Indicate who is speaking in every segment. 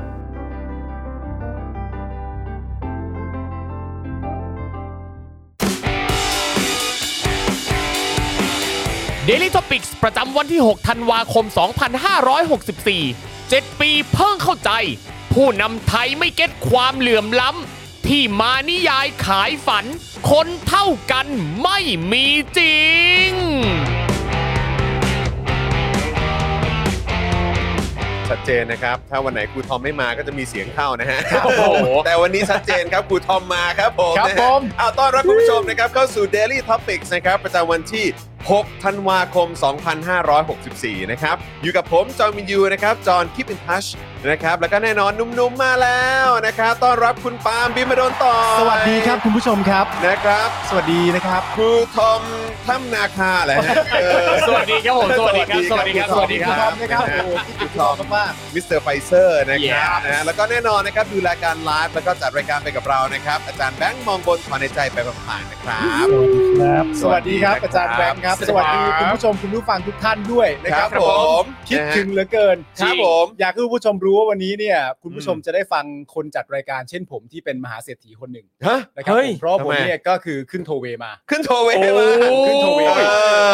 Speaker 1: Daily Topics ประจำวันที่ 6 ธันวาคม 2564 7 ปีเพิ่งเข้าใจ ผู้นำไทยไม่เก็ตความเหลื่อมล้ำ ที่มานิยายขายฝัน คนเท่ากันไม่มีจริง
Speaker 2: ชัดเจนนะครับ ถ้าวันไหนครูทอมไม่มาก็จะมีเสียงเข้านะฮะ
Speaker 1: โอ้โห
Speaker 2: แต่วันนี้ชัดเจนครับครูทอมมาครับผม
Speaker 1: ครับ
Speaker 2: นะฮะ
Speaker 1: ผม
Speaker 2: เอาต้อนรับคุณผู้ชมนะครับเข้าสู่ Daily Topics นะครับ ประจำวันที่ 6 ธันวาคม 2564 นะครับ อยู่กับผมจอห์นมินยูนะครับ จอห์นคิปินทัชนะครับ แล้วก็แน่นอนหนุ่มๆมาแล้วนะครับ ต้อนรับคุณปาล์มบิมมาโดนต่อ
Speaker 3: สวัสดีครับคุณผู้ชมครับ
Speaker 2: นะครับ
Speaker 3: สวัสดีนะครับ
Speaker 2: ครูทอมถ้ำนาคาแหละ
Speaker 1: สวัสดีครับผม สวัสดีครับ สวัสดีครับ สวัสดีครับ
Speaker 3: นะครับโอ้โหที่ติดต่อมาก
Speaker 2: มิสเตอร์ไฟเซอร์นะครับ
Speaker 1: Yeah
Speaker 2: นะฮะแล้วก็แน่นอนนะครับดูรายการไลฟ์แล้วก็จัดรายการไปกับเรานะครับ อาจารย์แบงค์มองบนขอในใจไปผ่านๆนะครับ
Speaker 3: ครับสวัสดีครับอาจารย์แบงค์ครับ
Speaker 2: สวัสดี
Speaker 3: สวัสดี
Speaker 2: ครับ
Speaker 3: คุณผู้ชมคุณผู้ฟังทุกท่านด้วยนะ
Speaker 2: ค
Speaker 3: ค
Speaker 2: รั
Speaker 3: รั
Speaker 2: บบ ผ
Speaker 3: ผม มคิด
Speaker 2: นะฮะ
Speaker 3: ถึงเหลือเกิน
Speaker 2: ครับผม
Speaker 3: อยากให้คุณผู้ชมรู้ว่าวันนี้เนี่ย คุณผู้ชมจะได้ฟังคนจัดรายการเช่นผมที่เป็นมหาเศรษฐีคนหนึ่ง
Speaker 2: ฮะ
Speaker 3: นะครับ
Speaker 1: เฮ้ย
Speaker 3: ผมเพราะผม
Speaker 2: ทำไม
Speaker 3: เนี่ยก็คือขึ้นโทเวมา
Speaker 2: ขึ้นโทรเว
Speaker 1: โอ้
Speaker 2: มาย
Speaker 3: ขึ้นโทรเวย์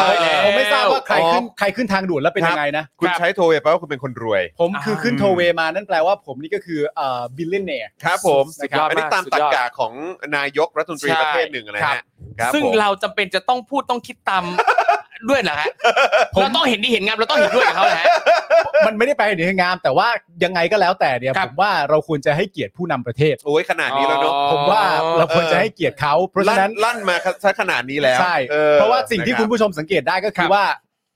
Speaker 1: ตายแล้
Speaker 3: ผมไม่ทราบว่าใครขึ้น
Speaker 2: อ๋อ
Speaker 3: ใครขึ้นทางด่วนแล้วเป็น
Speaker 2: ครับ
Speaker 3: ยังไงนะ
Speaker 2: คุณใช้โทรเวย์แปลว่าคุณเป็นคนรวย
Speaker 3: ผมคือ
Speaker 1: อ่า
Speaker 3: ขึ้นโทเวมานั่นแปลว่าผมนี่ก็คือเอ่อบิลเลนเนีย
Speaker 2: ครับผม
Speaker 3: สุดยอดมาก
Speaker 2: อันนี้ตามตรรกะของนายกรัฐมนตรี
Speaker 1: ใช่
Speaker 2: ประเทศหนึ่งนะ
Speaker 1: ครั
Speaker 2: ฮะ
Speaker 1: บ
Speaker 2: ครับ
Speaker 1: ซึ่ง
Speaker 2: ผม
Speaker 1: เราจำเป็นจะต้องพูดต้องคิดตาม ด้วยเหรอฮะเราต้องเห็นดีเห็นงามเราต้องเห็นด้วยกับเขาเหรอฮะ
Speaker 3: มันไม่ได้ไปเหนืองาม แต่ว่ายังไงก็แล้วแต่เนี่ย
Speaker 1: ครั
Speaker 3: ผ
Speaker 1: บ
Speaker 3: มว่าเราควรจะให้เกียรติผู้นำประเทศ
Speaker 2: โอ้ยขนาดนี้แล้วเนาะ
Speaker 3: ผมว่าเราควรจะให้เกียรติเขาเพราะฉะนั้น
Speaker 2: ลั่ลั่นมาซะขนาดนี้แล้ว
Speaker 3: ใช่
Speaker 2: ออ
Speaker 3: เพราะว่าสิ่งที่
Speaker 2: น
Speaker 3: คุ
Speaker 2: รับ
Speaker 3: ณผู้ชมสังเกตได้ก็
Speaker 1: ค
Speaker 3: คื
Speaker 1: รั
Speaker 3: อบว่า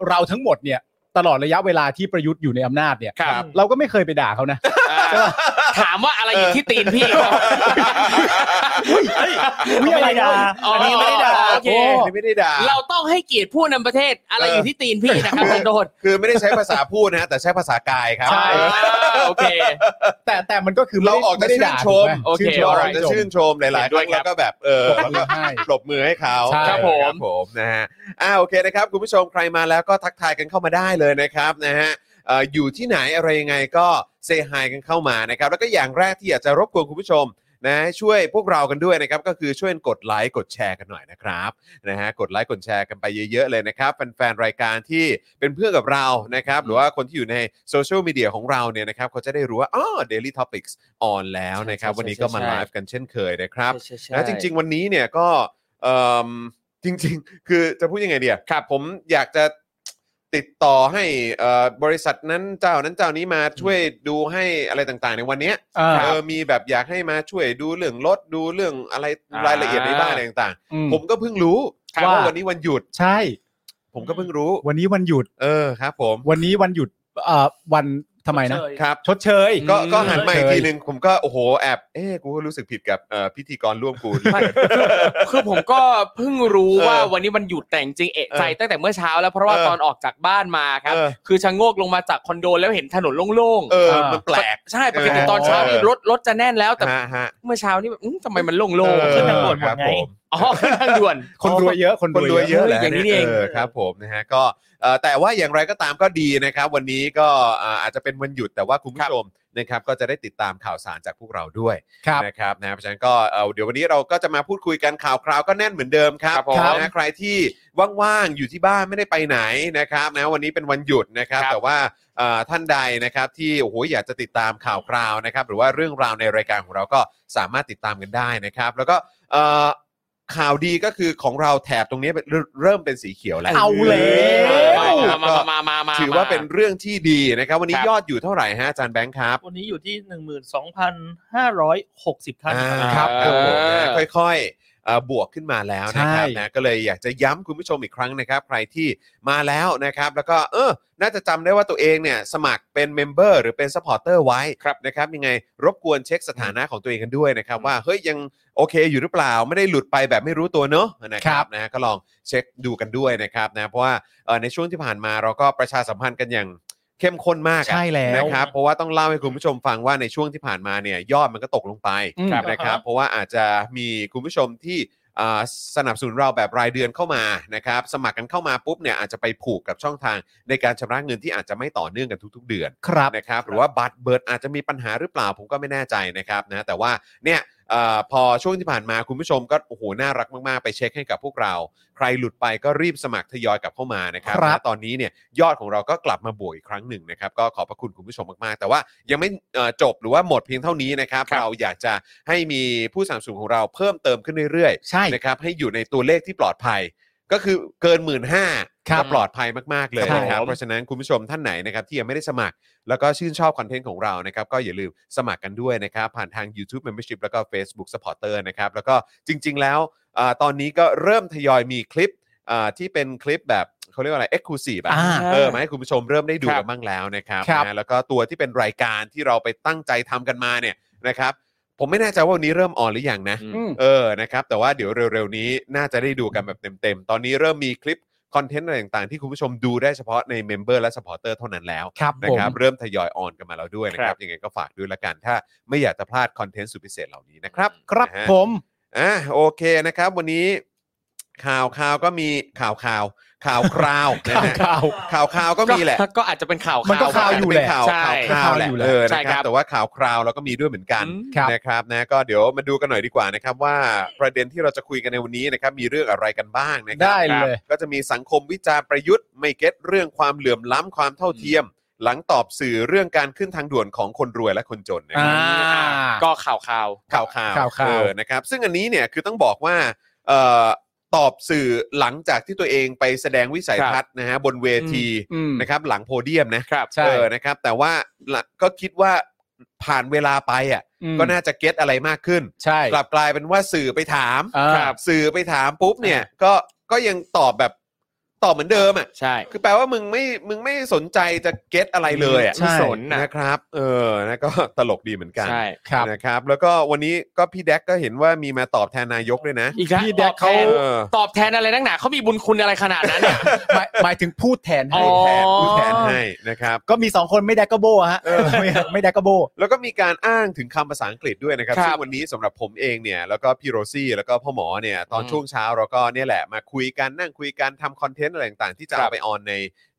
Speaker 3: เราทั้งหมดเนี่ยตลอดระยะเวลาที่ประยุทธ์อยู่ในอำนาจเนี่ย
Speaker 1: ครับ
Speaker 3: เราก็ไม่เคยไปด่า เขานะ
Speaker 1: เออถามว่าอะไรอยู่ที่ตีนพี่ครับ
Speaker 3: ไม่ได้ด่า
Speaker 1: อ๋ออันนี้ไม่ได้ด่าโอเค
Speaker 3: ไม่ได้ด่า
Speaker 1: เราต้องให้เกียรติผู้นำประเทศอะไร
Speaker 2: เออ
Speaker 1: อ
Speaker 2: อ
Speaker 1: ยู่ที่ตีนพี่นะครับคุณโดน
Speaker 2: คือไม่ได้ใช้ภาษาพูดนะฮะแต่ใช้ภาษากายครับ
Speaker 3: ใช่
Speaker 1: อ่าโอเค
Speaker 3: แต่แต่มันก็คือ
Speaker 2: เราออกจะ
Speaker 3: ไม่ได้
Speaker 2: ชื่น
Speaker 3: ด่า
Speaker 2: ชม
Speaker 3: ถูกไห
Speaker 1: โอเค
Speaker 3: ชื่นชม
Speaker 2: เราออก
Speaker 3: ชื่
Speaker 2: จะชื่
Speaker 3: นชม
Speaker 2: นชมหลายๆค
Speaker 1: ด้ว
Speaker 2: รั้
Speaker 1: ย
Speaker 2: ง
Speaker 1: ครั
Speaker 2: แล้
Speaker 1: บ
Speaker 2: วก็แบบเออ
Speaker 3: ปรบมือให้
Speaker 2: ปรบมือให้เขา
Speaker 3: ใช่
Speaker 1: ครับผม
Speaker 2: ครับผมนะฮะอ่าโอเคนะครับ คุณผู้ชมใครมาแล้วก็ทักทายกันเข้ามาได้เลยนะครับนะฮะเอ่ออยู่ที่ไหนอะไรยังไงก็เซฮายกันเข้ามานะครับ แล้วก็อย่างแรกที่อยากจะรบกวนคุณผู้ชมนะช่วยพวกเรากันด้วยนะครับ ก็คือช่วยกดไลค์กดแชร์กันหน่อยนะครับ นะฮะกดไลค์กดแชร์กันไปเยอะ ๆ เลยนะครับแฟนๆรายการที่เป็นเพื่อนกับเรานะครับ หรือว่าคนที่อยู่ในโซเชียลมีเดียของเราเนี่ยนะครับเขาจะได้รู้ว่าอ๋อ Daily Topics ออนแล้วนะครับ
Speaker 1: ใช่ใช่
Speaker 2: วันนี้ก็มา
Speaker 1: ใช่
Speaker 2: ไลฟ์กันเช่นเคยนะครับ
Speaker 1: ใช่ใช่
Speaker 2: นะจริง ๆ วันนี้เนี่ยก็เอิ่มจริง ๆ คือจะพูดยังไงเดียครับผมอยากจะติดต่อให้เอ่อบริษัทนั้นเจ้านั้นเจ้านี้มาช่วยดูให้อะไรต่างๆ ในวันเนี้ย
Speaker 3: อ่า
Speaker 2: เออมีแบบอยากให้มาช่วยดูเรื่องรถดูเรื่องอะไรรายละเอียดในบ้านอะไรต่าง ๆ
Speaker 3: อืม
Speaker 2: ผมก็เพิ่งรู้
Speaker 3: ครับ
Speaker 2: ว่า
Speaker 3: ว่า
Speaker 2: วันนี้วันหยุด
Speaker 3: ใช่
Speaker 2: ผมก็เพิ่งรู้
Speaker 3: วันนี้วันหยุด
Speaker 2: เออครับผม
Speaker 3: วันนี้วันหยุดเอ่อวันทำไมนะครับ ชดเชย
Speaker 2: ก็ก็
Speaker 1: อืม
Speaker 2: หันมาอีก
Speaker 3: เฉย
Speaker 2: ทีหนึ่งผมก็โอ้โหแอบเอ้กูก็รู้สึกผิดกับเอ่อพิธีกรร่วมกู
Speaker 1: ไม่คือคือผมก็เพิ่งรู้
Speaker 2: เออ
Speaker 1: ว่าวันนี้มันหยุดแต่จริงๆเอะใจ
Speaker 2: เออ
Speaker 1: ตั้งแต่เมื่อเช้าแล้วเพราะว่า
Speaker 2: เออ
Speaker 1: ตอนออกจากบ้านมาครับ
Speaker 2: เออ
Speaker 1: คือชะโงกลงมาจากคอนโดแล้วเห็นถนนโล่ง
Speaker 2: เออ
Speaker 3: เออ
Speaker 2: มันแปลก
Speaker 1: ๆใช่ปกติ
Speaker 2: เออ
Speaker 1: ตอนเช้านี่รถรถจะแน่นแล้วแต่
Speaker 2: ฮะฮะ
Speaker 1: เมื่อเช้านี่แบบอื้อทำไมมันโล่ง
Speaker 2: เออ
Speaker 1: ๆขึ้นทางด่วนห
Speaker 2: ค
Speaker 1: มด
Speaker 2: รับ
Speaker 1: ไง
Speaker 2: ผม
Speaker 4: อ๋อขึ้นทางด่วน
Speaker 3: คนรวยเยอะคน
Speaker 2: คนร
Speaker 3: ร
Speaker 2: ว
Speaker 3: วย ย
Speaker 2: เย
Speaker 3: เย
Speaker 2: อะ
Speaker 3: อะ
Speaker 2: แหละ
Speaker 1: อย่างนี้นี่เอง
Speaker 2: ครับผมนะฮะก็เอ่อแต่ว่าอย่างไรก็ตามก็ดีนะครับ วันนี้ก็อ่าอาจจะเป็นวันหยุดแต่ว่าคุณผู้ชมนะครับก็จะได้ติดตามข่าวสารจากพวกเราด้วย
Speaker 3: ครับ
Speaker 2: นะครับนะเพราะฉะนั้นก็เอ่อเดี๋ยววันนี้เราก็จะมาพูดคุยกันข่าวคราวก็แน่นเหมือนเดิมครับ
Speaker 4: ครับผม
Speaker 2: นะใครที่ว่างๆอยู่ที่บ้านไม่ได้ไปไหนนะครับนะวันนี้เป็นวันหยุดนะครับ
Speaker 4: ครับ
Speaker 2: แต่ว่าเอ่อท่านใดนะครับที่โอ้โหอยากจะติดตามข่าวคราวนะครับ หรือว่าเรื่องราวในรายการของเราก็สามารถติดตามกันได้นะครับ แล้วก็เอ่อ ข่าวดีก็คือของเราแถบตรงนี้เป็นเริ่มเริ่มเป็นสีเขียวแล้ว
Speaker 1: เอาแล้ว
Speaker 2: แล้ว
Speaker 4: มา
Speaker 2: ก็
Speaker 4: มามามา
Speaker 2: ถือว่าเป็นเรื่องที่ดีนะครับ วันนี้
Speaker 4: ครับ
Speaker 2: ยอดอยู่เท่าไหร่ฮะอาจารย์แบงค์ครับ
Speaker 1: วันนี้อยู่ที่ 12,560 ท่าน
Speaker 2: อ่า
Speaker 1: ครับ
Speaker 2: ค
Speaker 4: เอ
Speaker 2: รับ
Speaker 4: อ
Speaker 2: ผมนะค่อยๆเอ่อบวกขึ้นมาแล้วนะครับ
Speaker 3: ใช่
Speaker 2: นะก็เลยอยากจะย้ำคุณผู้ชมอีกครั้งนะครับ ใครที่มาแล้วนะครับ แล้วก็เออน่าจะจำได้ว่าตัวเองเนี่ยสมัครเป็นเมมเบอร์หรือเป็นซัพพอร์เตอร์ไว้นะครับยังไงรบกวนเช็คสถานะของตัวเองกันด้วยนะครับ ว่าเฮ้ยยัง โอเคอยู่หรือเปล่าไม่ได้หลุดไปแบบไม่รู้ตัวเนอะนะค
Speaker 3: ครั
Speaker 2: รับบ นะก็ลองเช็คดูกันด้วยนะครับนะเพราะว่าเอ่อในช่วงที่ผ่านมาเราก็ประชาสัมพันธ์กันอย่างเข้มข้นมากอะ
Speaker 3: ใช่แล้ว
Speaker 2: นะครับเพราะว่าต้องเล่าให้คุณผู้ชมฟังว่าในช่วงที่ผ่านมาเนี่ยยอดมันก็ตกลงไป
Speaker 3: อืม
Speaker 1: ครับ
Speaker 2: นะครับเพราะว่าอาจจะมีคุณผู้ชมที่อ่าสนับสนุนเราแบบรายเดือนเข้ามานะครับสมัครกันเข้ามาปุ๊บเนี่ยอาจจะไปผูกกับช่องทางในการชำระเงินที่อาจจะไม่ต่อเนื่องกันทุก ๆ เดือน
Speaker 3: ครับ
Speaker 2: นะครับหรือว่าบัตรเบิร์ดอาจจะมีปัญหาหรือเปล่าผมก็ไม่แน่ใจนะครับนะแต่ว่าเนี่ยเออพอช่วงที่ผ่านมาคุณผู้ชมก็โอ้โหน่ารักมาก ๆ ไปเช็คให้กับพวกเรา ใครหลุดไปก็รีบสมัครทยอยกลับเข้ามานะครับ
Speaker 3: ครับ
Speaker 2: นะตอนนี้เนี่ยยอดของเราก็กลับมาบวกอีกครั้งหนึ่งนะครับก็ขอบพระคุณคุณผู้ชมมาก ๆ แต่ว่ายังไม่เอ่อจบหรือว่าหมดเพียงเท่านี้นะครับ
Speaker 4: ครับ
Speaker 2: เราอยากจะให้มีผู้สนับสนุนของเราเพิ่มเติมขึ้นเรื่อย
Speaker 3: ใช่
Speaker 2: ๆนะครับให้อยู่ในตัวเลขที่ปลอดภัย ก็คือเกินหมื่นห้า
Speaker 3: ครับ
Speaker 2: ปลอดภัยมาก ๆ เลย
Speaker 3: ครับ
Speaker 2: นะครับ
Speaker 3: ผม
Speaker 2: เพราะฉะนั้นคุณผู้ชมท่านไหนนะครับที่ยังไม่ได้สมัคร แล้วก็ชื่นชอบคอนเทนต์ของเรานะครับก็อย่าลืมสมัครกันด้วยนะครับ ผ่านทาง YouTube Membership แล้วก็ Facebook Supporter นะครับ แล้วก็จริง ๆ แล้วอ่าตอนนี้ก็เริ่มทยอยมีคลิปอ่าที่เป็นคลิปแบบเขาเรียกว่าอะไร Exclusive อะ
Speaker 3: อ่า
Speaker 2: เออมาให้คุณผู้ชมเริ่มได้ดู
Speaker 4: ครับ
Speaker 2: กันบ้างแล้วนะครับ
Speaker 3: ครับ
Speaker 2: นะแล้วก็ตัวที่เป็นรายการที่เราไปตั้งใจทำกันมาเนี่ยนะครับผมไม่แน่ใจว่าวันนี้เริ่มออนหรือยังนะ
Speaker 3: อืม
Speaker 2: เออ นะครับ แต่ว่าเดี๋ยวเร็วๆ นี้น่าจะได้ดูกันแบบเต็มๆ ตอนนี้เริ่มมีคลิปคอนเทนต์อะไรต่างๆ ที่คุณผู้ชมดูได้เฉพาะในเมมเบอร์และสปอร์เตอร์เท่านั้นแล้ว
Speaker 3: ครับ
Speaker 2: นะ
Speaker 3: ผม
Speaker 2: ครับ เริ่มทยอยออนกันมาแล้วด้วยนะครับ ยังไงก็ฝากด้วยละกัน ถ้าไม่อยากจะพลาดคอนเทนต์สุดพิเศษเหล่านี้นะครับ
Speaker 3: ครับ
Speaker 2: นะฮะ
Speaker 3: ผม
Speaker 2: อ่ะโอเคนะครับ วันนี้ข่าวข่าวก็มีข่าวข่าวข่าวคราวนะฮะ
Speaker 3: ข่าว
Speaker 2: ข่าวข่าวก็มีแหละ
Speaker 4: ก็อาจจะเป็นข่าว
Speaker 3: มันก็ข่าวอยู่แหละ
Speaker 2: ข่าว
Speaker 4: ใช่
Speaker 2: ข่าวๆแหละ
Speaker 3: ข่าวอยู่แหละ
Speaker 2: เออ
Speaker 4: ใช่
Speaker 2: นะค
Speaker 4: ครั
Speaker 2: รับบ แต่ว่าข่าวคราวเราก็มีด้วยเหมือนกัน
Speaker 3: ครับ
Speaker 2: นะครับนะก็เดี๋ยวมาดูกันหน่อยดีกว่านะครับว่าประเด็นที่เราจะคุยกันในวันนี้นะครับมีเรื่องอะไรกันบ้างนะครั
Speaker 3: ได้เลย
Speaker 2: ก็จะมีสังคมวิจารณ์ประยุทธ์ไม่เก็ตเรื่องความเหลื่อมล้ำความเท่าเทียม หลังตอบสื่อเรื่องการขึ้นทางด่วนของคนรวยและคนจนนะค
Speaker 3: อ่า
Speaker 2: รับ
Speaker 4: ก็ข่าวข่าว
Speaker 2: ข่าวข่าว
Speaker 3: ข่าวข่าว
Speaker 2: เออนะครับซึ่งอันนี้เนี่ยคือต้องบอกว่าเอ่อตอบสื่อหลังจากที่ตัวเองไปแสดงวิสัยทัศน์นะฮะบนเวที
Speaker 3: อืม
Speaker 2: นะครับหลังโพเดียมนะครับ
Speaker 3: ใช่
Speaker 2: เออนะครับแต่ว่าหลังก็คิดว่าผ่านเวลาไปอ่ะ
Speaker 3: อืม
Speaker 2: ก็น่าจะเก็ตอะไรมากขึ้น
Speaker 3: ใช่
Speaker 2: กลับกลายเป็นว่าสื่อไปถาม
Speaker 3: อ่า
Speaker 4: ครับ
Speaker 2: สื่อไปถามปุ๊บเนี่ยก็ก็ยังตอบแบบตอบเหมือนเดิมอ่ะ
Speaker 4: ใช่
Speaker 2: คือแปลว่ามึงไม่มึงไม่สนใจจะเก็ตอะไรเลยอ่ะ
Speaker 3: ใช่
Speaker 4: ไม่สนนะ
Speaker 2: นะครับ เออนะก็ ตลกดีเหมือนกัน
Speaker 4: ใช่
Speaker 3: ครับ
Speaker 2: นะครับ แล้วก็วันนี้ก็พี่แดกก็เห็นว่ามีมาตอบแทนนายกด้วยนะ
Speaker 4: อีกแล้ว
Speaker 3: พี่แดกเขา
Speaker 4: ตอบ
Speaker 2: เอ
Speaker 4: แทนตอบ
Speaker 2: อ
Speaker 4: แทนอะไรนักหนาเขามีบุญคุณอะไรขนาดนั้นเนี่ย
Speaker 3: หมายหมายถึงพูดแทน
Speaker 4: อ๋
Speaker 3: ให้
Speaker 4: อ
Speaker 2: พูดแทนพูดแทนให้นะครับ
Speaker 3: ก็มีสองคนไม่ได้ก็โบฮะไม่ไม่ได้ก็โบ
Speaker 2: แล้วก็มีการอ้างถึงคำภาษาอังกฤษด้วยนะครับ
Speaker 4: ครับ
Speaker 2: ซึ่งวันนี้สำหรับผมเองเนี่ยแล้วก็พี่โรซี่แล้วก็พ่อหมอเนี่ยตอน
Speaker 4: อืม
Speaker 2: ช่วงเช้าเราก็เนี่ยแหละมาคุยกันนั่งคุยกันทำคอนเทนต์อะไรต่างๆ ที่จะ
Speaker 4: ครั
Speaker 2: เอา
Speaker 4: บ
Speaker 2: ไปออนใน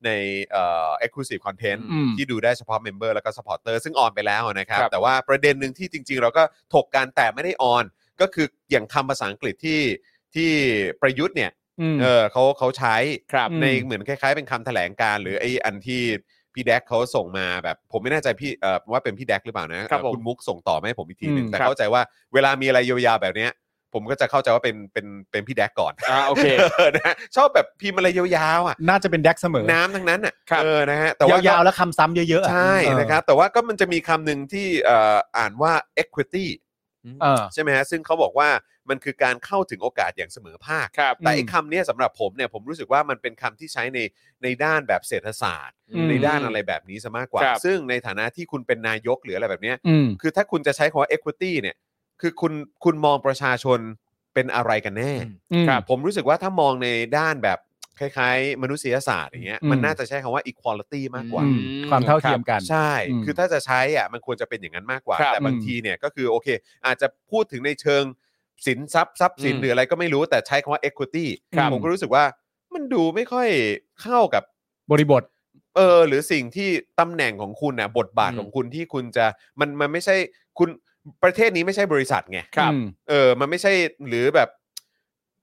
Speaker 2: ในเอ่อ exclusive content
Speaker 3: อืม
Speaker 2: ที่ดูได้เฉพาะเมมเบอร์แล้วก็ supporter ซึ่งออนไปแล้วนะครับ
Speaker 4: ครับ
Speaker 2: แต่ว่าประเด็นหนึ่งที่จริง ๆ เราก็ถกกันแต่ไม่ได้ออน ก็คืออย่างคำภาษาอังกฤษที่ที่ประยุทธ์เนี่ย
Speaker 3: อืม
Speaker 2: เออเขาเขาใช้
Speaker 4: ครับ
Speaker 2: ใน
Speaker 3: อืม
Speaker 2: เหมือนคล้ายๆ เป็นคำแถลงการณ์หรือไอ้อันที่พี่แดกเขาส่งมาแบบผมไม่แน่ใจพี่เอ่อว่าเป็นพี่แดกหรือเปล่านะ
Speaker 4: ครับผม
Speaker 2: คุณมุกส่งต่อมาให้ผมอีกทีหนึง
Speaker 3: อืม
Speaker 2: แต่
Speaker 4: ครับ
Speaker 2: เข้าใจว่าเวลามีอะไรยาวๆแบบเนี้ย ผมก็จะเข้าใจว่าเป็นเป็นเป็นพี่แดกก่อน
Speaker 4: อ่าโอเค
Speaker 2: เออ นะฮะชอบแบบพิมพ์อะไรยาวๆอ่ะ
Speaker 3: น่าจะเป็นแดกเสมอ
Speaker 2: น้ำทั้งนั้นอ่ะ
Speaker 4: ครับ
Speaker 2: เออนะฮะแต่ว่าย
Speaker 3: าวๆแล้วคำซ้ำเยอะๆอะ
Speaker 2: ใช่
Speaker 3: เออ
Speaker 2: นะครับ แต่ว่าก็มันจะมีคำหนึ่งที่เอ่ออ่านว่า equity
Speaker 3: เออ
Speaker 2: ใช่ไหมฮะซึ่งเขาบอกว่ามันคือการเข้าถึงโอกาสอย่างเสมอภาค
Speaker 4: ครับ
Speaker 2: แต่ไอ้
Speaker 3: อืม
Speaker 2: คำเนี้ยสำหรับผมเนี่ยผมรู้สึกว่ามันเป็นคำที่ใช้ในในด้านแบบเศรษฐศาสตร์
Speaker 3: อืม
Speaker 2: ในด้านอะไรแบบนี้ซะมากกว่า
Speaker 4: ครับ
Speaker 2: ซึ่งในฐานะที่คุณเป็นนายกหรืออะไรแบบเนี้ย
Speaker 3: อืม
Speaker 2: คือถ้าคุณจะใช้คำว่า equity เนี่ย คือคุณคุณมองประชาชนเป็นอะไรกันแน่
Speaker 4: ครับ
Speaker 2: ผมรู้สึกว่าถ้ามองในด้านแบบคล้ายๆ มนุษยศาสตร์อย่างเงี้ย
Speaker 3: อืม
Speaker 2: มันน่าจะใช้คำว่า equality มากกว่า
Speaker 3: อืมความเท่าเทียมกัน
Speaker 2: ใช่
Speaker 3: อืม
Speaker 2: คือถ้าจะใช้อ่ะมันควรจะเป็นอย่างนั้นมากกว่า
Speaker 4: ครับ
Speaker 2: แต่บางทีเนี่ยก็คือโอเค อาจจะพูดถึงในเชิง สินทรัพย์ทรัพย์สิน
Speaker 4: อืม
Speaker 2: หรืออะไรก็ไม่รู้แต่ใช้คำว่า equity
Speaker 4: ครับ
Speaker 2: ผมก็รู้สึกว่ามันดูไม่ค่อยเข้ากับบ
Speaker 3: ริบท
Speaker 2: เออหรือสิ่งที่ตำแหน่งของคุณน่ะบทบาท
Speaker 4: อืม
Speaker 2: ของคุณที่คุณจะมันมันไม่ใช่คุณประเทศนี้ไม่ใช่บริษัทไง
Speaker 4: ครับ
Speaker 3: อืม
Speaker 2: เออ มันไม่ใช่หรือแบบ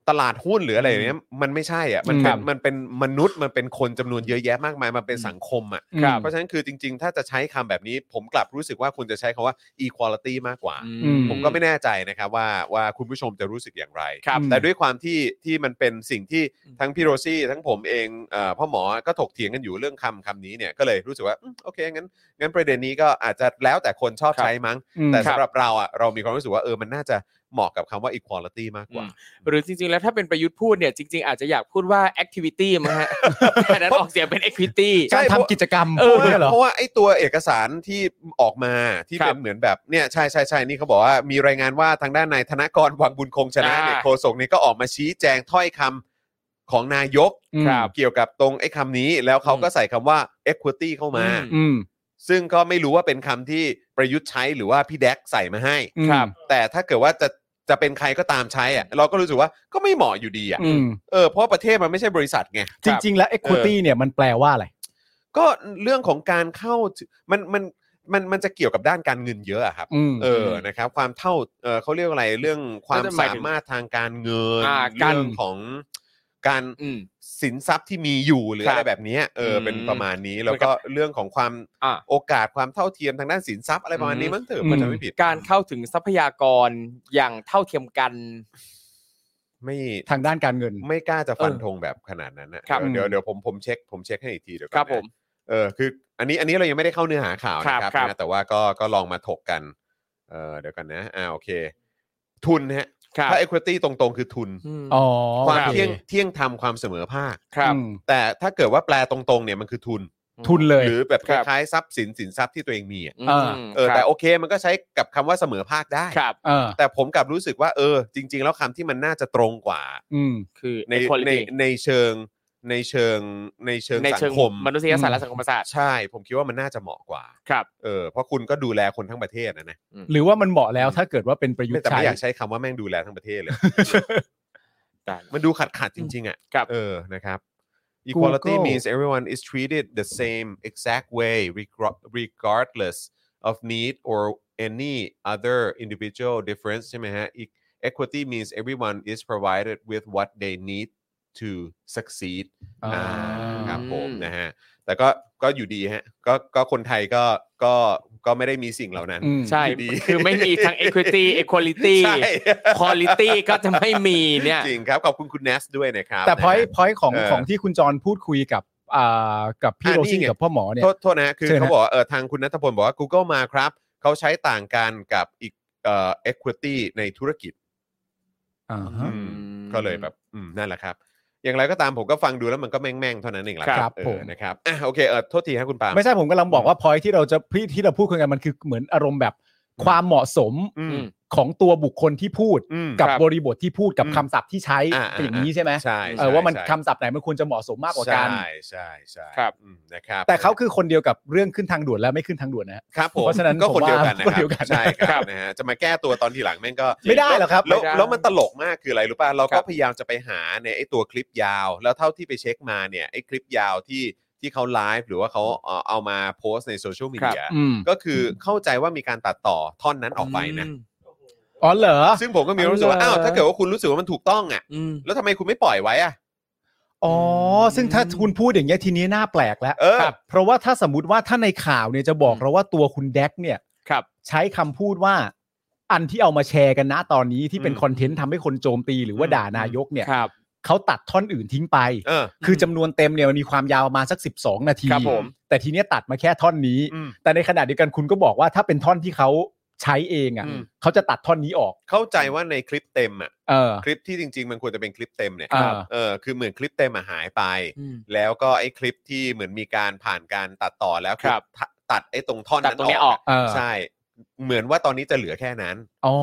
Speaker 2: ตลาดหุ้นหรืออะไรอย่างเนี้ย มันไม่ใช่อ่ะ มันเป็
Speaker 3: ครั
Speaker 2: น
Speaker 3: บ
Speaker 2: มันเป็นมนุษย์ มันเป็นคนจำนวนเยอะแยะมากมาย มันเป็นสังคมอ่ะ
Speaker 3: ครับ
Speaker 2: เพราะฉะนั้นคือจริง ๆ ถ้าจะใช้คำแบบนี้ ผมกลับรู้สึกว่าคุณจะใช้คำว่า equality มากกว่า
Speaker 3: อืม
Speaker 2: ผมก็ไม่แน่ใจนะครับว่าว่าคุณผู้ชมจะรู้สึกอย่างไร
Speaker 4: ครับ
Speaker 2: แต่ด้วยความที่ที่มันเป็นสิ่งที่ทั้งพี่โรซี่ทั้งผมเองเออพ่อหมอก็ถกเถียงกันอยู่เรื่องคำคำนี้เนี่ยก็เลยรู้สึกว่าอืมโอเคงั้นงั้นประเด็นนี้ก็อาจจะแล้วแต่คนชอบ
Speaker 4: ครับ
Speaker 2: ใช้มั้ง
Speaker 3: อืม
Speaker 2: แต่
Speaker 3: ครั
Speaker 2: สำ
Speaker 3: บ
Speaker 2: หรับเราอ่ะเรามีความรู้สึกว่าเออมันน่าจะเหมาะกับคำว่า equality มากกว่า
Speaker 1: หรือจริงๆ แล้วถ้าเป็นประยุทธ์พูดเนี่ย จริงๆ อาจจะอยากพูดว่า activity มั้ง ฮะ อันนั้นออกเสียงเป็น equity
Speaker 2: ใช่
Speaker 3: การทำกิจกรรม
Speaker 2: เพราะว่า
Speaker 3: พวกนี้ยเหรอ
Speaker 2: เพราะว่าไอ้ตัวเอกสารที่ออกมาที่
Speaker 4: ครับ
Speaker 2: เป็นเหมือนแบบเนี่ยใช่ใช่ใช่นี่เขาบอกว่ามีรายงานว่าทางด้านนายธนกรวังบุญคงชนะ
Speaker 4: อ่า
Speaker 2: เนี่ยโฆษกเนี่ยก็ออกมาชี้แจงถ้อยคำของนายก
Speaker 3: ครับ
Speaker 2: เกี่ยวกับตรงไอ้คำนี้ แล้วเขาก็ใส่คำว่า equity เข้ามา
Speaker 4: อืม
Speaker 3: อืม
Speaker 2: ซึ่งก็ไม่รู้ว่าเป็นคำที่ประยุทธ์ใช้หรือว่าพี่แดกใส่มาให้
Speaker 3: อืม
Speaker 4: ครับ
Speaker 2: แต่ถ้าเกิดว่าจะจะเป็นใครก็ตามใช้อ่ะเราก็รู้สึกว่าก็ไม่เหมาะอยู่ดีอ่ะ
Speaker 3: อืม
Speaker 2: เออเพราะประเทศมันไม่ใช่บริษัทไง
Speaker 3: จริง ๆ แล้ว equity เนี่ยมันแปลว่าอะไร
Speaker 2: ก็เรื่องของการเข้าถึงมันมันมันมันจะเกี่ยวกับด้านการเงินเยอะอะครับ
Speaker 3: อืม
Speaker 2: เออนะครับ ความเท่าเออเขาเรียกว่าอะไรเรื่องความ
Speaker 1: ก็จะหมาย
Speaker 2: สา
Speaker 1: ถึง
Speaker 2: มารถทางการเงิน
Speaker 1: อ่ากั
Speaker 2: เรื่
Speaker 1: น
Speaker 2: องของการ
Speaker 1: อืม
Speaker 2: สินทรัพย์ที่มีอยู่หรือ
Speaker 1: ครับ
Speaker 2: อะไรแบบเนี้ยเอออ
Speaker 1: ม
Speaker 2: เป็นประมาณนี้แล้วก็เรื่องของความ
Speaker 1: อ่า
Speaker 2: โอกาสความเท่าเทียมทางด้านสินทรัพย์อะไรประมาณนี้
Speaker 1: อืม
Speaker 2: มั้งเถอะ
Speaker 3: อืม
Speaker 2: มันจะไม่ผิด
Speaker 1: การเข้าถึงทรัพยากรอย่างเท่าเทียมกัน
Speaker 2: ไม่
Speaker 3: ทางด้านการเงิน
Speaker 2: ไม่กล้าจะฟันธงแบบขนาดนั้นนะครับ เดี๋ยวเดี๋ยวผมผมเช็คผมเช็คให้อีกทีเดี๋ยวก่อน
Speaker 1: ครับ
Speaker 2: นะ
Speaker 1: ผม
Speaker 2: เออคืออันนี้อันนี้เรายังไม่ได้เข้าเนื้อหาข่าวนะค
Speaker 1: ครั
Speaker 2: รับบ
Speaker 1: ครับ
Speaker 2: นะแต่ว่าก็ก็ลองมาถกกันเออเดี๋ยวกันนะอ่าโอเค ทุนฮะ
Speaker 1: ครับ
Speaker 2: ถ้า equity ตรงๆ คือทุน
Speaker 1: ม
Speaker 3: อ๋อ
Speaker 2: ความ
Speaker 1: ครับ
Speaker 2: เที่ยงเที่ยงธรรมความเสมอภาค
Speaker 1: ครับ
Speaker 3: อืม
Speaker 2: แต่ถ้าเกิดว่าแปลตรงๆเนี่ยมันคือทุน
Speaker 3: ทุนเลย
Speaker 2: หรือแบบค
Speaker 1: ครับ
Speaker 2: ล้ายๆทรัพย์สินสินทรัพย์ที่ตัวเองมีอะ
Speaker 1: อืม
Speaker 3: เออ
Speaker 2: เออ
Speaker 1: ครับ
Speaker 2: แต่โอเคมันก็ใช้กับคำว่าเสมอภาคได้
Speaker 1: ครับ
Speaker 3: เออ
Speaker 2: แต่ผมกลับรู้สึกว่าเออ จริง ๆ แล้วคำที่มันน่าจะตรงกว่า
Speaker 3: อืม
Speaker 1: คือ
Speaker 2: ในใน
Speaker 1: equality
Speaker 2: ในเชิงในเชิงในเชิง
Speaker 1: ใน
Speaker 2: สั
Speaker 1: เชิ
Speaker 2: ง
Speaker 1: ง
Speaker 2: คม
Speaker 1: มนุษยศาสตร์และสังคมศาสตร์
Speaker 2: ใช่ ผมคิดว่ามันน่าจะเหมาะกว่า
Speaker 1: ครับ
Speaker 2: เออเพราะคุณก็ดูแลคนทั้งประเทศนะนะ
Speaker 3: หรือว่ามันเหมาะแล้วถ้าเกิดว่าเป็นประยุท
Speaker 2: ไม่
Speaker 3: ธ์
Speaker 2: แต่
Speaker 3: ใช้
Speaker 2: ไม่อยากใช้คำว่าแม่งดูแลทั้งประเทศ เลย
Speaker 1: ได้
Speaker 2: มันดูขัดขัดๆจริง ๆ อ่ะ
Speaker 1: ครับ
Speaker 2: เออนะครับ equality means everyone is treated the same exact way regro- regardless of need or any other individual difference ใช่ไหมฮะ E- equity means everyone is provided with what they need to succeed
Speaker 3: อ่า
Speaker 2: อ่าครับผมนะฮะแต่ก็ก็อยู่ดีฮะก็ก็คนไทยก็ก็ก็ไม่ได้มีสิ่งเหล่านั้น
Speaker 3: อืม
Speaker 1: ใช่
Speaker 2: ดี
Speaker 1: คือไม่มีทั้ง equity equality
Speaker 2: ใช่
Speaker 1: quality ก็จะไม่มีเนี่ย
Speaker 2: จริงครับ ขอบคุณคุณเนสด้วยนะครับ
Speaker 3: แต่พอย
Speaker 2: นะฮะ
Speaker 3: พอยของ
Speaker 2: เออ
Speaker 3: ของที่คุณจรพูดคุยกับอ่ากับพี่
Speaker 2: อ่ะ
Speaker 3: โร
Speaker 2: นี่
Speaker 3: ซี่
Speaker 2: ไง
Speaker 3: กับพ่อหมอเนี่ย
Speaker 2: โทษโทษนะฮะคือ
Speaker 3: เชิญ
Speaker 2: เขา
Speaker 3: ฮะ
Speaker 2: บอกว่าเออทางคุณนัทพลบอกว่า Google มาครับ เขาใช้ต่างกันกับอีกเอ่อ equity ในธุรกิจ
Speaker 3: อ่าฮะ
Speaker 2: อืมก็เลยแบบอืมนั่นแหละครับ อย่างไรก็ตามผมก็ฟังดูแล้วมันก็แม่งๆเท่านั้นเองแหละ
Speaker 3: ครับ
Speaker 2: เออ
Speaker 3: ผม
Speaker 2: นะครับอ่ะโอเคเออโทษทีครับคุณปาล์ม
Speaker 3: ไม่ใช่ผมกำลังบอกว่าพอยที่เราจะพี่ที่เราพูดคุยกันมันคือเหมือนอารมณ์แบบความเหมาะสม
Speaker 2: อืม
Speaker 3: ของตัวบุคคลที่พูด
Speaker 2: อืม
Speaker 3: กับ
Speaker 1: ครับ
Speaker 3: บริบทที่พูดกับ
Speaker 2: อืม
Speaker 3: คำศัพท์ที่ใช้
Speaker 2: อ่า
Speaker 3: อย่างนี้ใช่ไหม
Speaker 2: ใช่
Speaker 3: เออ
Speaker 2: ใช่
Speaker 3: ว่ามัน
Speaker 2: ใช่
Speaker 3: คำศัพท์ไหนมันควรจะเหมาะสมมากกว่ากัน
Speaker 2: ใช่ใช่ใช่
Speaker 1: ครับ
Speaker 2: อืมนะครับ
Speaker 3: แต่เขาคือคนเดียวกับเรื่องขึ้นทางด่วนและไม่ขึ้นทางด่วนนะ
Speaker 2: ครับผม
Speaker 3: เพราะฉะนั้น
Speaker 2: ก็คนเดียวกัน
Speaker 3: ผม
Speaker 2: นะค
Speaker 3: ว่าคนเดียวกั
Speaker 2: รั
Speaker 3: น
Speaker 2: บใช่ค
Speaker 1: ครั
Speaker 2: รับบ นะฮะจะมาแก้ตัวตอนทีหลังแม่งก็
Speaker 3: ไม่ได้หรอกครับ
Speaker 2: แล้ว
Speaker 1: ไม่ได้
Speaker 2: แล้วมันตลกมากคืออะไรรู้ป่ะเรา
Speaker 1: ค
Speaker 2: ก็
Speaker 1: รับ
Speaker 2: พยายามจะไปหาในไอ้ตัวคลิปยาว แล้วเท่าที่ไปเช็คมาเนี่ยไอ้คลิปยาวที่ที่เขาไลฟ์หรือว่าเขาเอาเอามาโพสต์ในโซเชียลมีเดีย
Speaker 3: อืม
Speaker 2: ก็คือเข้าใจว่ามีการตัดต่อท่อนนั้นออกไปนะ
Speaker 1: ม
Speaker 3: อ๋อเหรอ
Speaker 2: ซึ่งผมก็มีความรู้สึกว่า
Speaker 1: เอา
Speaker 2: อ้าว
Speaker 1: เหรอ
Speaker 2: ถ้าเกิดว่าคุณรู้สึกว่ามันถูกต้องอ่ะ
Speaker 1: อืม
Speaker 2: แล้วทำไมคุณไม่ปล่อยไว้อ่ะ
Speaker 3: อ๋อซึ่งถ้าคุณพูดอย่างเงี้ยทีนี้น่าแปลกแล้ว
Speaker 2: เออ
Speaker 3: ครับเพราะว่าถ้าสมมติว่าถ้าในข่าวเนี่ยจะบอกเราว่าตัวคุณแดกเนี่ย
Speaker 1: ครับ
Speaker 3: ใช้คำพูดว่า อันที่เอามาแชร์กันนะตอนนี้ที่เป็น
Speaker 2: อืม
Speaker 3: คอนเทนต์ทำให้คนโจมตีหรือว่า
Speaker 1: อืม
Speaker 3: ด่านายกเนี่ย
Speaker 1: ครับ
Speaker 3: เขาตัดท่อนอื่นทิ้งไป
Speaker 2: เออ
Speaker 3: คือจำนวนเต็มเนี่ยมันมีความยาวประมาณสัก 12 นาที
Speaker 1: ครับผม
Speaker 3: แต่ทีเนี้ยตัดมาแค่ท่อนนี้
Speaker 2: อืม
Speaker 3: แต่ในขณะเดียวกันคุณก็บอกว่าถ้าเป็นท่อนที่เขาใช้เองอ่ะ
Speaker 2: อืม
Speaker 3: เขาจะตัดท่อนนี้ออก
Speaker 2: เข้าใจว่าในคลิปเต็มอ่ะ
Speaker 3: เออ
Speaker 2: คลิปที่จริง ๆ มันควรจะเป็นคลิปเต็มเนี่ย
Speaker 3: อ่า
Speaker 2: เออ คือเหมือนคลิปเต็มอะหายไป
Speaker 1: อืม
Speaker 2: แล้วก็ไอ้คลิปที่เหมือนมีการผ่านการตัดต่อแล้วอ
Speaker 1: ครับ
Speaker 2: ตัดตัดไอ้ตรงท่อน
Speaker 1: ตัด
Speaker 2: นั้น
Speaker 1: ตรงเนี้ยออก
Speaker 3: เออ
Speaker 2: ใช่ เหมือนว่าตอนนี้จะเหลือแค่นั้น
Speaker 3: อ๋อ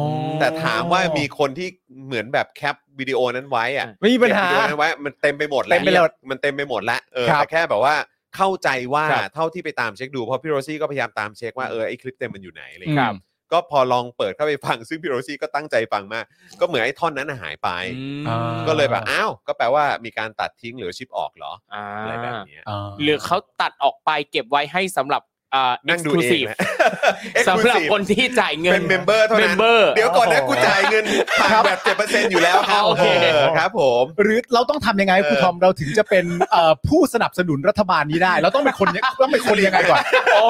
Speaker 2: แต่ถามว่ามีคนที่เหมือนแบบแคปวิดีโอนั้นไว้อ่ะ
Speaker 3: ไม่มีปัญหา
Speaker 2: เก็บวิดีโอนั้นไว้มันเต็มไปหมดแล้
Speaker 3: เต็
Speaker 2: ว
Speaker 3: มไปหมด
Speaker 2: มันเต็มไปหมดแล้วเออ
Speaker 3: ครับ
Speaker 2: แต่แค่แบบว่าเข้าใจว่า
Speaker 1: ครับ
Speaker 2: เท่าที่ไปตามเช็คดูเพราะพี่โรซี่ก็พยายามตามเช็คว่าเออไอคลิปเต็มมันอยู่ไหนอะไรอย่าง
Speaker 3: ครั
Speaker 2: เงี้
Speaker 3: บ
Speaker 2: ย ก็พอลองเปิดเข้าไปฟัง ซึ่งพี่โรซี่ก็ตั้งใจฟังมาก ก็เหมือนไอ้ท่อนนั้นน่ะหายไป
Speaker 3: อ่า
Speaker 2: ก็เลยแบบอ้าวก็แปลว่ามีการตัดทิ้งหรือชิปออกเหรอ
Speaker 1: อ่า
Speaker 2: อะไรแบบเนี้ย
Speaker 1: หรือเขาตัดออกไปเก็บไว้ให้สำหรับอ่า
Speaker 2: นั่งดูเอง
Speaker 1: exclusive
Speaker 2: นะ
Speaker 1: สำหรับ
Speaker 2: Exclusive
Speaker 1: คนที่จ่ายเงิน
Speaker 2: เป็นเมมเบอร์เท่านั้น
Speaker 1: member
Speaker 2: เดี๋ยวก่อนนะกูจ่ายเงินผ่านแบบเจ็ดเปอร์เซ็นต์อยู่แล้วครับ
Speaker 1: อ่าโอเค
Speaker 2: ครับผม
Speaker 3: หรือเราต้องทำยังไงคุณทอมเราถึงจะเป็นเอ่อผู้สนับสนุนรัฐบาลนี้ได้ เราต้องเป็นคนยังต้องเป็นคนยังไงก่อนอ๋อ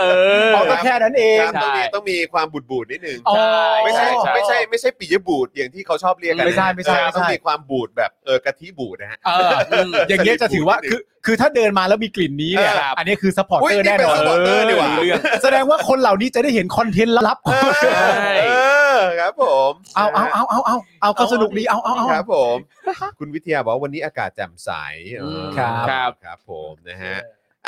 Speaker 1: เออ
Speaker 3: เอาก็แค่นั้นเอง
Speaker 2: ครับต้องมี
Speaker 1: ใช่
Speaker 2: ต้องมีความบูดบูดๆนิดนึง
Speaker 3: อ๋อ
Speaker 2: ไม่ใช่
Speaker 1: ใช่
Speaker 2: ไม่ใช่ไม่ใช่ปิยบูดอย่างที่เขาชอบเรียกกันนะ
Speaker 3: ไม่ใช่ไม่ใช่
Speaker 2: เออ
Speaker 3: ไม่ใช่
Speaker 2: ต้องมีความบูดแบบเออกะทิบูดนะฮะ
Speaker 3: เอออย่างเงี้ยจะถือว่าคือคือถ้าเดินมาแล้วมีกลิ่นนี้เนี่ย
Speaker 2: เออครับ
Speaker 3: อันนี้คือสปอร์ต
Speaker 2: อุ้ย
Speaker 3: เตอร์
Speaker 2: นี่
Speaker 3: แน่
Speaker 2: เป็น
Speaker 3: นอ
Speaker 2: ส
Speaker 3: น
Speaker 2: ปอร์ตเตอร์ดีกว่า
Speaker 1: เรื่อง
Speaker 3: แสดงว่าคนเหล่านี้จะได้เห็นคอนเทนต์ลับๆ
Speaker 2: เออเออครับผม
Speaker 3: เอาเอาเอาเอาเอาเอาก็สนุกดีเอาเอาเอา
Speaker 2: ครับผม คุณวิทยาบอกว่าวันนี้อากาศแจ่มใสเออ
Speaker 3: ครับ
Speaker 1: ครับ
Speaker 2: ครับผมนะฮะ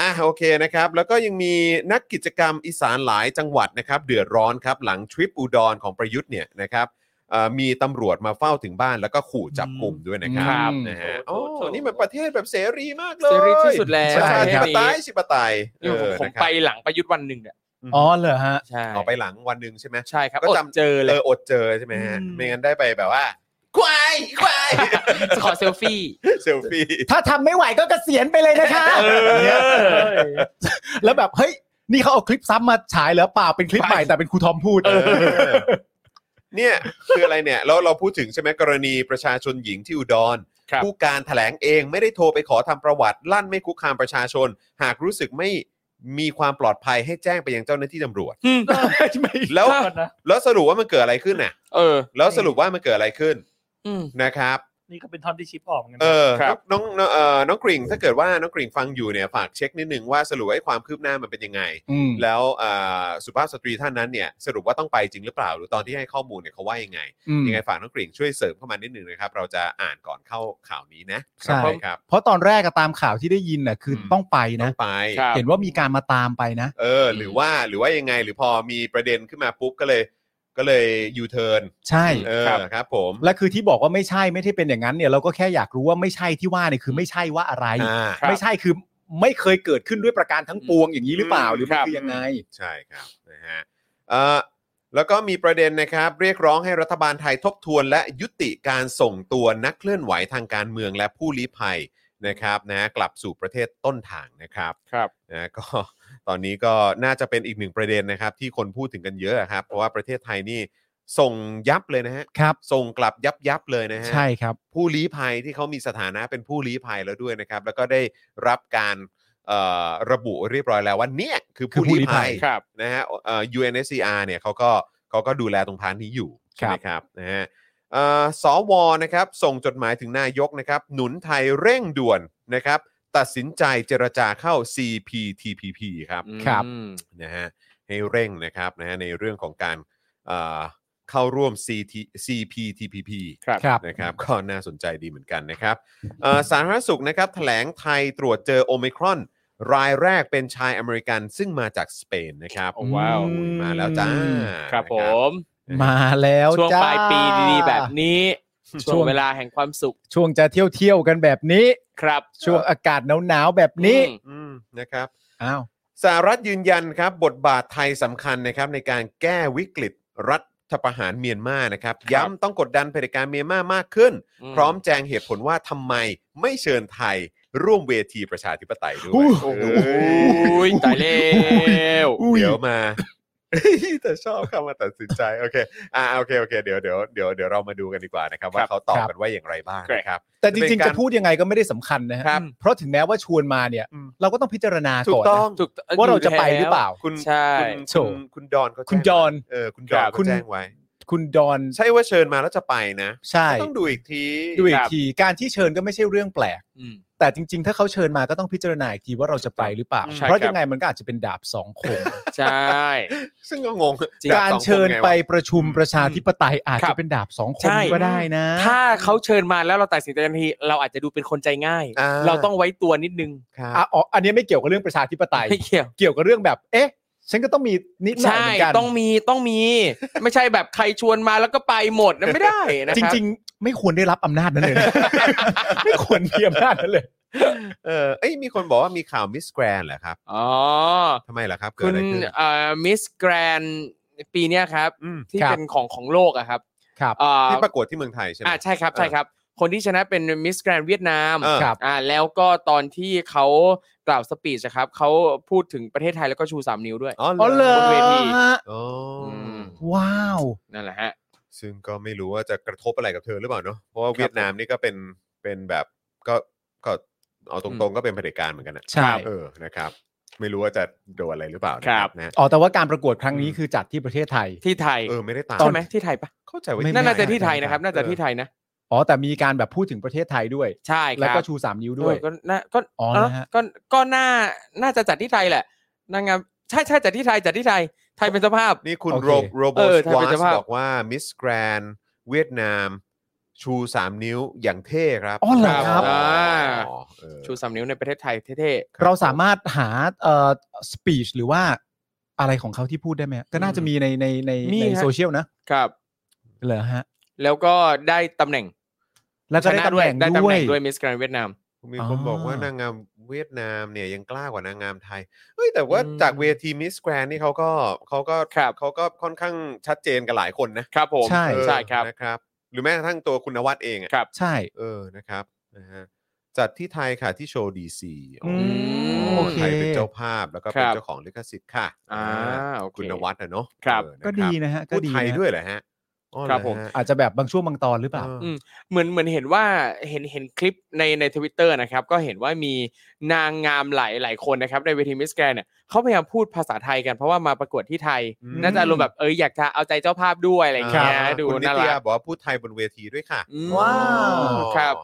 Speaker 2: อ่ะโอเคนะครับ แล้วก็ยังมีนักกิจกรรมอีสานหลายจังหวัดนะครับ เดือดร้อนครับ หลังทริปอุดรของประยุทธ์เนี่ยนะครับเอ่อมีตำรวจมาเฝ้าถึงบ้านแล้วก็ขู่จับกลุ่มด้วยนะครับ
Speaker 1: ครับ
Speaker 2: นะฮะ
Speaker 1: โอ้
Speaker 2: โอ้
Speaker 1: โห
Speaker 2: นี่มันประเทศแบบเสรีมากเลย
Speaker 1: ซีรีส์ที่สุดแล้ว
Speaker 2: ประชาธิ
Speaker 1: เทศ
Speaker 2: ปไต
Speaker 1: นี้
Speaker 2: ยชิปไตย
Speaker 1: นี่ผมผมไปหลังประยุทธ์วันหนึ่งเนี่ย
Speaker 3: อ๋อเหรอฮะ
Speaker 1: ใช่
Speaker 2: ออกไปหลังวันหนึ่งใช่ไหม
Speaker 1: ใช่ครับ
Speaker 2: ก็
Speaker 1: อด
Speaker 2: จำ
Speaker 1: เจอเล
Speaker 2: เอย ออดเจอใช่ไหมฮะ
Speaker 3: อืม
Speaker 2: ไม่งั้นได้ไปแบบว่า ควายควาย
Speaker 1: ขอเซลฟี่
Speaker 2: เซลฟี่
Speaker 3: ถ้าทำไม่ไหวก็เกษียณไปเลยนะคะเนี่ยแล้วแบบเฮ้ยนี่เขาเอาคลิปซ้ำมาฉายเหรอเปล่าเป็นคลิปใหม่แต่เป็นครูทอมพูด
Speaker 2: เออ เนี่ย คืออะไรเนี่ย เราเราพูดถึงใช่ไหมกรณีประชาชนหญิงที่อุดร
Speaker 1: ครับ
Speaker 2: ผู้การแถลงเองไม่ได้โทรไปขอทำประวัติ ลั่นไม่คุกคามประชาชน หากรู้สึกไม่มีความปลอดภัยให้แจ้งไปยังเจ้าหน้าที่ตำรวจ แล้วแล้วสรุปว่ามันเกิดอะไรขึ้นน่ะ
Speaker 1: เออ
Speaker 2: แล้วสรุปว่ามันเกิดอะไรขึ้น
Speaker 1: อืม
Speaker 2: นะครับ
Speaker 5: นี่ก็เป็นท่อนที่ชิปออกเหมือนกัน
Speaker 2: เออ
Speaker 1: ครับ
Speaker 2: น้องน้องเอ่อน้องกริ่งถ้าเกิดว่าน้องกริ่งฟังอยู่เนี่ยฝากเช็คนิดนึงว่าสรุปไอ้ความคืบหน้ามันเป็นยังไง แล้วเอ่อสุภาพสตรีท่านนั้นเนี่ยสรุปว่าต้องไปจริงหรือเปล่า หรือตอนที่ให้ข้อมูลเนี่ยเขาว่ายังไงยังไงฝากน้องกริ่งช่วยเสริมเข้ามานิดนึงนะครับ เราจะอ่านก่อนเข้าข่าวนี้นะ
Speaker 3: ใช่
Speaker 2: ครับ
Speaker 3: เพราะตอนแรกอะตามข่าวที่ได้ยินน่ะคืออ
Speaker 2: ม
Speaker 3: ต้องไป
Speaker 2: ต้
Speaker 3: นะ
Speaker 2: องไป
Speaker 1: ครับ
Speaker 3: เห็นว่ามีการมาตามไปนะ
Speaker 2: เออหรือว่าหรือว่ายังไงหรือพอมีประเด็นขึ้นมาปุ๊บก็เลย ก็เลยยูเทิร์น
Speaker 3: ใช่
Speaker 2: เออ
Speaker 1: ครับ
Speaker 2: ครับผม
Speaker 3: และคือที่บอกว่าไม่ใช่ไม่ใช่เป็นอย่างนั้นเนี่ยเราก็แค่อยากรู้ว่าไม่ใช่ที่ว่าเนี่ยคือไม่ใช่ว่าอะไร
Speaker 2: อ่า
Speaker 1: ครับ
Speaker 3: ไม่ใช่คือไม่เคยเกิดขึ้นด้วยประการทั้งปวงอย่างนี้หรือเปล่าหรือมัน
Speaker 1: ครับ
Speaker 3: คือยังไง
Speaker 2: ใช่ครับนะฮะเอ่อแล้วก็มีประเด็นนะครับ เรียกร้องให้รัฐบาลไทยทบทวน และยุติการส่งตัวนักเคลื่อนไหวทางการเมืองและผู้ลี้ภัยนะครับนะกลับสู่ประเทศต้นทางนะครับ
Speaker 1: ครับ
Speaker 2: นะ ก็ ตอนนี้ก็น่าจะเป็นอีกหนึ่งประเด็นนะครับ ที่คนพูดถึงกันเยอะครับ เพราะว่าประเทศไทยนี่ส่งยับเลยนะฮะ
Speaker 3: ครับ
Speaker 2: ส่งกลับยับยับเลยนะฮะ
Speaker 3: ใช่ครับ
Speaker 2: ผู้ลี้ภัยที่เขามีสถานะเป็นผู้ลี้ภัยแล้วด้วยนะครับ แล้วก็ได้รับการเอ่อระบุเรียบร้อยแล้วว่าเนี่ยคือผู้ลี้ภัย
Speaker 1: ครับ
Speaker 2: นะฮะเอ่อ UNSCR เนี่ยเขาก็เขาก็ดูแลตรงพาร์ทนี้อยู่ใช่ไหมครับนะฮะเอ่อสวนะครับส่งจดหมายถึงนายกนะครับ หนุนไทยเร่งด่วนนะครับ ตัดสินใจเจรจาเข้า CPTPP ครับ
Speaker 1: อืม
Speaker 2: นะฮะให้เร่งนะครับนะฮะในเรื่องของการเอ่อเข้าร่วม CT CPTPP
Speaker 1: ครับ
Speaker 3: ครับ
Speaker 2: นะครับ ก็น่าสนใจดีเหมือนกันนะครับเอ่อสาธารณสุขนะครับแถลงไทยตรวจเจอโอมิครอน รายแรกเป็นชายอเมริกันซึ่งมาจากสเปนนะครับ
Speaker 1: โอ้ว้าว
Speaker 2: อืมมาแล้วจ้า
Speaker 3: อืม
Speaker 1: ครับ
Speaker 2: นะ
Speaker 1: ผม
Speaker 3: มาแล้ว
Speaker 1: ช่วง
Speaker 3: จ้
Speaker 1: ปลายปีดีๆแบบนี้ ช่วงเวลาแห่งความสุข
Speaker 3: ช่วงจะเที่ยวเที่ยวๆกันแบบนี้
Speaker 1: ครับ
Speaker 3: ช่วงอากาศหนาวๆแบบนี้
Speaker 1: อืม
Speaker 2: อืมนะครับ
Speaker 3: อ้าว
Speaker 2: สหรัฐยืนยันครับ บทบาทไทยสำคัญนะครับในการแก้วิกฤตรัฐประหารเมียนมานะครับ
Speaker 1: ครับ
Speaker 2: ย้ำต้องกดดันเผด็จการเมียนมามากขึ้น พร้อมแจงเหตุผลว่าทำไมไม่เชิญไทยร่วมเวทีประชาธิปไตยด้ว
Speaker 3: อู้
Speaker 2: ย
Speaker 1: โอ้โห
Speaker 2: เอ้ย
Speaker 1: ตายแล้ว
Speaker 2: เดี๋ยวมา แต่ชอบคำว่าตัดสินใจ โอเค อ่าโอเค โอเค เดี๋ยวเดี๋ยวเดี๋ยวเดี๋ยวเรามาดูกันดีกว่านะครับ ว่า
Speaker 1: ครับ
Speaker 2: เขาตอบ
Speaker 3: ครับ
Speaker 2: กันว่าอย่างไรบ้าง
Speaker 1: ครับ
Speaker 2: นะครับ
Speaker 3: แต่จริง
Speaker 2: เป็น
Speaker 3: ๆ
Speaker 2: การ
Speaker 3: จะพูดยังไงก็ไม่ได้สำคัญนะฮะ
Speaker 2: ครับ
Speaker 3: เพราะถึงแม้ว่าชวนมาเนี่ย
Speaker 2: อืม
Speaker 3: เราก็ต้องพิจารณา
Speaker 2: ถูก
Speaker 3: ก่อน
Speaker 2: ต้อง
Speaker 1: ถูก
Speaker 3: นะว่าเราจะไปหรือเปล่า
Speaker 2: คุณ
Speaker 1: ใช่
Speaker 2: คุณ
Speaker 3: โถ่
Speaker 2: คุณคุณดอนเขาแจ้ง
Speaker 3: คุณดอน
Speaker 2: ไว้เออคุณดอน
Speaker 3: ครับคุ
Speaker 2: เขา
Speaker 3: ณ
Speaker 2: แจ้งไว้
Speaker 3: คุณดอน
Speaker 2: ใช่ว่าเชิญมาแล้วจะไปนะ
Speaker 3: ใช่
Speaker 2: ก็ต้องดูอีกที
Speaker 3: ดูอี
Speaker 1: ครั
Speaker 3: ก
Speaker 1: บ
Speaker 3: ทีการที่เชิญก็ไม่ใช่เรื่องแปลก
Speaker 1: อืม
Speaker 3: แต่จริง ๆ ถ้าเขาเชิญมาก็ต้องพิจารณาอีกทีว่าเราจะไปหรือเปล่า
Speaker 1: ใช่
Speaker 3: เพราะ
Speaker 1: ครับ
Speaker 3: ยังไงมันก็อาจจะเป็นดาบสองคม
Speaker 1: ใช่
Speaker 2: ซึ่งก็งง
Speaker 1: จริง
Speaker 3: การเชิญไปประชุมประชาธิปไตยอาจ
Speaker 1: ครั
Speaker 3: จะ
Speaker 1: บ
Speaker 3: เป็นดาบสองค
Speaker 1: ใช่
Speaker 3: มก็ได้นะ
Speaker 1: ถ้าเขาเชิญมาแล้วเราตัดสินใจทันที เราอาจจะดูเป็นคนใจง่าย
Speaker 2: อ่
Speaker 1: เราต้องไว้ตัวนิดนึง
Speaker 2: ครับ
Speaker 3: อ่ะอ๋ออันนี้ไม่เกี่ยวกับเรื่องประชาธิปไตย
Speaker 1: ไม่เกี่ยว
Speaker 3: เกี่ยวกับเรื่องแบบ เอ๊ะ ฉันก็ต้องมีนิดหน่อย
Speaker 1: ใช่
Speaker 3: เหมือนกัน
Speaker 1: ต้องมีต้องมี ไม่ใช่แบบใครชวนมาแล้วก็ไปหมดนะไม่ได้นะ
Speaker 3: จ
Speaker 1: คบ
Speaker 3: ริง ๆ ไม่ควรได้รับอำนาจนั้นเลยนะ ไม่ควรมีอำนาจนั้นเลย
Speaker 2: เออเอ้ยมีคนบอกว่ามีข่าวมิสแกรนเหรอครับ
Speaker 1: อ๋อ
Speaker 2: ทำไมล่ะครับเกิดอะ
Speaker 1: คุณ
Speaker 2: ไรขึ้น
Speaker 1: เอ่อมิสแกรน ปีเนี้ยครับ
Speaker 2: อืม
Speaker 1: ที่
Speaker 3: ครับ
Speaker 1: เป็นของของโลกอะครับ
Speaker 3: ครับ
Speaker 1: อ่า
Speaker 2: ที่ประกวดที่เมืองไทยใช่ไหม
Speaker 1: อ่าใช่ครับใช่ครับ คนที่ชนะเป็นมิสแกรนเวียดนาม
Speaker 2: เออ
Speaker 3: ครับ
Speaker 1: อ่าแล้วก็ตอนที่เขากล่าวสปีชอะครับเขาพูดถึงประเทศไทยแล้วก็ชูสามนิ้วด้วย
Speaker 2: อ๋อ
Speaker 3: อ๋อ
Speaker 2: เห
Speaker 3: เล
Speaker 2: ร
Speaker 3: ย
Speaker 2: อ
Speaker 1: เวที
Speaker 2: อ๋ออ
Speaker 1: ม
Speaker 3: ว้าว
Speaker 1: นั่นแหละฮะ
Speaker 2: ซึ่งก็ไม่รู้ว่าจะกระทบอะไรกับเธอหรือเปล่าเนาะเพราะว่าเวียดนามนี่ก็เป็นเป็นแบบก็ก็เอาตรงๆก็เป็นเผด็จการเหมือนกันนะ
Speaker 3: ใช่
Speaker 2: เออนะครับ ไม่รู้ว่าจะโดนอะไรหรือเปล่านะค
Speaker 1: ครั
Speaker 2: รับบ นะ
Speaker 3: อ๋อแต่ว่าการประกวดครั้งนี้คือจัดที่ประเทศไทย
Speaker 1: ที่ไทย
Speaker 2: เออไม่ได้ตาม
Speaker 1: ใช่ไหมที่ไทยปะ
Speaker 2: เข้าใจว่า
Speaker 3: ไม่
Speaker 1: นั่นน่า
Speaker 2: ไ
Speaker 1: จะที่ไทยนะครับ น่าจะที่ไทยนะ
Speaker 3: อ๋อแต่มีการแบบพูดถึงประเทศไทยด้วย
Speaker 1: ใช่ครับ
Speaker 3: แล้วก็ชูสามนิ้วด้วย
Speaker 1: เออก็น่าก็
Speaker 3: อ๋อ
Speaker 1: เ
Speaker 3: นะฮะ
Speaker 1: ก็ก็น่าน่าจะจัดที่ไทยแหละนางงามใช่ใช่จัดที่ไทยจัดที่ไทย ไทยเป็นเจ้าภาพ
Speaker 2: นี่คุณ
Speaker 3: โอเค
Speaker 2: โรโรโบ
Speaker 1: เอ
Speaker 2: ส
Speaker 1: อ
Speaker 2: ควา
Speaker 1: ถ้าเป็น
Speaker 2: ส
Speaker 1: เจ้าภาพ
Speaker 2: บอกว่ามิสแกรนเวียดนามชูสามนิ้วอย่างเท่ครับ
Speaker 3: อ๋อเหรอครับ
Speaker 2: อ๋อเออ
Speaker 1: ชูสามนิ้วในประเทศไทยเท่
Speaker 3: เราสามารถหาเอ่อสปีชหรือว่าอะไรของเขาที่พูดได้ไหมฮะก็น่าจะมีในในใน
Speaker 1: มี
Speaker 3: ใน
Speaker 1: ฮะ
Speaker 3: โซเชียลนะ
Speaker 1: ๆครับ
Speaker 3: เหรอฮะ
Speaker 1: แล้วก็ได้ตำแหน่ง
Speaker 3: แล้วก็
Speaker 1: ช
Speaker 3: ได้
Speaker 1: นะ
Speaker 3: ตำแหน่ง
Speaker 1: ได้ตำ
Speaker 3: ด้
Speaker 1: แห
Speaker 3: วย
Speaker 1: น่งด้วยมิสแกรนเวียดนาม
Speaker 2: มีคน
Speaker 3: อ๋อ
Speaker 2: บอกว่านางงามเวียดนามเนี่ยยังกล้ากว่านางงามไทย เฮ้ยแต่ว่า
Speaker 1: อืม
Speaker 2: จากเวทีมิสแกรนนี่เขาก็เขาก็
Speaker 1: ครับ
Speaker 2: เขาก็ค่อนข้างชัดเจนกันหลายคนนะครับ
Speaker 1: ผม
Speaker 3: ใช่
Speaker 2: เออ
Speaker 1: ใช่ครับ
Speaker 2: นะครับ หรือแม้กระทั่งตัวคุณนวัดเองอะ
Speaker 1: ครับ
Speaker 3: ใช่
Speaker 2: เออนะครับนะฮะจัดที่ไทยค่ะที่โชว์ดีซี
Speaker 3: อืม
Speaker 1: โอ
Speaker 3: เค
Speaker 2: ไทยเป็นเจ้าภาพแล้วก็เป็น
Speaker 1: ครับ
Speaker 2: เจ้าของลิขสิทธิ์ค่ะ
Speaker 1: อ่าโอเค
Speaker 2: คุณนวัดนะเนาะ
Speaker 1: ครับ
Speaker 2: เออนะ
Speaker 3: ก็ดีนะฮะ
Speaker 2: พู
Speaker 3: ก็
Speaker 2: ด
Speaker 3: ดี
Speaker 2: ไทย
Speaker 3: นะ
Speaker 2: ด้วยเหรอฮะอ๋อเหอฮะ
Speaker 1: ครับผม
Speaker 3: อาจจะแบบบางช่วงบางตอนหรือเปล่า
Speaker 2: เอออ
Speaker 1: ม เหมือนเหมือนเห็นว่าเห็นเห็นคลิปในในทวิตเตอร์นะครับ ก็เห็นว่ามีนางงามหลายหลายคนนะครับ ในเวทีมิสแกรนเนี่ยเขาพยายามพูดภาษาไทยกันเพราะว่ามาประกวดที่ไทย
Speaker 2: อืม
Speaker 1: น่าจะอารมณ์แบบเอออยากจะเอาใจเจ้าภาพด้วยอะไรอย่างเงี้ย
Speaker 2: อ่า
Speaker 1: ดู
Speaker 2: คุณนิ
Speaker 1: น่า
Speaker 2: ตยา
Speaker 1: รัก
Speaker 2: บอกว่าพูดไทยบนเวทีด้วยค่ะ
Speaker 1: อืม
Speaker 3: ว้าว
Speaker 1: ครับ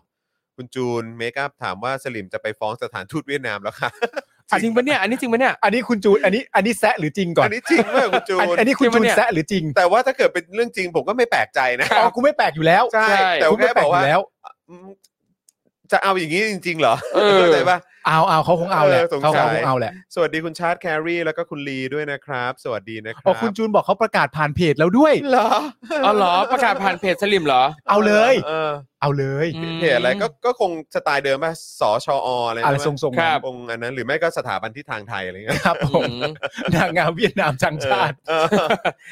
Speaker 2: คุณจูนเมคอัพถามว่าสลิมจะไปฟ้องสถานทูตเวียดนามแล้วค่ะ
Speaker 1: อ่ะจริงปะเนี่ยอันนี้จริงปะเนี่ย
Speaker 3: อันนี้คุณจูนอันนี้อันนี้แซะหรือจริงก่อน
Speaker 2: อันนี้จริงมากคุณจูน
Speaker 3: อันนี้คุณ
Speaker 1: จริง
Speaker 3: จู
Speaker 1: ปะ
Speaker 3: น
Speaker 1: เนี่ย
Speaker 3: แซะหรือจริง
Speaker 2: แต่ว่าถ้าเกิดเป็นเรื่องจริงผมก็ไม่แปลกใจนะ
Speaker 3: อ๋อกูไม่แปลกอยู่แล้ว
Speaker 2: ใช่
Speaker 1: ใช่
Speaker 2: แต่
Speaker 3: กู
Speaker 2: ว่า
Speaker 3: ไม่
Speaker 2: แค่
Speaker 3: แปล
Speaker 2: บ
Speaker 3: ก
Speaker 2: อก
Speaker 3: อ
Speaker 2: ว่า
Speaker 3: ยู่แล้ว
Speaker 2: อืมจะเอาอย่างนี้จริง ๆ เหรอ
Speaker 1: เออ
Speaker 2: เข้าใจปะ
Speaker 3: เอาเอาเขาคงเอาแหละ
Speaker 2: เออสงสั
Speaker 3: เขา
Speaker 2: ย
Speaker 3: เขาคงเอาแหละ
Speaker 2: สวัสดีคุณชาร์ตแครีแล้วก็คุณลีด้วยนะครับ สวัสดีนะครั
Speaker 3: อ๋อคุณจูนบอกเขาประกาศผ่านเพจแล้วด้วย
Speaker 2: เหรอ
Speaker 1: อ๋อเหรอประกาศผ่านเพจสลิมเหรอ
Speaker 3: เอาเลย
Speaker 2: ออ
Speaker 3: เอาเลย
Speaker 2: เพจอะไรก็ก็คงสไตล์เดิมป่ะสชออะไร
Speaker 3: อะไร
Speaker 2: ใช่
Speaker 3: ท
Speaker 2: หม
Speaker 3: รง
Speaker 1: ครับ
Speaker 2: คงอันนั้นหรือไม่ก็สถาบันที่ทางไทยอะไรเงี้ย
Speaker 3: ๆครับผม
Speaker 1: อืม
Speaker 3: นางงามเวียดนามจังชาติ
Speaker 2: เออ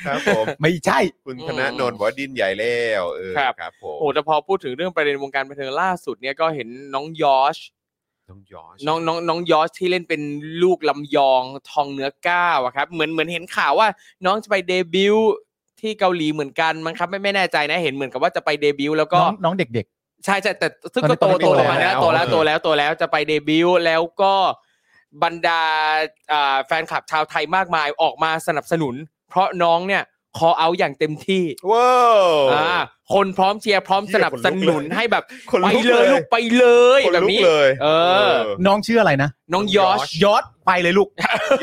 Speaker 2: ครับผม
Speaker 3: ไม่ใช่
Speaker 2: คุณ
Speaker 1: อืม
Speaker 2: ธนาโนนบอกว่าดินใหญ่แล้วเออ
Speaker 1: ครับ
Speaker 2: ครับผ
Speaker 1: โอ้
Speaker 2: ม
Speaker 1: โหแต่พอพูดถึงเรื่องประเด็นวงการบันเทิงล่าสุดเนี่ยก็เห็นน้องยอช
Speaker 2: น้องยอร์ช
Speaker 1: น้องน้องน้องยอชที่เล่นเป็นลูกลำยองทองเนื้อก้าวอะครับเหมือนเหมือนเห็นข่าวว่า น้องจะไปเดบิวต์ที่เกาหลีเหมือนกันมั้งครับไม่ไม่แน่ใจนะเห็นเหมือนกับว่าจะไปเดบิวต์แล้วก็
Speaker 3: น้องน้องเด็ก
Speaker 1: ใช่ใช่แต่ซึ่ง
Speaker 3: ตอนนี้
Speaker 1: ก็โต
Speaker 3: ตอน
Speaker 1: โตแล้วประมาณ
Speaker 3: นี้โตแล้
Speaker 1: นะ
Speaker 3: ว
Speaker 1: โตแล้วโตแล้วโตแล้วจะไปเดบิวต์แล้วก็บรรดาอ่าแฟนคลับชาวไทยมากมายออกมาสนับสนุน เพราะน้องเนี่ยคอเอาอย่างเต็มที่
Speaker 2: ว้าว
Speaker 1: อ่าคนพร้อมเชียร์พร้อม
Speaker 2: เหี้
Speaker 1: ส
Speaker 2: ย
Speaker 1: นับ
Speaker 2: ขนลุก
Speaker 1: สนุน
Speaker 2: เลย
Speaker 1: ให้แบบ
Speaker 2: คน
Speaker 1: ไป
Speaker 2: ลุกเล
Speaker 1: เลย
Speaker 2: ย
Speaker 1: ลูกไปเลย
Speaker 2: คน
Speaker 1: แบบ
Speaker 2: ลุก
Speaker 1: นี้
Speaker 2: เลย
Speaker 1: เออ
Speaker 3: ๆ น้องชื่ออะไรนะ
Speaker 1: น้องยอช
Speaker 3: ยอดไปเลยลูก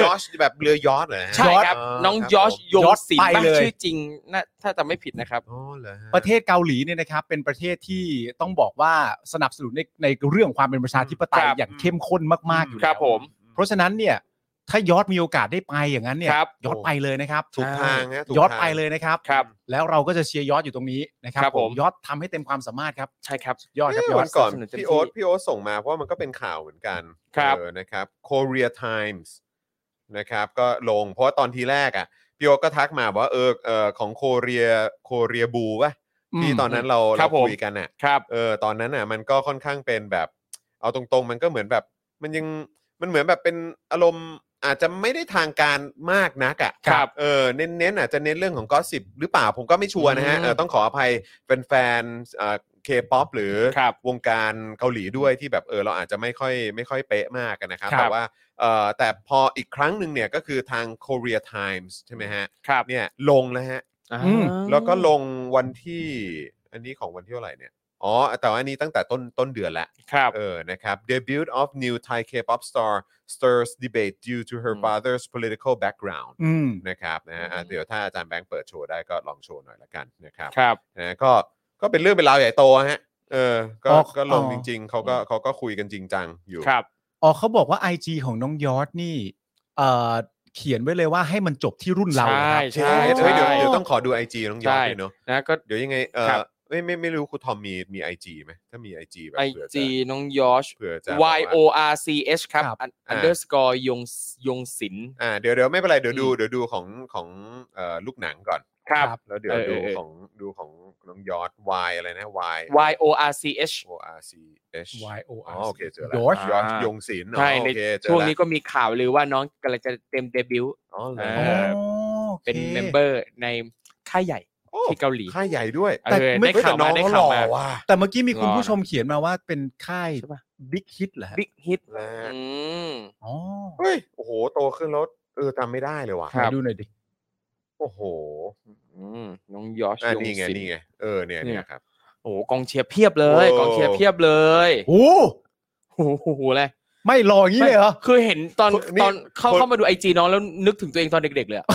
Speaker 2: ยอร์ชแบบเรือยอร์ชเหรอฮะ
Speaker 1: ใช่ครับ น้องยอช
Speaker 2: ครับผม
Speaker 1: ยง
Speaker 3: ยอช
Speaker 1: ศิล
Speaker 3: ไป
Speaker 1: ป์ปะ
Speaker 3: เลย
Speaker 1: ชื่อจริงนะถ้าจำไม่ผิดนะครับ
Speaker 2: อ๋อเหรอฮ
Speaker 3: ประเทศเกาหลีเนี่ยนะครับเป็นประเทศที่ต้องบอกว่าสนับสนุนในในเรื่องความเป็นประชาธิปไตย
Speaker 1: ครับ
Speaker 3: อย่างเข้มข้นมากๆอยู่
Speaker 1: ค
Speaker 3: แล้
Speaker 1: รับ
Speaker 3: ว
Speaker 1: ผม
Speaker 3: เพราะฉะนั้นเนี่ยถ้ายอดมีโอกาสได้ไปอย่างนั้นเนี่ย
Speaker 1: ครับ
Speaker 3: ยอดไปเลยนะครับ
Speaker 2: ถูกทางฮะถูก
Speaker 3: ยอด
Speaker 2: ทาง
Speaker 3: ไปเลยนะครับ
Speaker 1: ครับ
Speaker 3: แล้วเราก็จะเชียร์ยอดอยู่ตรงนี้นะครับ
Speaker 1: ครับผม
Speaker 3: ยอดทำให้เต็มความสามารถครับ
Speaker 1: ใช่ครับ
Speaker 3: ยอดครับ
Speaker 2: เนี่ย
Speaker 3: ยอ
Speaker 2: วั
Speaker 3: ด
Speaker 2: นก่อน
Speaker 1: สนับสนุนเต็มที่
Speaker 2: พี่โอ๊ตพี่โอ๊ตส่งมาเพราะว่ามันก็เป็นข่าวเหมือนกัน
Speaker 1: ครับ
Speaker 2: เออนะครับ Korea Times นะครับก็ลงเพราะว่าตอนทีแรกอ่ะพี่โอ๊ตก็ทักมาบอกว่าเออเออของโคเรียโคเรียบูป่ะ
Speaker 3: อืม
Speaker 2: ที่ตอนนั้นเรา
Speaker 1: ครั
Speaker 2: เรา
Speaker 1: บผม
Speaker 2: คุยกันอ่ะ
Speaker 1: ครับ
Speaker 2: เออตอนนั้นอ่ะมันก็ค่อนข้างเป็นแบบ เอาตรงๆ มันก็เหมือนแบบ มันยังมันเหมือนแบบเป็นอารมณ์อาจจะไม่ได้ทางการมากนักอ่ะ
Speaker 1: ครับ
Speaker 2: เออเน้นๆอาจจะเน้นเรื่องของก็สิบหรือเปล่าผมก็ไม่ชัวร์นะฮะ
Speaker 1: อืม
Speaker 2: เออต้องขออภัยแฟนๆเอ่อเคป๊อปหรือ
Speaker 1: ครับ
Speaker 2: วงการเกาหลีด้วยที่แบบเออเราอาจจะไม่ค่อยไม่ค่อยเป๊ะมากอะนะครับ
Speaker 1: ครับ
Speaker 2: แต่ว่าเออแต่พออีกครั้งหนึ่งเนี่ยก็คือทาง Korea Times ใช่ไหมฮะ
Speaker 1: ครับ
Speaker 2: เนี่ยลงแล้วฮะ
Speaker 3: อืม
Speaker 1: อ่า
Speaker 2: แล้วก็ลงวันที่อันนี้ของวันที่เท่าไหร่เนี่ย อ๋อ แต่ว่าอันนี้ตั้งแต่ต้นต้นเดือนแล้ว
Speaker 1: ครับ
Speaker 2: เออ นะครับ debut of new Thai K-pop star stirs debate due to her
Speaker 1: อืม
Speaker 2: father's political background
Speaker 3: อืม
Speaker 2: นะครับนะฮะอ่ะเดี๋ยวถ้าอาจารย์แบงค์เปิดโชว์ได้ก็ลองโชว์หน่อยละกันนะครับ
Speaker 1: ครับ
Speaker 2: นะก็ก็เป็นเรื่องเป็นราวใหญ่โตฮะ เออ ก็
Speaker 3: อ๋อ
Speaker 2: ก็ลงจริง ๆ เขาก็เขาก็คุยกันจริงจังอยู่
Speaker 1: ครับ
Speaker 3: อ๋อเขาบอกว่า IG ของน้องยอดนี่เอ่อเขียนไว้เลยว่าให้มันจบที่รุ่นเรา
Speaker 1: ใช่
Speaker 3: นะครับ
Speaker 1: ใช่
Speaker 2: ใช่เฮ้ยเดี๋ยว
Speaker 1: ใช่
Speaker 2: เดี๋ยวต้องขอดูไอจีน้องยอด
Speaker 1: ใช่
Speaker 2: ด้วยเนาะ
Speaker 1: นะก็
Speaker 2: เดี๋ยวยังไงเอ่อ
Speaker 1: ครับ
Speaker 2: ไม่ไม่ไม่รู้ครูทอมมีมีไอจีไหมถ้ามีไอจีแบบ
Speaker 1: ไอ
Speaker 2: เผื่อจะ
Speaker 1: จีน้องยอช
Speaker 2: เผื่อจะ
Speaker 1: y o r c h ครับ
Speaker 3: ครับ
Speaker 1: un- underscore ยงยงศิลป์
Speaker 2: อ่าเดี๋ยวเดี๋ยวไม่เป็นไรเดี๋ยวดู
Speaker 1: อืม
Speaker 2: เดี๋ยวดูของของเอ่อลูกหนังก่อน
Speaker 1: ครับ
Speaker 2: แล้วเดี๋ยว
Speaker 1: เออ
Speaker 2: ดู
Speaker 1: เออเออ
Speaker 2: ของดูของน้องยอดวายอะไรนะวาย
Speaker 1: y o r c h
Speaker 2: O R C H
Speaker 3: Y O
Speaker 2: อ๋อ
Speaker 3: R
Speaker 2: โอเคเจอแล้ว
Speaker 3: ย
Speaker 2: ย
Speaker 3: อ
Speaker 2: อ
Speaker 3: ช
Speaker 2: ชยงศิลป์อ๋อ
Speaker 1: ใช่
Speaker 2: โอ
Speaker 1: ใน
Speaker 2: เคเจอแล้ว
Speaker 1: ช่วงนี้ก็มีข่าวหรือว่าน้องกำลังจะเต็มเดบิวต์
Speaker 2: อ๋อเหร
Speaker 1: เอ
Speaker 2: อ
Speaker 1: เป็นเมมเบอร์ในค่ายใหญ่
Speaker 2: โอ้
Speaker 1: ที่เกาหลี
Speaker 2: ค่ายใหญ่ด้วย
Speaker 1: เออได้ข่าวมาได้ข่าวมา
Speaker 2: ว่ะ
Speaker 3: แต่เมื่อกี้มีคุ
Speaker 1: ร
Speaker 3: ณ
Speaker 1: อนะ
Speaker 3: ผู้ชมเขียนมาว่าเป็นค่าย
Speaker 1: ใช่ปะ
Speaker 3: บิ๊กฮิตเหรอฮะ
Speaker 1: บิ๊กฮิต
Speaker 2: นะฮะ
Speaker 1: อืม
Speaker 3: อ๋อ
Speaker 2: เฮ้ยโอ้โหโตขึ้นแล้วเออจำไม่ได้เลยว่ะ
Speaker 1: ครับ
Speaker 3: ดูหน่อยดิ
Speaker 2: โอ้โห
Speaker 1: อืมน้องยอช
Speaker 2: อ่ะ
Speaker 1: ยง
Speaker 2: นี่ไง
Speaker 1: ศิล
Speaker 2: นี่
Speaker 1: ป์
Speaker 2: ไงเออเนี่ย
Speaker 1: เนี่
Speaker 2: เนี่ย ยครับ
Speaker 1: โอ้กองเชียร์เพียบเลย
Speaker 2: โอ้
Speaker 1: กองเชียร์เพียบเลย
Speaker 3: โอ้
Speaker 1: โอ้โหเลย
Speaker 3: ไม่รออย่างนี้เลยเหรอ
Speaker 1: คือเห็นตอน
Speaker 2: คนนี่
Speaker 1: ตอนเข้า
Speaker 2: คน
Speaker 1: เข้ามาดูไอจีน้องแล้วนึกถึงตัวเองตอนเด็กๆเลยอะ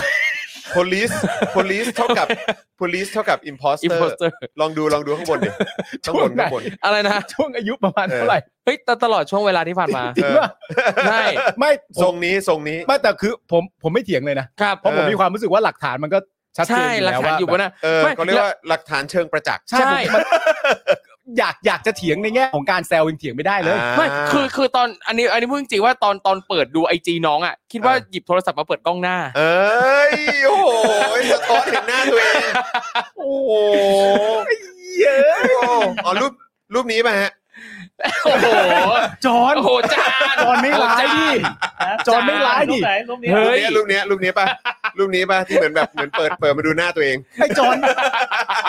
Speaker 2: police police เท่ากับ police เท่ากับ
Speaker 1: อิน
Speaker 2: imposter
Speaker 1: โพสเตอร์
Speaker 2: ลองดูลองดูข้างบนดิ
Speaker 3: ช่
Speaker 2: ข้าง
Speaker 3: ว
Speaker 2: บ
Speaker 3: ง
Speaker 2: น
Speaker 3: ไหน
Speaker 2: ข้างบน
Speaker 1: อะไรนะ
Speaker 3: ช่วงอายุประมาณเท่าไหร่
Speaker 1: เฮ้ยแต่ตลอดช่วงเวลาที่ผ่านมา
Speaker 3: จริงป่ะ
Speaker 1: ใช่
Speaker 3: ไม่ผม
Speaker 2: ทรงนี้ทรงนี้
Speaker 3: ไม่แต่คือผมผมไม่เถียงเลยนะ
Speaker 1: ครับ
Speaker 3: เพราะผมมีความรู้สึกว่าหลักฐานมันก็ชัดเจน
Speaker 1: ใช่
Speaker 3: อยู่
Speaker 1: หลัก
Speaker 3: แล้ว
Speaker 1: ฐาน
Speaker 3: ว่า
Speaker 1: อยู่บนนั้น
Speaker 2: เออ
Speaker 1: ไม่
Speaker 2: เขาเรียกว่าหลักฐานเชิงประจักษ์
Speaker 3: ใช่
Speaker 1: ใช่
Speaker 3: ผมมันอยากอยากจะเถียงในแง่ของการแซวยังเถียงไม่ได้เลย
Speaker 2: า
Speaker 1: ไม่คือคือตอนอันนี้อันนี้พูดจริงๆว่าตอนตอนเปิดดูไอจีน้องอ่ะคิดว่า
Speaker 2: เออ
Speaker 1: หยิบโทรศัพท์มาเปิดกล้องหน้า
Speaker 2: เอ้ยโอ้โหสะท้อนเห็นหน้าตัวเอง โอ้โห
Speaker 3: เยอะ
Speaker 2: โอ้อ๋อรูปรูปนี้ป่ะฮะ
Speaker 1: โอ้โห
Speaker 3: จอห์น
Speaker 1: โอ้โหจาน
Speaker 3: จอห์นไม่ร้าย
Speaker 1: โอ้โหจ
Speaker 3: ดิ
Speaker 1: น
Speaker 3: จอห์นไม่ร้ายดิ
Speaker 5: รูปไหนรูปนี้
Speaker 1: เฮ้
Speaker 2: รูป
Speaker 1: ย
Speaker 2: เนี้ยรูปเนี้ยรูปนี้ป่ะ รูปนี้ป่ะที่เหมือนแบบเหมือนเปิดเปิดมาดูหน้าตัวเอง
Speaker 3: ไอ้จอห์น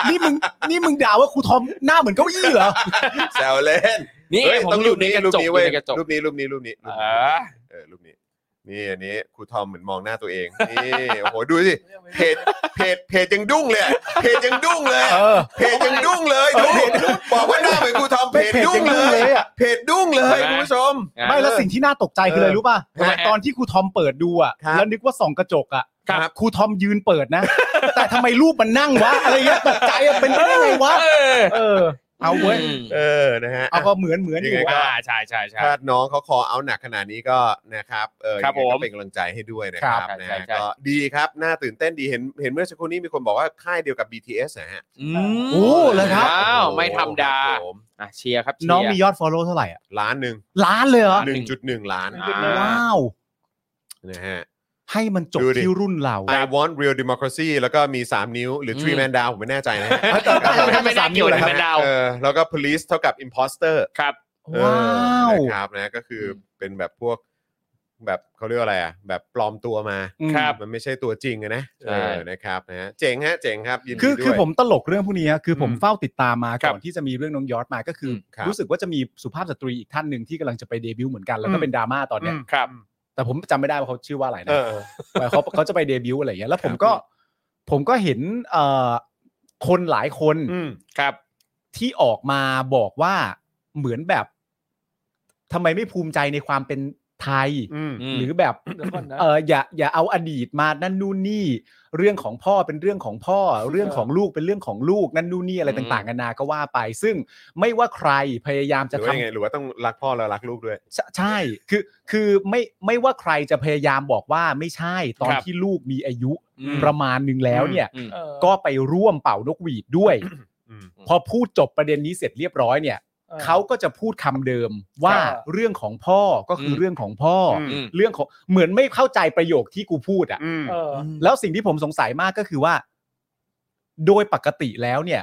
Speaker 3: นี่มึงนี่มึงด่าว่าครูทอมหน้าเหมือนเก้าอี้เหรอ
Speaker 2: แซวเล่น
Speaker 1: นี่
Speaker 2: เฮ้ย
Speaker 1: ผม
Speaker 2: ต้อง
Speaker 1: อ
Speaker 2: รู
Speaker 1: ยู่
Speaker 2: ป
Speaker 1: ใน
Speaker 2: นี้
Speaker 1: กระ
Speaker 2: รูป
Speaker 1: จก
Speaker 2: นี้
Speaker 1: อยู่
Speaker 2: เว้ย
Speaker 1: ในกระจก
Speaker 2: รูปนี้รูปนี้รูปนี้รูปนี้เอ
Speaker 1: เออ
Speaker 2: อรูปนี้นี่อันนี้ครูทอมเหมือนมองหน้าตัวเองนี่โอ้โหดูสิเพจเพจเพจยังดุ้งเลยอะเพจยังดุ้งเลยอะ
Speaker 3: เออ
Speaker 2: เพจยังดุ้งเลยดูบอกว่าหน้าเหมือนกูทอมเพจดุ้งเล
Speaker 3: เพจยังดุ้งเลย ยอะ
Speaker 2: เพจดุ้งเลยคุณผู้ชม
Speaker 3: ไม่แล้วสิ่งที่น่าตกใจคืออะไรรู้ป่ะ
Speaker 2: ทำไมฮะ
Speaker 3: ตอนที่ครูทอมเปิดดูอ่ะ
Speaker 2: ครับ
Speaker 3: แล้วนึกว่าส่องกระจกอ่ะ
Speaker 2: ครับ
Speaker 3: ครูทอมยืนเปิดนะ แต่ทำไมรูปมันนั่งวะอะไรเงี้ยตกใจอะเป็นไปได้ไงวะ
Speaker 1: เออ
Speaker 3: เออ เอาเว้ย
Speaker 1: ม
Speaker 2: เออนะฮะ
Speaker 3: เอาก็เหมือนเหมือนอยู่
Speaker 2: ยังไงก็
Speaker 3: อะ
Speaker 1: อ่าใช่ใช่ใช่
Speaker 2: ถ้าน้องเขาคอเอาหนักขนาดนี้ก็นะครับเออ
Speaker 1: ครับ
Speaker 2: ยังไงก็
Speaker 1: ผม
Speaker 2: เป็นกำลังใจให้ด้วยนะครับ
Speaker 1: ครับ
Speaker 2: นะ
Speaker 1: ใช่
Speaker 2: ฮะ
Speaker 1: ใช่
Speaker 2: ก็ดีครับน่าตื่นเต้นดีเห็นเห็นเมื่อสักครู่นี้มีคนบอกว่าค่ายเดียวกับ BTS นะฮะ
Speaker 1: อืม
Speaker 3: โอ้เลยครับ
Speaker 1: ว้าวไม่ธรรมดา
Speaker 2: ครับผม
Speaker 1: อ่ะเชียร์ครับเชียร์
Speaker 3: น้องมียอด follow เท่าไหร่อ่ะ
Speaker 2: ล้านหนึ่ง
Speaker 3: ล้านเลยเหรอ
Speaker 2: หนึ่งจุดหนึ่งล้าน
Speaker 1: อ่า
Speaker 3: ว้าว
Speaker 2: นะฮะ
Speaker 3: ให้มันจบ
Speaker 2: ดูดิ
Speaker 3: ที่รุ่นเรา
Speaker 2: I want real democracy แล้วก็มี 3 นิ้วหรือ three man down ผมไม่แน่ใจนะฮะ
Speaker 1: ไม่ไม่ได้เกี่ยวกับแมนดาว
Speaker 2: เออแล้วก็ police เท่ากับ imposter
Speaker 1: ครับ
Speaker 2: เออ
Speaker 3: ว้าว
Speaker 2: นะครับนะก็คือเป็นแบบพวกแบบเขาเรียกว่าอะไรอ่ะแบบปลอมตัวมา
Speaker 3: อืม
Speaker 1: ครับ
Speaker 2: มันไม่ใช่ตัวจริงอะนะ
Speaker 1: ใช่
Speaker 2: เออนะครับนะฮะเจ๋งฮะเจ๋งครับยินดี
Speaker 3: คือ
Speaker 2: ด้วย
Speaker 3: คือผมตลกเรื่องพวกนี้ฮะคือผม
Speaker 2: อืม
Speaker 3: เฝ้าติดตามมา
Speaker 1: ครับ
Speaker 3: ก่อนที่จะมีเรื่องน้องยอดมาก็คืออ
Speaker 1: ม
Speaker 2: ครับ
Speaker 3: รู้สึกว่าจะมีสุภาพสตรีอีกท่านหนึ่งที่กำลังจะไปเดบิวต์เหมือนกันแล้วก็เป็นดราม่าตอนเนี้ย
Speaker 1: ครับ
Speaker 3: แต่ผมจำไม่ได้ว่าเขาชื่อว่าอะไรนะ
Speaker 2: เออ
Speaker 3: ว่าเขา เขาจะไปเดบิวต์อะไรอย่างเงี้ยแล้วผมก็ผมก็เห็นเอ่อคนหลายคน
Speaker 2: อืม
Speaker 1: ครับ
Speaker 3: ที่ออกมาบอกว่าเหมือนแบบทำไมไม่ภูมิใจในความเป็นไทย
Speaker 2: อืม
Speaker 3: หรือแบบ
Speaker 1: เดี๋ยวก่อนนะ
Speaker 3: เอออย่าอย่าเอาอดีตมานั่นนู่นนี่ เรื่องของพ่อเป็นเรื่องของพ่อ เรื่องของลูกเป็นเรื่องของลูกนั่นนู่นนี่อะไร
Speaker 1: อืม
Speaker 3: ต่างๆกันานาก็ว่าไป ซึ่งไม่ว่าใครพยายาม
Speaker 2: จะ
Speaker 3: จะ
Speaker 2: ทำ
Speaker 3: ทำ
Speaker 2: ยังไงหรือว่าต้องรักพ่อแล้วรักลูกด้วย
Speaker 3: ใช่ใช่ คือ คือไม่ ไม่ว่าใครจะพยายามบอกว่าไม่ใช่ ตอน
Speaker 1: ครับ
Speaker 3: ที่ลูกมีอายุ
Speaker 1: อืม
Speaker 3: ประมาณหนึ่งแล้วเนี่ย
Speaker 1: อืม
Speaker 3: ก็ไปร่วมเป่านกหวีดด้วย
Speaker 2: อืม
Speaker 3: พอพูดจบประเด็นนี้เสร็จเรียบร้อยเนี่ย เขาก็จะพูดคำเดิมว่า
Speaker 1: ครับ
Speaker 3: เรื่องของพ่อ ก็คืออ
Speaker 1: ม
Speaker 3: เรื่องของพ่ออ
Speaker 1: อืม
Speaker 3: เรื่องของ เหมือนไม่เข้าใจประโยคที่กูพูดอ่ะ
Speaker 2: อืม
Speaker 5: เออ
Speaker 3: แล้วสิ่งที่ผมสงสัยมากก็คือว่า โดยปกติแล้วเนี่ย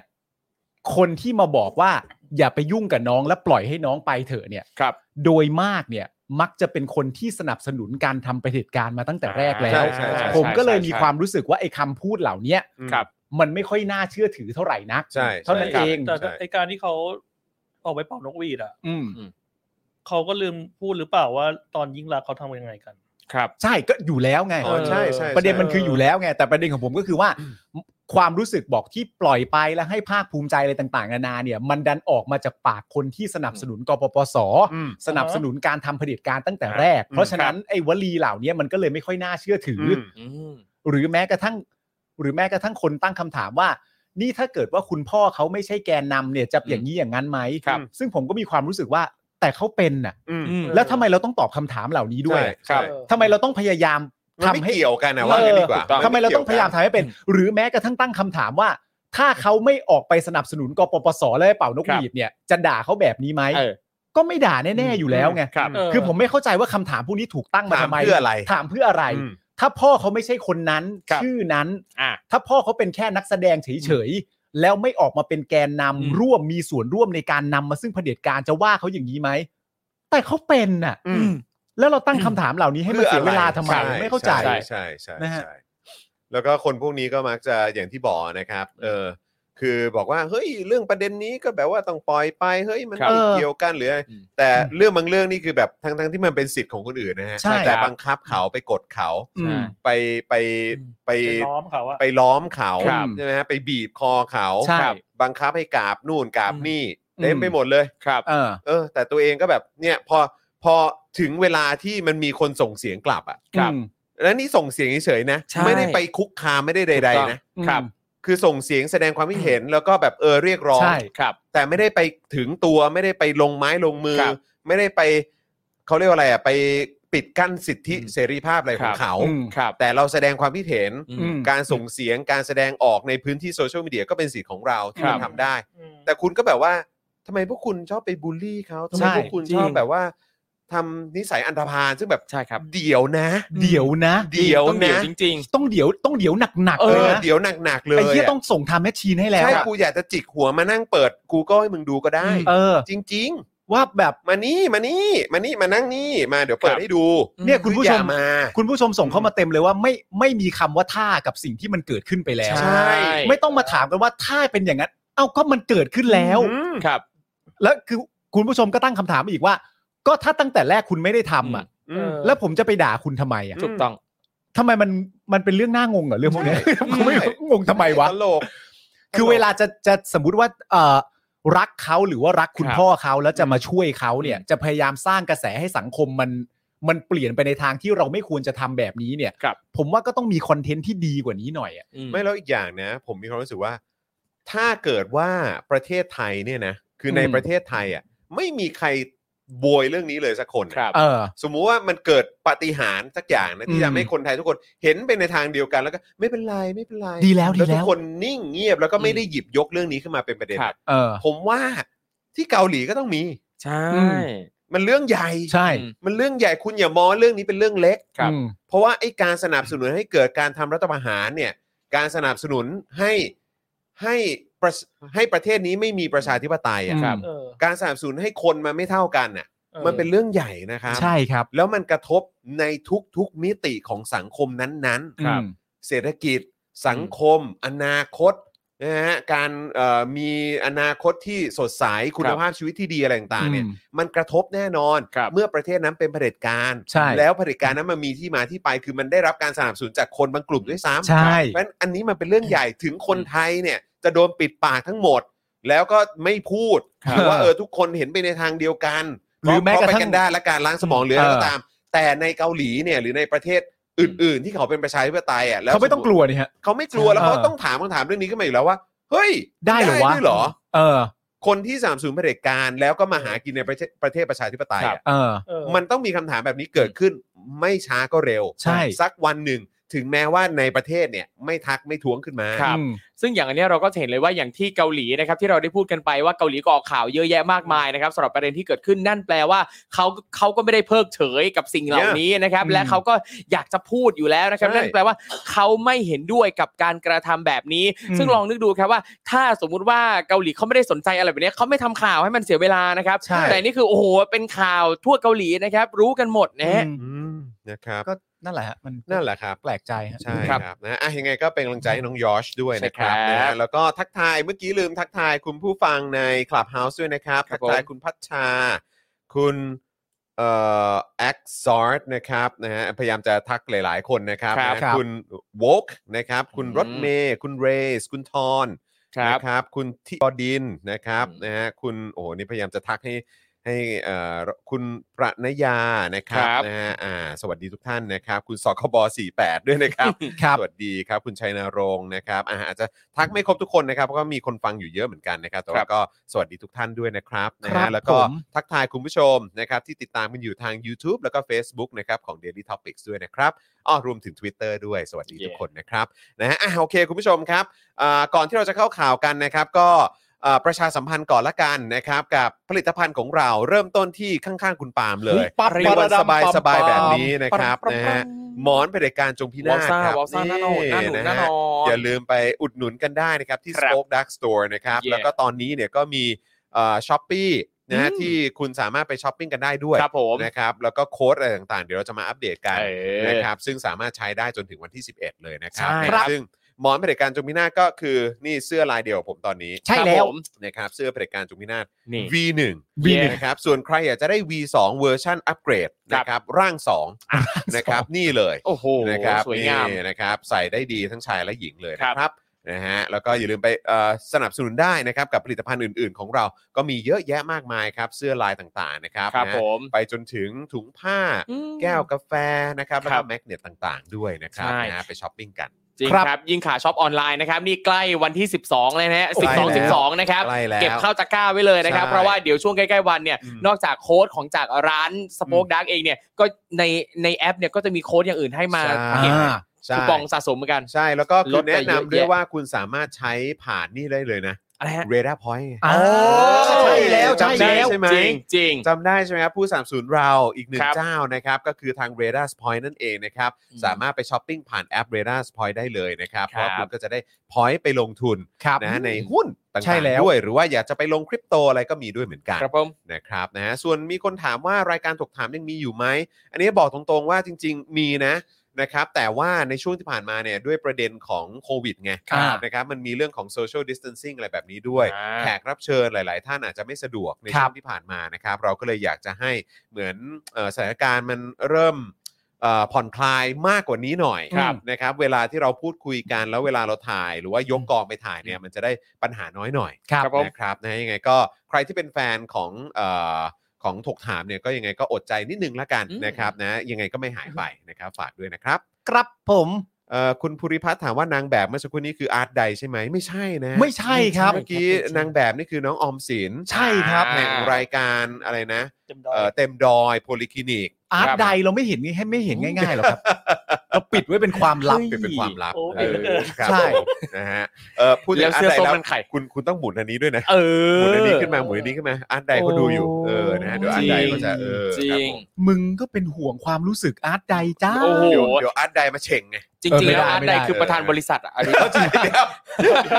Speaker 3: คนที่มาบอกว่า อย่าไปยุ่งกับน้องและปล่อยให้น้องไปเถอะเนี่ย
Speaker 1: ครับ
Speaker 3: โดยมากเนี่ย มักจะเป็นคนที่สนับสนุนการทำประเผด็จการมาตั้งแต่แรกแล้
Speaker 2: ใช่
Speaker 3: ว
Speaker 2: ใช่ใช่
Speaker 3: ผมก็เลยมี
Speaker 1: ใช่
Speaker 3: ความรู้สึกว่าไอ้คำพูดเหล่าเนี้ย
Speaker 1: ครับ
Speaker 3: มันไม่ค่อยน่าเชื่อถือเท่าไหร่นัก
Speaker 2: ใช่ใช่
Speaker 3: เท่านั้น
Speaker 2: ครับ
Speaker 3: เอง
Speaker 5: แต่ไอการที่เขาออกไปเป่านกหวีดอ่ะ
Speaker 3: อืม
Speaker 5: เขาก็ลืมพูดหรือเปล่าว่าตอนยิ่งรักษณ์เขาทำยังไงกัน
Speaker 1: ครับ
Speaker 3: ใช่ก็อยู่แล้วไง
Speaker 2: อ๋อใช่ใช่
Speaker 3: ประเด็นมัน
Speaker 2: ใช่
Speaker 3: คืออยู่แล้วไง แต่ประเด็นของผมก็คือว่า ความรู้สึกบอกที่ปล่อยไปและให้ภาคภูมิใจอะไรต่างๆนานาเนี่ย มันดันออกมาจากปากคนที่สนับสนุนกปปส
Speaker 2: อืม
Speaker 3: สนับสนุนการทำเผด็จการตั้งแต่แรก
Speaker 2: อืม
Speaker 3: เพราะฉะนั้นไอ้วลีเหล่านี้มันก็เลยไม่ค่อยน่าเชื่อถืออ
Speaker 2: ม
Speaker 1: อืม
Speaker 3: หรือแม้กระทั่ง หรือแม้กระทั่งคนตั้งคำถามว่า นี่ถ้าเกิดว่าคุณพ่อเขาไม่ใช่แกนนำเนี่ยจะอย่างนี้อย่างนั้นไหม
Speaker 2: ครับ
Speaker 3: ซึ่งผมก็มีความรู้สึกว่า แต่เขาเป็นน่ะ
Speaker 2: อืม
Speaker 3: แล้วทำไมเราต้องตอบคำถามเหล่านี้ด้วย
Speaker 2: ใช่
Speaker 1: ครับ
Speaker 2: ใช่
Speaker 3: ทำไมเราต้องพยายาม
Speaker 2: มัน
Speaker 3: ทำ
Speaker 2: ไม่
Speaker 3: ให้
Speaker 2: เกี่ยวกันนะว่างั้นดีกว่า
Speaker 3: เออทำไมเราต้องพยายาม
Speaker 2: น
Speaker 3: ทำให้เป็น หรือแม้กระทั่งตั้งคำถามว่า ถ้าเขาไม่ออกไปสนับสนุนกปปสและเป่านก
Speaker 1: ครั
Speaker 3: ห
Speaker 1: บ
Speaker 3: วีดเนี่ยจะด่าเขาแบบนี้ไหม
Speaker 1: เออ
Speaker 3: ก็ไม่ด่าแน่ๆอยู่แล้วไง
Speaker 1: ครับ
Speaker 5: เออ
Speaker 3: คือผมไม่เข้าใจว่าคำถามพวกนี้ถูกตั้งมา
Speaker 2: ถาม
Speaker 3: ทำไม
Speaker 2: เพื่ออะไร
Speaker 3: ถามเพื่ออะไร
Speaker 2: อืม
Speaker 3: ถ้าพ่อเขาไม่ใช่คนนั้น
Speaker 1: ครับ
Speaker 3: ชื่อนั้น
Speaker 1: อ่ะ
Speaker 3: ถ้าพ่อเขาเป็นแค่นักแสดงเฉยๆ แล้วไม่ออกมาเป็นแกนนำ
Speaker 1: อืม
Speaker 3: ร่วมมีส่วนร่วมในการนำมาซึ่งเผด็จการจะว่าเขาอย่างนี้ไหม แต่เขาเป็นน่ะ
Speaker 2: อืม
Speaker 3: แล้วเราตั้งคำถามเหล่านี้ให้มันเสียเวลาทำไม
Speaker 2: พื่ออะร
Speaker 3: ไม่เข้าใจ
Speaker 2: ใช่ใช่ใช่
Speaker 3: นะฮะ
Speaker 2: ใช่แล้วก็คนพวกนี้ก็มักจะอย่างที่บอกนะครับ เออ คือบอกว่าเฮ้ยเรื่องประเด็นนี้ก็แบบว่าต้องปล่อยไปเฮ้ยมัน
Speaker 1: ครับ
Speaker 2: ไม่เกี่ยวกันหรืออะไร
Speaker 1: อืม
Speaker 2: แต่เรื่องบางเรื่องนี่คือแบบทั้งทั้งที่มันเป็นสิทธิ์ของคนอื่นนะฮะ
Speaker 3: ใช่ครับ
Speaker 2: แต่บังคับเขาไปกดเขา
Speaker 3: อืม
Speaker 2: ไปไปไป
Speaker 5: ไปล้อมเขาอะ
Speaker 2: ไปล้อมเขา
Speaker 1: ครับ
Speaker 2: ใช่ไหมฮะไปบีบคอเขา
Speaker 3: ใช่
Speaker 2: ครับบังคับให้กราบนู่นกราบนี่
Speaker 3: อืม
Speaker 2: เต็มไปหมดเลย
Speaker 1: ครับ
Speaker 3: เออ
Speaker 2: เออ แต่ตัวเองก็แบบเนี่ยพอพอถึงเวลาที่มันมีคนส่งเสียงกลับอ่ะ
Speaker 1: ครับ
Speaker 2: แล้วนี่ส่งเสียงเฉยๆนะ
Speaker 1: ใช่
Speaker 2: ไม่ได้ไปคุกคามไม่ได้ใด
Speaker 1: ถูกต้อง
Speaker 2: ๆนะครับ คือส่งเสียงแสดงความคิดเห็นแล้วก็แบบเออเรียกร้อง
Speaker 3: ใช่
Speaker 1: ครับ
Speaker 2: แต่ไม่ได้ไปถึงตัวไม่ได้ไปลงไม้ลงมือ
Speaker 1: ครับ
Speaker 2: ไม่ได้ไปเขาเรียกว่าอะไรอ่ะไปปิดกั้นสิทธิ
Speaker 1: อืม
Speaker 2: เสรีภาพอะไรข
Speaker 1: ครั
Speaker 2: อง
Speaker 1: บ
Speaker 2: เขา
Speaker 3: อืม
Speaker 1: ครับ
Speaker 2: แต่เราแสดงความคิดเห็น
Speaker 1: อื
Speaker 3: อืม
Speaker 2: การส่งเสียงการแสดงออกในพื้นที่โซเชียลมีเดียก็เป็นสิทธิ์ของเราที่เรา
Speaker 1: ครับ
Speaker 2: ทำได้
Speaker 5: อืม
Speaker 2: แต่คุณก็แบบว่าทำไมพวกคุณชอบไปบูลลี่เขาทำไม
Speaker 3: ใช่
Speaker 2: พวกคุณ
Speaker 1: จริง
Speaker 2: ชอบแบบว่าทำนิสัยอันธพาลซึ่งแบบ
Speaker 1: ใช่ครับ
Speaker 2: เดี๋ยวนะ
Speaker 3: เดี๋ยวนะ
Speaker 2: เดี๋ยว
Speaker 1: ต้องเดี๋ยว
Speaker 2: นะ
Speaker 1: จริง
Speaker 3: ต้องเดี๋ยวต้องเดี๋ยวหนัก
Speaker 1: เอ
Speaker 3: ๆ
Speaker 1: อ
Speaker 3: เลยนะ
Speaker 2: เดี๋ยวหนักๆเลย
Speaker 3: ไอ้ที่
Speaker 2: อะ
Speaker 3: ต้องส่งทำแมชชีนให้แล้ว
Speaker 2: ใช่
Speaker 3: อะ
Speaker 2: กูอยากจะจิกหัวมานั่งเปิด กูก็ให้มึงดูก็ได้
Speaker 1: อืม
Speaker 3: เออ
Speaker 2: จริง
Speaker 3: ว่าแบบ
Speaker 2: ๆ มานี่มานี่มานี่มานั่งนี่มาเดี๋ยวเปิดให้ดู
Speaker 1: อืม
Speaker 3: เนี่ยคุณผู้ช
Speaker 2: อ
Speaker 3: ม
Speaker 2: ย่ามา
Speaker 3: คุณผู้ชมส่งเข้ามาเต็มเลยว่าไม่ไม่มีคำว่าท่ากับสิ่งที่มันเกิดขึ้นไปแล้ว
Speaker 1: ๆ
Speaker 2: ใช่
Speaker 3: ไม่ต้องมาถามกันว่าถ้าเป็นอย่างนั้น เอ้าก็มันเกิดขึ้นแล้ว
Speaker 2: อืม
Speaker 1: ครับ
Speaker 3: แล้วคือคุณผู้ชมก็ตั้งคำถามอีกว่า ก็ถ้าตั้งแต่แรกคุณไม่ได้ทำอ่ะ
Speaker 2: อืม
Speaker 3: แล้วผมจะไปด่าคุณทำไมอ่ะ
Speaker 2: ม
Speaker 1: ถูกต้อง
Speaker 3: ทำไมมันมันเป็นเรื่องน่างงเหรอเรื่องพวกเนี้ย ผมไม่
Speaker 2: ใช่
Speaker 3: งงทำไมวะ
Speaker 2: ตลก
Speaker 3: คือเวลาจะจะสมมุติว่าเอ่อรักเขาหรือว่ารักคุณ
Speaker 1: ครับ
Speaker 3: พ่อเขาแล้วจะมาช่วยเขาเนี่ย จะพยายามสร้างกระแสให้สังคมมันมันเปลี่ยนไปในทางที่เราไม่ควรจะทำแบบนี้เนี่ย
Speaker 1: ครับ
Speaker 3: ผมว่าก็ต้องมีคอนเทนต์ที่ดีกว่านี้หน่อยอ่ะ
Speaker 1: อื
Speaker 2: ไม่แล้วอีกอย่างนะ ผมมีความรู้สึกว่า ถ้าเกิดว่าประเทศไทยเนี่ยนะคือในประเทศไทยอ่ะไม่มีใครโวยเรื่องนี้เลยสักคนนะครับ
Speaker 3: เออ
Speaker 2: สมมุติว่ามันเกิดปาฏิหาริย์สักอย่างนะที่
Speaker 3: อืม
Speaker 2: ทำให้คนไทยทุกคนเห็นไปในทางเดียวกันแล้วก็ไม่เป็นไรไม่เป็นไร
Speaker 3: ดีแล้วดีแล้ว
Speaker 2: ทุกคนนิ่งเงียบแล้วก็ไม่ได้หยิบยกเรื่องนี้ขึ้นมาเป็นประเด็น
Speaker 1: ครับ
Speaker 3: เออ
Speaker 2: ผมว่าที่เกาหลีก็ต้องมี
Speaker 1: ใช่
Speaker 3: อืม
Speaker 2: มันเรื่องใหญ่
Speaker 3: ใช่
Speaker 1: อืม
Speaker 2: มันเรื่องใหญ่คุณอย่ามองเรื่องนี้เป็นเรื่องเล็ก
Speaker 1: ครับ
Speaker 3: อืม
Speaker 2: เพราะว่าไอ้การสนับสนุนให้เกิดการทำรัฐประหารเนี่ย การสนับสนุนให้ให้ประให้ประเทศนี้ไม่มีประชาธิปไตยอ่ะ
Speaker 3: ครับ
Speaker 5: เออ
Speaker 2: การสนับสนุนให้คนมาไม่เท่ากันน่ะ
Speaker 5: ออ
Speaker 2: มันเป็นเรื่องใหญ่นะครับ
Speaker 3: ใช่ครับ
Speaker 2: แล้วมันกระทบในทุกๆมิติของสังคมนั้นๆ
Speaker 3: อืม
Speaker 2: เศรษฐกิจ สังคม อนาคตนะฮะการเอ่อมีอนาคตที่สดใสคุณภาพชีวิตที่ดีอะไรต่างๆเนี่ย มันกระทบแน่นอน
Speaker 1: ครับ
Speaker 2: เมื่อประเทศนั้นเป็นเผด็จการ
Speaker 3: ใช่
Speaker 2: แล้วเผด็จการนั้นมันมีที่มาที่ไป คือมันได้รับการสนับสนุนจากคนบางกลุ่มด้วยซ้ำ
Speaker 3: ใช่
Speaker 2: เพราะฉะนั้นอันนี้มันเป็นเรื่องใหญ่ถึงคนไทยเนี่ย จะโดนปิดปากทั้งหมด แล้วก็ไม่พูด
Speaker 1: ครับ
Speaker 2: ว่าเออทุกคนเห็นไปในทางเดียวกัน
Speaker 3: หรือแม้กระทั่ง
Speaker 2: เพาไปกันได้และการล้างสมองหรืออะไรก็ตาม แต่ในเกาหลีเนี่ยหรือในประเทศอื่น ๆ ที่เขาเป็นประชาธิปไตยอ่ะแล้ว
Speaker 3: เขาไม่ต้องกลัวนี่ฮะ
Speaker 2: เขาไม่กลัวแล้ว
Speaker 3: เออ
Speaker 2: เขาต้องถามคำถามเรื่องนี้ขึ้นมาอยู่แล้วว่าเฮ้ย
Speaker 3: ได้เหรอวะ
Speaker 2: ด้วยเหรอ
Speaker 3: เออ
Speaker 2: คนที่สามสูนเผด็จการแล้วก็มาหากินในประเทศประเทศประชาธิปไตย
Speaker 1: ครับ
Speaker 2: อะ
Speaker 3: เออ
Speaker 5: เออ
Speaker 2: มันต้องมีคำถามแบบนี้เกิดขึ้นไม่ช้าก็เร็ว
Speaker 3: ใช่
Speaker 2: สักวันหนึ่ง ถึงแม้ว่าในประเทศเนี่ย ไม่ทักไม่ท้วงขึ้นมา
Speaker 1: ครับ
Speaker 3: อืม
Speaker 1: ซึ่งอย่างอันเนี้ยเราก็จะเห็นเลยว่าอย่างที่เกาหลีนะครับที่เราได้พูดกันไปว่าเกาหลีก็ออกข่าวเยอะแยะมากมายนะครับสำหรับประเด็นที่เกิดขึ้นนั่นแปลว่าเขาเขาก็ไม่ได้เพิกเฉยกับสิ่งเหล่านี้นะครับ
Speaker 3: Yeah.
Speaker 1: และเขาก็อยากจะพูดอยู่แล้วนะครับ
Speaker 2: ใช่
Speaker 1: นั่นแปลว่าเขาไม่เห็นด้วยกับการกระทำแบบนี้
Speaker 3: อืม
Speaker 1: ซึ่งลองนึกดูครับว่า ถ้าสมมุติว่าเกาหลีเขาไม่ได้สนใจอะไรแบบเนี้ยเขาไม่ทำข่าวให้มันเสียเวลานะครับ
Speaker 3: ใช่
Speaker 1: แต่นี่คือโอ้โหเป็นข่าวทั่วเกาหลีนะครับ รู้กันหมดนะฮะ
Speaker 3: อืม
Speaker 2: อืมนะครับ
Speaker 3: ก็นั่นแหละฮะมัน
Speaker 2: นั่นแหละครับ
Speaker 3: แปลกใจฮะ
Speaker 2: ใช่
Speaker 1: ครับ
Speaker 2: ครับนะอ่ะยังไงก็เป็นกำลังใจให้น้องยอชด้วยนะครับ
Speaker 1: ใช่ครับ
Speaker 2: นะฮะแล้วก็ทักทายเมื่อกี้ลืมทักทายคุณผู้ฟังใน Clubhouse ด้วยนะครับ
Speaker 1: ครั
Speaker 2: ทั
Speaker 1: บ
Speaker 2: ทาย
Speaker 1: ผม
Speaker 2: คุณพัชชา คุณเอ่อแอคซอร์นะครับนะฮะพยายามจะทักหลาย ๆ คนนะครับ
Speaker 1: ครับ
Speaker 2: นะฮะคุณโวกนะครับ คุณรถเมย์คุณเรสคุณทอน นะครับคุณทิบดินนะครับ
Speaker 1: อืม
Speaker 2: นะฮะคุณโอ้โหนี่พยายามจะทักให้ให้ ให้เอ่อคุณประนยานะครับ
Speaker 1: ครับ
Speaker 2: นะฮะอ่าสวัสดีทุกท่านนะครับ คุณสคบ48 ด้วยนะครับ
Speaker 3: ครับ
Speaker 2: สวัสดีครับ คุณชัยนารงค์นะครับอ่าอาจจะทักไม่ครบทุกคนนะครับเพราะก็มีคนฟังอยู่เยอะเหมือนกันนะครับแต่
Speaker 1: ครั
Speaker 2: ว่า
Speaker 1: บ
Speaker 2: ก็สวัสดีทุกท่านด้วยนะครับนะ
Speaker 3: ครั
Speaker 2: ฮะ
Speaker 3: บ
Speaker 2: แล้วก็
Speaker 3: ผม
Speaker 2: ทักทายคุณผู้ชมนะครับที่ติดตามกันอยู่ทาง YouTube แล้วก็ Facebook นะครับของ Daily Topics ด้วยนะครับอ้อรวมถึง Twitter ด้วยสวัสดีทุกคนนะครับนะฮะอ่ะโอเคคุณผู้ชมครับอ่าก่อนที่เราจะเข้าข่าวกันนะครับก็อ่าประชาสัมพันธ์ก่อนละกันนะครับกับผลิตภัณฑ์ของเราเริ่มต้นที่ข้างๆคุณปาล์มเลย
Speaker 3: ปั๊บ
Speaker 2: ในวันสบายสบายๆแบบนี้
Speaker 3: ปั๊
Speaker 2: นะครับ
Speaker 3: ปั๊
Speaker 2: นะ
Speaker 3: ปั๊
Speaker 2: ฮะ
Speaker 3: บ
Speaker 2: หมอนเผด็จการจงพิ
Speaker 1: วอ
Speaker 2: นา
Speaker 1: ล
Speaker 2: ศ
Speaker 1: ซ่า
Speaker 2: ครับ
Speaker 1: วอลซ่าหน้าหนอนหน้าหนุน
Speaker 2: นะ
Speaker 1: หน้า
Speaker 2: ฮะ
Speaker 1: หนอน
Speaker 2: อย่าลืมไปอุดหนุนกันได้นะครับ ที่
Speaker 1: ครับ
Speaker 2: Spoke Dark Store นะครับ
Speaker 1: Yeah
Speaker 2: แล้วก็ตอนนี้เนี่ยก็มีช้อปปี้นะฮะ
Speaker 1: อืม
Speaker 2: ที่คุณสามารถไปช้อปปิ้งกันได้ด้วย
Speaker 1: ครับผม
Speaker 2: นะครับแล้วก็โค้ดอะไรต่างๆ เดี๋ยวเราจะมาอัปเดตกัน
Speaker 1: เออ
Speaker 2: นะครับซึ่งสามารถใช้ได้จนถึงวันที่ 11 เลยนะครับ
Speaker 1: ใช่
Speaker 2: นะ
Speaker 1: ค
Speaker 2: ค
Speaker 1: รั
Speaker 2: รับบ ซึ่งหมอนเผด็จการจงพินาศก็คือนี่เสื้อลายเดียวของผมตอนนี้
Speaker 3: ใช่แล้
Speaker 1: ค
Speaker 3: ว
Speaker 1: รับผม
Speaker 2: นะครับเสื้อเผด็จการจงพินาศ
Speaker 1: นี่
Speaker 2: V1
Speaker 1: V1
Speaker 2: นะครับ ส่วนใครอยากจะได้ V2 เวอร์ชันอัปเกรดนะครับ ร่าง2นะครับนี่เลย
Speaker 1: โอ้โห
Speaker 2: นะครับ
Speaker 1: สวยงาม
Speaker 2: นี่นะครับ ใส่ได้ดีทั้งชายและหญิงเลยนะครับนะฮะแล้วก็อย่าลืมไปเอ่อสนับสนุนได้นะครับ กับผลิตภัณฑ์อื่น ๆ ของเราก็มีเยอะแยะมากมายครับ เสื้อลายต่างๆนะครับ
Speaker 1: ครับ
Speaker 2: นะ
Speaker 1: ผ
Speaker 2: ฮะ
Speaker 1: ม
Speaker 2: ไปจนถึงถุงผ้า แก้วกาแฟนะครับ แล้ว
Speaker 1: ครั
Speaker 2: ก็
Speaker 1: บ
Speaker 2: แมกเนตต่างๆ ด้วยนะครับ
Speaker 1: ใช่
Speaker 2: นะฮะไปช้อปปิ้งกัน
Speaker 1: จริง
Speaker 3: ครับ
Speaker 1: ครับ ยิ่งขาช็อปออนไลน์นะครับ นี่ใกล้วันที่ 12เลยนะฮะ
Speaker 2: โอ้ใกล้แล้ว
Speaker 1: 12 12 นะครับ
Speaker 2: ใกล้แล้ว
Speaker 1: เก็บเข้าตะกร้าไว้เลยนะครับ
Speaker 2: ใช่
Speaker 1: เพราะว่าเดี๋ยวช่วงใกล้ๆวันเนี่ย
Speaker 2: อืม
Speaker 1: นอกจากโค้ดของจากร้านสป o อ e ด a r k เองเนี่ย ก็ในในแอปเนี่ยก็จะมีโค้ดอย่างอื่นให้มา
Speaker 2: ใช่
Speaker 1: เก็บ
Speaker 2: ใช่
Speaker 1: คูปองสะสมเหมือนกัน
Speaker 2: ใช่แล้วก็คื
Speaker 1: ล
Speaker 2: อ
Speaker 1: ดไป
Speaker 2: แนะ
Speaker 1: เยอะ
Speaker 2: นำด้วย
Speaker 1: แยะ
Speaker 2: ว่าคุณสามารถใช้ผ่านนี่ได้เลยนะ
Speaker 1: อะไรฮะ
Speaker 2: เรดาร์พอยต์
Speaker 3: อ่า
Speaker 2: ใช่แล้ว
Speaker 3: ใช่
Speaker 2: จำได้
Speaker 3: แล้ว
Speaker 2: ใช่ไหม
Speaker 1: จริงจริง
Speaker 2: จำได้ใช่ไหมครับผู้สามสูนเราอีกหนึ่ง
Speaker 1: ครับ
Speaker 2: เจ้านะครับ ก็คือทาง r a d a r Point นั่นเองนะครับ
Speaker 1: อืม
Speaker 2: สามารถไปช้อปปิ้งผ่านแอป r a d a r Point ได้เลยนะครับ เพ
Speaker 1: ครับ
Speaker 2: ราะคุณก็จะได้ Point ไปลงทุน
Speaker 3: ครับ
Speaker 2: นะในหุ้นต่า
Speaker 3: ใช่
Speaker 2: ง
Speaker 3: แล้
Speaker 2: ๆ
Speaker 3: ว
Speaker 2: ด้วย หรือว่าอยากจะไปลงคริปโตอะไรก็มีด้วยเหมือนกัน
Speaker 1: ครับผม
Speaker 2: นะครับนะฮะส่วนมีคนถามว่ารายการถกถามยังมีอยู่ไหม อันนี้บอกตรงๆว่าจริง ๆ มีนะนะครับ แต่ว่าในช่วงที่ผ่านมาเนี่ยด้วยประเด็นของโควิดไง
Speaker 3: อ่า
Speaker 2: นะครับมันมีเรื่องของ social distancing อะไรแบบนี้ด้วย
Speaker 1: อ่า
Speaker 2: แขกรับเชิญหลาย ๆ ท่านอาจจะไม่สะดวกใน
Speaker 3: ครั
Speaker 2: ช่
Speaker 3: บ
Speaker 2: วงที่ผ่านมานะครับ เราก็เลยอยากจะให้เหมือนเอ่อสถานการณ์มันเริ่มเอ่อผ่อนคลายมากกว่านี้หน่อย
Speaker 1: ครับ
Speaker 2: นะครับ เวลาที่เราพูดคุยกันแล้วเวลาเราถ่าย หรือว่ายกกองไปถ่ายเนี่ยมันจะได้ปัญหาน้อยหน่อย
Speaker 3: ครับ
Speaker 1: ครับผม
Speaker 2: นะครับนะยังไงก็ใครที่เป็นแฟนของเอ่อของถกถามเนี่ยก็ยังไงก็อดใจนิดนึงละกัน
Speaker 1: อืม
Speaker 2: นะครับนะยังไงก็ไม่หายไปนะครับฝากด้วยนะครับ
Speaker 3: ครับผม
Speaker 2: เอ่อคุณภูริพัฒน์ถามว่านางแบบเมื่อสักครู่นี้คืออาร์ตใดใช่ไหมไม่ใช่นะ
Speaker 3: ไม่ใช่ครับ
Speaker 2: เมื่อกี้นางแบบนี่คือน้องออมสิน
Speaker 3: ใช่ครับ
Speaker 2: แห่งรายการอะไรนะ
Speaker 5: เต็มดอย
Speaker 2: เอ่อเต็มดอยโพลิคลินิก
Speaker 3: อาร์ตใดเราไม่เห็นนี่ให้ไม่เห็นง่ายๆหรอกครับ เราปิดไว้เป็นความลับ
Speaker 2: เป็นเป็นความลับ
Speaker 5: โอ้
Speaker 2: เอ
Speaker 5: ปิดเหลือเกิ
Speaker 2: อน ครับ
Speaker 3: ใช่
Speaker 2: ผมนะฮะเอ่อพูดถึ
Speaker 1: แล้ว
Speaker 2: งอาร์
Speaker 1: เสื้
Speaker 2: ต
Speaker 1: อ
Speaker 2: ใด
Speaker 1: ส้ม
Speaker 2: แล้ว
Speaker 1: มันไข่
Speaker 2: คุณคุณต้องหมุนอันนี้ด้วยนะ
Speaker 1: เอ
Speaker 2: ห
Speaker 1: อ
Speaker 2: มุนอันนี้ขึ้นมาหมุนอันนี้ขึ้นมาอาร์ตใดเขาดูอยู่เออนะฮะเดี๋ยวอาร์ตใด
Speaker 1: จริง
Speaker 2: ก็จะเออ
Speaker 1: จริง
Speaker 3: มึงก็เป็นห่วงความรู้สึกอาร์ตใดจ้า
Speaker 1: โอ้โห
Speaker 2: เดี๋ยวเดี๋ยวอาร์ตใดมาเฉ่งไง
Speaker 1: จริงๆแล้วอัน
Speaker 3: ไม่
Speaker 1: ใด
Speaker 3: ได้
Speaker 1: คือประธานบริษัทอะอันนี้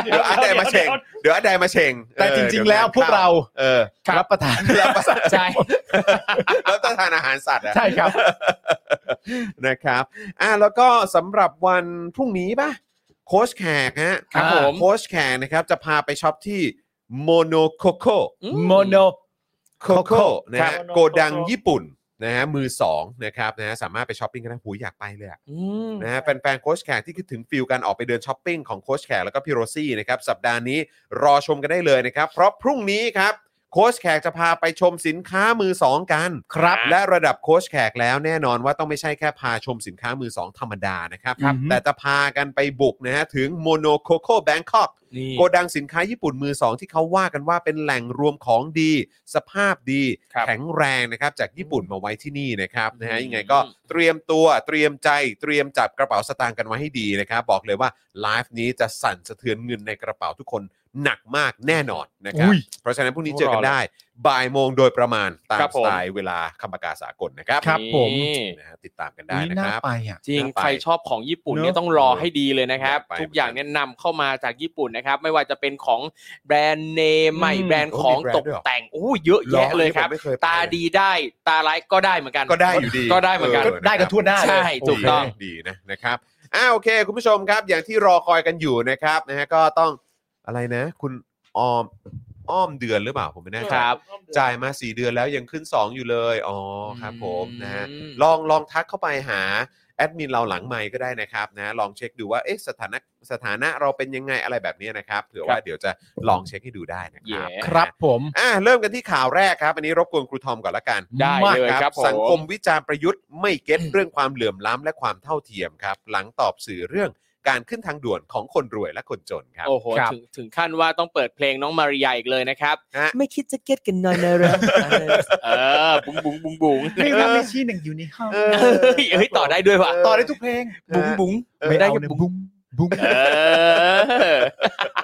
Speaker 2: เดี๋ยวเดี๋ยวอาร์ตใดมาเฉ่ง เดี๋ยวอาร์ตใดมาเฉ่ง
Speaker 3: แต่จริงๆแล้วพวกเรา
Speaker 2: เออ
Speaker 1: ครับ
Speaker 3: รับประทาน
Speaker 2: รับประทาน
Speaker 1: ใช่
Speaker 2: รับประทานอาหารสัตว์อะ
Speaker 3: ใช่ครับ
Speaker 2: นะครับอ่ะแล้วก็สำหรับวันพรุ่งนี้ป่ะโค้ชแขกฮะ
Speaker 1: ครับผม
Speaker 2: โค้ชแขกนะครับ จะพาไปช็อปที่โมโนโคโค
Speaker 1: อื
Speaker 3: โมโน
Speaker 2: โคโค
Speaker 3: Coco
Speaker 2: นะ
Speaker 5: ครับ
Speaker 2: ฮะ
Speaker 5: Mono
Speaker 2: โกดัง
Speaker 5: Coco
Speaker 2: ญี่ปุ่นนะฮะมือสองนะครับนะฮะสามารถไปช้อปปิ้งกันได้หูอยากไปเลยอะ
Speaker 1: อืม
Speaker 2: นะฮะแฟนๆโค้ชแขกที่คิดถึงฟิลการออกไปเดินช้อปปิ้งของโค้ชแขกแล้วก็พี่โรซี่นะครับ สัปดาห์นี้รอชมกันได้เลยนะครับ เพราะพรุ่งนี้ครับโค้ชแขกจะพาไปชมสินค้ามือสองกัน
Speaker 1: ครับ
Speaker 2: และระดับโค้ชแขกแล้วแน่นอนว่าต้องไม่ใช่แค่พาชมสินค้ามือสองธรรมดานะครับ
Speaker 3: ครับ
Speaker 2: แต่จะพากันไปบุกนะฮะถึงโมโนโคโค่แบงคอก
Speaker 1: นี่
Speaker 2: โกดังสินค้าญี่ปุ่นมือสองที่เขาว่ากันว่าเป็นแหล่งรวมของดี สภาพดี
Speaker 1: ครับ
Speaker 2: แข็งแรงนะครับจากญี่ปุ่นมาไว้ที่นี่นะครับนะฮะ
Speaker 1: อืม
Speaker 2: ยังไงก็เตรียมตัวเตรียมใจเตรียมจับกระเป๋าสตางค์กันไว้ให้ดีนะครับ บอกเลยว่าไลฟ์นี้จะสั่นสะเทือนเงินในกระเป๋าทุกคนหนักมากแน่นอนนะครับ เพราะฉะนั้นพรุ่งนี้เจอกันได้ บ่ายโมงโดยประมาณตาม
Speaker 1: ครับ
Speaker 2: ส
Speaker 1: ผม
Speaker 2: ไตล์เวลาคำประกาศสากลนะครับ
Speaker 3: ครับ ผม
Speaker 1: นี่
Speaker 2: นะฮะติดตามกันได้
Speaker 3: อุ๊ย
Speaker 2: นะ
Speaker 3: น่า
Speaker 2: ครับ
Speaker 3: ไปอ่ะ
Speaker 1: จริง
Speaker 2: น่าไป
Speaker 1: ใครชอบของญี่ปุ่นเนี่ย
Speaker 3: เนอะ
Speaker 1: ต้องรอให้ดีเลยนะครับ
Speaker 2: น่าไป
Speaker 1: ทุกอย่างเนี่ยนำเข้ามาจากญี่ปุ่นนะครับ ไม่ว่าจะเป็นของแบรนด์เนมใหม่
Speaker 3: อืม
Speaker 1: แบรนด์ของ
Speaker 2: โอ้มีแบรนด์
Speaker 1: ตก
Speaker 2: ด้วยเหรอ
Speaker 1: แต่งโอ้เยอะแยะเลยครับ
Speaker 2: หออันนี้ผมไม่เคยไป
Speaker 1: ตาดีได้ตาร้ายก็ได้เหมือนกัน
Speaker 2: ก็ได้อยู่ดี
Speaker 1: ก็ได้เหมือนกัน
Speaker 2: เะ
Speaker 3: ได้
Speaker 2: ค
Speaker 3: กั
Speaker 2: รั
Speaker 3: น
Speaker 2: บ
Speaker 3: ทั่วหน้าเลย
Speaker 1: ใช่ถูกต้อง
Speaker 2: ดีนะนะครับอ่าโอเค คุณผู้ชมครับ อย่างที่รอคอยกันอยู่นะครับนะฮะก็ต้องอะไรนะ คุณออมอ้อมเดือนหรือเปล่าผมไม่แน่ใจ
Speaker 1: ครับ
Speaker 2: จ่ายมา 4 เดือนแล้วยังขึ้น 2 อยู่เลย อ๋อครับผมนะฮะ
Speaker 1: อืม
Speaker 2: ลองลองทักเข้าไปหาแ แอดมินเราหลังไมค์ก็ได้นะครับนะลองเช็คดูว่าเอ๊ะสถานะสถานะเราเป็นยังไงอะไรแบบนี้นะครับเผื่อว่าเดี๋ยวจะลองเช็คให้ดูได้นะครับ
Speaker 1: เย้
Speaker 2: นะฮะ
Speaker 3: ครับผม
Speaker 2: อ่ะเริ่มกันที่ข่าวแรกครับ อันนี้รบกวนครูทอมก่อนละกัน
Speaker 1: ได้
Speaker 2: มา
Speaker 1: เลยครับผม
Speaker 2: สังคมวิจารณ์ประยุทธ์ไม่เก็ตเรื่องความเหลื่อมล้ำและความเท่าเทียมครับ หลังตอบสื่อเรื่องการขึ้นทางด่วนของคนรวยและคนจนครับ
Speaker 1: โอ้โห
Speaker 3: ครับ
Speaker 1: ถึงถึงขั้นว่าต้องเปิดเพลงน้องมาริยาอีกเลยนะครับ
Speaker 2: ฮะ
Speaker 1: ไม่คิดจะเก็ตกันหนอนนะเหรอเออบุ๋งบุ๋งบุ๋งบุ๋ง
Speaker 3: เพลงนำลิชี่หนึ่งอยู่ในห้อง
Speaker 2: เออ
Speaker 1: เฮ้ยเฮ้ยต่อได้ด้วยวะ
Speaker 2: เออ
Speaker 3: ต่อได้ทุกเพลง
Speaker 1: บุ๋งบุ๋ง
Speaker 3: ไม่ได้ก็บุ้งบุ้ง
Speaker 1: เออ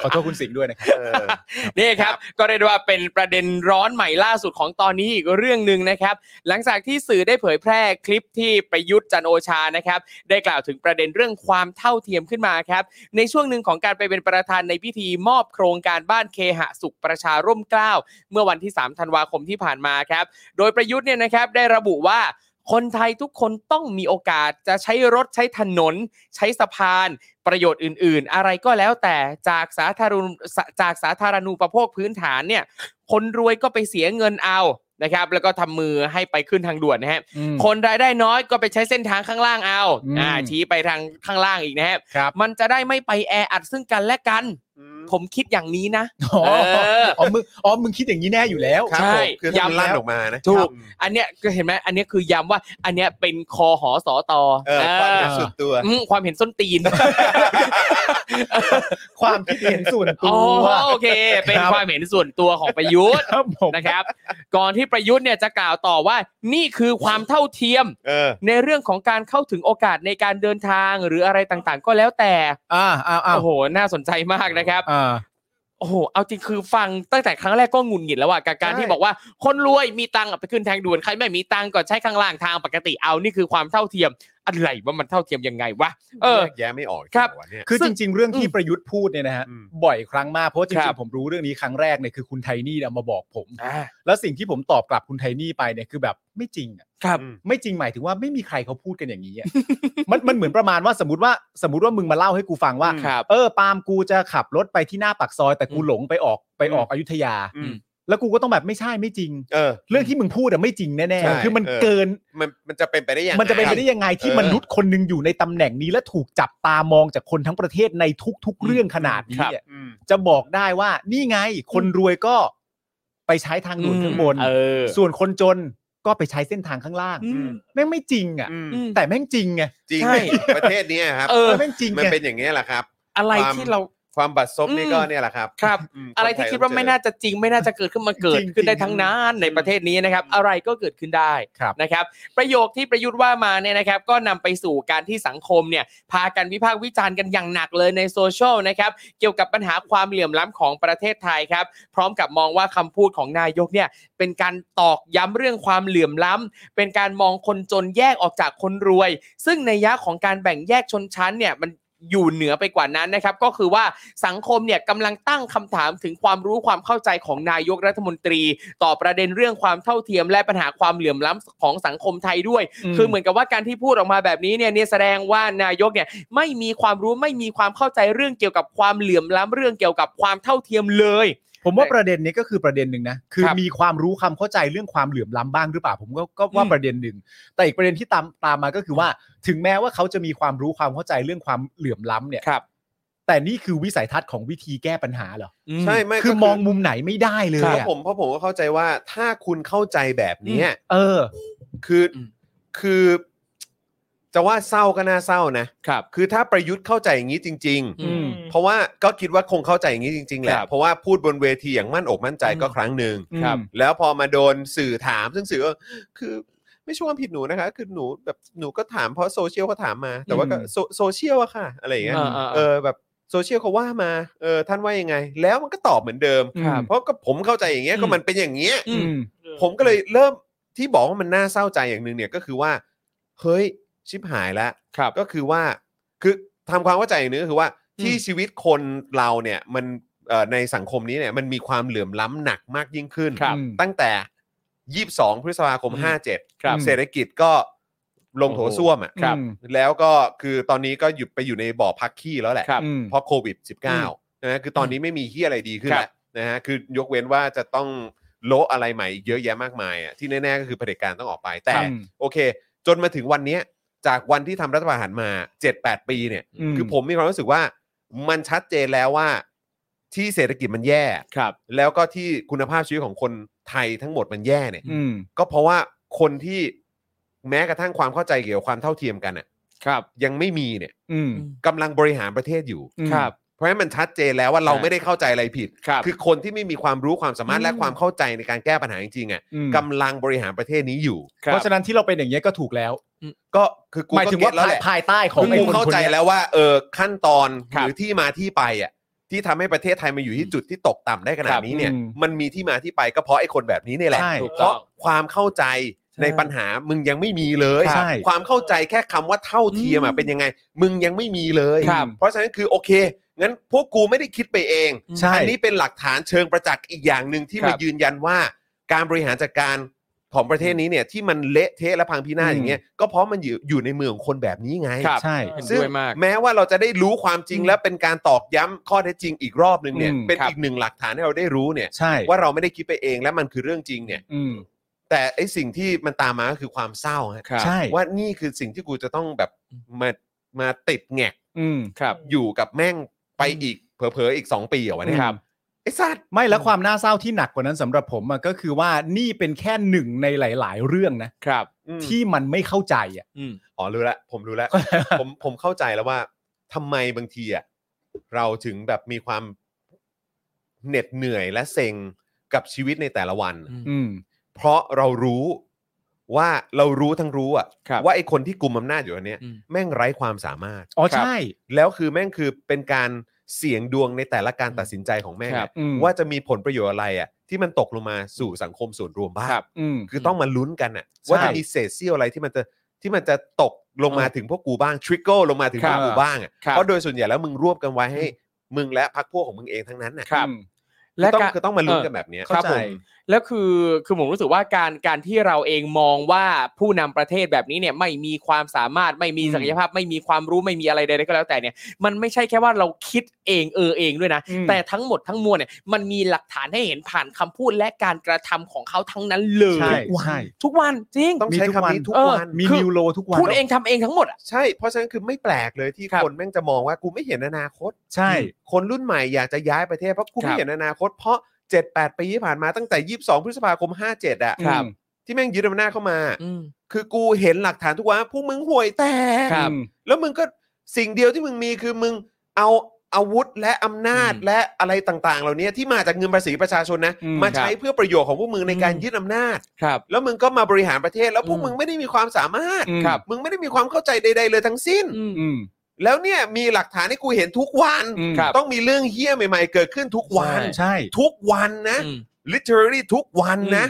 Speaker 3: ขอโทษคุณสิงห์ด้วยนะครับ
Speaker 2: เออ
Speaker 1: นี่ครับก็เรียกได้ว่าเป็นประเด็นร้อนใหม่ล่าสุดของตอนนี้อีกเรื่องหนึ่งนะครับ หลังจากที่สื่อได้เผยแพร่คลิปที่ประยุทธ์จันทร์โอชานะครับ ได้กล่าวถึงประเด็นเรื่องความเท่าเทียมขึ้นมาครับ ในช่วงหนึ่งของการไปเป็นประธานในพิธีมอบโครงการบ้านเคหะสุขประชาร่มเกล้าเมื่อวันที่ 3 ธันวาคมที่ผ่านมาครับ โดยประยุทธ์เนี่ยนะครับได้ระบุว่าคนไทยทุกคนต้องมีโอกาสจะใช้รถใช้ถนน ใช้สะพาน ประโยชน์อื่น ๆ อะไรก็แล้วแต่จากสาธารณูสจากสาธารณูปโภคพื้นฐานเนี่ยคนรวยก็ไปเสียเงินเอานะครับ แล้วก็ทำมือให้ไปขึ้นทางด่วนนะฮะคนรายได้น้อยก็ไปใช้เส้นทางข้างล่างเอา
Speaker 3: อืม
Speaker 1: อ่าชี้ไปทางข้างล่างอีกนะฮะ
Speaker 3: ครับ
Speaker 1: มันจะได้ไม่ไปแออัดซึ่งกันและกัน ผมคิดอย่างนี้นะ
Speaker 3: อ๋อ
Speaker 1: เออ
Speaker 3: อ๋อมึงอ๋อมึงคิดอย่างนี้แน่อยู่แล้ว
Speaker 2: ครับ
Speaker 1: ใช่
Speaker 2: ผมคือถ้ามัน
Speaker 1: ย้ำแล้ว
Speaker 2: ลั่นออกมานะ
Speaker 1: ถูก
Speaker 2: ครับ
Speaker 1: อันเนี้ยก็เห็นไหมอันเนี้ยคือย้ำว่าอันเนี้ยเป็นคอหอสอตอ
Speaker 2: เออความเห็น
Speaker 3: เออ
Speaker 2: ส่วนตัว
Speaker 1: อืมความเห็นส้นตี น
Speaker 3: ความคิดเห็นส่วนตั
Speaker 1: อ๋อ
Speaker 3: ว
Speaker 1: โอเค เป็น
Speaker 3: ครับ
Speaker 1: ความเห็นส่วนตัวของประยุทธ์
Speaker 3: ครับผม
Speaker 1: นะครับ ก่อนที่ประยุทธ์เนี่ยจะกล่าวต่อว่านี่คือความเท่าเทียม
Speaker 2: เออ
Speaker 1: ในเรื่องของการเข้าถึงโอกาสในการเดินทางหรืออะไรต่างๆ ก็แล้วแต่
Speaker 3: อ่าอ้าวอ้าว
Speaker 1: โอ้โหน่าสนใจมากนะครับ
Speaker 3: อ่า
Speaker 1: โอ้โหเอาจริงคือฟังตั้งแต่ครั้งแรกก็หงุนหงิดแล้วอ่ะกับการ
Speaker 2: ใช่
Speaker 1: ที่บอกว่าคนรวยมีตังค์อะไปขึ้นทางด่วนใครไม่มีตังค์ก็ใช้ข้างล่างทางปกติเอานี่คือความเท่าเทียมอะไรว่ามันเท่าเทียมยังไงวะเออ
Speaker 2: แยกแยะไม่ออก
Speaker 1: ครับ
Speaker 2: จงๆวะเนี่ย
Speaker 3: คือ
Speaker 1: ซึ่
Speaker 3: จ
Speaker 1: ง
Speaker 3: ริง ๆ เรื่องที่
Speaker 1: อืม
Speaker 3: ประยุทธ์พูดเนี่ยนะฮะ
Speaker 2: อืม
Speaker 3: บ่อยครั้งมากเพราะว่าจ
Speaker 1: ครั
Speaker 3: ริง
Speaker 1: บ
Speaker 3: ๆผมรู้เรื่องนี้ครั้งแรกเนี่ยคือคุณไทนี่เนี่ยมาบอกผม
Speaker 1: อ่า
Speaker 3: แล้วสิ่งที่ผมตอบกลับคุณไทนี่ไปเนี่ยคือแบบไม่จริงอะ
Speaker 1: ครับ
Speaker 2: อืม
Speaker 3: ไม่จริงหมายถึงว่าไม่มีใครเขาพูดกันอย่างนี้อะ มันมันเหมือนประมาณว่าสมมติว่าสมมติว่ามึงมาเล่าให้กูฟังว่า
Speaker 1: ครับ
Speaker 3: เออปาล์มกูจะขับรถไปที่หน้าปากซอย แต่กู
Speaker 1: อืม
Speaker 3: หลงไปออกไปออกอยุธยา
Speaker 2: อืม
Speaker 3: แล้วกูก็ต้องแบบไม่ใช่ไม่จริง
Speaker 2: เออ
Speaker 3: เรื่องที่มึงพูดอะไม่จริงแน่
Speaker 2: ใช่
Speaker 3: ๆคือมัน
Speaker 2: เออ
Speaker 3: เกิน
Speaker 2: มันมันจะเป็นไปได้ยังง
Speaker 3: มันจะเป็นไปได้ยังไงที่
Speaker 2: เออ
Speaker 3: มนุษย์คนหนึงอยู่ในตำแหน่งนี้และถูกจับตามองจากคนทั้งประเทศในทุกๆเรื่องขนาดนี้
Speaker 1: ครับ
Speaker 3: เนี่ย
Speaker 2: อืม
Speaker 3: จะบอกได้ว่านี่ไงคนรวยก็ไปใช้ทางด่วนข้างบน
Speaker 1: เออ
Speaker 3: ส่วนคนจนก็ไปใช้เส้นทางข้างล่าง
Speaker 1: อืม
Speaker 3: แม่งไม่จริงอ่ะ
Speaker 2: อืม
Speaker 1: อืม
Speaker 3: แต่แม่งจริงไง
Speaker 2: จริง
Speaker 1: ใช่
Speaker 2: ประเทศเนี้ยครับ
Speaker 1: เออ
Speaker 3: แม่งจริง
Speaker 2: มัน
Speaker 3: ไง
Speaker 2: เป็นอย่างนี้ยแหละครับ
Speaker 1: อะไร
Speaker 2: ความ
Speaker 1: ที่เรา
Speaker 2: ความบัดซบนี่
Speaker 1: อืม
Speaker 2: ก็เนี่ยแหละครับ
Speaker 1: ครับ
Speaker 2: ม
Speaker 1: อะไรที่คิดว่าไม่น่าจะจริงไม่น่าจะเกิดขึ้นมาเกิดขึ้นได้ทั้งนั้นในประเทศนี้นะครับ อะไรก็เกิดขึ้นได้
Speaker 3: ครับ
Speaker 1: นะครับ ประโยคที่ประยุทธ์ว่ามาเนี่ยนะครับ ก็นำไปสู่การที่สังคมเนี่ยพากันวิพากษ์วิจารณ์กันอย่างหนักเลยในโซเชียลนะครับ เกี่ยวกับปัญหาความเหลื่อมล้ำของประเทศไทยครับ พร้อมกับมองว่าคำพูดของนายกเนี่ยเป็นการตอกย้ำเรื่องความเหลื่อมล้ำเป็นการมองคนจนแยกออกจากคนรวย ซึ่งในยะของการแบ่งแยกชนชั้นเนี่ยมันอยู่เหนือไปกว่านั้นนะครับ ก็คือว่าสังคมเนี่ยกำลังตั้งคำถามถึงความรู้ความเข้าใจของนายกรัฐมนตรี ต่อประเด็นเรื่องความเท่าเทียมและปัญหาความเหลื่อมล้ำของสังคมไทยด้วย
Speaker 3: อืม
Speaker 1: คือเหมือนกับว่าการที่พูดออกมาแบบนี้เนี่ยเนี่ยแสดงว่านายกเนี่ยไม่มีความรู้ไม่มีความเข้าใจเรื่องเกี่ยวกับความเหลื่อมล้ำเรื่องเกี่ยวกับความเท่าเทียมเลย
Speaker 3: ผมว่าประเด็นนี้ก็คือประเด็นหนึ่งนะ คือ
Speaker 1: ครับ
Speaker 3: มีความรู้ความเข้าใจเรื่องความเหลื่อมล้ำบ้างหรือเปล่า ผมก็ก็ว่า
Speaker 1: อืม
Speaker 3: ประเด็นหนึ่ง แต่อีกประเด็นที่ตามตามมาก็คือว่า ถึงแม้ว่าเขาจะมีความรู้ความเข้าใจเรื่องความเหลื่อมล้ำเนี่ย
Speaker 1: ครับ
Speaker 3: แต่นี่คือวิสัยทัศน์ของวิธีแก้ปัญหาเหรอ
Speaker 2: ใช่ไม่
Speaker 3: คือ
Speaker 2: ก็
Speaker 3: มองมุมไหนไม่ได้เลย
Speaker 2: ครับ
Speaker 3: อะ
Speaker 2: ผมเพราะผมก็เข้าใจว่าถ้าคุณเข้าใจแบบเนี้ย
Speaker 3: เออ
Speaker 2: คืออ
Speaker 1: ม
Speaker 2: คือ จะว่าเศร้าก็น่าเศร้านะ
Speaker 1: ครับ
Speaker 2: คือถ้าประยุทธ์เข้าใจอย่างนี้จริง
Speaker 1: อื
Speaker 3: อืม
Speaker 2: ๆ เพราะว่าก็คิดว่าคงเข้าใจอย่างนี้จริง ๆแหละ
Speaker 1: ครับ
Speaker 2: เพราะว่าพูดบนเวทีอย่างมั่นอกมั่นใจก็
Speaker 1: อืม
Speaker 2: ครั้งหนึ่ง
Speaker 1: ครับ
Speaker 2: แล้วพอมาโดนสื่อถาม ซึ่งสื่อก็คือไม่ใช่ว่าผิดหนูนะคะ คือหนูแบบหนูก็ถามเพราะโซเชียลเขาถามมา แต่ว่าก็
Speaker 3: อืม
Speaker 2: โซโซเชียลอะค่ะ อะไรอย่างเงี้ย
Speaker 1: อ่าๆๆ
Speaker 2: เออแบบโซเชียลเขาว่ามาเออท่านว่ายังไง แล้วมันก็ตอบเหมือนเดิม
Speaker 3: ครับ
Speaker 2: เพราะก็ผมเข้าใจอย่างเงี้ย
Speaker 1: อืม
Speaker 2: ก็มันเป็นอย่างเงี้ย
Speaker 1: อืม
Speaker 3: ม
Speaker 2: ผมก็เลยเริ่มที่บอกว่ามันน่าเศร้าใจอย่างหนึ่งเนี่ยก็คือว่า เฮ้ยชิบหายแล้ว
Speaker 1: ครับ
Speaker 2: ก็คือว่าคือทำความเข้าใจอย่างหนึงก็คือว่า
Speaker 1: อืม
Speaker 2: ที่ชีวิตคนเราเนี่ยมันเอ่อในสังคมนี้เนี่ยมันมีความเหลื่อมล้ำหนักมากยิ่งขึ้น
Speaker 1: ครับ
Speaker 3: อืม
Speaker 2: ตั้งแต่ 22 พฤษภาคม
Speaker 1: อืม
Speaker 2: 57
Speaker 1: ครับ
Speaker 3: อืม
Speaker 2: เศรษฐกิจก็ลงโถส้วมอ่ะ
Speaker 1: ครับ
Speaker 3: อืม
Speaker 2: แล้วก็คือตอนนี้ก็หยุดไปอยู่ในบ่อพักขี้แล้วแหละ
Speaker 1: ครับ
Speaker 3: อืม
Speaker 2: เพราะโควิด -19 นะฮะคือตอนนี้ไม่มีที่อะไรดีขึ้น
Speaker 1: ครับ
Speaker 2: แล้วนะฮะคือยกเว้นว่าจะต้องโละอะไรใหม่เยอะแยะมากมายอ่ะที่แน่ ๆ ก็คือเผด็จการต้องออกไปแต่
Speaker 3: ครับ
Speaker 2: โอเค จนมาถึงวันเนี้ย จากวันที่ทำรัฐประหารมา 7-8 ปีเนี่ย
Speaker 3: อืม
Speaker 2: คือผมมีความรู้สึกว่ามันชัดเจนแล้วว่าที่เศรษฐกิจมันแย่
Speaker 1: ครับ
Speaker 2: แล้วก็ที่คุณภาพชีวิตของคนไทยทั้งหมดมันแย่เนี่ย
Speaker 3: อืม
Speaker 2: ก็เพราะว่าคนที่แม้กระทั่งความเข้าใจเกี่ยวกับความเท่าเทียมกันอ่ะ
Speaker 1: ครับ
Speaker 2: ยังไม่มีเนี่ย
Speaker 3: อืม
Speaker 2: กำลังบริหารประเทศอยู่
Speaker 3: อืม
Speaker 1: ครับ
Speaker 2: เพราะฉะนั้นมันชัดเจนแล้วว่าเรา
Speaker 1: ใช่
Speaker 2: ไม่ได้เข้าใจอะไรผิด
Speaker 1: ครับ
Speaker 2: คือคนที่ไม่มีความรู้ความสามารถและความเข้าใจในการแก้ปัญหาจริงๆอ่ะ
Speaker 3: อืม
Speaker 2: กำลังบริหารประเทศนี้อยู่
Speaker 1: ครับ
Speaker 3: เพราะฉะนั้นที่เราเป็นอย่างเงี้ยก็ถูกแล้ว
Speaker 2: ก็คือกู
Speaker 3: หมาย
Speaker 2: ก็
Speaker 3: ถึง
Speaker 2: เก็
Speaker 3: ว่า
Speaker 2: ตแล้วแหละ
Speaker 3: ภายใต้ของ
Speaker 2: คือ
Speaker 3: ไอ้
Speaker 2: กู
Speaker 3: คน
Speaker 2: เข้าใจ
Speaker 3: คนนี้ย
Speaker 2: แล้วว่าเออขั้นตอน
Speaker 1: ครั
Speaker 2: ห
Speaker 1: บ
Speaker 2: รือที่มาที่ไปอ่ะที่ทำให้ประเทศไทยมาอยู่ที่จุดที่ตกต่ำได้ขนา
Speaker 1: ค
Speaker 2: ด
Speaker 1: รับ
Speaker 2: นี้เนี่ย
Speaker 3: อืม
Speaker 2: มันมีที่มาที่ไปก็เพราะไอ้คนแบบนี้นี่แหละ
Speaker 3: ใช่
Speaker 1: ถูก
Speaker 2: เพ
Speaker 1: ต้อ
Speaker 2: ราะ
Speaker 1: ง
Speaker 2: ความเข้าใจในปัญหามึงยังไม่มีเลย
Speaker 3: ใช่
Speaker 2: ความเข้าใจแค่คำว่าเท่าเทียมอะ
Speaker 3: อืม
Speaker 2: เป็นยังไง มึงยังไม่มีเลย
Speaker 3: ครับ
Speaker 2: เพราะฉะนั้นคือโอเคงั้นพวกกูไม่ได้คิดไปเอง
Speaker 3: ใช่
Speaker 2: อันนี้เป็นหลักฐานเชิงประจักษ์อีกอย่างหนึ่งที่
Speaker 1: ครั
Speaker 2: มา
Speaker 1: บ
Speaker 2: ยืนยันว่า การบริหารจัดการของประเทศนี้เนี่ยที่มันเละเทะและพังพินาศ
Speaker 3: อืม
Speaker 2: อย่างเงี้ยก็เพราะมันอยู่อยู่ในมือของคนแบบนี้ไง
Speaker 1: ครับ
Speaker 3: ใช่
Speaker 1: เห็น
Speaker 2: ซึ่ง
Speaker 1: ด้วยมาก
Speaker 2: แม้ว่าเราจะได้รู้ความจริง
Speaker 1: อืม
Speaker 2: และเป็นการตอกย้ำข้อเท็จจริงอีกรอบหนึ่งเนี่ย
Speaker 3: อืม
Speaker 2: เป็นอีกหนึ่งหลักฐานให้เราได้รู้เนี่ย
Speaker 3: ใช่
Speaker 2: ว่าเราไม่ได้คิดไปเองและมันคือเรื่องจริงเนี่ย
Speaker 3: อืม
Speaker 2: แต่ไอสิ่งที่มันตามมาก็คือความเศร้าฮะ
Speaker 1: ครับ
Speaker 3: ใช่
Speaker 2: ว่านี่คือสิ่งที่กูจะต้องแบบมามาติดแงก
Speaker 3: อืม
Speaker 1: ครับ
Speaker 2: อยู่กับแม่งไปอีกเผลอๆอีกสองปีเหรอวะเนี่ย
Speaker 1: ครับ
Speaker 2: ไอ้สัตว์
Speaker 3: ไม่แล้วความน่าเศร้าที่หนักกว่านั้นสำหรับผมอะก็คือว่านี่เป็นแค่หนึ่งในหลาย ๆ เรื่องนะครับ ที่มันไม่เข้าใจอ่ะ
Speaker 1: อืม
Speaker 2: อ๋อรู้แล้วผมรู้แล้ว ผมผมเข้าใจแล้วว่าทำไมบางทีอ่ะเราถึงแบบมีความเหน็ดเหนื่อยและเซ็งกับชีวิตในแต่ละวัน
Speaker 1: อืม
Speaker 3: อืม
Speaker 2: เพราะเรารู้ว่าเรารู้ทั้งรู้อ่ะ
Speaker 1: ครับ
Speaker 2: ว่าไอ้คนที่กลุ่มอำนาจอยู่อันเนี้ย
Speaker 1: อืม
Speaker 2: แม่งไร้ความสามารถ
Speaker 3: อ๋อใช่
Speaker 2: แล้วคือแม่งคือเป็นการเสี่ยงดวงในแต่ละการตัดสินใจของแม่ง
Speaker 1: ครั
Speaker 2: อะ
Speaker 1: บ
Speaker 3: อืม
Speaker 2: ว่าจะมีผลประโยชน์อะไรอ่ะที่มันตกลงมาสู่สังคมส่วนรวมบ้าง
Speaker 1: ครับ
Speaker 3: อืม
Speaker 2: คือต้องมาลุ้นกันน่ะ
Speaker 3: ใช่
Speaker 2: ว่าจะมีเศษเสี้ยวอะไรที่มันจะที่มันจะตกลงมาถึงพวกกูบ้างทริกเกิลลงมาถึงพวก
Speaker 3: ครับ
Speaker 2: กูบ้างอ่ะ
Speaker 1: ครับ
Speaker 2: เพราะโดยส่วนใหญ่แล้วมึงรวบกันไว้ให้ มึงและพรรคพวกของมึงเองทั้งนั้นน่ะ
Speaker 1: ครับ
Speaker 3: อืม
Speaker 2: คือต้อง
Speaker 1: กะ
Speaker 2: คือต้องมาลุ้นกันแบบเนี้ย
Speaker 1: ครับ
Speaker 3: เข้าใจ
Speaker 1: ผมแล้วคือคือผมรู้สึกว่าการการที่เราเองมองว่าผู้นำประเทศแบบนี้เนี่ยไม่มีความสามารถไม่มีศักยภาพ ไม่มีความรู้ไม่มีอะไรใดๆก็แล้วแต่เนี่ยมันไม่ใช่แค่ว่าเราคิดเองเออเองด้วยนะ
Speaker 3: อืม
Speaker 1: แต่ทั้งหมดทั้งมวลเนี่ยมันมีหลักฐานให้เห็นผ่านคำพูดและการกระทำของเขาทั้งนั้นเล
Speaker 3: ใช่
Speaker 1: ย
Speaker 3: ใช่
Speaker 1: ทุกวันจริง
Speaker 2: ต้อง
Speaker 3: มี
Speaker 2: ใช้
Speaker 3: ทุก
Speaker 2: คำนี้
Speaker 3: วัน
Speaker 2: ทุก
Speaker 1: เออ
Speaker 2: วัน
Speaker 3: มี
Speaker 1: คือ
Speaker 3: นิวโลทุกวัน
Speaker 1: พูดเองทำเองทั้งหมดอะ
Speaker 2: ใช่ เพราะฉะนั้นคือไม่แปลกเลยที่
Speaker 1: ครับ
Speaker 2: คนแม่งจะมองว่ากูไม่เห็นอนาคต
Speaker 3: ใช่
Speaker 2: คนรุ่นใหม่อยากจะย้ายประเทศเพราะกูไม่เห็นอนาคตเพราะ 7-8 ปีที่ผ่านมาตั้งแต่ 22 พฤษภาคม 57 อ่ะ
Speaker 3: ครับ
Speaker 2: ที่แม่งยึดอำนาจเข้ามา
Speaker 1: อืม
Speaker 2: คือกูเห็นหลักฐานทุกวันว่าพวกมึงห่วยแตก
Speaker 1: ครับ
Speaker 3: อืม
Speaker 2: แล้วมึงก็สิ่งเดียวที่มึงมีคือมึงเอาอาวุธและอำนาจ
Speaker 1: อืม
Speaker 2: และอะไรต่างๆ เหล่านี้ที่มาจากเงินภาษีประชาชนนะ
Speaker 3: อืม
Speaker 2: มาใช้เพื่อประโยชน์ของพวกมึงในการ
Speaker 1: อืม
Speaker 2: ยึดอำนาจ
Speaker 1: ครับ
Speaker 2: แล้วมึงก็มาบริหารประเทศ แล้วพวก
Speaker 1: อืม
Speaker 2: มึงไม่ได้มีความสามารถ
Speaker 3: อืม
Speaker 1: ครับ
Speaker 2: มึงไม่ได้มีความเข้าใจใด ๆ เลยทั้งสิ้น
Speaker 1: อืม
Speaker 3: อืม
Speaker 2: แล้วเนี่ยมีหลักฐานให้กูเห็นทุกวัน
Speaker 3: อืม
Speaker 1: ครับ
Speaker 2: ต้องมีเรื่องเฮี้ยใหม่ ๆ เกิดขึ้นทุกวัน
Speaker 1: ใช่
Speaker 3: ใช่
Speaker 2: ทุกวันนะ
Speaker 1: อืม
Speaker 2: literally ทุกวันนะ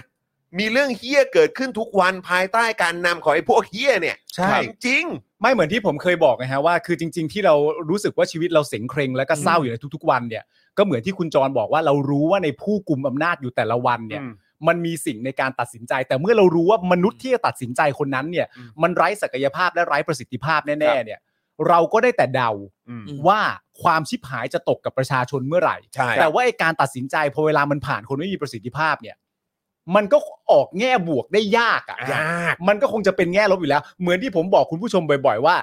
Speaker 2: มีเรื่องเฮี้ยเกิดขึ้นทุกวันภายใต้การนำของไอ้พวกเฮี้ยเนี่ย
Speaker 3: ใช่
Speaker 2: จริง
Speaker 3: ไม่เหมือนที่ผมเคยบอกนะฮะว่าคือจริง ๆ ที่เรารู้สึกว่าชีวิตเราเสงเคร่งและก็เศร้าอยู่ในทุกๆวันเนี่ย ก็เหมือนที่คุณจรบอกว่าเรารู้ว่าในผู้กลุ่มอำนาจอยู่แต่ละวันเนี่ย
Speaker 2: อืม
Speaker 3: มันมีสิ่งในการตัดสินใจ แต่เมื่อเรารู้ว่ามนุษย์ที่จะตัดสินใจคนนั้นเนี่ย
Speaker 2: อืม
Speaker 3: มันไร้ศักยภาพและไร้ประสิทธิภาพแน่ๆเนี่ย เราก็ได้แต่เดา
Speaker 2: ๆอืม
Speaker 1: อืม
Speaker 3: ว่าความชิบหายจะตกกับประชาชนเมื่อไหร่
Speaker 2: ใช่
Speaker 3: แต่ว่าไอการตัดสินใจพอเวลามันผ่านคนไม่มีประสิทธิภาพเนี่ย มันก็ออกแง่บวกได้ยากอ่ะ
Speaker 2: ยาก
Speaker 3: มันก็คงจะเป็นแง่ลบอยู่แล้ว เหมือนที่ผมบอกคุณผู้ชมบ่อยๆว่า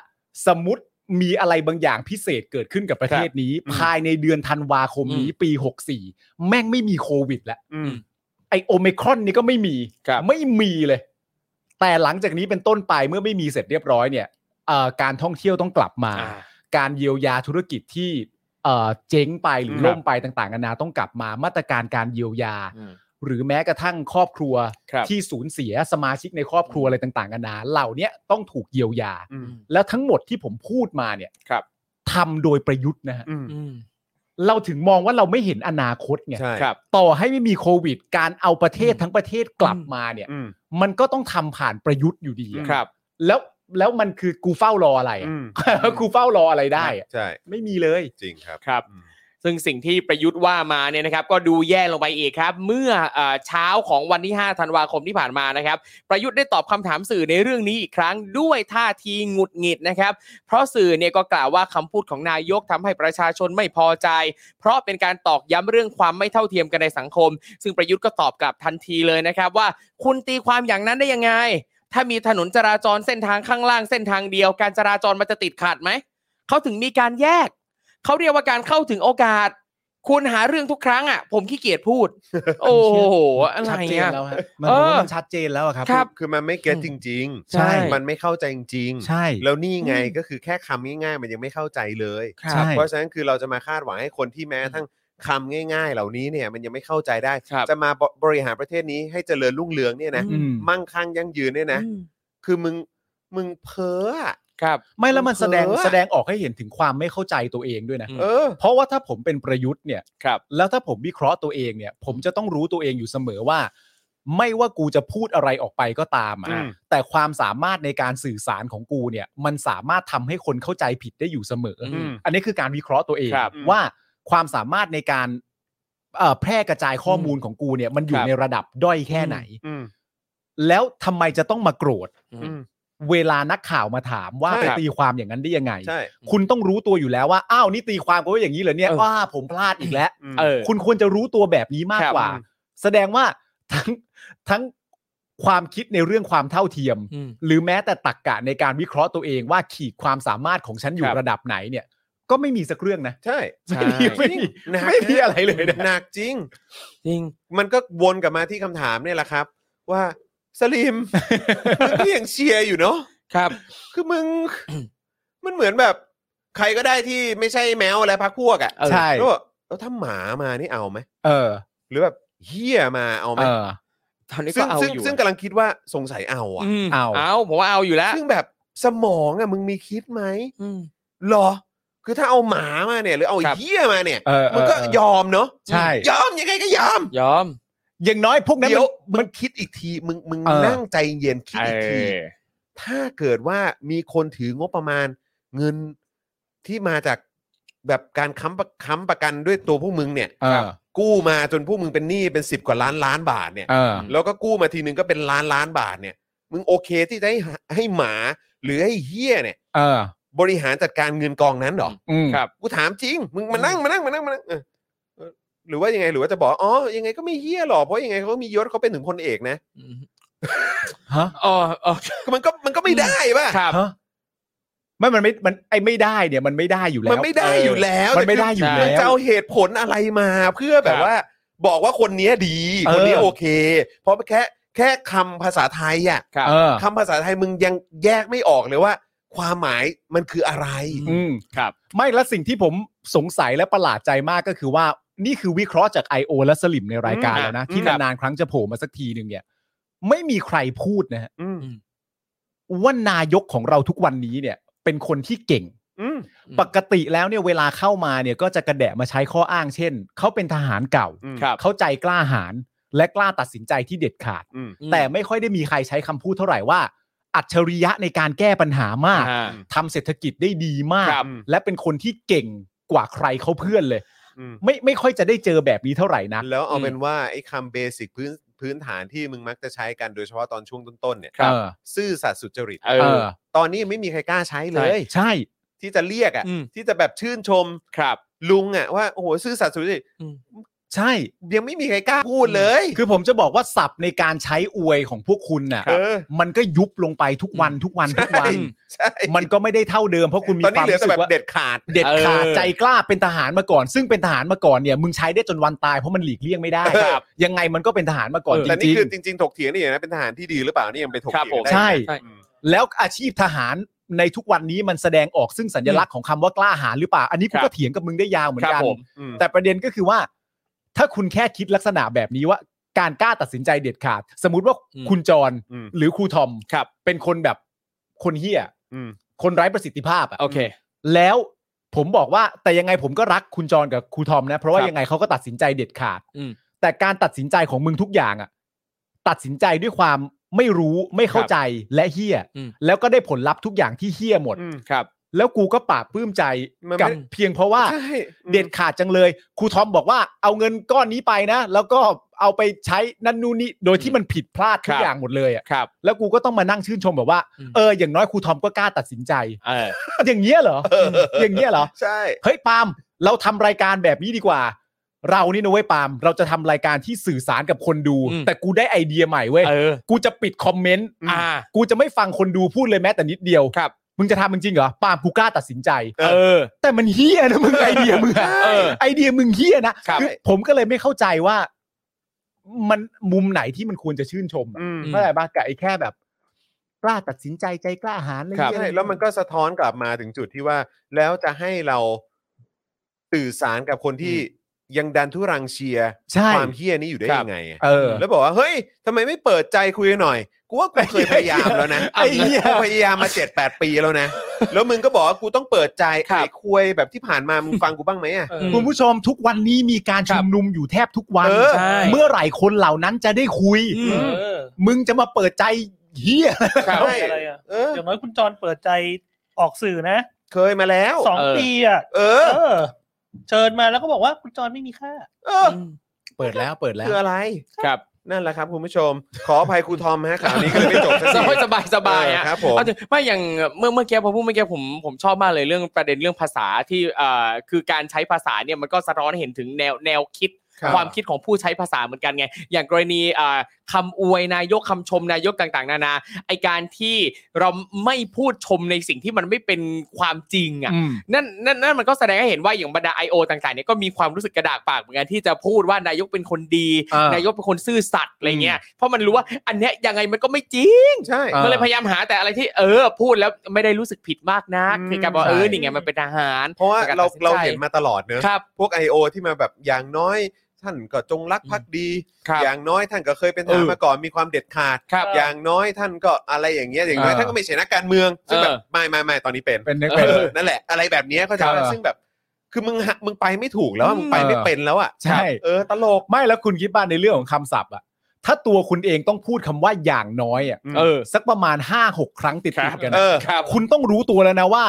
Speaker 3: สมมติมีอะไรบางอย่างพิเศษเกิดขึ้นกับประเทศนี้
Speaker 2: อืม
Speaker 3: ภายในเดือนธันวาคมนี้ปี 64 แม่งไม่มีโควิดแล้ว
Speaker 2: อืม
Speaker 3: ไอโอเมครอนนี่ก็ไม่มี
Speaker 1: ครับ
Speaker 3: ไม่มีเลย แต่หลังจากนี้เป็นต้นไปเมื่อไม่มีเสร็จเรียบร้อยเนี่ยเอ่อการท่องเที่ยวต้องกลับมา
Speaker 1: อ่า
Speaker 3: การเยียวยาธุรกิจที่เอ่อเจ๊งไปหรือ
Speaker 1: ครับ
Speaker 3: ล่มไปต่างๆนานาต้องกลับมามาตรการการเยียวยา
Speaker 1: อืม
Speaker 3: หรือแม้กระทั่งครอบครัว
Speaker 1: ครับ
Speaker 3: ที่สูญเสียสมาชิกในครอบครัวอะไรต่างๆกันานาเหล่าเนี้ยต้องถูกเยียวยา
Speaker 2: อืม
Speaker 3: แล้วทั้งหมดที่ผมพูดมาเนี่ย
Speaker 1: ครับ
Speaker 3: ทำโดยประยุทธ์นะฮะ
Speaker 2: อืม
Speaker 1: อืม
Speaker 3: เราถึงมองว่าเราไม่เห็นอนาคตไง
Speaker 2: ใช่
Speaker 1: ครับ
Speaker 3: ต่อให้ไม่มีโควิด การเอาประเทศ
Speaker 1: อืม
Speaker 3: ทั้งประเทศกลับมาเนี่ย
Speaker 2: อืม
Speaker 3: มันก็ต้องทำผ่านประยุทธ์อยู่ดีอะ
Speaker 1: ครับ
Speaker 3: แล้วแล้วมันคือกูเฝ้ารออะไรอะ
Speaker 2: อืม
Speaker 3: กูเฝ้ารออะไรได้อะ
Speaker 2: ใช่
Speaker 3: ไม่มีเลย
Speaker 2: จริงครับ
Speaker 1: ครับ
Speaker 2: อืม
Speaker 1: ซึ่งสิ่งที่ประยุทธ์ว่ามาเนี่ยนะครับก็ดูแย่ลงไปอีกครับ เมื่อเอ่อเช้าของวันที่ 5 ธันวาคมที่ผ่านมานะครับ ประยุทธ์ได้ตอบคำถามสื่อในเรื่องนี้อีกครั้งด้วยท่าทีหงุดหงิดนะครับ เพราะสื่อเนี่ยก็กล่าวว่าคำพูดของนายกทำให้ประชาชนไม่พอใจ เพราะเป็นการตอกย้ำเรื่องความไม่เท่าเทียมกันในสังคม ซึ่งประยุทธ์ก็ตอบกลับทันทีเลยนะครับว่า คุณตีความอย่างนั้นได้ยังไง ถ้ามีถนนจราจรเส้นทางข้างล่างเส้นทางเดียว การจราจรมันจะติดขัดไหม เขาถึงมีการแยก เขาเรียกว่าการเข้าถึงโอกาส คุณหาเรื่องทุกครั้งอ่ะ ผมขี้เกียจพู ด โอ้โห อะไร
Speaker 3: ชัดเจน
Speaker 1: อ่ะ
Speaker 3: แล้วฮะมัน
Speaker 1: เออ
Speaker 3: มันชัดเจนแล้วอะครับ
Speaker 1: ครับ
Speaker 2: คือมันไม่เก็ตจริงๆ
Speaker 3: ใช่
Speaker 2: มันไม่เข้าใจจริงๆ
Speaker 3: ใช่
Speaker 2: แล้วนี่ไงก็คือแค่คำง่ายๆ มันยังไม่เข้าใจเลย
Speaker 1: ครับ
Speaker 3: ใช่
Speaker 2: เพราะฉะนั้นคือเราจะมาคาดหวังให้คนที่แม้ทั้งคำง่าย ๆ เหล่านี้เนี่ยมันยังไม่เข้าใจได้
Speaker 1: ครับ
Speaker 2: จะมาบริหารประเทศนี้ให้เจริญรุ่งเรืองเนี่ยนะ
Speaker 3: อืม
Speaker 2: มั่งคั่งยั่งยืนเนี่ยนะ
Speaker 1: อืม
Speaker 2: คือมึงมึงเพ้ออะ
Speaker 1: ครับ
Speaker 3: ไม่แล้วมันแสดง
Speaker 2: เออ
Speaker 3: แสดงออกให้เห็นถึงความไม่เข้าใจตัวเองด้วยนะ
Speaker 1: อืม
Speaker 2: เออ
Speaker 3: เพราะว่าถ้าผมเป็นประยุทธ์เนี่ย
Speaker 1: ครับ
Speaker 3: แล้วถ้าผมวิเคราะห์ตัวเองเนี่ย ผมจะต้องรู้ตัวเองอยู่เสมอว่า ไม่ว่ากูจะพูดอะไรออกไปก็ตาม
Speaker 2: อื
Speaker 3: อะ
Speaker 2: ม
Speaker 3: แต่ความสามารถในการสื่อสารของกูเนี่ย มันสามารถทำให้คนเข้าใจผิดได้อยู่เสมออ
Speaker 2: อืม
Speaker 3: อันนี้คือการวิเคราะห์ตัวเอง
Speaker 1: ครับ
Speaker 3: ว่าความสามารถในการเอ่อแพร่กระจายข้อมูลของกูเนี่ย มันอยู่
Speaker 1: ครับ
Speaker 3: ในระดับด้อยแค่ไหน
Speaker 2: อืม
Speaker 3: แล้วทำไมจะต้องมาโกรธ
Speaker 2: อืม
Speaker 3: เวลานักข่าวมาถามว่า
Speaker 2: ใช่
Speaker 3: ไปตีความอย่างนั้นได้ยังไง
Speaker 2: ใช่
Speaker 3: คุณต้องรู้ตัวอยู่แล้วว่าอ้าวนี่ตีความกันว่าอย่างนี้เหรอเนี่ย
Speaker 1: เออ
Speaker 3: ว่าผมพลาดอีกแล้ว
Speaker 2: อืม
Speaker 1: เออ
Speaker 3: คุณควรจะรู้ตัวแบบนี้มาก
Speaker 1: ครับ
Speaker 3: กว่า
Speaker 2: อืม
Speaker 3: แสดงว่าทั้งทั้งความคิดในเรื่องความเท่าเทียม
Speaker 1: อืม
Speaker 3: หรือแม้แต่ตรรกกะในการวิเคราะห์ตัวเองว่าขีดความสามารถของฉันอยู่
Speaker 1: ครับ
Speaker 3: ระดับไหนเนี่ย ก็ไม่มีสักเรื่องนะ
Speaker 2: ใช่
Speaker 1: ใช่
Speaker 3: ไม่มีไม่มี
Speaker 2: หนัก
Speaker 3: ไม่มีอะไรเลยนะ
Speaker 2: หนักจริง
Speaker 1: จริง
Speaker 2: มันก็วนกลับมาที่คำถามเนี่ยแหละครับ ว่าสลิม มึงก็ยังเชียร์อยู่เนาะ
Speaker 1: ครับ
Speaker 2: คือมึง มันเหมือนแบบ ใครก็ได้ที่ไม่ใช่แมวอะไรพักพวกอ่ะ
Speaker 1: เออ
Speaker 3: ใช่
Speaker 2: แล้วแบบแล้วถ้าหมามานี่เอาไหม
Speaker 3: เออ
Speaker 2: หรือแบบเฮียมาเอาไหม
Speaker 3: เออ
Speaker 1: ตอนนี้
Speaker 2: ซึ่
Speaker 1: ก็
Speaker 2: ง
Speaker 1: เอา
Speaker 2: ซึ่ง
Speaker 1: อยู่
Speaker 2: ซึ่งกำลังคิดว่าสงสัยเอาอ่ะ
Speaker 1: ม
Speaker 3: เอา
Speaker 1: เอาผมว่าเอาอยู่แล้ว
Speaker 2: ซึ่งแบบสมองอ่ะมึงมีคิดไหม
Speaker 1: อืม
Speaker 2: หรอ คือถ้าเอาหมามาเนี่ย หรือเอา
Speaker 1: ครับ
Speaker 2: เฮียมาเนี่ย
Speaker 3: เออ
Speaker 2: มึงก็
Speaker 3: เออย
Speaker 2: อมเนาะ
Speaker 3: ใช่
Speaker 2: ยอมยังไงก็ยอม
Speaker 1: ยอม
Speaker 3: อย่างน้อยพวกนั้น
Speaker 2: เดี๋ยวมึ
Speaker 3: มัน
Speaker 2: งคิดอีกทีมึงมึง
Speaker 3: เออ
Speaker 2: นั่งใจเย็นคิด
Speaker 1: เอ
Speaker 2: อีกที
Speaker 1: อ
Speaker 2: ถ้าเกิดว่ามีคนถืองบประมาณเงินที่มาจากแบบการค้ำประค้ำประกันด้วยตัวพวกมึงเนี่ย
Speaker 3: เออ
Speaker 2: กู้มาจนพวกมึงเป็นหนี้เป็นสิบกว่าล้านล้านบาทเนี่ย
Speaker 3: เออ
Speaker 2: แล้วก็กู้มาทีนึงก็เป็นล้านล้านบาทเนี่ย มึงโอเคที่จะให้หาให้หมาหรือให้เฮียเนี่ย
Speaker 3: เออบ
Speaker 2: ริหารจัดการเงินกองนั้นเหรอ
Speaker 3: อืม
Speaker 1: ครับ
Speaker 2: กูถามจริง มึงมานั่งมานั่งมานั่งมานั่งเออเออหรือว่ายังไงหรือว่าจะบอกอ๋อยังไงก็ไม่เฮียหรอกเพราะยังไงเขาก็มียศเขาเป็นถึงพลเอกนะ
Speaker 1: อืม
Speaker 3: ฮะ
Speaker 1: อ๋ออ๋อ
Speaker 2: ก็มันก็มันก็ไม่ได้ป่ะ
Speaker 1: ครับ
Speaker 3: ฮะไม่มันไม่มันไอไม่ได้เนี่ย มันไม่ได้อยู่แล้ว
Speaker 2: มันไม่ได้อยู่แล้ว
Speaker 3: มัน
Speaker 2: แต่
Speaker 3: ไม่
Speaker 2: คือ
Speaker 3: ได้อยู่
Speaker 2: มัน
Speaker 3: แล้
Speaker 2: จะ
Speaker 3: ว
Speaker 2: เอาเหตุผลอะไรมาเพื่อแบบ
Speaker 1: ครับ
Speaker 2: ว่า บอกว่าคนเนี้ยดี
Speaker 3: เออ
Speaker 2: คนเนี้ยโอเค เพราะแค่แค่คำภาษาไทยอ่ะ
Speaker 1: ครับ
Speaker 3: เออ
Speaker 2: คำภาษาไทยมึงยังแยกไม่ออกเลยว่า ความหมายมันคืออะไร
Speaker 3: อืม
Speaker 1: ครับ
Speaker 3: ไม่และสิ่งที่ผมสงสัยและประหลาดใจมากก็คือว่านี่คือวิเคราะห์จาก I.O. และสลิมในรายการ
Speaker 1: อืม
Speaker 3: แล้วนะ
Speaker 1: อืม
Speaker 3: ที่นานๆครั้งจะโผล่มาสักทีหนึ่งเนี่ย ไม่มีใครพูดนะฮะ
Speaker 2: อืม
Speaker 3: ว่านายกของเราทุกวันนี้เนี่ย เป็นคนที่เก่ง
Speaker 2: อืม
Speaker 1: อืม
Speaker 3: ปกติแล้วเนี่ยเวลาเข้ามาเนี่ยก็จะกระแดะมาใช้ข้ออ้างเช่น เขาเป็นทหารเก่า
Speaker 2: อืม
Speaker 1: ครับ
Speaker 3: เขาใจกล้าหาญและกล้าตัดสินใจที่เด็ดขาด
Speaker 2: อืม
Speaker 3: แต่ไม่ค่อยได้มีใครใช้คำพูดเท่าไหร่ว่า อัจฉริยะในการแก้ปัญหามาก
Speaker 1: อ่า
Speaker 3: ทำเศรษฐกิจได้ดีมาก
Speaker 1: ครับ
Speaker 3: และเป็นคนที่เก่งกว่าใครเขาเพื่อนเลย
Speaker 2: อืม
Speaker 3: ไม่ไม่ค่อยจะได้เจอแบบนี้เท่าไหร่นะ
Speaker 2: แล้วเอาเป็นว่าไอ้คำเบสิกพื้นพื้นฐานที่มึงมักจะใช้กันโดยเฉพาะตอนช่วงต้นๆเนี่ย
Speaker 3: ครับเออ
Speaker 2: ซื่อสัตย์สุจริต
Speaker 1: เอ
Speaker 3: เอ
Speaker 1: อ
Speaker 3: อ
Speaker 2: ตอนนี้ยังไม่มีใครกล้าใช้เลย
Speaker 3: ใช่
Speaker 2: ที่จะเรียกอ่ะ
Speaker 1: อืม
Speaker 2: ที่จะแบบชื่นชม
Speaker 1: ครับ
Speaker 2: ลุงอ่ะว่าโอ้โหซื่อสัตย์สุจริต
Speaker 3: ใช่
Speaker 2: ยังไม่มีใครกล้าพูดเลย
Speaker 3: คือผมจะบอกว่าศัพท์ในการใช้อวยของพวกคุณน่ะ
Speaker 2: เออ
Speaker 3: มันก็ยุบลงไปทุกวันทุกวันทุกวัน
Speaker 2: ใช่
Speaker 3: มันก็ไม่ได้เท่าเดิมเพราะคุณมี
Speaker 2: ตอน
Speaker 3: ค
Speaker 2: นี้
Speaker 3: วาม
Speaker 2: เหลือ
Speaker 3: รู้
Speaker 2: แต่
Speaker 3: สึ
Speaker 2: แบ
Speaker 3: กว่า
Speaker 2: บเด็ดขาด
Speaker 3: เด็ดขาด
Speaker 1: เออ
Speaker 3: ใจกล้าเป็นทหารมาก่อน ซึ่งเป็นทหารมาก่อนเนี่ย มึงใช้ได้จนวันตายเพราะมันหลีกเลี่ยงไม่ได้
Speaker 1: ครับ
Speaker 3: ยังไงมันก็เป็นทหารมาก่อนจ
Speaker 2: แต่นี่
Speaker 3: ริง
Speaker 2: คือจริง ๆ ถกเถียงนี่อย่างนะเป็นทหารที่ดีหรือเปล่านี่ยังไปถก
Speaker 1: ครับ
Speaker 2: เถียง
Speaker 1: ผม
Speaker 2: ได้
Speaker 3: ๆใช่
Speaker 2: ไหมอืม
Speaker 3: แล้วอาชีพทหารในทุกวันนี้มันแสดงออกซึ่งสัญลักษณ์ของคำว่ากล้าหาญหรือเปล่า อันนี้กู
Speaker 1: ครั
Speaker 3: ก็
Speaker 1: บ
Speaker 3: เถียงกับมึงได้ยาวเหมือ
Speaker 1: คนรับ
Speaker 3: กัน
Speaker 1: ผม
Speaker 2: อืม
Speaker 3: แต่ประเด็นก็คือว่า ถ้าคุณแค่คิดลักษณะแบบนี้ว่า การกล้าตัดสินใจเด็ดขาด สมมติว่า
Speaker 1: อืม
Speaker 3: คุณจร
Speaker 2: อืม
Speaker 3: หรือครูทอม
Speaker 1: ครับ
Speaker 3: เป็นคนแบบคนเฮี้ย
Speaker 2: อืม
Speaker 3: คนไร้ประสิทธิภาพอะ
Speaker 1: โอเค
Speaker 3: แล้วผมบอกว่าแต่ยังไงผมก็รักคุณจรกับครูทอมนะ เพราะว่า
Speaker 1: ครับ
Speaker 3: ยังไงเขาก็ตัดสินใจเด็ดขาด
Speaker 1: อืม
Speaker 3: แต่การตัดสินใจของมึงทุกอย่างอะตัดสินใจด้วยความไม่รู้ไม่เข้า
Speaker 1: ครับ
Speaker 3: ใจและเฮี้ย
Speaker 1: อืม
Speaker 3: แล้วก็ได้ผลลัพธ์ทุกอย่างที่เฮี้ยหมด
Speaker 2: อืม
Speaker 1: ครับ
Speaker 3: แล้วกูก็ปราบปลื้มใจ
Speaker 2: มันไม่
Speaker 3: กับ
Speaker 2: ได้
Speaker 3: เพียงเพราะว่า
Speaker 2: ใช่อืม
Speaker 3: เด็ดขาดจังเลย ครูทอมบอกว่าเอาเงินก้อนนี้ไปนะ แล้วก็เอาไปใช้นั่นนู่นนี่โดยที่มันผิดพลาดทุ
Speaker 1: ค
Speaker 3: ก
Speaker 1: รับ
Speaker 3: อย่างหมดเลยอ่ะ
Speaker 1: ครับ
Speaker 3: แล้วกูก็ต้องมานั่งชื่นชมแบบว่า
Speaker 1: อืม
Speaker 3: เอออย่างน้อยครูทอมก็กล้าตัดสินใจ
Speaker 1: เออ
Speaker 3: อย่างเงี้ยเหรออย่างเงี้ยเหรอ
Speaker 2: ใช่
Speaker 3: เฮ้ยปาล์มเราทำรายการแบบนี้ดีกว่า เรานี่นะเว้ยปาล์มเราจะทำรายการที่สื่อสารกับคนดู
Speaker 1: อืม
Speaker 3: แต่กูได้ไอเดียใหม่เว้ย
Speaker 1: เออ
Speaker 3: กูจะปิดคอมเมนต์
Speaker 1: อ่า
Speaker 3: กูจะไม่ฟังคนดูพูดเลยแม้แต่นิดเดียว
Speaker 1: ครับ
Speaker 3: มึงจะทำจริงๆเหรอปาล์มกูกล้าตัดสินใจ
Speaker 1: เออ
Speaker 3: แต่มันเฮี้ยนะมึงไอเดียมึงอะ
Speaker 1: เออ
Speaker 3: ไอเดียมึงเฮี้ยนะครับ อผมก็เลยไม่เข้าใจว่า มันมุมไหนที่มันควรจะชื่นชมอะ
Speaker 2: อืม
Speaker 3: เมื่อไหร่บ้างกับไอ้แค่แบบ กล้าตัดสินใจใจกล้าหาญอะไร
Speaker 1: ครับ
Speaker 3: เงี้ย
Speaker 2: ใช่แล้วมันก็สะท้อนกลับมาถึงจุดที่ว่า แล้วจะให้เราสื่อสารกับคนที่ยังดันทุรังเชียร์
Speaker 3: ใช่
Speaker 2: ความเฮี้ยนี้อยู่ได้
Speaker 1: ครับ
Speaker 2: ยังไงอะ
Speaker 3: เออ
Speaker 2: แล้วบอกว่าเฮ้ยทำไมไม่เปิดใจคุยกันหน่อย กูว่ากูเคยพยายามแล้วนะ
Speaker 3: ไอ้เหี้ย
Speaker 2: กูพยายามมาเจ็ดแปดปีแล้วนะ แล้วมึงก็บอกว่ากูต้องเปิดใจ
Speaker 1: ครับ
Speaker 2: ไอ้คุยแบบที่ผ่านมามึงฟังกูบ้างไหมอ่ะ
Speaker 5: เอ
Speaker 1: ม
Speaker 5: อ
Speaker 3: คุณผู้ชมทุกวันนี้มีการชุมนุมอยู่แทบทุกวัน
Speaker 2: เออ
Speaker 1: ใช่
Speaker 3: เมื่อไหร่คนเหล่านั้นจะได้คุย
Speaker 1: อืม
Speaker 5: เออ
Speaker 3: มึงจะมาเปิดใจเฮี้ย
Speaker 1: ครับ
Speaker 5: เอาอะไรอ่ะ
Speaker 2: เออ
Speaker 5: อย่างน้อยคุณจรเปิดใจออกสื่อนะ
Speaker 2: เคยมาแล้ว
Speaker 5: สอง
Speaker 1: เออ
Speaker 5: ปีอ่ะ
Speaker 2: เอ
Speaker 5: เอ
Speaker 2: อ
Speaker 5: อ เชิญมาแล้วก็บอกว่าคุณจรไม่มีค่า
Speaker 2: เอ อ
Speaker 3: เปิดแล้วเปิดแล้ว
Speaker 2: คืออะไร
Speaker 1: ครับ
Speaker 2: นั่นแหละครับคุณผู้ชม ขออภัยครูทอมฮะข่าวนี้ก็เลยไม่จบสัก
Speaker 1: ส
Speaker 2: ที
Speaker 1: บายสบายสบาย
Speaker 2: เอ
Speaker 1: อ่ะ
Speaker 2: อครับผม
Speaker 1: เอาเถอะไม่อย่างเมื่อเมื่อกี้พอพูดเมื่อกี้ผมผมชอบมากเลยเรื่องประเด็นเรื่องภาษาที่เอ่อคือการใช้ภาษาเนี่ยมันก็สะท้อนให้เห็นถึงแนวแนวคิด
Speaker 2: ครับ
Speaker 1: ความคิดของผู้ใช้ภาษาเหมือนกันไง อย่างกรณีอ่าคำาอวยนายกคำชมนายกต่างๆ นานาไอการที่เราไม่พูดชมในสิ่งที่มันไม่เป็นความจริงอ่ะ นั่นนั่นนั่นมันก็แสดงให้เห็นว่าอย่างบรรดา I.O. ต่างๆเนี่ยก็มีความรู้สึกกระดากปากเหมือนกันที่จะพูดว่านายกเป็นคนดี
Speaker 3: อ่าน
Speaker 1: ายกเป็นคนซื่อสัตย์อะไรเงี้ยเพราะมันรู้ว่าอันเนี้ยยังไงมันก็ไม่จริง
Speaker 2: ใช่
Speaker 3: อ่า
Speaker 1: มันเลยพยายามหาแต่อะไรที่เออ พูดแล้วไม่ได้รู้สึกผิดมากนัก
Speaker 2: อืม
Speaker 1: คือการบอกว่าเออ
Speaker 5: ใช่
Speaker 1: นี่ไงมันเป็นทหาร
Speaker 2: เพราะว่าเรา
Speaker 1: ตัดสิใจ
Speaker 2: เราเห็นมาตลอดเนอะ
Speaker 1: ครับ
Speaker 2: พวก I.O. ที่มาแบบอย่างน้อยท่านก็จงรักภักดี
Speaker 1: ครับ
Speaker 2: อย่างน้อยท่านก็เคยเป็นทหาร
Speaker 1: เออ
Speaker 2: มาก่อนมีความเด็ดขาด
Speaker 1: ครับ
Speaker 2: อย่างน้อยท่านก็อะไรอย่างเงี้ยอย่างน้อย
Speaker 3: เออ
Speaker 2: ท่านก็ไม่ใช่นักการเมืองซึ่งแบบ
Speaker 1: เออ
Speaker 2: ไม่ไม่ไม่ตอนนี้เป็น
Speaker 3: เป็น
Speaker 1: เอ
Speaker 3: เป็น
Speaker 1: อ
Speaker 2: นั่นแหละ อะไรแบบเนี้ยเขาใจ
Speaker 3: ครั
Speaker 2: ว่า
Speaker 3: บ
Speaker 2: ซึ่งแบบ คือมึงหามึงไปไม่ถูกแล้วอะมึงไปไม่เป็นแล้วอ่ะ
Speaker 3: ใช่
Speaker 2: เออตลก
Speaker 3: ไม่แล้วคุณคิดบ้านในเรื่องของคำศัพท์อะถ้าตัวคุณเองต้องพูดคำว่าอย่างน้อยอะ
Speaker 2: เออ
Speaker 3: สักประมาณ5้าหกครั้งติดๆกัน
Speaker 2: เอ
Speaker 3: อะ
Speaker 2: อ
Speaker 1: ครับ
Speaker 3: คุณต้องรู้ตัวแล้วนะว่า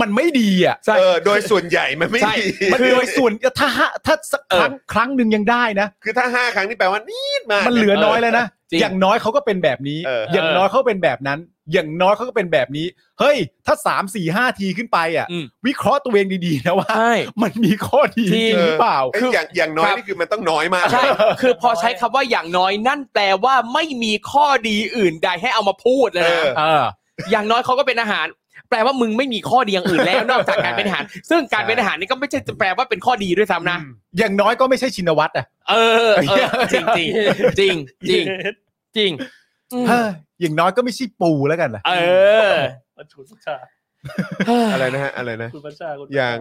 Speaker 3: มันไม่ดีอะ
Speaker 2: เออโดยส่วนใหญ่มันไม่
Speaker 1: ใช่
Speaker 2: ดี
Speaker 3: มันโดยส่วนถ้าห้าถ้าสักครั้งครั้งหนึ่งยังได้นะ
Speaker 2: คือถ้าห้าครั้งนี่แปลว่านิดมาก
Speaker 3: มันเหลือน้อยแล้วนะ
Speaker 1: จริง
Speaker 3: อย่างน้อยเขาก็เป็นแบบนี้
Speaker 2: เออ
Speaker 3: อ
Speaker 2: อ
Speaker 3: ย่างน้อยเขาเป็นแบบนั้น อย่างน้อยเขาก็เป็นแบบนี้ เฮ้ย ถ้าสามสี่ห้าทีขึ้นไปอ่ะ
Speaker 1: อืม
Speaker 3: วิเคราะห์ตัวเองดีๆนะว่า
Speaker 1: ใช่
Speaker 3: มันมีข้อดีจ
Speaker 1: จริง
Speaker 3: ริงหรือเปล่า
Speaker 2: เอ้ยอย่างอย่างน้อย
Speaker 1: ครับ
Speaker 2: นี่คือมันต้องน้อยมาก
Speaker 1: ใช่ คือพอใช้คำว่าอย่างน้อยนั่นแปลว่าไม่มีข้อดีอื่นใดให้เอามาพูดเลย
Speaker 2: เอ
Speaker 1: นะ
Speaker 2: อ
Speaker 3: เออ
Speaker 1: อย่างน้อยเขาก็เป็นอาหาร แปลว่ามึงไม่มีข้อดีอย่างอื่นแล้ว นอกจากการเป็นอาหาร ซึ่งการเป็นอาหารนี่ก็ไม่ใช่แปลว่าเป็นข้อดีด้วยซ้ำนะ
Speaker 3: อย่างน้อยก็ไม่ใช่ชินวัตรอ่ะ
Speaker 1: เออเออจริงจริงจริงจริงจริงอืม
Speaker 3: เฮ้ยอย่างน้อยก็ไม่ใช่ปูแล้วกันล่ะ
Speaker 1: เออ
Speaker 5: ประชุมประชา
Speaker 2: อะไรนะฮะอะไรนะ
Speaker 5: คุณประชาคุณประช
Speaker 2: อย่าง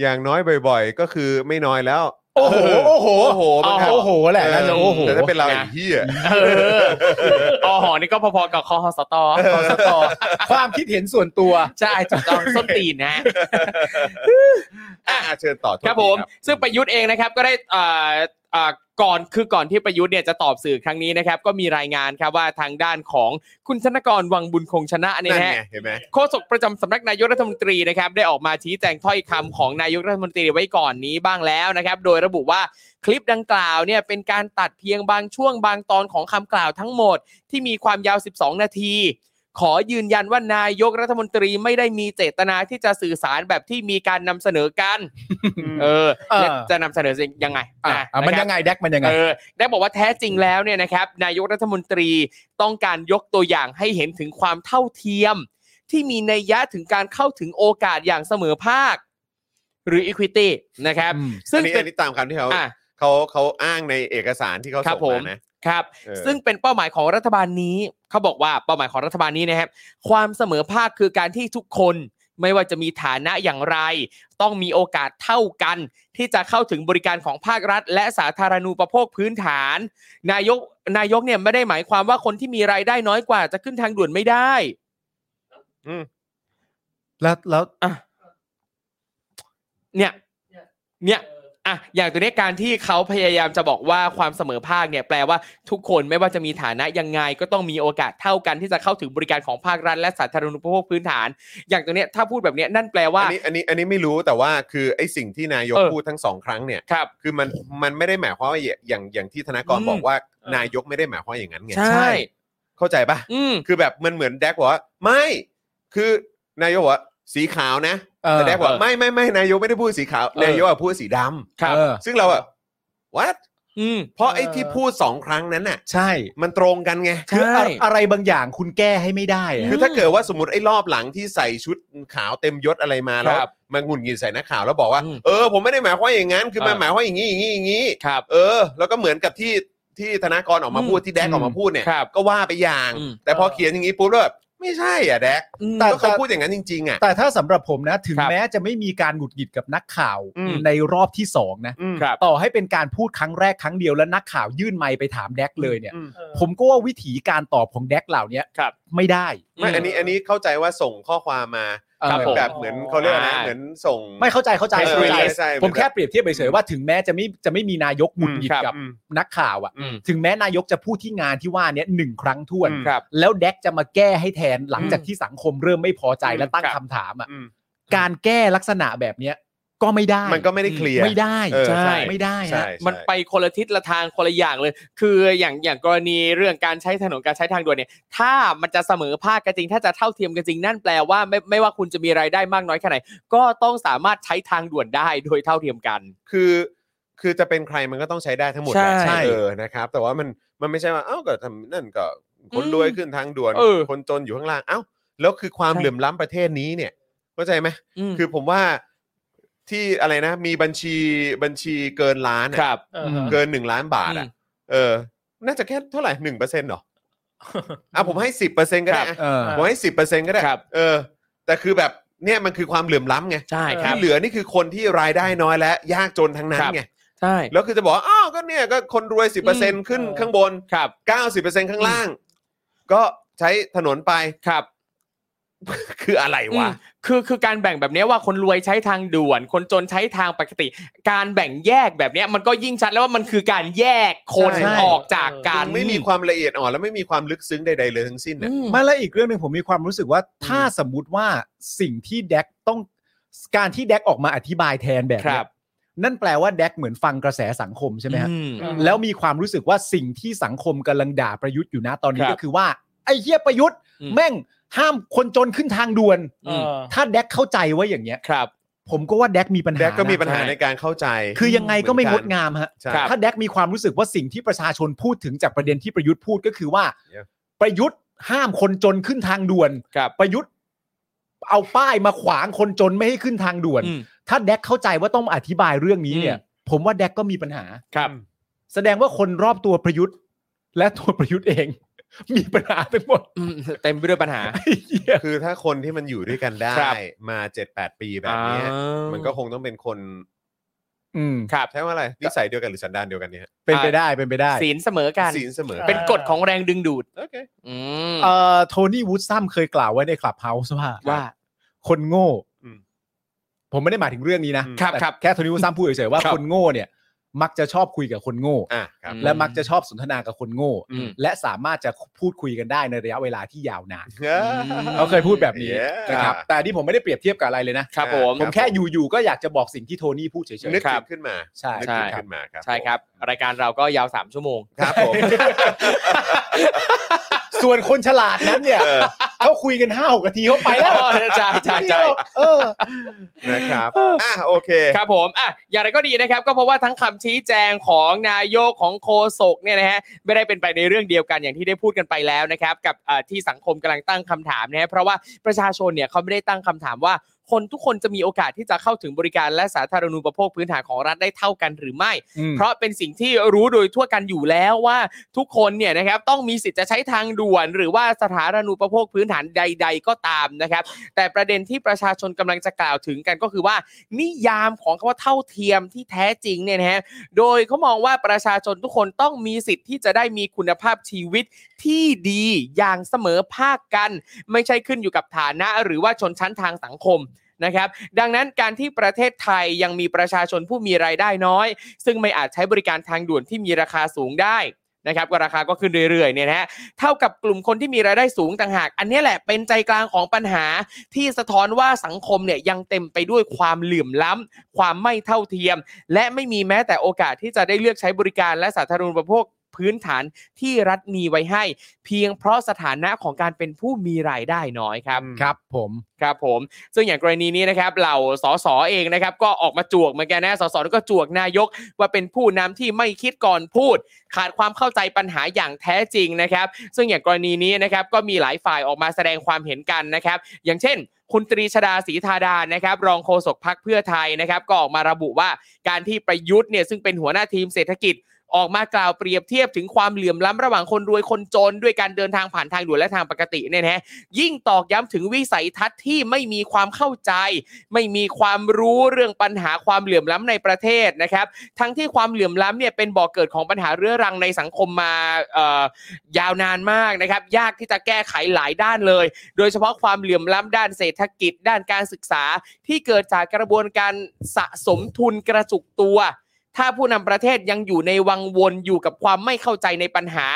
Speaker 2: อย่างน้อยบ่อย ๆ ก็คือไม่น้อยแล้ว
Speaker 3: โอ้โห โอ้โห
Speaker 2: โอ้โหมันครับ
Speaker 3: โอ้โหแหละ
Speaker 2: เอ
Speaker 3: นั่น
Speaker 2: อ
Speaker 3: โอ้โห
Speaker 2: แต่ถ้าเป็นเรา
Speaker 1: นะ
Speaker 2: ไอ้เหี้ย
Speaker 1: เอออหอนี่ก็พอๆกับคอหสตอ
Speaker 3: ของสตอความคิดเห็นส่วนตัว
Speaker 1: ใช่ถูกต้องส้นตีนนะ
Speaker 2: อ่ะเชิญต่อโทษ
Speaker 1: ครับ
Speaker 2: ที
Speaker 1: ผม ซึ่งประยุทธ์เองนะครับก็ได้อ่าอ่าก่อนคือก่อนที่ประยุทธ์เนี่ยจะตอบสื่อครั้งนี้นะครับ ก็มีรายงานครับว่าทางด้านของคุณธนกรวังบุญคงชนะเนี่ย
Speaker 2: นั่น
Speaker 1: นะ
Speaker 2: ไง
Speaker 1: ฮะ
Speaker 2: เห็นไหม
Speaker 1: โฆษกประจำสำนักนายกรัฐมนตรีนะครับได้ออกมาชี้แจงถ้อยคำของนายกรัฐมนตรีไว้ก่อนนี้บ้างแล้วนะครับ โดยระบุว่าคลิปดังกล่าวเนี่ยเป็นการตัดเพียงบางช่วงบางตอนของคำกล่าวทั้งหมด ที่มีความยาว 12 นาที ขอยืนยันว่านายกรัฐมนตรีไม่ได้มีเจตนาที่จะสื่อสารแบบที่มีการนำเสนอกัน เออ
Speaker 3: เออ
Speaker 1: และจะนำเสนอสิ่งยังไง
Speaker 3: อ่ะ
Speaker 1: นะ
Speaker 3: อ่ะมัน
Speaker 1: นะครับ
Speaker 3: ยังไงแดกมันยังไง
Speaker 1: เออได้บอกว่าแท้จริงแล้วเนี่ยนะครับ นายกรัฐมนตรีต้องการยกตัวอย่างให้เห็นถึงความเท่าเทียม ที่มีนัยยะถึงการเข้าถึงโอกาสอย่างเสมอภาค หรือ equity นะครับ
Speaker 3: อืม
Speaker 2: ซึ่
Speaker 1: ซึ่
Speaker 2: ง
Speaker 1: ง
Speaker 2: อันนี้
Speaker 1: เป็
Speaker 2: อัน
Speaker 1: น
Speaker 2: นี้ตามคำที่เขา
Speaker 1: อ่ะ
Speaker 2: เขาเขาอ้างในเอกสารที่เขา
Speaker 1: ครั
Speaker 2: ส่
Speaker 1: บ
Speaker 2: ง
Speaker 1: ผม
Speaker 2: มานะครับ เออ
Speaker 1: ซึ่งเป็นเป้าหมายของรัฐบาลนี้เขาบอกว่าเป้าหมายของรัฐบาลนี้นะครับ ความเสมอภาคคือการที่ทุกคนไม่ว่าจะมีฐานะอย่างไร ต้องมีโอกาสเท่ากัน ที่จะเข้าถึงบริการของภาครัฐ และสาธารณูปโภคพื้นฐาน นายกนายกเนี่ยไม่ได้หมายความว่าคนที่มีรายได้น้อยกว่าจะขึ้นทางด่วนไม่ได้
Speaker 3: แล้วแล้ว
Speaker 1: เนี่ย เนี่ย อ่ะ อย่างตัวเนี้ยการที่เขาพยายามจะบอกว่าความเสมอภาคเนี่ยแปลว่าทุกคนไม่ว่าจะมีฐานะยังไง ก็ต้องมีโอกาสเท่ากันที่จะเข้าถึงบริการของภาครัฐและสาธารณูปโภคพื้นฐาน อย่างตัวเนี้ยถ้าพูดแบบเนี้ยนั่นแปลว่า
Speaker 2: อันนี้อันนี้อันนี้ไม่รู้แต่ว่าคือไอ้สิ่งที่นายก
Speaker 1: เออ
Speaker 2: พูดทั้งสองครั้งเนี่ย
Speaker 1: ครับ
Speaker 2: คือมันมันไม่ได้หมายความว่าอย่างอย่างอย่างที่ธนากร
Speaker 1: อืม
Speaker 2: บอกว่านายกไม่ได้หมายความอย่างนั้นไง
Speaker 1: ใช่
Speaker 2: เข้าใจปะ
Speaker 1: อืม
Speaker 2: คือแบบมันเหมือนแดกบอกว่าไม่ คือนายกบอกว่าสีขาวนะ
Speaker 3: เออ
Speaker 2: แต่แดกบอกว่าไม่ไม่ไม่นายกไม่ได้พูดสีขาว นายกอะพูดสีดำ
Speaker 1: ครับ
Speaker 3: เออ
Speaker 2: ซึ่งเราอะ what
Speaker 1: อืม
Speaker 2: เพราะไอ้ที่พูดสองครั้งนั้นน่ะ
Speaker 3: ใช่
Speaker 2: มันตรงกันไง
Speaker 1: ใช่
Speaker 3: คืออะอะไรบางอย่างคุณแก้ให้ไม่ได้อะ
Speaker 2: คือถ้าเกิดว่าสมมติไอ้รอบหลังที่ใส่ชุดขาวเต็มยศอะไรมาแล้ว
Speaker 1: ครับ
Speaker 2: มาหงุดหงิดใส่นักข่าวแล้วบอกว่า
Speaker 1: อืม
Speaker 2: เออผมไม่ได้หมายความอย่างนั้นคือมัน
Speaker 1: อ่า
Speaker 2: หมายความอย่างนี้อย่างนี้อย่างนี้
Speaker 1: ครับ
Speaker 2: เออ แล้วก็เหมือนกับที่ที่ธนากรออกมา
Speaker 1: อืม
Speaker 2: พูดที่แดกออกมาพูดเนี่ย
Speaker 1: ครับ
Speaker 2: ก็ว่าไปอย่าง
Speaker 1: อืม
Speaker 2: แต่พอเขียนอย่างนี้ปุ๊บแล้วแบบไม่ใช่อ่ะแดก
Speaker 1: อืม
Speaker 3: แต่
Speaker 2: ก็
Speaker 3: แต่
Speaker 2: เขาพูดอย่างนั้นจริง ๆ อ่ะ
Speaker 3: แต่ถ้าสำหรับผมนะ ถึง
Speaker 1: ครับ
Speaker 3: แม้จะไม่มีการหงุดหงิดกับนักข่าว
Speaker 2: อืม
Speaker 3: ในรอบที่สองนะ
Speaker 2: อืม
Speaker 1: ครับ
Speaker 3: ต่อให้เป็นการพูดครั้งแรกครั้งเดียวแล้วนักข่าวยื่นไมค์ไปถามแดกเลยเนี่ย
Speaker 2: อืม
Speaker 5: เออ
Speaker 3: ผมก็ว่าวิธีการตอบของแดกเหล่าเนี้ย
Speaker 1: ครับ
Speaker 3: ไม่ได้
Speaker 2: ไม่อันนี้อันนี้เข้าใจว่าส่งข้อความมา
Speaker 1: ครับ
Speaker 3: เออ
Speaker 1: ผม
Speaker 2: แบบเหมือนเขาเรียกอะไรนะ
Speaker 1: อ่า
Speaker 2: เหมือนส่ง
Speaker 3: ไม่เข้าใจเข้าใจ
Speaker 2: เออ
Speaker 3: เข้าใจ
Speaker 2: เข้าใจ
Speaker 3: ผมแค่เปรียบเทียบเฉยๆว่าถึงแม้จะไม่จะไม่มีนายกหงุดหงิด
Speaker 1: อืมครับ
Speaker 3: กับ
Speaker 2: อืม
Speaker 3: นักข่าวอ่ะ
Speaker 1: อืม
Speaker 3: ถึงแม้นายกจะพูดที่งานที่ว่าเนี้ยหนึ่งครั้งท่วน
Speaker 2: อืม
Speaker 1: ครับ
Speaker 3: แล้วแดกจะมาแก้ให้แทนหลังจากที่สังคมเริ่มไม่พอใจและตั้ง
Speaker 1: ครับ
Speaker 3: คำถามอ่ะ
Speaker 2: อืม
Speaker 3: การแก้ลักษณะแบบเนี้ยก็ไม่ได้
Speaker 2: มันก็ไม่ได้เคลียร์
Speaker 3: ไม่ได้
Speaker 2: เออใช่
Speaker 3: ไม่ได้
Speaker 2: ใช่
Speaker 3: ฮะ
Speaker 2: ใช่
Speaker 1: มันไปคนละทิศละทางคนละอย่างเลย คืออย่างอย่างกรณีเรื่องการใช้ถนนการใช้ทางด่วนเนี่ย ถ้ามันจะเสมอภาคกันจริง ถ้าจะเท่าเทียมกันจริงนั่นแปลว่าไม่ไม่ว่าคุณจะมีรายได้มากน้อยแค่ไหน ก็ต้องสามารถใช้ทางด่วนได้โดยเท่าเทียมกัน
Speaker 2: คือคือจะเป็นใครมันก็ต้องใช้ได้ทั้งหมดแหละ
Speaker 1: ใช่
Speaker 2: เออนะครับ แต่ว่ามันมันไม่ใช่ว่าเอ้าก็ทำนั่นก็คน
Speaker 1: อืม
Speaker 2: รวยขึ้นทางด่วน
Speaker 1: เออ
Speaker 2: คนจนอยู่ข้างล่างเอ้าแล้วคือความเหลื่อมล้ำประเทศนี้เนี่ยเข้าใจไหม
Speaker 1: ม
Speaker 2: คือผมว่าที่อะไรนะ มีบัญชีบัญชีเกินล้านอะ
Speaker 1: ครับ
Speaker 5: เออฮะ
Speaker 2: เกินหนึ่งล้านบาทอ่ะ
Speaker 1: อืม
Speaker 2: เออ น่าจะแค่เท่าไหร่หนึ่งเปอร์เซ็นต์หรออ่ะผมให้สิบเปอร์เซ็นต์ก็ได้อะ
Speaker 3: เออ
Speaker 2: ผมให้สิบเปอร์เซ็นต์ก็ได้
Speaker 1: ครับ
Speaker 2: เออ แต่คือแบบเนี่ยมันคือความเหลื่อมล้ำไง
Speaker 1: ใช่ครั
Speaker 2: ที่
Speaker 1: บ
Speaker 2: เหลือนี่คือคนที่รายได้น้อยและยากจนทั้งนั้น
Speaker 1: ครับ
Speaker 2: ไง
Speaker 1: ใช่
Speaker 2: แล้วคือจะบอกว่าอ้าวก็เนี่ยก็คนรวย 10%ขึ้น
Speaker 5: เออ
Speaker 2: ข้างบน
Speaker 1: ครับ
Speaker 2: 90%ข้างล่าง ก็ใช้ถนนไป
Speaker 1: ครับ
Speaker 2: คืออะไรวะ
Speaker 1: อืมคือคือการแบ่งแบบเนี้ยว่าคนรวยใช้ทางด่วน คนจนใช้ทางปกติ การแบ่งแยกแบบเนี้ยมันก็ยิ่งชัดแล้วว่ามันคือการแยกคน
Speaker 3: ใช่
Speaker 1: ออกจากกัน
Speaker 2: ไม่มีความละเอียดอ่อนและไม่มีความลึกซึ้งใดๆเลยทั้งสิ้นน่ะ
Speaker 3: ไม่แล้วอีกเรื่องหนึ่งผมมีความรู้สึกว่าถ้าสมมติว่าสิ่งที่แดกต้องการที่แดกออกมาอธิบายแทนแบบ
Speaker 1: ครั
Speaker 3: เนี้
Speaker 1: บ
Speaker 3: ยนั่นแปลว่าแดกเหมือนฟังกระแสสังคมใช่ไหมฮะ
Speaker 1: อืม
Speaker 3: แล้วมีความรู้สึกว่าสิ่งที่สังคมกำลังด่าประยุทธ์อยู่นะตอนนี้
Speaker 1: ครับ
Speaker 3: ก็คือว่า ไอ้เหี้ยประยุทธ์
Speaker 1: อืม
Speaker 3: แม่งห้ามคนจนขึ้นทางด่วน
Speaker 5: เออ
Speaker 3: ถ้าแดกเข้าใจว่าอย่างเงี้ย
Speaker 1: ครับ
Speaker 3: ผมก็ว่าแดกมีปัญหา
Speaker 2: แดกก็มี
Speaker 3: นะ
Speaker 2: ปัญหา
Speaker 1: ใช่
Speaker 2: ในการเข้าใจ
Speaker 3: คือยังไงก็ไม่
Speaker 2: เหมื
Speaker 3: ง
Speaker 2: อนกั
Speaker 3: ด
Speaker 2: น
Speaker 3: งามฮะ
Speaker 2: ใช่
Speaker 3: ถ้าแดกมีความรู้สึกว่าสิ่งที่ประชาชนพูดถึงจากประเด็นที่ประยุทธ์พูดก็คือว่า
Speaker 2: เดี๋ยว
Speaker 3: ประยุทธ์ห้ามคนจนขึ้นทางด่วน
Speaker 1: ครับ
Speaker 3: ประยุทธ์เอาป้ายมาขวางคนจนไม่ให้ขึ้นทางด่วน
Speaker 1: อืม
Speaker 3: ถ้าแดกเข้าใจว่าต้องอธิบายเรื่องนี้เนี่ย ผมว่าแดกก็มีปัญหา
Speaker 1: ครับ
Speaker 3: แสดงว่าคนรอบตัวประยุทธ์ และตัวประยุทธ์เอง มีปัญหาไปหมด
Speaker 1: อืม เต็มไปด้วยปัญหา
Speaker 3: ไอ้เหี้ย
Speaker 2: คือถ้าคนที่มันอยู่ด้วยกันได้
Speaker 1: ครับ
Speaker 2: มาเจ็ดแปดปีแบบเนี้ย
Speaker 1: อ่า
Speaker 2: มันก็คงต้องเป็นคน
Speaker 3: อืม
Speaker 1: ครับ
Speaker 2: ใช้ว่าอะไรนิสัยเดียวกันหรือสันดานเดียวกันเนี่ย
Speaker 3: เป็นไปได้เป็นไปได้
Speaker 1: ศีลเสมอกัน
Speaker 2: ศีลเสมอ
Speaker 1: เป็นกฎของแรงดึงดูด
Speaker 2: โอเค
Speaker 1: อืม
Speaker 3: เอ่อโทนี่วูดซัมเคยกล่าวไว้ในคลับเฮาส์ว่า
Speaker 1: ว่า
Speaker 3: คนโง่
Speaker 2: อืม
Speaker 3: ผมไม่ได้หมายถึงเรื่องนี้นะครับ แต่
Speaker 1: ครับ
Speaker 3: แค่โทนี่วูดซัมพูดเฉยๆว่า
Speaker 2: ครับ
Speaker 3: คนโง่เนี่ย มักจะชอบคุยกับคนโง่
Speaker 2: อ่ะครับ
Speaker 1: อืม
Speaker 3: และมักจะชอบสนทนากับคนโง่
Speaker 1: อืม
Speaker 3: และสามารถจะพูดคุยกันได้ในระยะเวลาที่ยาวนาน
Speaker 1: อืม
Speaker 3: เขาเคยพูดแบบนี้
Speaker 2: Yeah
Speaker 3: นะครับ แต่อันนี่ผมไม่ได้เปรียบเทียบกับอะไรเลยนะ
Speaker 1: ครับผม
Speaker 3: ผมแค่อยู่ๆก็อยากจะบอกสิ่งที่โทนี่พูดเฉย
Speaker 2: นึก
Speaker 3: ๆ
Speaker 2: ถึงขึ้นมา
Speaker 3: ใช่
Speaker 2: นึกถึงขึ้นมาครับ
Speaker 1: ใช่ครับ รายการเราก็ยาวสามชั่วโมง
Speaker 2: ครับผม
Speaker 3: ส่วนคนฉลาดนั้น เนี่ย
Speaker 2: เออ
Speaker 3: เขาคุยกันห้าหกนาทีเขาไปแล้ว
Speaker 1: ใช่ใช่ใช่
Speaker 3: เออ
Speaker 2: นะครับอ่ะโอเค
Speaker 1: ครับผมอ่ะอย่างไรก็ดีนะครับ ก็เพราะว่าทั้งคำชี้แจงของนายกของโคศกเนี่ยนะฮะไม่ได้เป็นไปในเรื่องเดียวกันอย่างที่ได้พูดกันไปแล้วนะครับ กับอ่าที่สังคมกำลังตั้งคำถามนะฮะเพราะว่าประชาชนเนี่ยเขาไม่ได้ตั้งคำถามว่า คนทุกคนจะมีโอกาสที่จะเข้าถึงบริการและสาธารณูปโภคพื้นฐานของรัฐได้เท่ากันหรือไม่ เพราะเป็นสิ่งที่รู้โดยทั่วกันอยู่แล้วว่าทุกคนเนี่ยนะครับต้องมีสิทธิ์จะใช้ทางด่วน หรือว่าสถานรานูปโภคพื้นฐานใด ๆ ก็ตามนะครับ แต่ประเด็นที่ประชาชนกำลังจะกล่าวถึงกันก็คือว่า นิยามของคำว่าเท่าเทียมที่แท้จริงเนี่ยนะฮะโดยเขามองว่าประชาชนทุกคนต้องมีสิทธิ์ที่จะได้มีคุณภาพชีวิตที่ดีอย่างเสมอภาคกัน ไม่ใช่ขึ้นอยู่กับฐานะหรือว่าชนชั้นทางสังคมนะครับ ดังนั้นการที่ประเทศไทยยังมีประชาชนผู้มีรายได้น้อย ซึ่งไม่อาจใช้บริการทางด่วนที่มีราคาสูงได้นะครับก็ราคาก็ขึ้นเรื่อยๆเนี่ยนะฮะเท่ากับกลุ่มคนที่มีรายได้สูงต่างหาก อันเนี้ยแหละเป็นใจกลางของปัญหาที่สะท้อนว่าสังคมเนี่ยยังเต็มไปด้วยความเหลื่อมล้ำความไม่เท่าเทียม และไม่มีแม้แต่โอกาสที่จะได้เลือกใช้บริการและสาธารณูปโภค พื้นฐานที่รัฐมีไว้ให้ เพียงเพราะสถานะของการเป็นผู้มีรายได้น้อยครับ
Speaker 3: ครับผม
Speaker 1: ครับผมซึ่งอย่างกรณีนี้นะครับเหล่าสสเองนะครับก็ออกมาจวกเหมือนกันนะสสก็จวกนายก ว่าเป็นผู้นำที่ไม่คิดก่อนพูด ขาดความเข้าใจปัญหาอย่างแท้จริงนะครับ ซึ่งอย่างกรณีนี้นะครับก็มีหลายฝ่ายออกมาแสดงความเห็นกันนะครับ อย่างเช่น คุณตรีชดาศรีธาดานะครับ รองโฆษกพักเพื่อไทยนะครับ ก็ออกมาระบุว่าการที่ประยุทธ์เนี่ยซึ่งเป็นหัวหน้าทีมเศรษฐกิจ ออกมากล่าวเปรียบเทียบถึงความเหลื่อมล้ำระหว่างคนรวยคนจน ด้วยการเดินทางผ่านทางด่วนและทางปกติเนี่ยนะฮะ ยิ่งตอกย้ำถึงวิสัยทัศน์ที่ไม่มีความเข้าใจ ไม่มีความรู้เรื่องปัญหาความเหลื่อมล้ำในประเทศนะครับ ทั้งที่ความเหลื่อมล้ำเนี่ยเป็นบ่อกเกิดของปัญหาเรื้อรังในสังคมมาเอ่อยาวนานมากนะครับ ยากที่จะแก้ไขหลายด้านเลย โดยเฉพาะความเหลื่อมล้ำด้านเศรษฐกิจ ด้านการศึกษา ที่เกิดจากกระบวนการสะสมทุนกระจุกตัว ถ้าผู้นำประเทศยังอยู่ในวังวนอยู่กับความไม่เข้าใจในปัญหา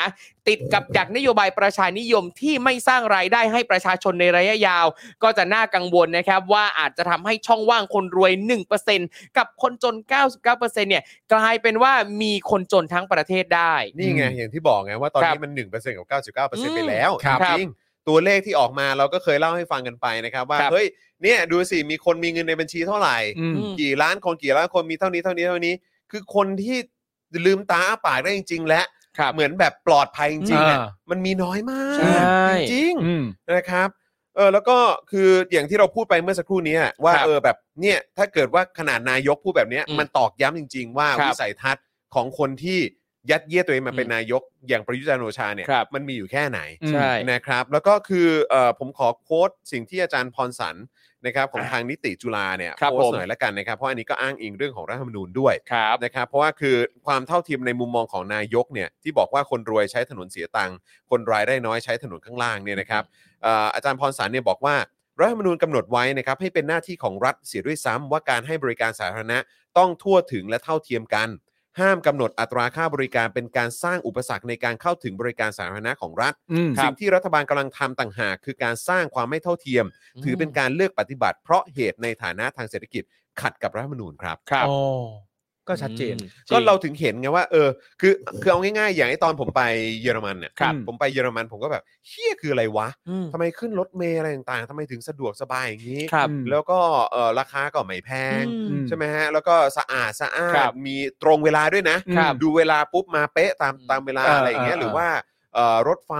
Speaker 1: ติดกับดักนโยบายประชานิยมที่ไม่สร้างรายได้ให้ประชาชนในระยะยาว ก็จะน่ากังวลนะครับว่าอาจจะทำให้ช่องว่างคนรวย 1%กับคนจน 99%เนี่ยกลายเป็นว่ามีคนจนทั้งประเทศได้
Speaker 2: นี่ไงอย่างที่บอกไงว่าตอน
Speaker 1: ครับ
Speaker 2: นี้มัน 1%กับ 99%ไปแล้ว
Speaker 1: ครับ
Speaker 2: จริงๆตัวเลขที่ออกมาเราก็เคยเล่าให้ฟังกันไปนะครับ ว่า
Speaker 1: ครับ
Speaker 2: เฮ้ยเนี่ยดูสิมีคนมีเงินในบัญชีเท่าไหร่
Speaker 3: อืม
Speaker 1: อืม
Speaker 2: กี่ล้านคนกี่ล้านคนมีเท่านี้เท่านี้เท่านี้ คือคนที่ลืมตาอ้าปากได้จริง ๆ และ
Speaker 1: ครับ
Speaker 2: เหมือนแบบปลอดภัยจริงๆเนี่ย
Speaker 3: อ่า
Speaker 2: มันมีน้อยมาก
Speaker 1: ใช่
Speaker 2: จริงๆ
Speaker 3: อืม
Speaker 2: นะครับ เออแล้วก็คืออย่างที่เราพูดไปเมื่อสักครู่เนี้ยว่า
Speaker 1: ครับ
Speaker 2: เออแบบเนี่ยถ้าเกิดว่าขนาดนายกพูดแบบเนี้ย
Speaker 1: อืม
Speaker 2: มันตอกย้ำจริง ๆ ว่า
Speaker 1: ครับ
Speaker 2: วิสัยทัศน์ของคนที่ยัดเยียดตัวเองมา
Speaker 1: อืม
Speaker 2: เป็นนายกอย่างประยุทธ์จันทร์โอชาเนี่ย
Speaker 1: ครับ
Speaker 2: มันมีอยู่แค่ไหน
Speaker 1: ใช่
Speaker 2: นะครับ แล้วก็คือเออผมขอโค้ดสิ่งที่อาจารย์พรสันนะครับของทางนิติจุฬาเนี่ย
Speaker 1: ครับ
Speaker 2: โพส
Speaker 1: ผม
Speaker 2: ต์หน่อยละกันนะครับ เพราะอันนี้ก็อ้างอิงเรื่องของรัฐธรรมนูญด้วย
Speaker 1: ครับ
Speaker 2: นะครับเพราะว่าคือความเท่าเทียมในมุมมองของนายกเนี่ยที่บอกว่าคนรวยใช้ถนนเสียตังค์คนรายได้น้อยใช้ถนนข้างล่างเนี่ยนะครับเอ่ออาจารย์พรสารเนี่ยบอกว่ารัฐธรรมนูญกำหนดไว้นะครับให้เป็นหน้าที่ของรัฐเสียด้วยซ้ำว่าการให้บริการสาธารณะต้องทั่วถึงและเท่าเทียมกัน ห้ามกำหนดอัตราค่าบริการเป็นการสร้างอุปสรรคในการเข้าถึงบริการสาธารณะของรัฐ
Speaker 3: อืม
Speaker 2: สิ่งที่รัฐบาลกำลังทำต่างหากคือการสร้างความไม่เท่าเทียม ถือเป็นการเลือกปฏิบัติ เพราะเหตุในฐานะทางเศรษฐกิจขัดกับรัฐธรรมนูญครับ
Speaker 1: ครับ
Speaker 3: อ๋อ ก็ชัดเจน
Speaker 1: อืม
Speaker 2: ก็
Speaker 1: จง
Speaker 2: เราถึงเห็นไงว่าเออคือคือเอาง่ายๆ อย่างไอตอนผมไปเยอรมันเนี่ย
Speaker 1: ครับ
Speaker 2: ผมไปเยอรมันผมก็แบบเฮี้ยคืออะไรวะ
Speaker 1: อืม
Speaker 2: ทำไมขึ้นรถเมล์อะไรต่างๆทำไมถึงสะดวกสบายอย่างนี้
Speaker 1: ครับ
Speaker 2: แล้วก็เออราคาก็ไม่แพง
Speaker 3: อืม
Speaker 2: ใช่ไหมฮะ แล้วก็สะอาดสะอา
Speaker 1: ครั
Speaker 2: ด
Speaker 1: บ
Speaker 2: มีตรงเวลาด้วยนะ
Speaker 1: ครับ
Speaker 2: ดูเวลาปุ๊บมาเป๊ะตามตามเวลา
Speaker 3: เอออ
Speaker 2: อะไรอย่างเงี้ย
Speaker 3: เออ
Speaker 2: หรือว่าเอ่อรถไฟ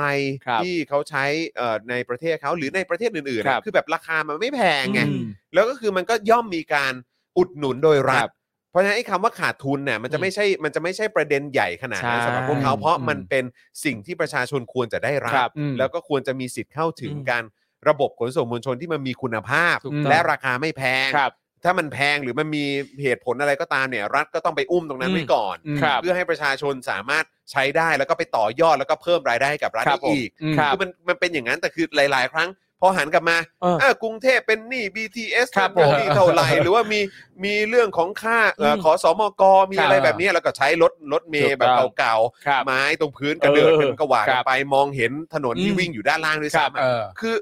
Speaker 1: ครับ
Speaker 2: ที่เขาใช้เอ่อในประเทศเขาหรือในประเทศอื่นๆ
Speaker 1: ครั
Speaker 2: นะ
Speaker 1: บ
Speaker 2: คือแบบราคามันไม่แพงไง
Speaker 1: อืม
Speaker 2: แล้วก็คือมันก็ย่อมมีการอุดหนุนโดยรัฐ
Speaker 1: ครับ
Speaker 2: เพราะฉะนั้นไอ้คำว่าขาดทุนเนี่ยมันจะ
Speaker 1: อืม
Speaker 2: ไม่ใช่มันจะไม่ใช่ประเด็นใหญ่ขนาดนั้น
Speaker 1: ใช่
Speaker 2: สำหรับพวกเขา
Speaker 3: อืม
Speaker 2: เพราะ
Speaker 3: อืม
Speaker 2: มันเป็นสิ่งที่ประชาชนควรจะได้รั
Speaker 1: ครับ บ
Speaker 2: แล้วก็ควรจะมีสิทธิ์เข้าถึง
Speaker 1: อืม
Speaker 2: การระบบขนส่งมวลชนที่มันมีคุณภาพ
Speaker 1: ถูกต้อง
Speaker 2: และราคาไม่แพง
Speaker 1: ครับ
Speaker 2: ถ้ามันแพงหรือมันมีเหตุผลอะไรก็ตามเนี่ย รัฐก็ต้องไปอุ้มตรงนั้น
Speaker 1: อืม
Speaker 2: ไว้ก่อน
Speaker 1: ครับ
Speaker 2: เพื่อให้ประชาชนสามารถใช้ได้แล้วก็ไปต่อยอดแล้วก็เพิ่มรายได้ให้กับรัฐ
Speaker 1: ครั
Speaker 2: ได้
Speaker 1: บผม
Speaker 2: อีก
Speaker 1: ครับ
Speaker 2: อมันมันเป็นอย่างนั้นแต่คือหลาย ๆ ครั้ง พอหันกลับมา
Speaker 1: เออ
Speaker 2: เออกรุงเทพเป็นหนี้ BTS
Speaker 1: ครับ
Speaker 2: นั่นเป็นหนี้
Speaker 1: ผม
Speaker 2: เท่า ไหร่หรือว่ามีมีเรื่องของค่าเอ่ออ
Speaker 1: ม
Speaker 2: ขอสมกมีอะไรแบบนี้แล้วก็ใช้รถรถเม
Speaker 1: ถู
Speaker 2: ย์
Speaker 1: ก
Speaker 2: แบบ
Speaker 1: ต้อง
Speaker 2: เก่า
Speaker 1: ครับ
Speaker 2: ๆไม้ตรงพื้นกระเดื่อง
Speaker 1: เออ
Speaker 2: กันก็ว่า
Speaker 1: ค
Speaker 2: กัน
Speaker 1: รับ
Speaker 2: ไปมองเห็นถนนที่
Speaker 1: อืม
Speaker 2: วิ่งอยู่ด้านล่างด้วย
Speaker 1: ครับ
Speaker 2: ซ้ำ
Speaker 3: เอ
Speaker 2: อะ
Speaker 3: อ
Speaker 2: คือ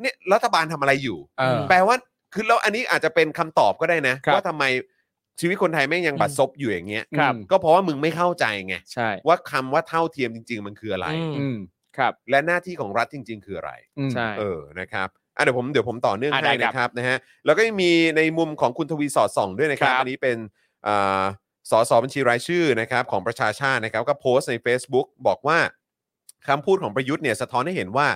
Speaker 2: เนี่ยรัฐบาลทำอะไรอยู่
Speaker 3: เออ
Speaker 2: แปลว่าคือแล้วอันนี้อาจจะเป็นคำตอบก็ได้นะ
Speaker 1: ครับ
Speaker 2: ว่าทำไมชีวิตคนไทยแม่งยังบัดซบอยู่อย่างเงี้ย
Speaker 1: ครับ
Speaker 2: ก็เพราะว่ามึงไม่เข้าใจไง
Speaker 1: ใช่
Speaker 2: ว่าคำว่าเท่าเทียมจริง ๆ มันคืออะไร
Speaker 1: อืม
Speaker 3: อืม
Speaker 1: ครับ
Speaker 2: และหน้าที่ของรัฐจริง ๆ คืออะไร
Speaker 1: ใช่
Speaker 2: เออ นะครับอ่ะเดี๋ยวผมเดี๋ยวผมต่อเนื่อง
Speaker 1: อ่ะได้
Speaker 2: ให้
Speaker 1: ค
Speaker 2: นะค
Speaker 1: รับ
Speaker 2: รับนะฮะ แล้วก็ยังมีในมุมของคุณทวีสอดส่องด้วยนะครับ
Speaker 1: ครับ
Speaker 2: อันนี้เป็นอ่าสอสอบัญชีรายชื่อนะครับของประชาชาตินะครับ ก็โพสต์ใน Facebook บอกว่าคำพูดของประยุทธ์เนี่ยสะท้อนให้เห็นว่า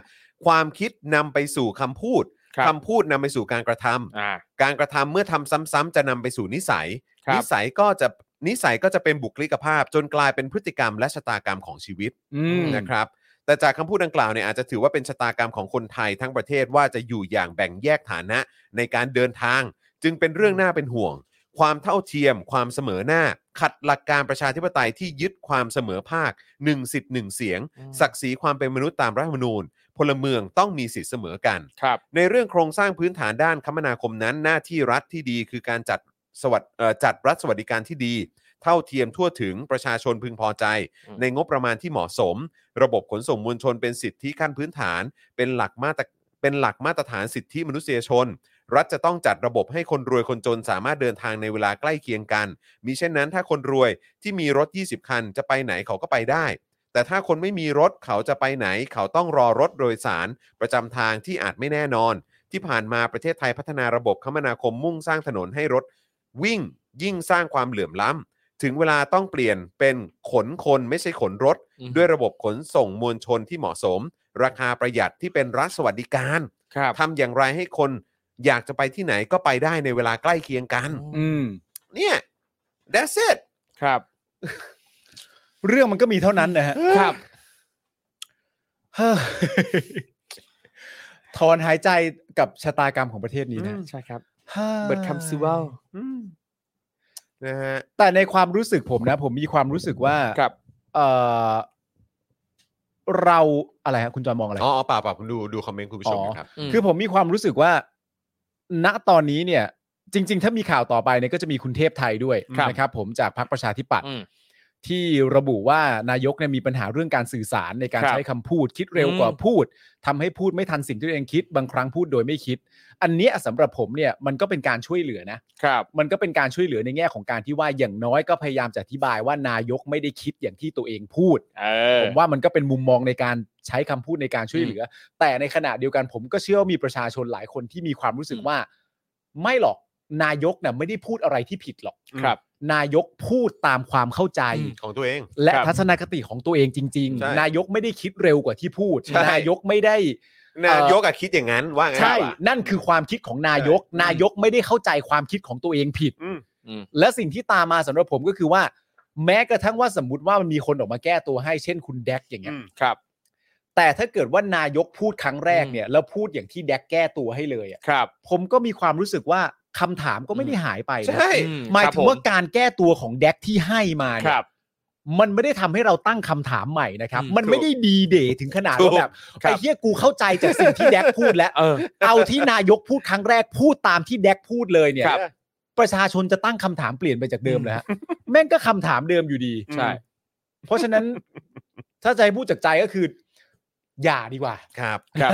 Speaker 2: ความคิดนำไปสู่คำพูด
Speaker 1: ครับ
Speaker 2: พูดนำไปสู่การกระทำ
Speaker 1: อ่า
Speaker 2: การกระทำเมื่อทำซ้ำๆจะนำไปสู่นิสัย
Speaker 1: ครับ
Speaker 2: นิสัยก็จะนิสัยก็จะเป็นบุคลิกภาพ จนกลายเป็นพฤติกรรมและชะตากรรมของชีวิต
Speaker 3: อืม
Speaker 2: นะครับ แต่จากคำพูดดังกล่าวเนี่ยอาจจะถือว่าเป็นชะตากรรมของคนไทยทั้งประเทศว่าจะอยู่อย่างแบ่งแยกฐานะในการเดินทาง จึงเป็นเรื่องน่าเป็นห่วง ความเท่าเทียม ความเสมอหน้า ขัดหลักการประชาธิปไตยที่ยึดความเสมอภาคหนึ่งสิทธิ์หนึ่งเสียง
Speaker 1: อืม
Speaker 2: ศักดิ์ศรีความเป็นมนุษย์ตามรัฐธรรมนูญ พลเมืองต้องมีสิทธิ์เสมอกัน
Speaker 1: ครับ
Speaker 2: ในเรื่องโครงสร้างพื้นฐานด้านคมนาคมนั้น หน้าที่รัฐที่ดีคือการจัดสวัสดเอ่อจัดรัฐสวัสดิการที่ดี เท่าเทียมทั่วถึงประชาชนพึงพอใจ ในงบประมาณที่เหมาะสม ระบบขนส่งมวลชนเป็นสิทธิขั้นพื้นฐาน เป็นหลักมาตรเป็นหลักมาตรฐานสิทธิมนุษยชน รัฐจะต้องจัดระบบให้คนรวยคนจนสามารถเดินทางในเวลาใกล้เคียงกัน มิเช่นนั้นถ้าคนรวยที่มีรถ 20 คันจะไปไหนเขาก็ไปได้ แต่ถ้าคนไม่มีรถเขาจะไปไหน เขาต้องรอรถโดยสารประจำทางที่อาจไม่แน่นอน ที่ผ่านมาประเทศไทยพัฒนาระบบคมนาคมมุ่งสร้างถนนให้รถ วิ่งยิ่งสร้างความเหลื่อมล้ำถึงเวลาต้องเปลี่ยนเป็นขนคนไม่ใช่ขนรถ
Speaker 1: อืม
Speaker 2: ด้วยระบบขนส่งมวลชนที่เหมาะสม ราคาประหยัดที่เป็นรัฐสวัสดิการ
Speaker 1: ครับ
Speaker 2: ทำอย่างไรให้คนอยากจะไปที่ไหนก็ไปได้ในเวลาใกล้เคียงกัน
Speaker 3: อืม
Speaker 2: เนี่ย that's it
Speaker 1: ครับ
Speaker 3: เรื่องมันก็มีเท่านั้นนะฮะ
Speaker 1: ครับ
Speaker 3: เฮ้อถอนหายใจกับชะตากรรมของประเทศนี้นะ
Speaker 1: ใช่ครับ
Speaker 3: ฮ่า
Speaker 1: เบิร์ดคัมซิวล
Speaker 2: อืมนะฮะ
Speaker 3: แต่ในความรู้สึกผมนะ ผมมีความรู้สึกว่า
Speaker 1: ครับ
Speaker 3: เออเราอะไรฮะคุณจอยมองอะไร
Speaker 2: อ๋ออ๋อเปล่าเปล่าผมดูดูคอมเมนต์คุณผู้ชม
Speaker 3: อ๋ออ
Speaker 2: ยู่ครับ
Speaker 1: ม
Speaker 3: คือผมมีความรู้สึกว่า ณตอนนี้เนี่ย จริง ๆ ถ้ามีข่าวต่อไปเนี่ยก็จะมีคุณเทพไทยด้วย
Speaker 1: ครับ
Speaker 3: นะครับ ผมจากพรรคประชาธิปัตย์
Speaker 1: อืม
Speaker 3: ที่ระบุว่านายกเนี่ยมีปัญหาเรื่องการสื่อสารในการ
Speaker 1: ครับ
Speaker 3: ใช้คำพูด คิดเร็ว
Speaker 1: อืม
Speaker 3: กว่าพูดทำให้พูดไม่ทันสิ่งที่ตัวเองคิด บางครั้งพูดโดยไม่คิด อันเนี้ยสำหรับผมเนี่ยมันก็เป็นการช่วยเหลือนะ
Speaker 1: ครับ
Speaker 3: มันก็เป็นการช่วยเหลือในแง่ของการที่ว่าอย่างน้อยก็พยายามจะอธิบายว่านายกไม่ได้คิดอย่างที่ตัวเองพูด
Speaker 1: เออ
Speaker 3: ผมว่ามันก็เป็นมุมมองในการใช้คำพูดในการช่วยเหลือ แต่ในขณะเดียวกันผมก็เชื่อว่ามีประชาชนหลายคนที่มีความรู้สึกว่า ไม่หรอกนายกน่ะไม่ได้พูดอะไรที่ผิดหรอก
Speaker 1: ครับ
Speaker 3: นายกพูดตามความเข้าใจ
Speaker 1: อืม
Speaker 2: ของตัวเอง
Speaker 3: และ
Speaker 1: ครับ
Speaker 3: ทัศนคติของตัวเองจริง
Speaker 2: ใช่
Speaker 3: ๆ นายกไม่ได้คิดเร็วกว่าที่พูด
Speaker 2: ใช่
Speaker 3: นายกไม่ได้
Speaker 2: นายกอะคิดอย่างนั้นว่าไงน
Speaker 3: ใช่
Speaker 2: วะ
Speaker 3: นั่นคือความคิดของนายก นายกไม่ได้เข้าใจความคิดของตัวเองผิด
Speaker 2: อืม
Speaker 1: อืม
Speaker 3: และสิ่งที่ตามมาสำหรับผมก็คือว่า แม้กระทั่งว่าสมมติว่ามันมีคนออกมาแก้ตัวให้เช่นคุณแดกอย่างเงี้ย
Speaker 1: ครับ
Speaker 3: แต่ถ้าเกิดว่านายกพูดครั้งแรก
Speaker 1: อืม
Speaker 3: เนี่ยแล้วพูดอย่างที่แดกแก้ตัวให้เลยอะ
Speaker 1: ครับ
Speaker 3: ผมก็มีความรู้สึกว่าคำถามก็ไม่ได้หายไปนะ
Speaker 2: ใช่
Speaker 1: อื
Speaker 3: หมาย
Speaker 1: ครับ
Speaker 3: ถึงว่าการแก้ตัวของแดกที่ให้มา
Speaker 1: ค
Speaker 3: เนี่
Speaker 1: รั
Speaker 3: ย
Speaker 1: บ
Speaker 3: มันไม่ได้ทำให้เราตั้งคำถามใหม่นะครับ
Speaker 1: อืม
Speaker 3: มันไม่ได้ดีเดย์ถึงขนาด
Speaker 2: ถูก
Speaker 3: ว่าแบบ
Speaker 1: ครับ
Speaker 3: ไอ้เฮียกูเข้าใจจากสิ่งที่แดกพูดแล้ว
Speaker 1: เออ
Speaker 3: เอาที่นายกพูดครั้งแรกพูดตามที่แดกพูดเลยเนี่ย
Speaker 1: ครับ
Speaker 3: ประชาชนจะตั้งคำถามเปลี่ยนไปจากเดิมเลยฮะแม่งก็คำถามเดิมอยู่ดี
Speaker 1: ใช่
Speaker 3: เพราะฉะนั้น ถ้าใจะให้พูดจากใจก็คือ อย่าดีกว่า
Speaker 2: ครับ
Speaker 1: ครับ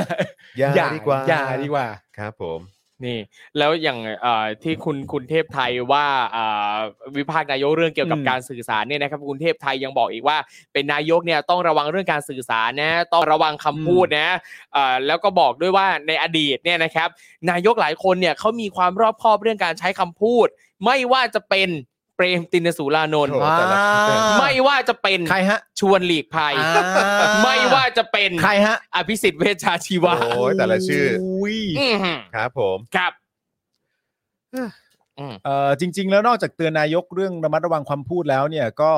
Speaker 2: อย่าดีกว่า
Speaker 3: อย่าดีกว่า
Speaker 2: ครับผม
Speaker 1: นี่แล้วอย่างเอ่อที่คุณคุณเทพไทยว่าอ่าวิพากษ์นายกเรื่องเกี่ยวกับ
Speaker 3: อืม
Speaker 1: การสื่อสารเนี่ยนะครับคุณเทพไทยยังบอกอีกว่า เป็นนายกเนี่ยต้องระวังเรื่องการสื่อสารนะต้องระวังคำพูดนะอ่าแล้วก็บอกด้วยว่าในอดีตเนี่ยนะครับ นายกหลายคนเนี่ยเขามีความรอบคอบเรื่องการใช้คำพูด ไม่ว่าจะเป็นเปรมตินสุรานนท์
Speaker 2: โอ้แต่ละ
Speaker 3: า
Speaker 1: ไม่ว่าจะเป็น
Speaker 3: ใครฮะ
Speaker 1: ชวนหลีกภัย
Speaker 3: อ่า
Speaker 1: ไม่ว่าจะเป็น
Speaker 3: ใครฮะ
Speaker 1: อภิสิทธิ์เวชชาชีวะ
Speaker 2: โอ้ยแต่ละชื่อ
Speaker 3: ย
Speaker 1: อื้อหือ
Speaker 2: ครับผม
Speaker 1: ครับ
Speaker 3: เอ่อจริง ๆ แล้วนอกจากเตือนนายกเรื่องระมัดระวังคำพูดแล้วเนี่ยก็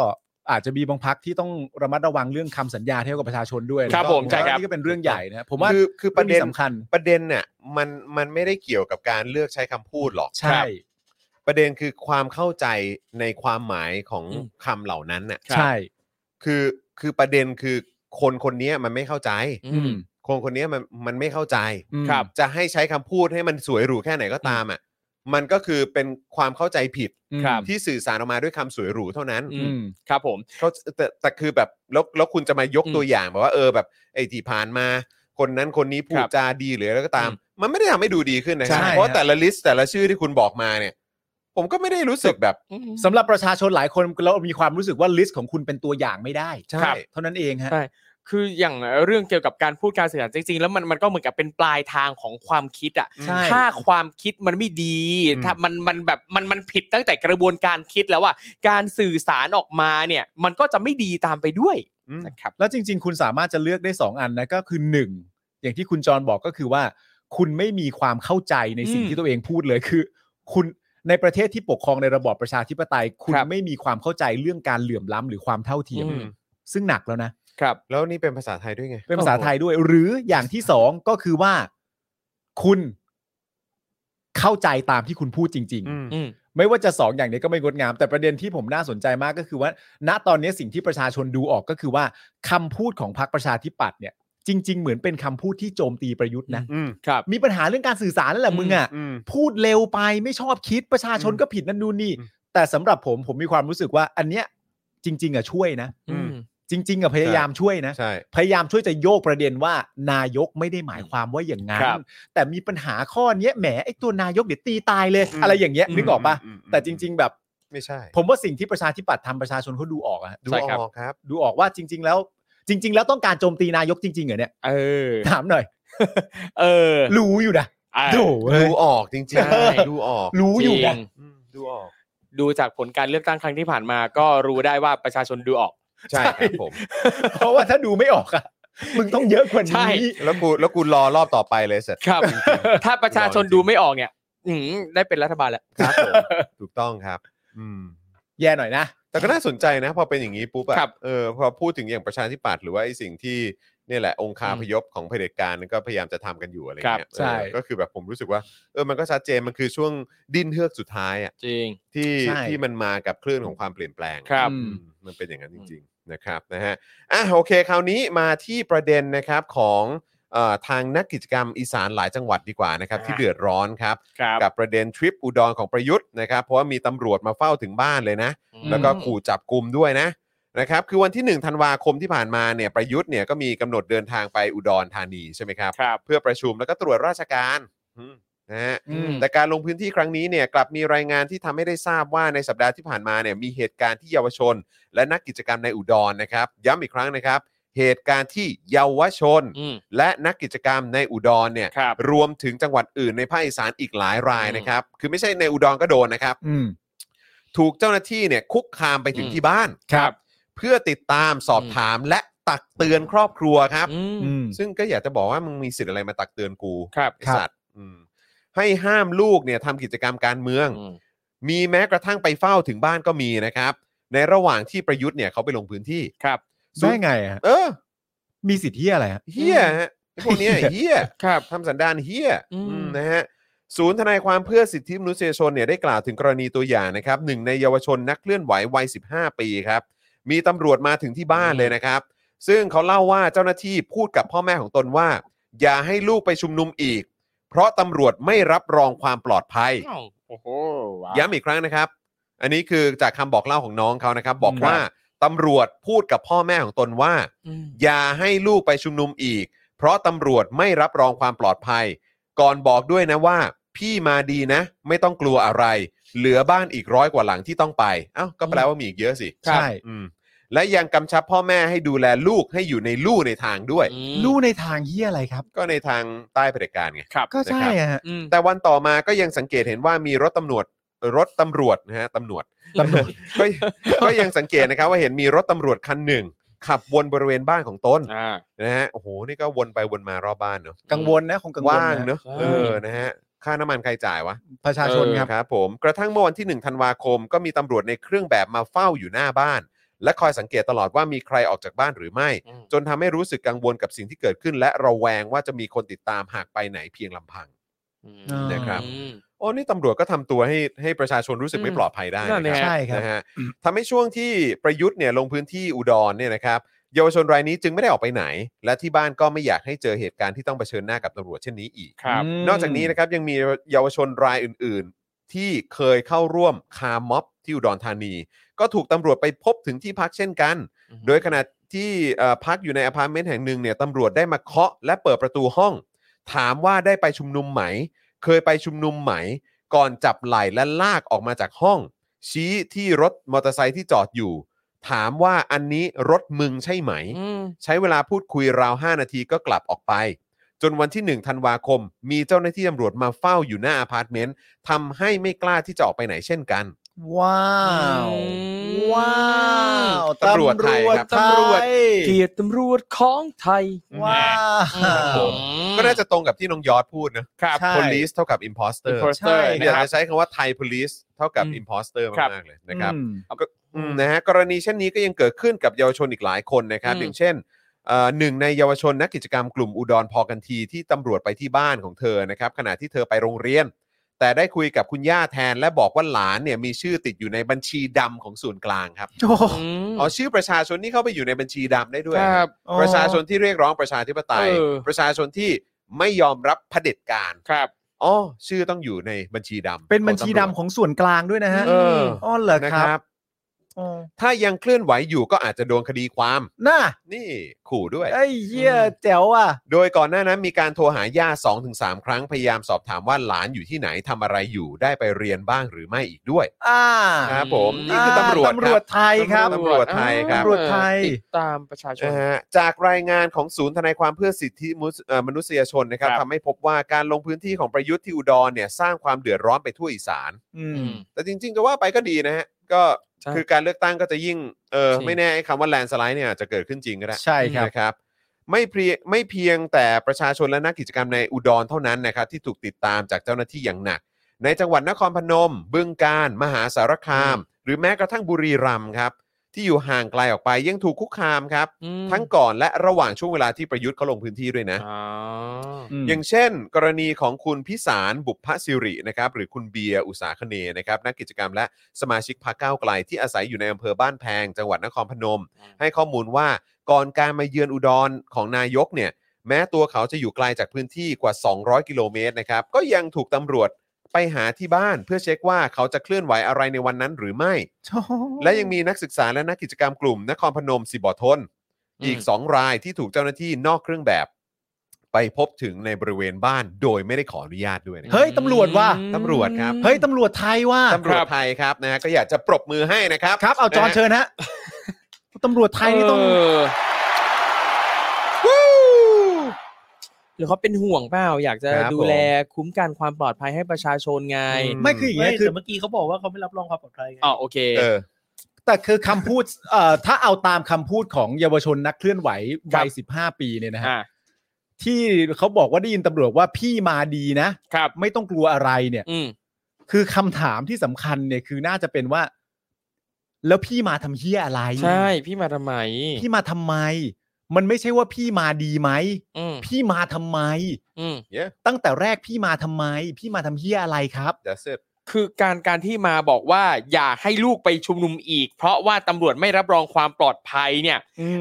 Speaker 3: อาจจะมีบางพักที่ต้องระมัดระวังเรื่องคำสัญญาที่ให้กับประชาชนด้วย
Speaker 1: ครับผมใช่ครับ
Speaker 3: นี่ก็เป็นเรื่องใหญ่นะผมว่า
Speaker 2: คือคือประเด็น
Speaker 3: องสำคัญ
Speaker 2: ประเด็นเนี่ยมันมันไม่ได้เกี่ยวกับการเลือกใช้คำพูดหรอก
Speaker 3: ใช่
Speaker 2: ประเด็นคือความเข้าใจในความหมายของ
Speaker 1: อืม
Speaker 2: คำเหล่านั้นน่ะ
Speaker 3: ใช่
Speaker 2: คือคือประเด็นคือคนคนเนี้ยมันไม่เข้าใจ
Speaker 1: อื
Speaker 3: อื
Speaker 1: ม
Speaker 3: ม
Speaker 2: คนคนเนี้ยมันมันไม่เข้าใจ
Speaker 3: อืม
Speaker 1: ครับ
Speaker 2: จะให้ใช้คำพูดให้มันสวยหรูแค่ไหนก็ตามอ่ะมันก็คือเป็นความเข้าใจผิด
Speaker 1: ครับ
Speaker 2: ที่สื่อสารออกมาด้วยคำสวยหรูเท่านั้น
Speaker 1: อืม ครับผม
Speaker 2: เขาแต่แต่คือแบบแล้วแล้วคุณจะมายก
Speaker 1: อืม
Speaker 2: ตัวอย่างแบบว่าเออแบบไอ้ที่ผ่านมา คนนั้นคนนี้พูด
Speaker 1: ครับ
Speaker 2: จาดีหรืออะไรก็ตาม
Speaker 1: อืม
Speaker 2: มันไม่ได้ทำให้ดูดีขึ้นนะครั
Speaker 3: ใช่
Speaker 2: บเพราะ
Speaker 3: ฮะ
Speaker 2: แต่ละลิสต์แต่ละชื่อที่คุณบอกมาเนี่ย ผมก็ไม่ได้รู้สึกแบบ
Speaker 1: อืม
Speaker 3: สำหรับประชาชนหลายคนเรามีความรู้สึกว่าลิสต์ของคุณเป็นตัวอย่างไม่ได้
Speaker 2: ใช่
Speaker 1: ครับ
Speaker 3: เท่านั้นเองฮะ
Speaker 1: ใช่ คืออย่างเรื่องเกี่ยวกับการพูดการสื่อสารจริงๆ แล้วมันมันก็เหมือนกับเป็นปลายทางของความคิดอ่ะ
Speaker 3: ใช่
Speaker 1: ถ้าความคิดมันไม่ดี ถ้ามันมันแบบมันมันผิดตั้งแต่กระบวนการคิดแล้วว่า การสื่อสารออกมาเนี่ย มันก็จะไม่ดีตามไปด้วย
Speaker 2: อืม
Speaker 1: นะครับ
Speaker 3: แล้วจริง ๆ คุณสามารถจะเลือกได้ 2 อันนะก็คือ 1 อย่างที่คุณจรบอกก็คือว่า คุณไม่มีความเข้าใจในสิ่ง
Speaker 1: อืม
Speaker 3: ที่ตัวเองพูดเลยคือ คุณในประเทศที่ปกครองในระบอบประชาธิปไตย คุณ
Speaker 1: ครับ
Speaker 3: ไม่มีความเข้าใจเรื่องการเหลื่อมล้ำหรือความเท่าเทียม
Speaker 1: อืม
Speaker 3: ซึ่งหนักแล้วนะ
Speaker 1: ครับ
Speaker 2: แล้วนี่เป็นภาษาไทยด้วยไง
Speaker 3: เป็นภาษาไทยด้วย หรืออย่างที่สองก็คือว่า คุณเข้าใจตามที่คุณพูดจริง ๆ
Speaker 2: อืม
Speaker 1: อืม
Speaker 3: ไม่ว่าจะสองอย่างนี้ก็ไม่งดงาม แต่ประเด็นที่ผมน่าสนใจมากก็คือว่า ณตอนนี้สิ่งที่ประชาชนดูออกก็คือว่าคำพูดของพรรคประชาธิปัตย์เนี่ย จริง ๆ เหมือนเป็นคำพูดที่โจมตีประยุทธ์นะ
Speaker 2: อืม
Speaker 1: ครับ
Speaker 3: มีปัญหาเรื่องการสื่อสารแล้วแหละมึงอ่ะ
Speaker 2: อืม
Speaker 3: พูดเร็วไปไม่ชอบคิดประชาชน
Speaker 2: อืม
Speaker 3: ก็ผิดนั่นนู่นนี่
Speaker 2: อืม
Speaker 3: แต่สำหรับผมผมมีความรู้สึกว่าอันเนี้ยจริง ๆอ่ะช่วยนะ
Speaker 1: อืม
Speaker 3: จริง ๆ กับพยายามช่วยนะ
Speaker 2: ใช่
Speaker 3: พยายามช่วยจะโยกประเด็นว่านายกไม่ได้หมายความว่าอย่างนั้น
Speaker 1: ครับ
Speaker 3: แต่มีปัญหาข้อเนี้ยแหมไอ้ตัวนายกเดี๋ยวตีตายเลย
Speaker 1: อืม
Speaker 3: อะไรอย่างเงี้ย
Speaker 1: อืม
Speaker 3: นึกออกปะ
Speaker 2: อืมอืม
Speaker 3: แต่จริง ๆ แบบ
Speaker 2: ไม่ใช่
Speaker 3: ผมว่าสิ่งที่ประชาธิปัตย์ทำประชาชนเขาดูออกอะฮะ
Speaker 2: ดู
Speaker 1: ใช่ครับ
Speaker 2: ออกครับ
Speaker 3: ดูออกว่าจริง ๆ แล้ว จริง ๆ แล้วต้องการโจมตีนายกจริงๆเหรอเนี่ย
Speaker 1: เอ อ
Speaker 3: ถามหน่อย
Speaker 1: เออ
Speaker 3: รู้อยู่นะ
Speaker 1: อ่ะ
Speaker 3: ดูเว้ย
Speaker 2: ดูออกจริง
Speaker 1: ใช่
Speaker 2: ๆ ดูออก
Speaker 3: รู้อยู่นะ
Speaker 1: จริง
Speaker 2: อืมดูออก
Speaker 1: ดูจากผลการเลือกตั้งครั้งที่ผ่านมา ก็รู้ได้ว่าประชาชนดูออก
Speaker 2: ใช่ครับผม
Speaker 3: เพราะว่าถ้าดูไม่ออกอะมึงต้องเยอะกว่า
Speaker 1: ใช่
Speaker 3: นี้
Speaker 2: แล้วกูแล้วกูรอรอบต่อไปเลยเสร็จ
Speaker 1: ครับ
Speaker 2: จริงๆ
Speaker 1: ถ้าประชาชนดูไม่ออกเนี่ยอืมได้เป็นรัฐบาลแล้ว
Speaker 2: ครับ ผมถูกต้องครับ อืม
Speaker 3: แย่หน่อยนะ
Speaker 2: แต่ก็น่าสนใจนะพอเป็นอย่างนี้ปุ๊บอะ
Speaker 1: ครับ
Speaker 2: เออพอพูดถึงอย่างประชาธิปัตย์หรือว่าไอ้สิ่งที่เนี่ยแหละองคาพยพของเผด็จการก็พยายามจะทำกันอยู่อะไร
Speaker 1: ครับ
Speaker 2: เงี้ย
Speaker 3: ใช่
Speaker 2: เออก็คือแบบผมรู้สึกว่าเออมันก็ชัดเจนมันคือช่วงดิ้นเฮือกสุดท้ายอะ
Speaker 1: จริง
Speaker 2: ที่
Speaker 3: ใช่
Speaker 2: ที่มันมากับคลื่นของความเปลี่ยนแปลง
Speaker 1: ครับ
Speaker 2: อืมมันเป็นอย่างนั้นจริง ๆ นะครับนะฮะอ่ะโอเค คราวนี้มาที่ประเด็นนะครับของเอ่อทางนักกิจกรรมอีสานหลายจังหวัดดีกว่านะครับที่เดือดร้อนครับ
Speaker 1: ครับ
Speaker 2: กับประเด็นทริปอุดรของประยุทธ์นะครับเพราะว่ามีตำรวจมาเฝ้าถึงบ้านเลยนะ
Speaker 1: อืม
Speaker 2: แล้วก็ขู่จับกลุ่มด้วยนะนะครับคือวันที่ 1 ธันวาคมที่ผ่านมาเนี่ยประยุทธ์เนี่ยก็มีกำหนดเดินทางไปอุดรธานีใช่ไหมครับ
Speaker 1: ครับ
Speaker 2: เพื่อประชุมแล้วก็ตรวจราชการอืมนะฮะ
Speaker 1: อืม
Speaker 2: แต่การลงพื้นที่ครั้งนี้เนี่ยกลับมีรายงานที่ทำให้ได้ทราบว่าในสัปดาห์ที่ผ่านมาเนี่ยมีเหตุการณ์ที่เยาวชน และนักกิจกรรมในอุดรนะครับ ย้ำอีกครั้งนะครับ เหตุการณ์ที่เยาวชน
Speaker 1: อืม
Speaker 2: และนักกิจกรรมในอุดรเนี่ย
Speaker 1: ครับ
Speaker 2: รวมถึงจังหวัดอื่นในภาคอีสานอีกหลายราย
Speaker 1: อืม
Speaker 2: นะครับ คือไม่ใช่ในอุดรก็โดนนะครับ
Speaker 3: อืม
Speaker 2: ถูกเจ้าหน้าที่เนี่ยคุกคามไปถึง
Speaker 1: อืม
Speaker 2: ที่บ้าน
Speaker 1: ครับ
Speaker 2: เพื่อติดตามสอบ
Speaker 1: อืม
Speaker 2: ถามและตักเตือนครอบครัวครับ
Speaker 1: อืม
Speaker 3: อืม
Speaker 2: ซึ่งก็อยากจะบอกว่ามึงมีสิทธิ์อะไรมาตักเตือนกู
Speaker 1: ครับ
Speaker 2: ไอ้สัตว์อืมให้ห้ามลูกเนี่ยทำกิจกรรมการเมือง
Speaker 1: อืม
Speaker 2: มีแม้กระทั่งไปเฝ้าถึงบ้านก็มีนะครับ ในระหว่างที่ประยุทธ์เนี่ยเขาไปลงพื้นที่
Speaker 1: ครับ
Speaker 3: ได้ไงอะ
Speaker 2: เออ
Speaker 3: มีสิทธิ์ที่อะไรฮะ
Speaker 2: เฮียฮะไอ้พวกเนี้ยเฮีย
Speaker 1: ครับ
Speaker 2: ทำสันดานเฮีย
Speaker 1: อืม
Speaker 2: อืมนะฮะศูนย์ทนายความเพื่อสิทธิมนุษยชนเนี่ยได้กล่าวถึงกรณีตัวอย่างนะครับหนึ่งในเยาวชนนักเคลื่อนไหววัย 15 ปีครับ มีตำรวจมาถึงที่บ้านเลยนะครับ ซึ่งเขาเล่าว่าเจ้าหน้าที่พูดกับพ่อแม่ของตนว่า อย่าให้ลูกไปชุมนุมอีก เพราะตำรวจไม่รับรองความปลอดภัย
Speaker 1: โอ้โหว้าว
Speaker 2: ย้ำอีกครั้งนะครับ อันนี้คือจากคำบอกเล่าของน้องเขานะครับ บอก
Speaker 1: ครับ
Speaker 2: ว่าตำรวจพูดกับพ่อแม่ของตนว่า
Speaker 1: อืม
Speaker 2: อย่าให้ลูกไปชุมนุมอีก เพราะตำรวจไม่รับรองความปลอดภัย ก่อนบอกด้วยนะว่า พี่มาดีนะ ไม่ต้องกลัวอะไร เหลือบ้านอีกร้อยกว่าหลังที่ต้องไป เอ้าก็แปลว่ามีอีกเยอะสิ
Speaker 3: ครับใช่
Speaker 2: อืมและยังกำชับพ่อแม่ให้ดูแลลูกให้อยู่ในลู่ในทางด้วย
Speaker 1: อืม
Speaker 3: ลู่ในทางเฮียอะไรครับ
Speaker 2: ก็ในทางใต้เผด็จการไง
Speaker 1: ครับ
Speaker 3: ก็ใช่อะฮะ
Speaker 1: อืม
Speaker 2: แต่วันต่อมาก็ยังสังเกตเห็นว่ามีรถตำรวจรถตำรวจนะฮะตำรวจ
Speaker 3: ตำรวจ
Speaker 2: ก็ก็ยังสังเกตนะครับ ว่าเห็นมีรถตำรวจคันหนึ่ง ขับวนบริเวณบ้านของตน
Speaker 1: อ่า
Speaker 2: นะฮะโอ้โหนี่ก็วนไปวนมารอบบ้านเนอะ
Speaker 3: กังวลนะคงกังวล
Speaker 2: ว่างเนอะ
Speaker 1: ใช่
Speaker 2: เออนะฮะค่าน้ำมันใครจ่ายวะ
Speaker 3: ประชาชนครับ
Speaker 2: ครับผมกระทั่งเมื่อวันที่ 1 ธันวาคม ก็มีตำรวจในเครื่องแบบมาเฝ้าอยู่หน้าบ้าน และคอยสังเกตตลอดว่ามีใครออกจากบ้านหรือไม่
Speaker 1: อืม
Speaker 2: จนทำให้รู้สึกกังวลกับสิ่งที่เกิดขึ้น และระแวงว่าจะมีคนติดตามหากไปไหนเพียงลำพัง
Speaker 3: อ่าน
Speaker 2: นะครับ
Speaker 1: อืม
Speaker 2: โอ้นี่ตำรวจก็ทำตัวให้ให้ประชาชนรู้สึกไม่
Speaker 1: อืม
Speaker 2: ปลอดภัยได้
Speaker 1: นั่นไง
Speaker 2: นะ
Speaker 3: ใช่ครับ
Speaker 2: นะฮะทำให้ช่วงที่ประยุทธ์เนี่ยลงพื้นที่อุดรเนี่ยนะครับเยาวชนรายนี้จึงไม่ได้ออกไปไหน และที่บ้านก็ไม่อยากให้เจอเหตุการณ์ที่ต้องเผชิญหน้ากับตำรวจเช่นนี้อีก
Speaker 1: ครับ
Speaker 3: ม
Speaker 2: นอกจากนี้นะครับยังมีเยาวชนรายอื่น ๆ ที่เคยเข้าร่วมคาร์ม็อบที่อุดรธานี ก็ถูกตำรวจไปพบถึงที่พักเช่นกัน
Speaker 1: อืม
Speaker 2: โดยขณะที่เอ่อพักอยู่ในอพาร์ตเมนต์แห่งหนึ่งเนี่ยตำรวจได้มาเคาะและเปิดประตูห้อง ถามว่าได้ไปชุมนุมไหม เคยไปชุมนุมไหม ก่อนจับไหล่และลากออกมาจากห้อง ชี้ที่รถมอเตอร์ไซค์ที่จอดอยู่ ถามว่าอันนี้รถมึงใช่ไหม
Speaker 1: อืม
Speaker 2: ใช้เวลาพูดคุยราว 5 นาทีก็กลับออกไป จนวันที่ 1 ธันวาคม มีเจ้าหน้าที่ตำรวจมาเฝ้าอยู่หน้าอาพาร์ตเมนต์ทำให้ไม่กล้าที่จะออกไปไหนเช่นกัน
Speaker 3: ว้าว
Speaker 1: อืม
Speaker 3: ว้าว
Speaker 2: ตำรวจไทยครับ
Speaker 3: ตำรวจไทย
Speaker 1: เกียรติตำรวจของไทย
Speaker 3: ว้าว
Speaker 1: อืม
Speaker 2: ก็น่าจะตรงกับที่น้องยอดพูดนะ
Speaker 1: ครับ
Speaker 3: ใช่
Speaker 2: police เท่ากับ imposter
Speaker 1: Imposter
Speaker 3: ใช่
Speaker 2: อ
Speaker 1: นะ
Speaker 2: ยาก
Speaker 1: ครับ
Speaker 2: จะใช้คำว่า Thai police เท่ากับ
Speaker 1: อืม
Speaker 2: imposter
Speaker 1: ครับ
Speaker 2: มากๆเลยนะครับ
Speaker 3: อืม
Speaker 2: อืมนะฮะกรณีเช่นนี้ก็ยังเกิดขึ้นกับเยาวชนอีกหลายคนนะครับ
Speaker 1: อืม
Speaker 2: อย่างเช่นเอ่อหนึ่งในเยาวชนนักกิจกรรมกลุ่มอุดรพอกันทีที่ตำรวจไปที่บ้านของเธอนะครับขณะที่เธอไปโรงเรียน แต่ได้คุยกับคุณย่าแทน และบอกว่าหลานเนี่ยมีชื่อติดอยู่ในบัญชีดำของส่วนย์กลางครับ
Speaker 3: โอ้โห
Speaker 1: ม
Speaker 2: อ๋อชื่อประชาชนนี่เข้าไปอยู่ในบัญชีดำได้ด้วย
Speaker 1: ครับ
Speaker 2: ประชาชนที่เรียกร้องประชาธิปไตย
Speaker 1: เออ
Speaker 2: ประชาชนที่ไม่ยอมรับเผด็จการ
Speaker 1: ครับ
Speaker 2: อ๋อชื่อต้องอยู่ในบัญชีดำ
Speaker 3: เป็นบัญชี
Speaker 2: ขอ
Speaker 3: ดำ
Speaker 2: งตำรวจ
Speaker 3: ของส่วนกลางด้วยนะฮะ
Speaker 2: เออ
Speaker 3: อ๋อเหรอ
Speaker 2: นะค
Speaker 3: ครั
Speaker 2: รับ บ
Speaker 3: อืม
Speaker 2: ถ้ายังเคลื่อนไหวอยู่ก็อาจจะโดนคดีความ
Speaker 3: น่า
Speaker 2: นี่ขู่ด้วย
Speaker 3: ไอ้เหี้ยแจ๋วอ่ะ
Speaker 2: โดยก่อนหน้านั้นมีการโทรหาย่า2-3ถึงครั้งพยายามสอบถามว่าหลานอยู่ที่ไหนทำอะไรอยู่ได้ไปเรียนบ้างหรือไม่อีกด้วย
Speaker 3: อ่า
Speaker 2: ครับผม
Speaker 1: อืม
Speaker 2: นี่คือตำรวจ
Speaker 3: ตำรวจ
Speaker 2: คบ
Speaker 3: ไทยครับ
Speaker 2: ตำรวจไทยครับ
Speaker 3: ตำรวจไทย
Speaker 1: ติดตามประชาชน
Speaker 2: นะฮะจากรายงานของศูนย์ทนายความเพื่อสิทธิมนุษเอ่อมนุษยชนนะครับ
Speaker 1: ครับ
Speaker 2: ทำให้พบว่าการลงพื้นที่ของประยุทธ์ที่อุดรเนี่ยสร้างความเดือดร้อนไปทั่วอีสาน
Speaker 3: อื
Speaker 1: อืม
Speaker 3: ม
Speaker 2: แต่จริงๆจะว่าไปก็ดีนะฮะก็
Speaker 1: ใช่
Speaker 2: คือการเลือกตั้งก็จะยิ่งเออ
Speaker 1: จริง
Speaker 2: ไม่แน่ไอ้คำว่าแลนสไลด์เนี่ยอาจจะเกิดขึ้นจริงก็ได้
Speaker 3: ใช่ครับ
Speaker 2: นะครับ ไม่เพียงไม่เพียงแต่ประชาชนและนักกิจกรรมในอุดรเท่านั้นนะครับที่ถูกติดตามจากเจ้าหน้าที่อย่างหนัก ในจังหวัดนครพนม บึงกาฬมหาสารคาม หรือแม้กระทั่งบุรีรัมย์ครับที่อยู่ห่างไกลออกไปยังถูกคุกคามครับ
Speaker 1: อืม
Speaker 2: ทั้งก่อนและระหว่างช่วงเวลาที่ประยุทธ์เขาลงพื้นที่ด้วยนะ
Speaker 1: อ๋อ
Speaker 2: อย่างเช่น กรณีของคุณพิสารบุพพสิรินะครับหรือคุณเบียร์อุตสาคเนย์นะครับนักกิจกรรมและสมาชิกพรรคก้าวไกลที่อาศัยอยู่ในอำเภอบ้านแพง จังหวัดนครพนม ให้ข้อมูลว่าก่อนการมาเยือนอุดรของนายกเนี่ยแม้ตัวเขาจะอยู่ไกลจากพื้นที่กว่า 200 กิโลเมตรนะครับก็ยังถูกตำรวจไปหาที่บ้าน เพื่อเช็คว่าเขาจะเคลื่อนไหวอะไรในวันนั้นหรือไม่
Speaker 3: โอ้โห
Speaker 2: และยังมีนักศึกษาและนักกิจกรรมกลุ่มนครพนมสิบอทน อีก 2 รายที่ถูกเจ้าหน้าที่นอกเครื่องแบบ ไปพบถึงในบริเวณบ้านโดยไม่ได้ขออนุญาตด้วยนะค
Speaker 3: เฮ้
Speaker 2: รับ
Speaker 3: ย ตำรวจว่ะ
Speaker 2: ตำรวจครับ
Speaker 3: เฮ้ย ตำรวจไทยว่ะ
Speaker 2: ตำรวจไทยครับนะฮะก็อยากจะปรบมือให้นะครับ
Speaker 3: ครับ เอาจอห์นเชิญฮะ ตำรวจไทยนี่ต้อง
Speaker 1: เหรือเขาเป็นห่วงเปล่าอยากจะ
Speaker 2: ครับ
Speaker 1: ดูแลคุ้มกันความปลอดภัยให้ประชาชนไง
Speaker 2: อืม
Speaker 3: ไม่คืออย่าง
Speaker 5: ไม่
Speaker 3: เงี้ยคือ
Speaker 5: แต่เมื่อกี้เขาบอกว่าเขาไม่รับรองความปลอดภัยไง
Speaker 1: อ๋อโอเค
Speaker 2: เออ
Speaker 3: แต่คือคำพูดเอ่อถ้าเอาตามคำพูดของเยาวชนนักเคลื่อนไหว
Speaker 1: ครั
Speaker 3: วั
Speaker 1: บ
Speaker 3: ยสิบห้าปีเนี่ยนะฮะ
Speaker 1: อ่ะ
Speaker 3: ที่เขาบอกว่าได้ยินตำรวจว่าพี่มาดีนะ
Speaker 1: ครับ
Speaker 3: ไม่ต้องกลัวอะไรเนี่ย
Speaker 1: อืม
Speaker 3: คือคำถามที่สำคัญเนี่ยคือน่าจะเป็นว่า แล้วพี่มาทำเฮี้ยอะไร
Speaker 1: ใช่พี่มาทำไม
Speaker 3: พี่มาทำไม มันไม่ใช่ว่าพี่มาดีไหม
Speaker 1: อืม
Speaker 3: พี่มาทำไม
Speaker 1: อืม
Speaker 2: yeah
Speaker 3: ตั้งแต่แรกพี่มาทำไม พี่มาทำเฮี้ยอะไรครับ
Speaker 2: that's it
Speaker 1: คือการการที่มาบอกว่าอย่าให้ลูกไปชุมนุมอีก เพราะว่าตำรวจไม่รับรองความปลอดภัยเนี่ย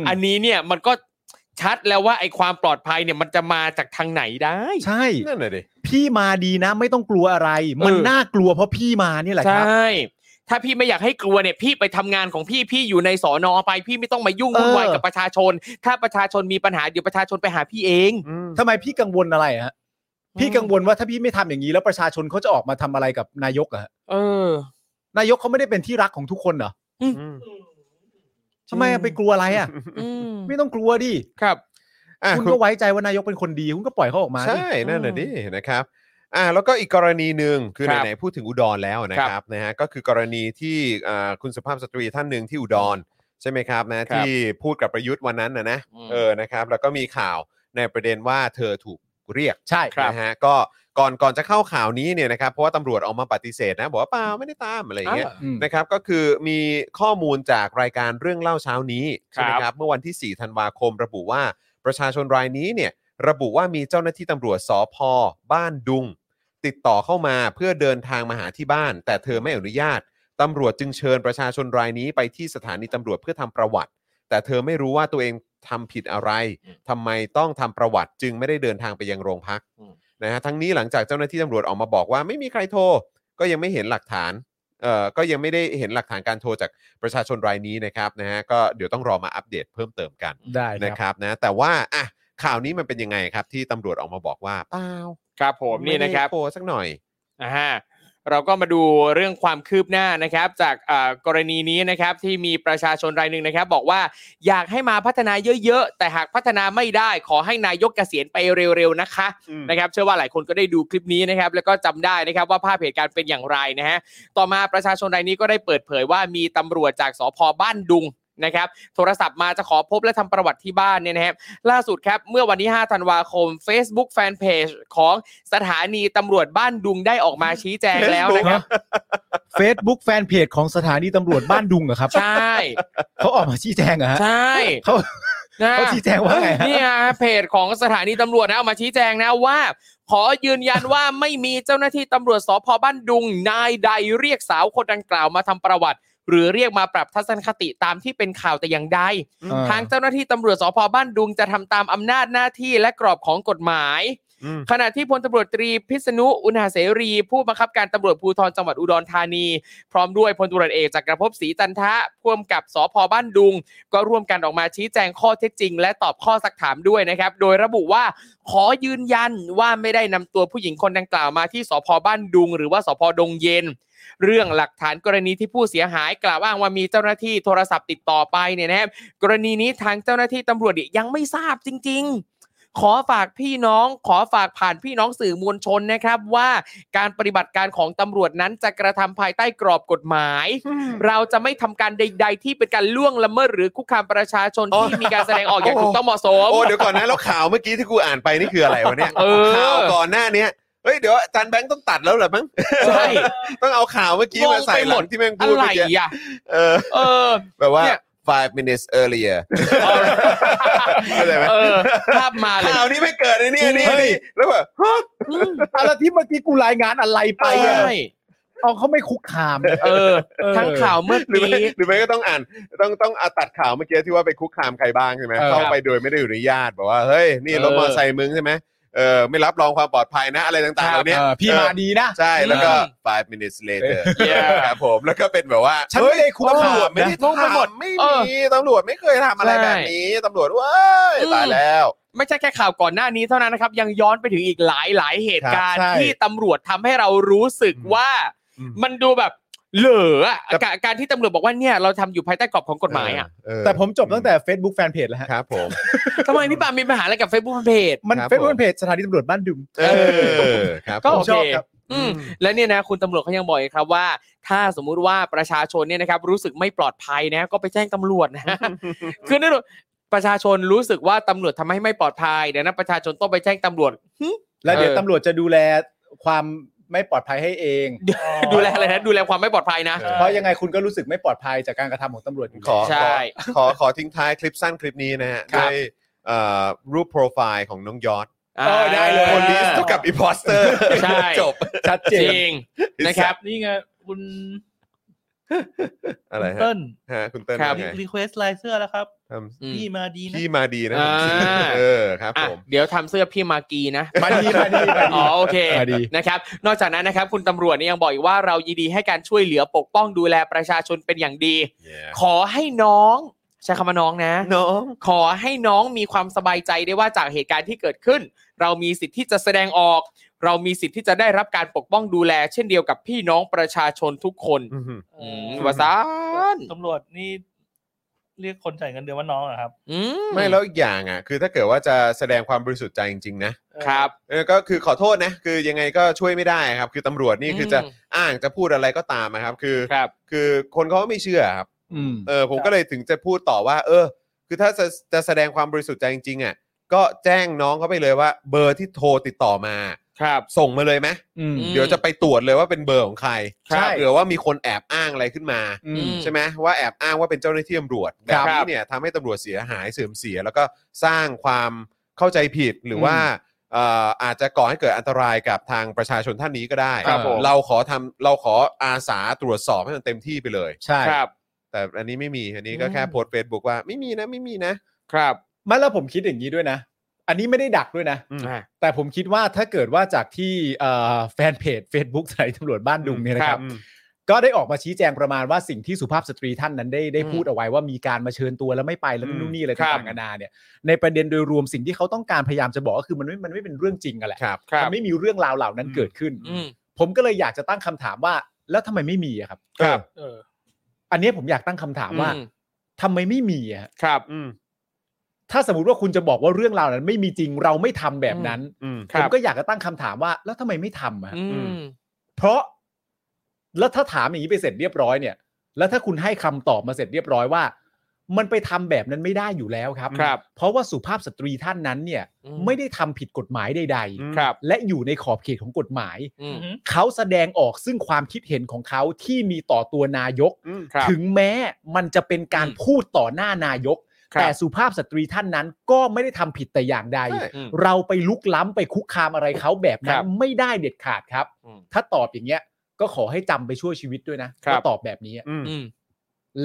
Speaker 1: อันนี้เนี่ยมันก็ชัดแล้วว่าไอ้ความปลอดภัยเนี่ยมันจะมาจากทางไหนได้
Speaker 3: ใช่
Speaker 2: นั่นน่ะดิ
Speaker 3: พี่มาดีนะ ไม่ต้องกลัวอะไร มัน
Speaker 1: เออ
Speaker 3: น่ากลัวเพราะพี่มาเนี่ยแหละ
Speaker 1: ใช
Speaker 3: ครับ
Speaker 1: ่ ถ้าพี่ไม่อยากให้กลัวเนี่ยพี่ไปทำงานของพี่พี่อยู่ในสอนอไปพี่ไม่ต้องมายุ่งวุ่นวาย
Speaker 3: เออ
Speaker 1: กับประชาชน ถ้าประชาชนมีปัญหาเดี๋ยวประชาชนไปหาพี่เอง
Speaker 2: อืม
Speaker 3: ทำไมพี่กังวลอะไรฮะ พี่กังวลว่าถ้าพี่ไม่ทำอย่างนี้แล้วประชาชนเขาจะออกมาทำอะไรกับนายกอะฮะ
Speaker 1: เออ
Speaker 3: นายกเขาไม่ได้เป็นที่รักของทุกคนเหรอ
Speaker 2: อืม
Speaker 3: ทำไมอะไปกลัวอะไรอะ
Speaker 1: อืม
Speaker 3: ไม่ต้องกลัวดิ
Speaker 1: ครับ
Speaker 2: อ่ะ
Speaker 3: คุณ
Speaker 2: คุณ
Speaker 3: ก็ไว้ใจว่านายกเป็นคนดี คุณก็ปล่อยเขาออกมาดิ
Speaker 2: ใช่นั่นแหละดินะครับอ่าแล้วก็อีกกรณีหนึ่งคือ
Speaker 1: ครับ
Speaker 2: ไหนๆพูดถึงอุดรแล้วนะค
Speaker 1: ครั
Speaker 2: รับบ นะฮะก็คือกรณีที่อ่าคุณสุภาพสตรีท่านหนึ่งที่อุดรใช่ไหมครับนะครับที่พูดกับประยุทธ์วันนั้นนะนะ
Speaker 1: อืม
Speaker 2: เออนะครับแล้วก็มีข่าวในประเด็นว่าเธอถูกเรียก
Speaker 3: ใช่
Speaker 1: ครับ
Speaker 2: นะฮะก็ก่อนก่อนจะเข้าข่าวนี้เนี่ยนะครับเพราะว่าตำรวจออกมาปฏิเสธนะบอกว่าเปล่าไม่ได้ตามอะไรอย่างเงี้ย
Speaker 3: อืม
Speaker 2: นะครับก็คือมีข้อมูลจากรายการเรื่องเล่าเช้านี้ใช่ไหม
Speaker 1: ครับ
Speaker 2: ครับเมื่อวันที่ 4 ธันวาคม ระบุว่าประชาชนรายนี้เนี่ยระบุว่ามีเจ้าหน้าที่ตำรวจสอพบ้านดุง ติดต่อเข้ามาเพื่อเดินทางมาหาที่บ้าน แต่เธอไม่อนุญาตตำรวจจึงเชิญประชาชนรายนี้ไปที่สถานีตำรวจเพื่อทำประวัติ แต่เธอไม่รู้ว่าตัวเองทำผิดอะไร
Speaker 1: อืม
Speaker 2: ทำไมต้องทำประวัติจึงไม่ได้เดินทางไปยังโรงพัก
Speaker 1: อืม
Speaker 2: นะฮะทั้งนี้หลังจากเจ้าหน้าที่ตำรวจออกมาบอกว่าไม่มีใครโทรก็ยังไม่เห็นหลักฐาน เอ่อก็ยังไม่ได้เห็นหลักฐานการโทรจากประชาชนรายนี้นะครับนะฮะก็เดี๋ยวต้องรอมาอัปเดตเพิ่มเติมกัน
Speaker 3: ได้
Speaker 2: นะ
Speaker 3: ค
Speaker 2: ครับ รับนะแต่ว่าอ่ะข่าวนี้มันเป็นยังไงครับ ที่ตำรวจออกมาบอกว่าเปล่า
Speaker 1: ครับผมนี่
Speaker 2: ไได้
Speaker 1: นะครับ
Speaker 2: โทรสักหน่อย
Speaker 1: อ่าฮะเราก็มาดูเรื่องความคืบหน้านะครับ จากอ่ากรณีนี้นะครับที่มีประชาชนรายหนึ่งนะครับ บอกว่าอยากให้มาพัฒนาเยอะๆ แต่หากพัฒนาไม่ได้ขอให้นายกเกษียณไปเร็วๆนะคะ
Speaker 2: อืม
Speaker 1: นะครับเชื่อว่าหลายคนก็ได้ดูคลิปนี้นะครับ แล้วก็จำได้นะครับว่าภาพเหตุการณ์เป็นอย่างไรนะฮะต่อมาประชาชนรายนี้ก็ได้เปิดเผยว่ามีตำรวจจากสพบ้านดุงนะครับโทรศัพท์มาจะขอพบและทำประวัติที่บ้านเนี่ยนะครับ ล่าสุดครับเมื่อวันที่ 5 ธันวาคม Facebook Fanpage ของสถานีตำรวจบ้านดุงได้ออกมาชี้แจงแล้วนะครับ
Speaker 3: Facebook แฟนเพจของสถานีตำรวจบ้านดุงเหรอครับ
Speaker 1: ใช่
Speaker 3: เขาออกมาชี้แจงเหรอฮะ
Speaker 1: ใช่
Speaker 3: เขา
Speaker 1: นะ
Speaker 3: เขาชี้แจงว่าไงฮะ
Speaker 1: เนี่ยเพจของสถานีตำรวจนะออกมาชี้แจงนะว่า ขอยืนยันว่าไม่มีเจ้าหน้าที่ตำรวจสพบ้านดุง นายใดเรียกสาวคนดังกล่าวมาทำประวัติ หรือเรียกมาปรับทัศนคติตามที่เป็นข่าวแต่อย่างใด
Speaker 3: เออ
Speaker 1: ทางเจ้าหน้าที่ตำรวจสพบ้านดุงจะทำตามอำนาจหน้าที่และกรอบของกฎหมาย
Speaker 2: อืม
Speaker 1: ขณะที่พลตำรวจตรีพิษณุอุณหเสรี ผู้บังคับการตำรวจภูธรจังหวัดอุดรธานี พร้อมด้วยพลตำรวจเอกจากกระภพศรีจันทะพ่วมกับสพบ้านดุง ก็ร่วมกันออกมาชี้แจงข้อเท็จจริง และตอบข้อสักถามด้วยนะครับ โดยระบุว่าขอยืนยันว่าไม่ได้นำตัวผู้หญิงคนดังกล่าวมาที่สพบ้านดุง หรือว่าสพดงเย็น เรื่องหลักฐานกรณีที่ผู้เสียหายกล่าวอ้างว่ามีเจ้าหน้าที่โทรศัพท์ติดต่อไปเนี่ยนะครับ กรณีนี้ทางเจ้าหน้าที่ตำรวจเนี่ยยังไม่ทราบจริง ๆ ขอฝากพี่น้อง ขอฝากผ่านพี่น้องสื่อมวลชนนะครับว่าการปฏิบัติการของตำรวจนั้นจะกระทำภายใต้กรอบกฎหมาย เราจะไม่ทำการใด ๆ ที่เป็นการล่วงละเมิดหรือคุกคามประชาชนที่มีการแสดงออกอย่างถูกต้องเหมาะสม
Speaker 2: โอ้เดี๋ยวก่อนนะแล้วข่าวเมื่อกี้ที่กูอ่านไปนี่คืออะไรวะเนี่ย
Speaker 1: เออ
Speaker 2: ข่าวก่อนหน้าเนี้ยเฮ้ยเดี๋ยวอาจารย์แบงค์ต้องตัดแล้วเหรอมั้ง
Speaker 1: ใช่
Speaker 2: ต้องเอาข่าวเมื่อกี้มาใส่หลังที่แม่ง
Speaker 1: อะ
Speaker 2: พูด
Speaker 1: ไร
Speaker 2: เมื่อกี้
Speaker 1: อ่ะ
Speaker 2: เออ
Speaker 1: เออ
Speaker 2: แบบว่า
Speaker 1: เนี่ย
Speaker 2: five minutes earlier เข้าใจไหม
Speaker 1: เออภาพมาเลย
Speaker 2: ข่าวนี้ไม่เกิดเลยเนี่ยนี่
Speaker 1: เฮ้ย
Speaker 2: นี่แล้วแบบฮะ
Speaker 3: เอาละที่เมื่อกี้กูรายงานอะไรไปอะ
Speaker 1: ใช่
Speaker 3: เอาเขาไม่คุกคามนะ
Speaker 1: เออ
Speaker 3: เออ
Speaker 1: ทั้งข่าวเมื่อ
Speaker 2: หรือไม่
Speaker 1: กี้
Speaker 2: หรือไม่ก็ต้องอ่าน ต้องต้องเอาตัดข่าวเมื่อกี้ที่ว่าไปคุกคามใครบ้างใช่ไหม
Speaker 3: เออ
Speaker 2: เข้าไปโดยไม่ได้อนุญาตบอกว่าเฮ้ยนี่รถม
Speaker 1: เออ
Speaker 2: อเตอร์ไซค์มึงใช่ไหมเออไม่รับรองความปลอดภัยนะอะไรต่างๆเหล่านี้
Speaker 3: เออพี่มาดีนะ
Speaker 2: ใช่แล้วก็
Speaker 1: อืม
Speaker 2: five minutes later
Speaker 1: Yeah
Speaker 2: ครับผมแล้วก็เป็นแบบว่า
Speaker 3: ฉันไม่ได้คุก
Speaker 2: ตำรวจ
Speaker 3: คามนะ
Speaker 2: ไม่ได้
Speaker 1: งงไปหมด
Speaker 2: ทำไม่
Speaker 1: เออ
Speaker 2: มีตำรวจไม่เคยทำอะไร
Speaker 1: ใช่
Speaker 2: แบบนี้ตำรวจเว้ย
Speaker 1: อืม
Speaker 2: ตายแล้ว
Speaker 1: ไม่ใช่แค่ข่าวก่อนหน้านี้เท่านั้นนะครับ ยังย้อนไปถึงอีกหลายหลายๆเหตุการณ์
Speaker 3: ครับใช่
Speaker 1: ที่ตำรวจทำให้เรารู้สึกว่า
Speaker 2: อืม
Speaker 1: มันดูแบบเหลืออะการการที่ตำรวจบอกว่าเนี่ยเราทำอยู่ภายใต้กรอบของกฎหมายอ่ะ
Speaker 2: เอ
Speaker 3: แต่ผมจบตั้งแต่ Facebook Fanpage แล้วฮะ
Speaker 2: ครับผม
Speaker 1: ทำไมพี่ปาล์มมีปัญหาอะไรกับ Facebook Page
Speaker 3: มัน
Speaker 2: ครับผม
Speaker 3: Facebook Fanpage สถานีตำรวจบ้านดุง
Speaker 2: เออครับ
Speaker 1: ก็
Speaker 2: ผม
Speaker 1: โอ
Speaker 3: ช
Speaker 1: เค
Speaker 3: อบครับ
Speaker 1: อืมและเนี่ยนะคุณตำรวจเขายังบอกอีกครับว่า ถ้าสมมุติว่าประชาชนเนี่ยนะครับรู้สึกไม่ปลอดภัยนะ ก็ไปแจ้งตำรว จนะ คือนั่นประชาชนรู้สึกว่าตำรวจทำให้ไม่ปลอดภัยเดี๋ยวนะประชาชนต้องไปแจ้งตำรวจ
Speaker 3: แล้วเดี๋ยว
Speaker 1: เออ
Speaker 3: ตำรวจจะดูแลความไม่ปลอดภัยให้เอง
Speaker 1: ดูแลอะไรนะดูแลความไม่ปลอดภัยนะ
Speaker 2: เออ
Speaker 3: เพราะยังไงคุณก็รู้สึกไม่ปลอดภัยจากการกระทำของตำรวจอยู่
Speaker 2: ขอ
Speaker 1: ใช่
Speaker 2: ขอขอขอทิ้งท้ายคลิปสั้นคลิปนี้นะฮะ
Speaker 1: ครับ
Speaker 2: ด้วยเอ่อรูปโปรไฟล์ของน้องยอด
Speaker 1: อ่า
Speaker 3: เออได้เลย
Speaker 2: คนนี้เท่ากับอีพอสเตอร์
Speaker 1: ใช่
Speaker 2: จบ
Speaker 3: ชัดเจ
Speaker 1: จ
Speaker 3: น
Speaker 1: ริงนะครับ
Speaker 5: นี่ไงคุณ
Speaker 2: อะไรฮะ
Speaker 5: เติ้ล
Speaker 2: ฮะคุณเติ้ล
Speaker 1: ครับ
Speaker 2: ว่าไง
Speaker 5: รีเควสไลเซอร์แล้วครับ
Speaker 2: ท
Speaker 1: อืม
Speaker 5: พี่มาดี
Speaker 2: ำ
Speaker 5: นะ
Speaker 2: พี่มาดีนะ
Speaker 1: อ่า
Speaker 2: เออครับ
Speaker 1: อ่ะ
Speaker 2: ผม
Speaker 1: เดี๋ยวทำเสื้อพี่มากีนะ
Speaker 3: มาดีมาดีมาดี
Speaker 1: อ๋อโอเค
Speaker 3: มาดี
Speaker 1: นะครับนอกจากนั้นนะครับคุณตำรวจเนี่ยยังบอกอีกว่าเรายินดีให้การช่วยเหลือปกป้องดูแลประชาชนเป็นอย่างดี ขอให้น้องใช้คำว่าน้องนะ
Speaker 2: น้อง
Speaker 1: ขอให้น้องมีความสบายใจได้ว่าจากเหตุการณ์ที่เกิดขึ้น เรามีสิทธิ์ที่จะแสดงออก เรามีสิทธิ์ที่จะได้รับการปกป้องดูแล เช่นเดียวกับพี่น้องประชาชนทุกคนอืมวาซาน
Speaker 5: ตำรวจนี่เรียกคนจ่ายเงินเดือนว่าน้องเหรอครับ
Speaker 1: อื
Speaker 2: ไม่แล้วอีกอย่างอ่ะ คือถ้าเกิดว่าจะแสดงความบริสุทธิ์ใจจริงๆนะครับ เออก็คือขอโทษนะ คือยังไงก็ช่วยไม่ได้ครับ คือตำรวจนี่คือจะ
Speaker 1: อืม
Speaker 2: อ้างจะพูดอะไรก็ตามนะครับ คือ
Speaker 1: ครับ
Speaker 2: คือคนเขาไม่เชื่อครับ
Speaker 3: อืม
Speaker 2: เออผมก็เลยถึงจะพูดต่อว่า เออ คือถ้าจะจะแสดงความบริสุทธิ์ใจจริงๆอ่ะก็แจ้งน้องเขาไปเลยว่า เบอร์ที่โทรติดต่อมา
Speaker 1: ครับ
Speaker 2: ส่งมาเลยไหม
Speaker 3: อืม
Speaker 1: ม
Speaker 2: เดี๋ยวจะไปตรวจเลยว่าเป็นเบอร์ของใคร
Speaker 3: ใช่
Speaker 2: เผื่อว่ามีคนแอบอ้างอะไรขึ้นมา
Speaker 3: อืม
Speaker 2: ใช่ไหมว่าแอบอ้างว่าเป็นเจ้าหน้าที่ตำรวจแบ
Speaker 1: ครับ บ
Speaker 2: นี้เนี่ยทำให้ตำรวจเสียหายเสื่อมเสีย แล้วก็สร้างความเข้าใจผิดหรืออ
Speaker 3: ม
Speaker 2: ว่าเอ่ออาจจะก่อให้เกิดอันตรายกับทางประชาชนท่านนี้ก็ได้
Speaker 3: ครับผม
Speaker 2: เราขอทำเราขออาสาตรวจสอบให้มันเต็มที่ไปเลย
Speaker 3: ใช่
Speaker 1: ครับ
Speaker 2: แต่อันนี้ไม่มี อันนี้ก็
Speaker 1: อืม
Speaker 2: แค่โพสต์เฟซบุ๊กว่าไม่มีนะไม่มีนะครับ
Speaker 3: ไม่แล้วผมคิดอย่างนี้ด้วยนะ อันนี้ไม่ได้ดักด้วยนะ
Speaker 2: อืม
Speaker 1: อ่ะ
Speaker 3: แต่ผมคิดว่าถ้าเกิดว่าจากที่เอ่อแฟนเพจ Facebook สถานีตำรวจบ้านดุงเนี่ยนะครับ
Speaker 2: อืม
Speaker 3: ก็ได้ออกมาชี้แจงประมาณว่าสิ่งที่สุภาพสตรีท่านนั้นได้ได้พูดเอาไว้ว่ามีการมาเชิญตัวแล้วไม่ไปแล้วนู่นนี่อะไร
Speaker 1: ครับ
Speaker 3: ต่างๆนานาเนี่ยในประเด็นโดยรวมสิ่งที่เขาต้องการพยายามจะบอกก็คือมันไม่มันไม่เป็นเรื่องจริงอะแหละ
Speaker 2: ครับ
Speaker 1: ครับ
Speaker 3: มันไม่มีเรื่องราวเหล่านั้นเกิดขึ้น
Speaker 1: อืม
Speaker 3: ผมก็เลยอยากจะตั้งคำถามว่า แล้วทำไมไม่มีอะครับ
Speaker 2: ครับ
Speaker 5: เออ
Speaker 3: อันนี้ผมอยากตั้งคำถามว่า
Speaker 1: อืม
Speaker 3: ทำไมไม่มีอะฮะ
Speaker 1: ครับ
Speaker 2: อืม
Speaker 3: ถ้าสมมติว่าคุณจะบอกว่าเรื่องราวนั้น ไม่มีจริงเราไม่ทำแบบนั้น
Speaker 2: อืม
Speaker 1: ครั
Speaker 3: ผ
Speaker 1: บ
Speaker 3: มก็อยากจะตั้งคำถามว่า แล้วทำไมไม่ทำอะฮะ
Speaker 1: อืม
Speaker 3: เพราะแล้วถ้าถามอย่างนี้ไปเสร็จเรียบร้อยเนี่ย แล้วถ้าคุณให้คำตอบมาเสร็จเรียบร้อยว่า มันไปทำแบบนั้นไม่ได้อยู่แล้วครับ
Speaker 1: ครับ
Speaker 3: เพราะว่าสุภาพสตรีท่านนั้นเนี่ย
Speaker 1: อืม
Speaker 3: ไม่ได้ทำผิดกฎหมายใด
Speaker 2: อืม
Speaker 1: ครับ
Speaker 3: ๆ และอยู่ในขอบเขตของกฎหมาย
Speaker 1: อืม
Speaker 3: เขาแสดงออกซึ่งความคิดเห็นของเขาที่มีต่อตัวนายก
Speaker 2: อืม
Speaker 1: ครับ
Speaker 3: ถึงแม้มันจะเป็นการ
Speaker 1: อืม
Speaker 3: พูดต่อหน้านายก
Speaker 1: ครับ
Speaker 3: แต่สุภาพสตรีท่านนั้นก็ไม่ได้ทำผิดแต่อย่างใด
Speaker 2: ใช่
Speaker 1: อืม
Speaker 3: เราไปลุกล้ำไปคุกคามอะไรเขาแบบนั้
Speaker 1: คน รับ
Speaker 3: ไม่ได้เด็ดขาดครับ
Speaker 1: อืม
Speaker 3: ถ้าตอบอย่างเงี้ย ก็ขอให้จำไปช่วยชีวิตด้วยนะครับ ถ้าตอบแบบนี้
Speaker 2: อืม
Speaker 1: อืม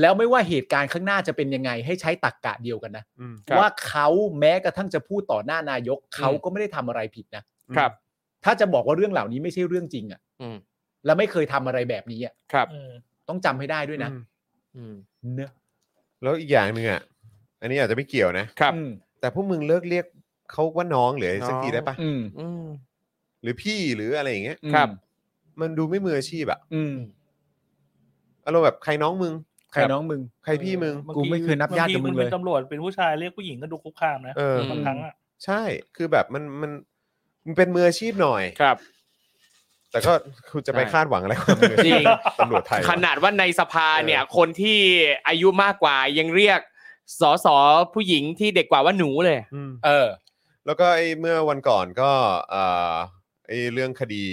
Speaker 3: แล้วไม่ว่าเหตุการณ์ข้างหน้าจะเป็นยังไง ให้ใช้ตักกะเดียวกันนะ
Speaker 2: อืม
Speaker 1: ครับ
Speaker 3: ว่าเขาแม้กระทั่งจะพูดต่อหน้านายก เขาก็ไม่ได้ทำอะไรผิดนะ
Speaker 1: ครับ
Speaker 3: ถ้าจะบอกว่าเรื่องเหล่านี้ไม่ใช่เรื่องจริงอ่ะ
Speaker 1: อืม
Speaker 3: และไม่เคยทำอะไรแบบนี้อ่ะ
Speaker 1: ครับ
Speaker 5: เออ
Speaker 3: ต้องจำให้ได้ด้วยนะ
Speaker 1: อืม
Speaker 3: เนอะ
Speaker 2: แล้วอีกอย่างหนึ่งอ่ะอันนี้อาจจะไม่เกี่ยวนะ
Speaker 1: ครับ
Speaker 3: อืม
Speaker 2: แต่พวกมึงเลิกเรียกเขาว่าน้องหรือ
Speaker 1: น้อง
Speaker 2: สักทีได้ปะ
Speaker 3: อืม
Speaker 1: อืม
Speaker 2: หรือพี่หรืออะไรอย่างเงี้ย
Speaker 1: ครับ
Speaker 2: มันดูไม่มืออาชีพอะ
Speaker 3: อืม
Speaker 2: อารมณ์แบบใครน้องมึง
Speaker 3: ใครน้องมึง
Speaker 2: ใครพี่มึง
Speaker 5: บา
Speaker 3: กูไม่เคยนับญาติกั
Speaker 5: ที
Speaker 3: บมึง
Speaker 5: น
Speaker 3: เลย
Speaker 5: เป็นตำรวจเป็นผู้ชายเรียกผู้หญิงก็ดูคุกคามนะ
Speaker 2: เออ
Speaker 5: บางครั้งอ่ะ
Speaker 2: ใช่คือแบบมันมันมันเป็นมืออาชีพหน่อย
Speaker 1: ครับ
Speaker 2: แต่ก็คุณจะไป
Speaker 1: ใช่
Speaker 2: คาดหวังอะไรความมืออาชีพ
Speaker 1: จริง
Speaker 2: ตำรวจไทย
Speaker 1: ขนาดว่าในสภา
Speaker 2: เออ
Speaker 1: เนี่ย คนที่อายุมากกว่ายังเรียกสอสอผู้หญิงที่เด็กกว่าว่าหนูเลย
Speaker 2: อืม
Speaker 1: เออ
Speaker 2: แล้วก็ไอ้เมื่อวันก่อนก็เอ่อไอ้เรื่องคดี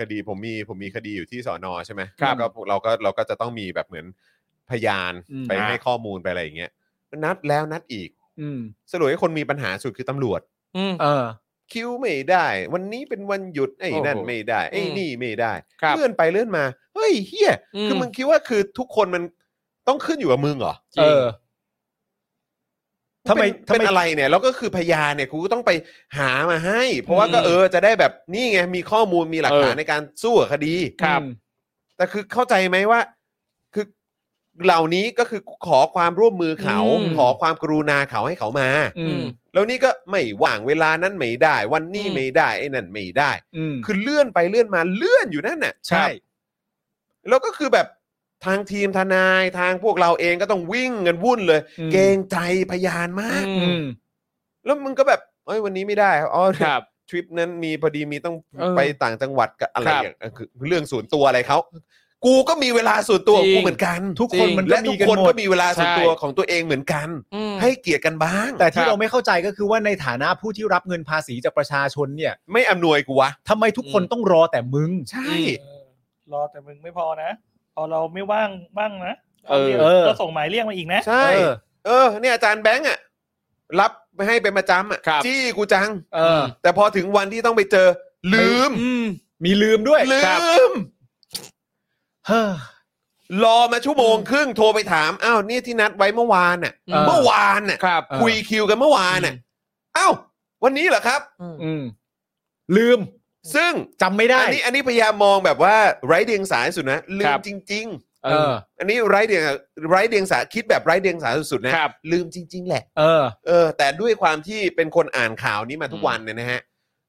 Speaker 2: คดีผมมีผมมีคดีอยู่ที่สอนอใช่ไหม
Speaker 1: ครับ
Speaker 2: แล้วก็เราก็เราก็จะต้องมีแบบเหมือนพยาน
Speaker 3: อืม
Speaker 2: ไปให้ข้อมูลไปอะไรอย่างเงี้ยนัดแล้วนัดอีก
Speaker 3: อืม
Speaker 2: สรุปให้คนมีปัญหาสุดคือตำรวจ
Speaker 1: อืม
Speaker 3: เออ
Speaker 2: คิวไม่ได้ วันนี้เป็นวันหยุดไอ้
Speaker 1: โอ้โห
Speaker 2: นั่นไม่ได้ไอ้
Speaker 1: อืม
Speaker 2: นี่ไม่ได้
Speaker 1: ครับ
Speaker 2: เลื่อนไปเลื่อนมาเฮ้ยเฮีย
Speaker 1: อืม
Speaker 2: คือมึงคิดว่าคือทุกคนมันต้องขึ้นอยู่กับมึงเหรอ
Speaker 1: จริง
Speaker 3: เออทำไม
Speaker 2: เป็น
Speaker 3: ทำ
Speaker 2: เป็
Speaker 3: ไม
Speaker 2: นอะไรเนี่ยแล้วก็คือพยานเนี่ยกูก็ต้องไปหามาให้ เพราะว่าก็เออจะได้แบบนี่ไงมีข้อมูลมีหลักฐาน
Speaker 1: เออ
Speaker 2: ในการสู้กับคดี
Speaker 1: ครับ
Speaker 3: อืม
Speaker 2: แต่คือเข้าใจไหมว่า คือเหล่านี้ก็คือขอความร่วมมือเขา
Speaker 1: อืม
Speaker 2: ขอความกรุณาเขาให้เขามา
Speaker 3: อืม
Speaker 2: แล้วนี่ก็ไม่ว่างเวลานั้นไม่ได้ วันนี้
Speaker 1: อืม
Speaker 2: ไม่ได้ไอ้นั่นไม่ได้
Speaker 3: อืม
Speaker 2: คือเลื่อนไปเลื่อนมาเลื่อนอยู่นั่นน่ะ
Speaker 3: ใช่
Speaker 2: แล้วก็คือแบบทางทีมทนายทางพวกเราเองก็ต้องวิ่งกันวุ่นเลย
Speaker 3: อืม
Speaker 2: เกรงใจพยานมาก
Speaker 1: อื
Speaker 3: อื
Speaker 1: ม
Speaker 3: ม
Speaker 2: แล้วมึงก็แบบเอ้ยวันนี้ไม่ได้ครับอ๋อ
Speaker 1: ครับ
Speaker 2: ทริปนั้นมีพอดีมีต้อง
Speaker 1: เออ
Speaker 2: ไปต่างจังหวัดกับอะไร
Speaker 1: ครับ
Speaker 2: อย่างเออคือเรื่องส่วนตัวอะไรเขากูก็มีเวลาส่วนตัวของ
Speaker 1: จริ
Speaker 2: กู
Speaker 1: ง
Speaker 2: เหมือนกัน
Speaker 3: ทุกคนมันก็
Speaker 2: และทุก
Speaker 3: มีกัน
Speaker 2: คน
Speaker 3: หมด
Speaker 2: ก็มีเวลาส่วนตัว
Speaker 1: ใช่
Speaker 2: ของตัวเองเหมือนกัน
Speaker 1: อืม
Speaker 2: ให้เกียรติกันบ้าง
Speaker 1: ค
Speaker 3: แต่
Speaker 1: รั
Speaker 3: ที่
Speaker 1: บ
Speaker 3: เราไม่เข้าใจก็คือว่าในฐานะผู้ที่รับเงินภาษีจากประชาชนเนี่ย
Speaker 2: ไม่อำนวยกูวะ
Speaker 3: ทำไมทุกคน
Speaker 1: อืม
Speaker 3: ต้องรอแต่มึง
Speaker 2: ใช่
Speaker 5: เออรอแต่มึงไม่พอนะ พอเราไม่ว่างบ้างนะ
Speaker 1: เออ
Speaker 5: รียก
Speaker 3: เออ
Speaker 5: ก็ส่งหมายเรียกมาอีกนะ
Speaker 2: ใช่
Speaker 3: เออ
Speaker 2: เออเนี่ยอาจารย์แบงค์อ่ะรับให้เป็นประจำอ่ะ
Speaker 1: ครับ
Speaker 2: จี้กูจัง
Speaker 3: เออ
Speaker 2: แต่พอถึงวันที่ต้องไปเจอ ลืม
Speaker 1: อืม
Speaker 3: มีลืมด้วย
Speaker 2: ลื
Speaker 1: ครับ
Speaker 2: ม
Speaker 3: เฮ้อ
Speaker 2: รอมาชั่วโมงครึ่งโทรไปถามอ้าวเนี่ยที่นัดไว้เมื่อวานน่ะ
Speaker 3: เออ
Speaker 2: เมื่อวานน่ะ
Speaker 1: ครับ
Speaker 3: เออ
Speaker 2: คุยคิวกันเมื่อวานน่ะอ้าววันนี้เหรอครับ
Speaker 3: อืม ลืม
Speaker 2: ซึ่ง
Speaker 3: จำไม่ได้
Speaker 2: อันนี้อันนี้พยายามมองแบบว่าไร้เดียงสาที่สุดนะลื
Speaker 1: ครั
Speaker 2: ม
Speaker 1: บ
Speaker 2: จริง
Speaker 1: เอ
Speaker 3: เอ
Speaker 1: อ
Speaker 3: อ
Speaker 2: ๆ อันนี้ไร้เดียงไร้เดียงสาคิดแบบไร้เดียงสาสุดๆนะครับ ลืมจริง ๆ แหละ
Speaker 3: เออ
Speaker 2: เออแต่ด้วยความที่เป็นคนอ่านข่าวนี้มาทุกวันเนี่ยนะฮะ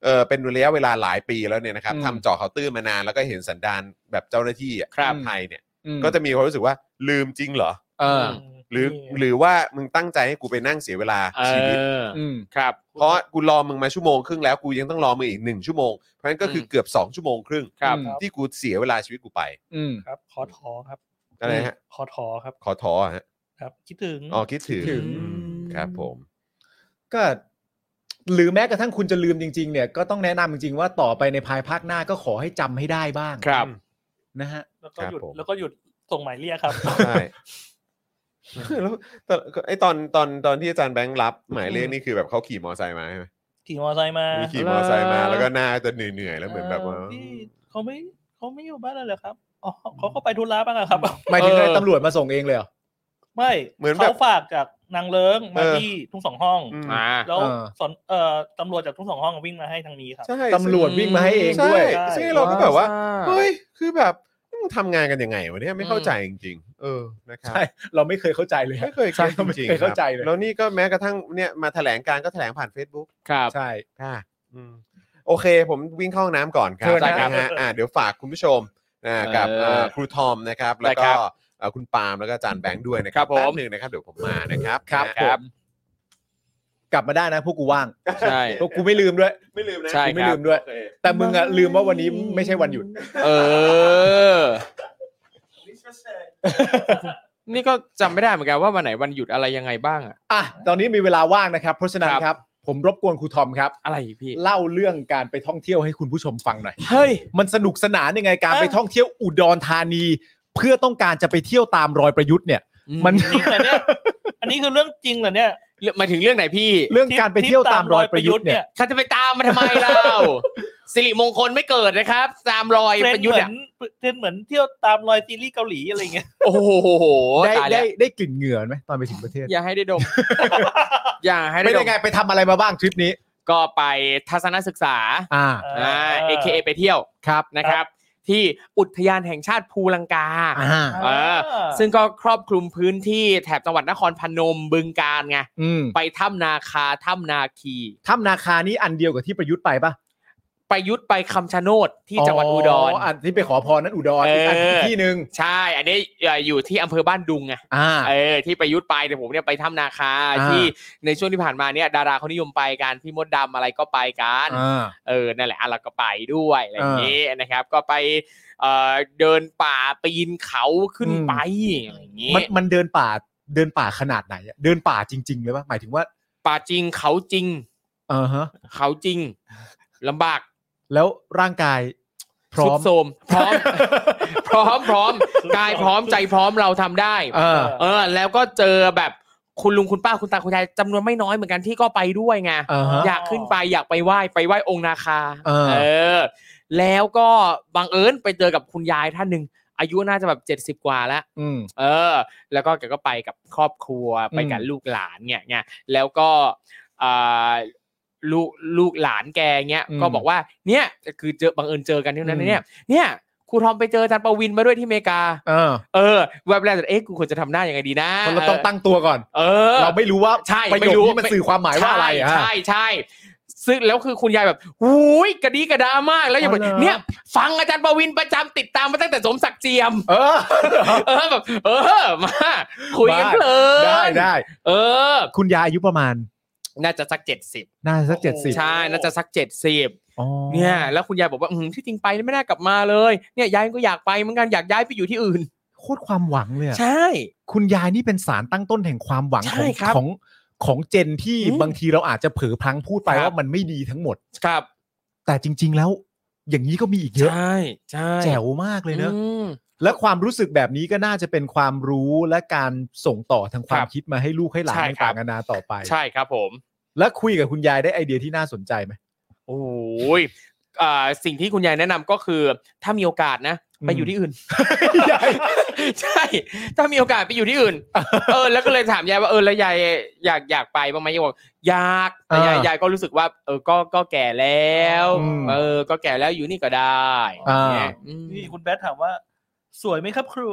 Speaker 2: เออเป็นระยะเวลาหลายปีแล้วเนี่ยนะครับ
Speaker 3: อืม
Speaker 2: ทำเจาะข่าวตื้นมานานแล้วก็เห็นสันดานแบบเจ้าหน้าที่อะ
Speaker 1: ครับ
Speaker 2: ไทยเนี่ย
Speaker 3: อืม
Speaker 2: ก็จะมีความรู้สึกว่าลืมจริงเหรอ
Speaker 3: เออ
Speaker 2: หรือ
Speaker 5: นี่
Speaker 2: หรือว่ามึงตั้งใจให้กูไปนั่งเสียเวลา
Speaker 1: เอ
Speaker 2: ชีวิต
Speaker 1: อ
Speaker 3: อืม
Speaker 1: ครับ
Speaker 2: เพราะกูรอมึงมาชั่วโมงครึ่งแล้วกูยังต้องรอมึงอีกหนึ่งชั่วโมง เพราะฉะนั้นก็คืออ
Speaker 1: ม
Speaker 2: เกือบ 2 ชั่วโมงครึ่ง
Speaker 1: ครับ
Speaker 5: อืม
Speaker 2: ที่กูเสียเวลาชีวิตกูไป
Speaker 3: อืม
Speaker 5: ครับ ขอถอครับ
Speaker 2: อะไรฮะ
Speaker 5: ขอถอครับ
Speaker 2: ขอทอฮะ
Speaker 5: ครับ คิดถึง
Speaker 2: อ๋อคิดถึง
Speaker 3: คิดถึง
Speaker 2: อืมครับผม
Speaker 3: ก็ หรือแม้กระทั่งคุณจะลืมจริง ๆ เนี่ย ก็ต้องแนะนำจริง ๆ ว่าต่อไปในภายภาคหน้าก็ขอให้จำให้ได้บ้าง
Speaker 1: ครับ
Speaker 3: นะฮะ
Speaker 5: แล้วก็
Speaker 2: ครับ
Speaker 5: หยุด
Speaker 2: ผม
Speaker 5: แล้วก็หยุดส่งหมายเรียก ครับ
Speaker 2: ใช่แล้วตอนไอตอนตอนตอนที่อาจารย์แบงค์รับหมายเรียกนี่คือแบบเขาขี่มอไซค์มาใช่ไหม
Speaker 5: ขี่มอเตอร์ไซค์มา
Speaker 2: มีขี่มอไซค์มาแล้วก็หน้าจะเหนื่อยๆแล้วเหมือนแบบว่า
Speaker 5: เออพี่เขาไม่เขาไม่อยู่บ้านเลยเหรอครับอ๋อเขาก็ไปธุระบ้างอะครับ
Speaker 3: หมายถึง
Speaker 1: เออ
Speaker 3: ให้ตำรวจมาส่งเองเลยเหรอ
Speaker 5: ไม่
Speaker 2: เหมือนแบบ
Speaker 5: เขาฝากจากนางเลิ้งมา
Speaker 2: เออ
Speaker 5: ที่ทุ่งสองห้อง
Speaker 2: อืม
Speaker 1: อ่า
Speaker 5: แล้ว
Speaker 3: เออ
Speaker 5: สอนเอ่อตำรวจจากทุ่งสองห้องวิ่งมาให้ทางนี้ครับ
Speaker 2: ใช่
Speaker 3: ตำรวจวิ่งมาให้เอง
Speaker 2: ใช่
Speaker 3: ด้วย
Speaker 2: ซึ่งเราก็แบบว่าเฮ้ยคือแบบมึงทำงานกันยังไงวะเนี่ยไม่เข้าใจจริง ๆ เออนะครับ
Speaker 3: ใช่ เราไม่เคยเข้าใจเลย
Speaker 2: ไม่
Speaker 3: อะ
Speaker 2: เคยคิด
Speaker 3: ใช่ไม่
Speaker 2: จริง
Speaker 3: เคย
Speaker 2: ๆครับ
Speaker 3: เข้าใจเลย
Speaker 2: แล้วนี่ก็แม้กระทั่งเนี่ยมาแถลงการก็แถลงผ่าน Facebook
Speaker 1: ครับ
Speaker 3: ใช่
Speaker 2: ค่ะอืมโอเค ผมวิ่งเข้าห้องน้ำก่อนครั
Speaker 3: เชิ
Speaker 2: บ
Speaker 3: ญครับ
Speaker 2: นะฮะอ่าเดี๋ยวฝากคุณผู้ชมนะกับ
Speaker 1: เออ
Speaker 2: เอ่อครูทอมนะครับ
Speaker 1: ได้
Speaker 2: แล้ว
Speaker 1: ค
Speaker 2: ก็
Speaker 1: รับ
Speaker 2: เอ่อคุณปาล์มแล้วก็อาจารย์แบงค์ด้วยนะครับ
Speaker 1: ครับผม
Speaker 2: แป๊บหนึ่งนะครับ เดี๋ยวผมมานะครับ
Speaker 3: ครับ
Speaker 2: นะ
Speaker 1: ค
Speaker 2: ค
Speaker 1: รั
Speaker 2: รับ
Speaker 3: ผมกลับมาได้นะพวกกูว่าง
Speaker 1: ใช่
Speaker 3: พวกกูไม่ลืมด้วย
Speaker 2: ไม่ลืมนะ
Speaker 1: ใช่
Speaker 3: ไม่
Speaker 1: ครั
Speaker 3: ลื
Speaker 1: บ
Speaker 3: มด้วย แต่มึงอะลืมว่าวันนี้ไม่ใช่วันหยุด
Speaker 1: เออ นี่ก็จำไม่ได้เหมือนกันว่าวันไหนวันหยุดอะไรยังไงบ้างอะ
Speaker 3: อ่ะ ตอนนี้มีเวลาว่างนะครับ เพราะฉะนั้น
Speaker 1: ครับ
Speaker 3: ครับ ผมรบกวนครูทอมครับ
Speaker 1: อะไรอีกพี่
Speaker 3: เล่าเรื่องการไปท่องเที่ยวให้คุณผู้ชมฟังหน่อย
Speaker 1: เฮ้ย
Speaker 3: มันสนุกสนานยังไงการไปท่องเที่ยวอุดรธานี เพื่อต้องการจะไปเที่ยวตามรอยประยุทธ์เนี่ย มัน
Speaker 5: จริงเหรอเนี่ย อันนี้คือเรื่องจริงเหรอเนี่ย
Speaker 1: เรื่องหมายถึงเรื่องไหนพี่
Speaker 3: เรื่องการไปเที่ยวตามรอยประยุทธ์เนี่ย
Speaker 1: ฉันจะไปตามมาทำไมเล่า สิริมงคลไม่เกิดนะครับ ตามรอย
Speaker 5: เทรน
Speaker 1: ประ
Speaker 5: ด์
Speaker 1: ยุท
Speaker 5: เห
Speaker 1: ธ์
Speaker 5: มื
Speaker 1: เนี่
Speaker 5: อย นเทรนด์เหมือนเที่ยวตามรอยซีรีส์เกาหลีอะไรเงี้ย
Speaker 1: โอ้โห
Speaker 3: ได้
Speaker 1: ตายแล้
Speaker 3: ได้
Speaker 1: ว
Speaker 3: ได้กลิ่นเหงื่อไหมตอนไปถึงประเทศ
Speaker 1: อย่าให้ได้ดม อย่าให้ได้
Speaker 3: เป็น
Speaker 1: ด
Speaker 3: ยั
Speaker 1: ม
Speaker 3: งไงไปทำอะไรมาบ้างทริปนี้
Speaker 1: ก็ไปทัศนศึกษา
Speaker 3: อ่า
Speaker 1: อ่า AKA ไปเที่ยว
Speaker 3: ครับ
Speaker 1: นะครับ ที่อุทยานแห่งชาติภูลังกา
Speaker 3: อ่า
Speaker 1: เออ ซึ่งก็ครอบคลุมพื้นที่แถบจังหวัดนครพนมบึงกาฬไง
Speaker 3: อืม
Speaker 1: ไปถ้ำนาคาถ้ำนาคี
Speaker 3: ถ้ำนาคานี่อันเดียวกับที่ประยุทธ์ไปปะ
Speaker 1: ประยุทธ์ไปคำชะโนดที่จังหวัดอุดร
Speaker 3: อันที่ไปขอพรนั้นอุดร
Speaker 1: เอออั
Speaker 3: อันที่ที่หนึ่ง
Speaker 1: ใช่ อันนี้เอ่ออยู่ที่อำเภอบ้านดุงไง
Speaker 3: อ่า
Speaker 1: เออที่ประยุทธ์ไปแต่ผมเนี่ยไปถ้ำนาคา
Speaker 3: อ่า
Speaker 1: ที่ในช่วงที่ผ่านมาเนี่ยดาราเขานิยมไปกันพี่มดดำอะไรก็ไปกัน
Speaker 3: อ่า
Speaker 1: เออ นั่นแหละอ่ะเราก็ไปด้วยอะไรอย่าง
Speaker 3: อ่า
Speaker 1: นี้นะครับ ก็ไปเอ่อเดินป่าปีนเขาขึ้น
Speaker 3: อืม
Speaker 1: ไปอะไรอย่างนี้
Speaker 3: มันมันเดินป่าเดินป่าขนาดไหนอะเดินป่าจริง ๆ เลยปะหมายถึงว่า
Speaker 1: ป่าจริงเขาจริง
Speaker 3: อ่าฮะ
Speaker 1: เขาจริงลำบาก
Speaker 3: แล้วร่างกายพร้อ
Speaker 1: สุ
Speaker 3: ม
Speaker 1: ดโทรมพร้อม พร้อมพร้อมกายพร้อมใจพร้อมเราทำได้
Speaker 3: เออ
Speaker 1: เออ แล้วก็เจอแบบคุณลุงคุณป้าคุณตาคุณยายจำนวนไม่น้อยเหมือนกันที่ก็ไปด้วยไง
Speaker 3: อ่าฮะ
Speaker 1: อยากขึ้นไปอยากไปไหว้ไปไหว้องค์นาคา
Speaker 3: เออ
Speaker 1: อแล้วก็บังเอิญไปเจอกับคุณยายท่านหนึ่งอายุน่าจะแบบเจ็ดสิบ70 กว่าแล้ว
Speaker 3: อืม
Speaker 1: เออ แล้วก็แกก็ไปกับครอบครัวไปกับ
Speaker 3: อืม
Speaker 1: ลูกหลานเนี่ยไงแล้วก็อ่าลูกลูกหลานแกเนี่ยก็บอกว่าเนี่ยคือเจอบังเอิญเจอกันเท่านั้นนะเนี่ย เนี่ยครูทอมไปเจออาจารย์ประวินมาด้วยที่อเมริกา
Speaker 3: เออ
Speaker 1: เออแวบแรกจะเอ๊ะกูควรจะทำหน้ายังไงดีนะ
Speaker 3: เพราะเราต้องตั้งตัวก่อน
Speaker 1: เออ
Speaker 3: เราไม่รู้ว่า
Speaker 1: ใช่
Speaker 3: ประโย
Speaker 1: ไม่
Speaker 3: ค
Speaker 1: รู้
Speaker 3: นี้มันสื่อความหมายว่าอะไรอะ
Speaker 1: ใช่ใช่ใช่ซึ่งแล้วคือคุณยายแบบหูยกระดีกระดามากแล้วยังแบบ
Speaker 3: อ๋อเหรอ
Speaker 1: เนี่ย ฟังอาจารย์ประวินประจำติดตามมาตั้งแต่สมศักดิ์เจียม
Speaker 3: เออ
Speaker 1: เออแบบ เออมาคุยกัน
Speaker 3: มา
Speaker 1: เพลิน
Speaker 3: ได้ได้
Speaker 1: เออ
Speaker 3: คุณยายอายุประมาณ
Speaker 1: น่าจะสักเจ็ดสิบ
Speaker 3: น่าจะสักเจ็ดสิบ
Speaker 1: ใช่ น่าจะสักเจ็ดสิบ
Speaker 3: อ๋อ
Speaker 1: เนี่ย แล้วคุณยายบอกว่าอืมที่จริงไปไม่น่ากลับมาเลยเนี่ยยายก็อยากไปเหมือนกันอยากย้ายไปอยู่ที่อื่น
Speaker 3: โคตรความหวังเลยอะ
Speaker 1: ใช่
Speaker 3: คุณยายนี่เป็นสารตั้งต้นแห่งความหวัง
Speaker 1: ใช่
Speaker 3: ของ
Speaker 1: ครับ
Speaker 3: ของของเจนที่
Speaker 1: อืม
Speaker 3: บางทีเราอาจจะเผลอพลังพูดไป
Speaker 1: ครับ
Speaker 3: ว่ามันไม่ดีทั้งหมด
Speaker 1: ครับ
Speaker 3: แต่จริง ๆ แล้ว อย่างนี้ก็มีอีกเยอะ
Speaker 1: ใช่ใช่
Speaker 3: แจ๋วมากเลยเนอะ
Speaker 1: อืม
Speaker 3: และความรู้สึกแบบนี้ก็น่าจะเป็นความรู้และการส่งต่อทางควา
Speaker 1: ค
Speaker 3: ม
Speaker 1: รับ
Speaker 3: คิดมาให้ลูกให้หลาน
Speaker 1: ใช่ครั
Speaker 3: ต่า
Speaker 1: บ
Speaker 3: งๆนานาต่อไป
Speaker 1: ใช่ครับผม
Speaker 3: และคุยกับคุณยายได้ไอเดียที่น่าสนใจไหม
Speaker 1: โอ้ยอ่าสิ่งที่คุณยายแนะนำก็คือ ถ้ามีโอกาสนะ
Speaker 3: อืม
Speaker 1: ไปอยู่ที่อื่น ใช่ ถ้ามีโอกาสไปอยู่ที่อื่น เออ แล้วก็เลยถามยายว่าเออแล้วยายอยากอยากไปบ้างไหมยายบอกอยากแต่ยาย
Speaker 3: อ่าย
Speaker 1: ยายก็รู้สึกว่า เออก็ก็แก่แล้ว
Speaker 3: อืม
Speaker 1: เออ ก็แก่แล้วอยู่นี่ก็ได้
Speaker 3: อ่า
Speaker 1: เนี่ยอืม
Speaker 5: นี่คุณแบทถามว่า สวยไหมครับครู